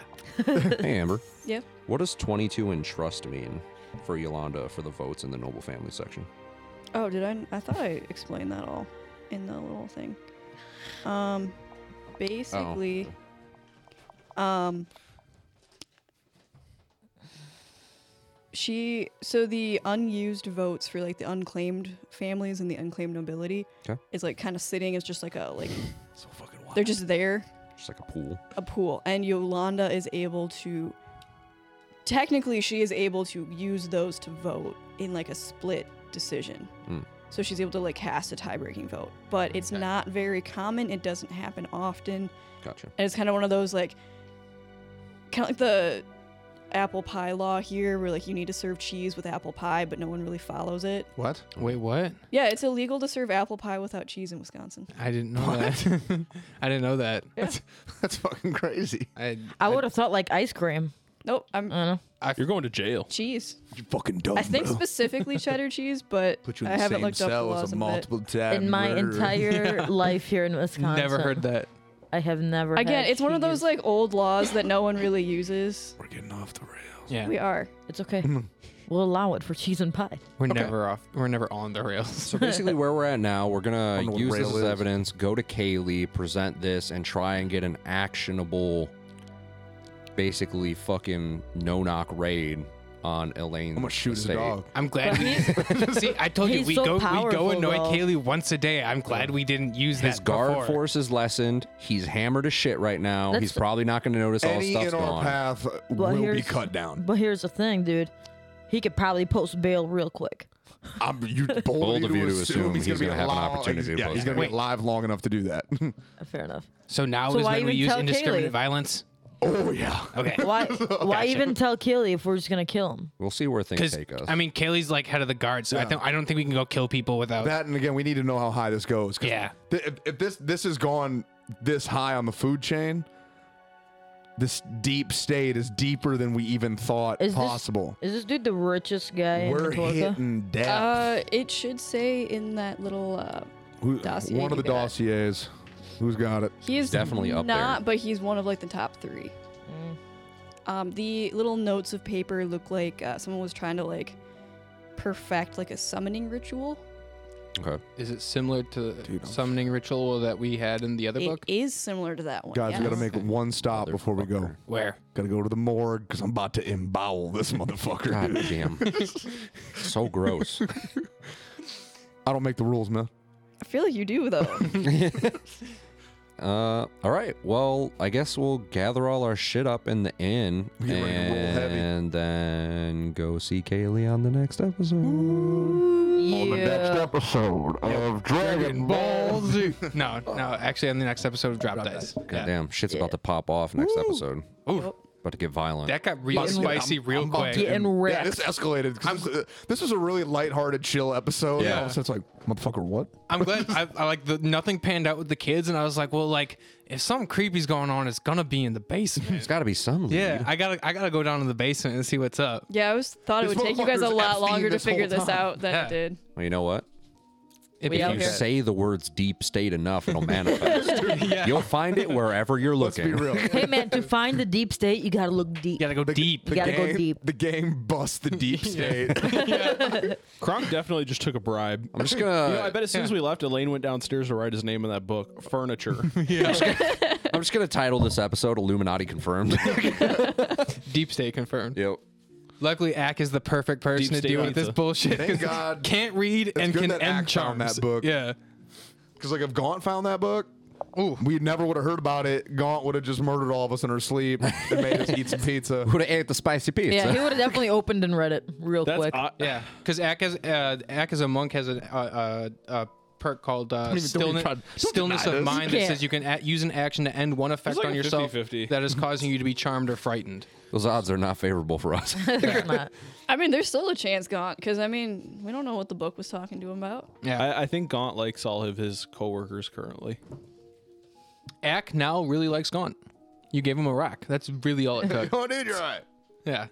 Speaker 3: hey,
Speaker 5: (laughs)
Speaker 3: Amber.
Speaker 5: Yeah.
Speaker 3: What does 22 in trust mean for Yolanda for the votes in the noble family section?
Speaker 5: Oh, did I? I thought I explained that all in the little thing. Um, basically, um, she. So the unused votes for like the unclaimed families and the unclaimed nobility
Speaker 3: 'Kay.
Speaker 5: is like kind of sitting as just like a like. They're just there,
Speaker 3: Just like a pool.
Speaker 5: a pool, and Yolanda is able to. Technically, she is able to use those to vote in like a split decision.
Speaker 3: Mm.
Speaker 5: So she's able to like cast a tie-breaking vote, but it's
Speaker 3: Okay.
Speaker 5: not very common. It doesn't happen often,
Speaker 3: Gotcha.
Speaker 5: and it's kind of one of those like, kind of like the apple pie law here, where like you need to serve cheese with apple pie, but no one really follows it.
Speaker 4: What?
Speaker 7: Wait, what?
Speaker 5: Yeah, it's illegal to serve apple pie without cheese in Wisconsin.
Speaker 7: I didn't know that. (laughs) I didn't know that.
Speaker 4: (laughs) That's fucking crazy.
Speaker 7: I,
Speaker 6: I would have thought like ice cream.
Speaker 5: Nope, I'm
Speaker 6: I don't know.
Speaker 1: You're going to jail.
Speaker 5: cheese.
Speaker 4: You fucking dumb.
Speaker 5: I think
Speaker 4: bro. (laughs)
Speaker 5: specifically cheddar cheese, but
Speaker 4: Oh, Put you in
Speaker 5: I
Speaker 4: the
Speaker 5: haven't
Speaker 4: same
Speaker 5: looked up the
Speaker 4: cell
Speaker 5: laws
Speaker 4: as a
Speaker 5: a bit.
Speaker 4: multiple time
Speaker 6: in
Speaker 7: (laughs)
Speaker 6: my
Speaker 4: murderer.
Speaker 6: entire life here in Wisconsin.
Speaker 7: never heard that.
Speaker 6: I have never.
Speaker 5: Again,
Speaker 6: had
Speaker 5: it's one of those
Speaker 6: cheese.
Speaker 5: like old laws that no one really uses.
Speaker 4: We're getting off the rails.
Speaker 7: Yeah.
Speaker 5: We are.
Speaker 6: It's okay.
Speaker 7: Mm.
Speaker 6: we'll allow it for cheese and pie.
Speaker 7: We're never off. We're never on the rails. (laughs)
Speaker 3: So basically, where we're at now, we're gonna
Speaker 4: don't know what
Speaker 3: use this
Speaker 4: rail
Speaker 3: as
Speaker 4: is.
Speaker 3: evidence. Go to Kaylee, present this, and try and get an actionable, basically fucking no knock raid on Elaine.
Speaker 4: I'm gonna shoot his dog.
Speaker 7: I'm (laughs) glad we. (laughs) See, I told you
Speaker 6: he's
Speaker 7: we
Speaker 6: so
Speaker 7: go we go
Speaker 6: powerful,
Speaker 7: annoy
Speaker 6: though.
Speaker 7: Kaylee once a day. I'm glad we didn't use
Speaker 3: His
Speaker 7: that
Speaker 3: guard
Speaker 7: before.
Speaker 3: force is lessened. He's hammered to shit right now.
Speaker 6: That's-
Speaker 3: He's probably not gonna notice all
Speaker 4: Any
Speaker 3: stuff's
Speaker 4: in our
Speaker 3: gone.
Speaker 4: path
Speaker 6: Well,
Speaker 4: will be
Speaker 6: here's-
Speaker 4: cut down.
Speaker 6: But here's the thing, dude. He could probably post bail real quick.
Speaker 5: (laughs)
Speaker 4: I'm you bold,
Speaker 3: Bold
Speaker 4: of you to assume
Speaker 3: he's
Speaker 4: gonna be
Speaker 3: gonna have an
Speaker 4: alive-
Speaker 3: opportunity to
Speaker 4: Yeah,
Speaker 3: post
Speaker 4: he's gonna
Speaker 7: that.
Speaker 4: be alive long enough to do that. (laughs)
Speaker 6: Uh, Fair enough.
Speaker 7: So now
Speaker 6: So
Speaker 7: is
Speaker 6: why
Speaker 7: when we
Speaker 6: even
Speaker 7: use
Speaker 6: tell
Speaker 7: indiscriminate
Speaker 6: Kaylee?
Speaker 7: violence.
Speaker 4: oh yeah.
Speaker 7: Okay. (laughs)
Speaker 6: Why? Why
Speaker 7: Gotcha.
Speaker 6: even tell Keely if we're just gonna kill him?
Speaker 3: We'll see where things
Speaker 7: Because
Speaker 3: take us.
Speaker 7: I mean, Kaylee's like head of the guard, so I
Speaker 4: Yeah.
Speaker 7: think I don't think we can go kill people without.
Speaker 4: That and again, we need to know how high this goes. 'cause
Speaker 7: Yeah.
Speaker 4: th- if, if this this has gone this high on the food chain, this deep state is deeper than we even thought
Speaker 6: Is this-
Speaker 4: possible.
Speaker 6: Is this dude the richest guy
Speaker 4: We're
Speaker 6: in Torca?
Speaker 4: hitting depth.
Speaker 5: Uh, it should say in that little. Uh,
Speaker 4: Who-
Speaker 5: dossier
Speaker 4: one of
Speaker 5: you
Speaker 4: the
Speaker 5: got.
Speaker 4: dossiers. Who's got it?
Speaker 5: he is
Speaker 3: definitely up there.
Speaker 5: not, but he's one of like the top three.
Speaker 6: Mm.
Speaker 5: Um, the little notes of paper look like uh, someone was trying to like perfect like a summoning ritual.
Speaker 3: okay.
Speaker 7: Is it similar to
Speaker 4: Dude, I'm-
Speaker 7: summoning ritual that we had in the other
Speaker 5: It is similar to that one.
Speaker 4: Guys, we
Speaker 5: yes.
Speaker 4: gotta make one stop before we go.
Speaker 3: Motherfucker.
Speaker 7: Where?
Speaker 4: Gotta go to the morgue because I'm about to
Speaker 2: (laughs)
Speaker 4: embowel this motherfucker.
Speaker 3: God
Speaker 4: dude.
Speaker 7: (laughs)
Speaker 3: damn. so gross.
Speaker 4: I don't make the rules, man.
Speaker 7: (laughs)
Speaker 5: I feel like you do though.
Speaker 3: (laughs) Uh, all right. Well, I guess we'll gather all our shit up in the inn
Speaker 4: Get ready to roll heavy.
Speaker 3: and then go see Kaylee on the next episode.
Speaker 2: On the next
Speaker 6: Yeah.
Speaker 2: episode of Dragon Ball Z.
Speaker 7: No, no. Actually, on the next episode of Drop Dice. Yeah.
Speaker 3: Goddamn, shit's about to pop off next episode.
Speaker 7: Ooh,
Speaker 3: About to get violent.
Speaker 7: that got real
Speaker 4: Busted.
Speaker 7: spicy
Speaker 4: I'm-
Speaker 7: real
Speaker 4: I'm about
Speaker 7: quick.
Speaker 4: to-
Speaker 6: Getting
Speaker 4: Yeah,
Speaker 6: wrecked.
Speaker 4: this escalated. 'cause this- uh, this was a really lighthearted, chill episode.
Speaker 3: Yeah.
Speaker 4: Yeah. All of a sudden it's like, motherfucker, what?
Speaker 7: I'm glad I, I like the nothing panned out with the kids, and I was like, well, like if something creepy's going on, it's gonna be in the basement.
Speaker 3: There's got to be some. lead.
Speaker 7: yeah, I gotta I gotta go down to the basement and see what's up.
Speaker 5: Yeah, I was thought it
Speaker 4: This
Speaker 5: would take you guys a
Speaker 4: motherfucker's
Speaker 5: lot
Speaker 4: Epstein
Speaker 5: longer to
Speaker 4: this
Speaker 5: figure
Speaker 4: whole
Speaker 5: this
Speaker 4: time.
Speaker 5: out
Speaker 4: (laughs)
Speaker 5: than
Speaker 7: Yeah.
Speaker 5: it did.
Speaker 3: Well, you know what?
Speaker 7: It
Speaker 5: We out
Speaker 3: You
Speaker 5: here.
Speaker 3: say the words deep state enough, it'll manifest.
Speaker 7: Yeah.
Speaker 3: You'll find it wherever you're
Speaker 4: Let's be
Speaker 3: looking.
Speaker 4: real.
Speaker 6: Hey man, to find the deep state, you gotta look (laughs) deep.
Speaker 7: gotta go deep.
Speaker 6: You gotta go deep.
Speaker 4: The game busts the deep state.
Speaker 1: Kronk definitely just took a bribe.
Speaker 3: I'm just gonna.
Speaker 1: You know, I bet as soon as we left, Elaine went downstairs to write his name in that book,
Speaker 7: (laughs)
Speaker 1: furniture.
Speaker 3: I'm just gonna title this episode "Illuminati Confirmed."
Speaker 7: Deep state confirmed.
Speaker 3: yep.
Speaker 7: Luckily, Ack is the perfect person
Speaker 1: Deep
Speaker 7: to
Speaker 1: state
Speaker 7: deal with
Speaker 1: pizza.
Speaker 7: this bullshit.
Speaker 4: Thank
Speaker 7: 'cause
Speaker 4: God.
Speaker 7: Can't read and
Speaker 4: good
Speaker 7: can
Speaker 4: that
Speaker 7: end
Speaker 4: Ack found
Speaker 7: charms.
Speaker 4: that book.
Speaker 7: Yeah.
Speaker 4: Because like if Gaunt found that book, we never would have heard about it. Gaunt would have just murdered all of us in her sleep and made us eat
Speaker 3: (laughs)
Speaker 4: some pizza.
Speaker 3: Who'd have ate the spicy pizza?
Speaker 6: Yeah, he would have definitely opened and read it real
Speaker 1: That's
Speaker 6: quick.
Speaker 1: uh,
Speaker 7: Yeah, because Ack as uh, Ack as a monk has a uh, uh, uh, perk called uh,
Speaker 4: even- don't even
Speaker 7: stillness,
Speaker 4: try- don't
Speaker 7: stillness
Speaker 4: deny this.
Speaker 7: of mind
Speaker 6: You
Speaker 7: that
Speaker 6: can't.
Speaker 7: says you can a- use an action to end one effect
Speaker 1: like
Speaker 7: on
Speaker 1: a
Speaker 7: yourself
Speaker 1: 50-50.
Speaker 7: that is causing you to be charmed or frightened.
Speaker 3: Those odds are not favorable for us.
Speaker 6: That's not.
Speaker 5: I mean, there's still a chance, Gaunt, because I mean, we don't know what the book was talking to him about.
Speaker 7: Yeah,
Speaker 1: I, I think Gaunt likes all of his coworkers currently.
Speaker 7: Ack now really likes Gaunt. You gave him a rock. That's really all it (laughs) took.
Speaker 4: Oh, dude, you're right.
Speaker 7: yeah.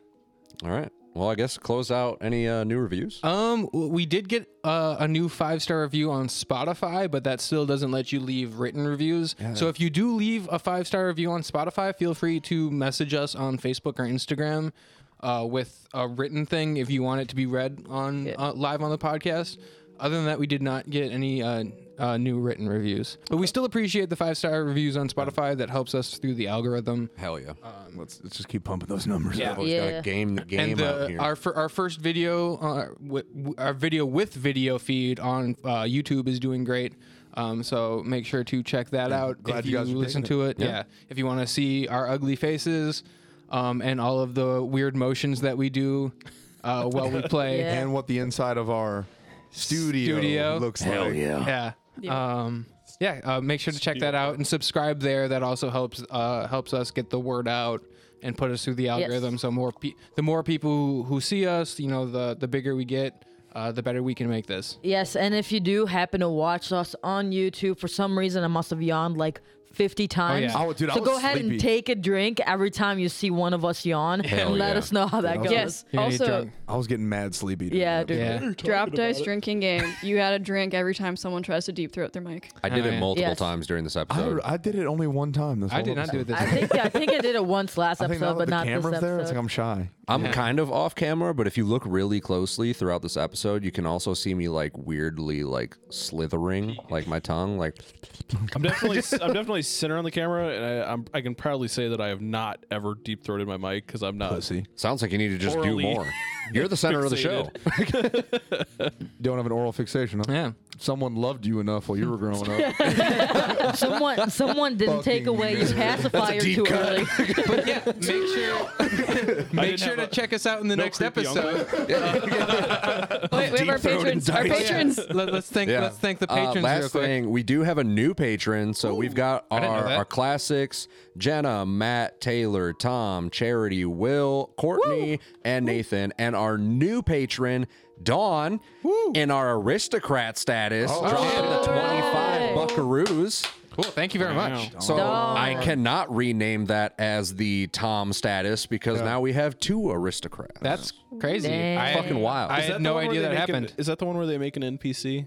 Speaker 3: All right. Well, I guess close out any uh, new reviews.
Speaker 7: Um, w- we did get uh, a new five star review on Spotify, but that still doesn't let you leave written reviews. So if you do leave a five star review on Spotify, feel free to message us on Facebook or Instagram uh, with a written thing if you want it to be read on uh, live on the podcast. Other than that, we did not get any uh, uh, new written reviews, but we still appreciate the five star reviews on Spotify. That helps us through the algorithm.
Speaker 3: Hell yeah.
Speaker 4: um, Let's, let's just keep pumping those numbers.
Speaker 7: Yeah.
Speaker 4: up.
Speaker 3: Always got
Speaker 6: Yeah.
Speaker 3: a game the game
Speaker 7: and the,
Speaker 3: out here.
Speaker 7: our fir- our first video, uh, w- w- our video with video feed on uh, YouTube is doing great. Um, so make sure to check that out
Speaker 4: glad
Speaker 7: if
Speaker 4: you
Speaker 7: you,
Speaker 4: guys are
Speaker 7: listen
Speaker 4: digging
Speaker 7: to it. Yeah. if you want to see our ugly faces um, and all of the weird motions that we do uh, while (laughs) we play.
Speaker 6: Yeah.
Speaker 4: And what the inside of our studio,
Speaker 7: Studio.
Speaker 4: looks
Speaker 2: Hell
Speaker 4: like.
Speaker 2: yeah.
Speaker 7: Yeah. Um, yeah. Uh, make sure to check that out and subscribe there. That also helps uh, helps us get the word out and put us through the algorithm. So more pe- the more people who, who see us, you know, the the bigger we get, uh, the better we can make this.
Speaker 6: Yes, and if you do happen to watch us on YouTube, for some reason I must have yawned like 50 times.
Speaker 7: yeah.
Speaker 4: Oh, dude, I
Speaker 6: so
Speaker 4: was
Speaker 6: go ahead
Speaker 4: sleepy.
Speaker 6: and take a drink every time you see one of us yawn and let
Speaker 3: yeah.
Speaker 6: us know how that goes.
Speaker 4: (laughs)
Speaker 5: Yes.
Speaker 7: You're gonna get
Speaker 5: Also,
Speaker 7: drunk.
Speaker 4: I was getting mad sleepy. dude.
Speaker 6: Yeah, dude.
Speaker 7: yeah.
Speaker 5: drop dice drinking game. You gotta drink every time someone tries to deep throat their
Speaker 4: (laughs)
Speaker 5: mic.
Speaker 3: I did
Speaker 7: Oh,
Speaker 3: it
Speaker 7: yeah.
Speaker 3: multiple
Speaker 6: Yes.
Speaker 3: times during this
Speaker 4: I,
Speaker 3: episode.
Speaker 4: I did it only one time. This
Speaker 7: I
Speaker 4: whole
Speaker 7: did not do it
Speaker 4: episode.
Speaker 7: this.
Speaker 6: I think I think I did it once last
Speaker 4: I think
Speaker 6: episode,
Speaker 4: now that
Speaker 6: but
Speaker 4: the
Speaker 6: not this
Speaker 4: camera's
Speaker 6: episode.
Speaker 4: there, it's like I'm shy.
Speaker 3: I'm kind of off camera, but if you look really closely throughout this episode, you can also see me like weirdly like slithering, like my tongue, like
Speaker 1: (laughs) I'm definitely I'm definitely center on the camera, and I, I'm, I can proudly say that I have not ever deep throated my mic because I'm not.
Speaker 4: Pussy.
Speaker 3: sounds like you need to just do
Speaker 1: Orally
Speaker 3: more. You're the center of the show.
Speaker 4: Don't have an oral fixation. Huh?
Speaker 7: yeah.
Speaker 4: Someone loved you enough while you were
Speaker 7: (laughs)
Speaker 4: growing up. (laughs)
Speaker 6: someone someone didn't take
Speaker 4: Fucking
Speaker 6: away your pacifier too early.
Speaker 4: (laughs)
Speaker 7: But yeah, (laughs) make sure make sure to check us out in the next
Speaker 1: creepy uncle.
Speaker 7: episode.
Speaker 1: (laughs)
Speaker 5: Wait, we have our patrons. Our patrons.
Speaker 7: Let, us thank
Speaker 3: Yeah.
Speaker 7: let's thank the
Speaker 3: Uh,
Speaker 7: patrons
Speaker 3: last
Speaker 7: real quick.
Speaker 3: thing, we do have a new patron, so we've got
Speaker 7: didn't know
Speaker 3: our,
Speaker 7: that.
Speaker 3: our classics: Jenna, Matt, Taylor, Tom, Charity, Will, Courtney, and Nathan, and our new patron. Dawn in our aristocrat status, dropping the 25 buckaroos.
Speaker 7: Oh. Cool. Thank you very much.
Speaker 3: So I cannot rename that as the Tom status because now we have two aristocrats.
Speaker 7: That's crazy. I,
Speaker 3: fucking wild.
Speaker 7: I
Speaker 3: Is
Speaker 1: Is
Speaker 7: had
Speaker 1: the
Speaker 7: no
Speaker 1: one where
Speaker 7: idea
Speaker 1: they
Speaker 7: that
Speaker 1: make an-
Speaker 7: happened.
Speaker 1: is that the one where they make an NPC?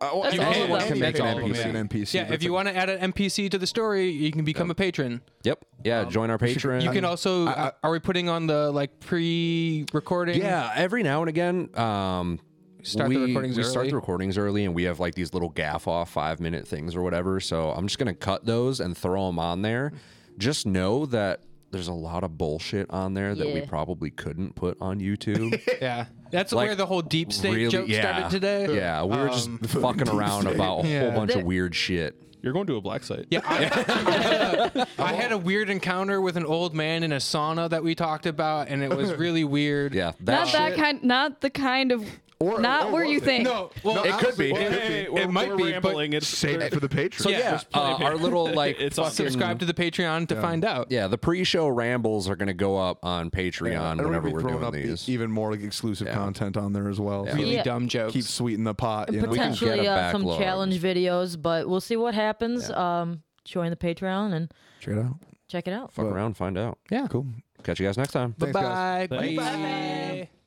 Speaker 7: You
Speaker 5: all of
Speaker 7: can-
Speaker 5: them.
Speaker 7: you can
Speaker 3: Make
Speaker 7: make
Speaker 3: an
Speaker 7: all of them,
Speaker 3: NPC.
Speaker 7: yeah.
Speaker 4: An NPC,
Speaker 7: Yeah,
Speaker 4: but
Speaker 7: if you want to add an NPC to the story, you can become a patron.
Speaker 3: yep. Yeah, join our patron.
Speaker 7: You can also uh, are we putting on the like pre-recording?
Speaker 3: Yeah, every now and again, um,
Speaker 7: Start
Speaker 3: we,
Speaker 7: the recordings
Speaker 3: we start
Speaker 7: early.
Speaker 3: the recordings early, and we have like these little gaff off five minute things or whatever. So I'm just gonna cut those and throw them on there. Just know that there's a lot of bullshit on there that we
Speaker 6: Yeah.
Speaker 3: probably couldn't put on YouTube.
Speaker 7: Yeah. That's
Speaker 3: Like,
Speaker 7: where the whole deep state
Speaker 3: Really-
Speaker 7: joke started today.
Speaker 3: Um, Yeah, we were just fucking around about a
Speaker 7: Yeah.
Speaker 3: whole bunch of
Speaker 6: There-
Speaker 3: weird shit.
Speaker 1: You're going to a black site.
Speaker 7: Yeah, I, I had a weird encounter with an old man in a sauna that we talked about, and it was really weird.
Speaker 3: Yeah, that
Speaker 5: not that
Speaker 3: shit-
Speaker 5: kind. Not the kind of.
Speaker 4: Or-
Speaker 5: not
Speaker 4: or
Speaker 5: where
Speaker 4: was
Speaker 5: you
Speaker 4: it?
Speaker 5: think.
Speaker 7: No, well,
Speaker 4: It could be.
Speaker 1: Hey,
Speaker 4: It
Speaker 1: hey,
Speaker 4: could be.
Speaker 1: hey, we're-
Speaker 7: It might
Speaker 1: we're
Speaker 7: be, but-
Speaker 1: rambling. It's
Speaker 4: Save it for the Patreon.
Speaker 7: yeah.
Speaker 3: uh, our (laughs) little like
Speaker 1: It's all good.
Speaker 7: subscribe to the Patreon to find out.
Speaker 3: Yeah, the pre-show rambles are going to go up on Patreon
Speaker 4: And we're
Speaker 3: whenever
Speaker 4: gonna be
Speaker 3: we're
Speaker 4: throwing
Speaker 3: doing
Speaker 4: up e-
Speaker 3: these.
Speaker 4: even more like exclusive content on there as well. So
Speaker 7: Really
Speaker 6: Yeah.
Speaker 7: dumb jokes.
Speaker 4: keep sweeten the pot. You know?
Speaker 3: can get
Speaker 6: Potentially
Speaker 3: a
Speaker 6: uh, some
Speaker 3: backlog.
Speaker 6: challenge videos, but we'll see what happens. Um, join the Patreon and
Speaker 4: Check it out.
Speaker 6: check it out.
Speaker 3: Fuck around, find out.
Speaker 4: Cool.
Speaker 3: Catch you guys next time.
Speaker 4: Thanks, guys.
Speaker 7: Bye-bye.
Speaker 1: Thanks.
Speaker 7: Bye.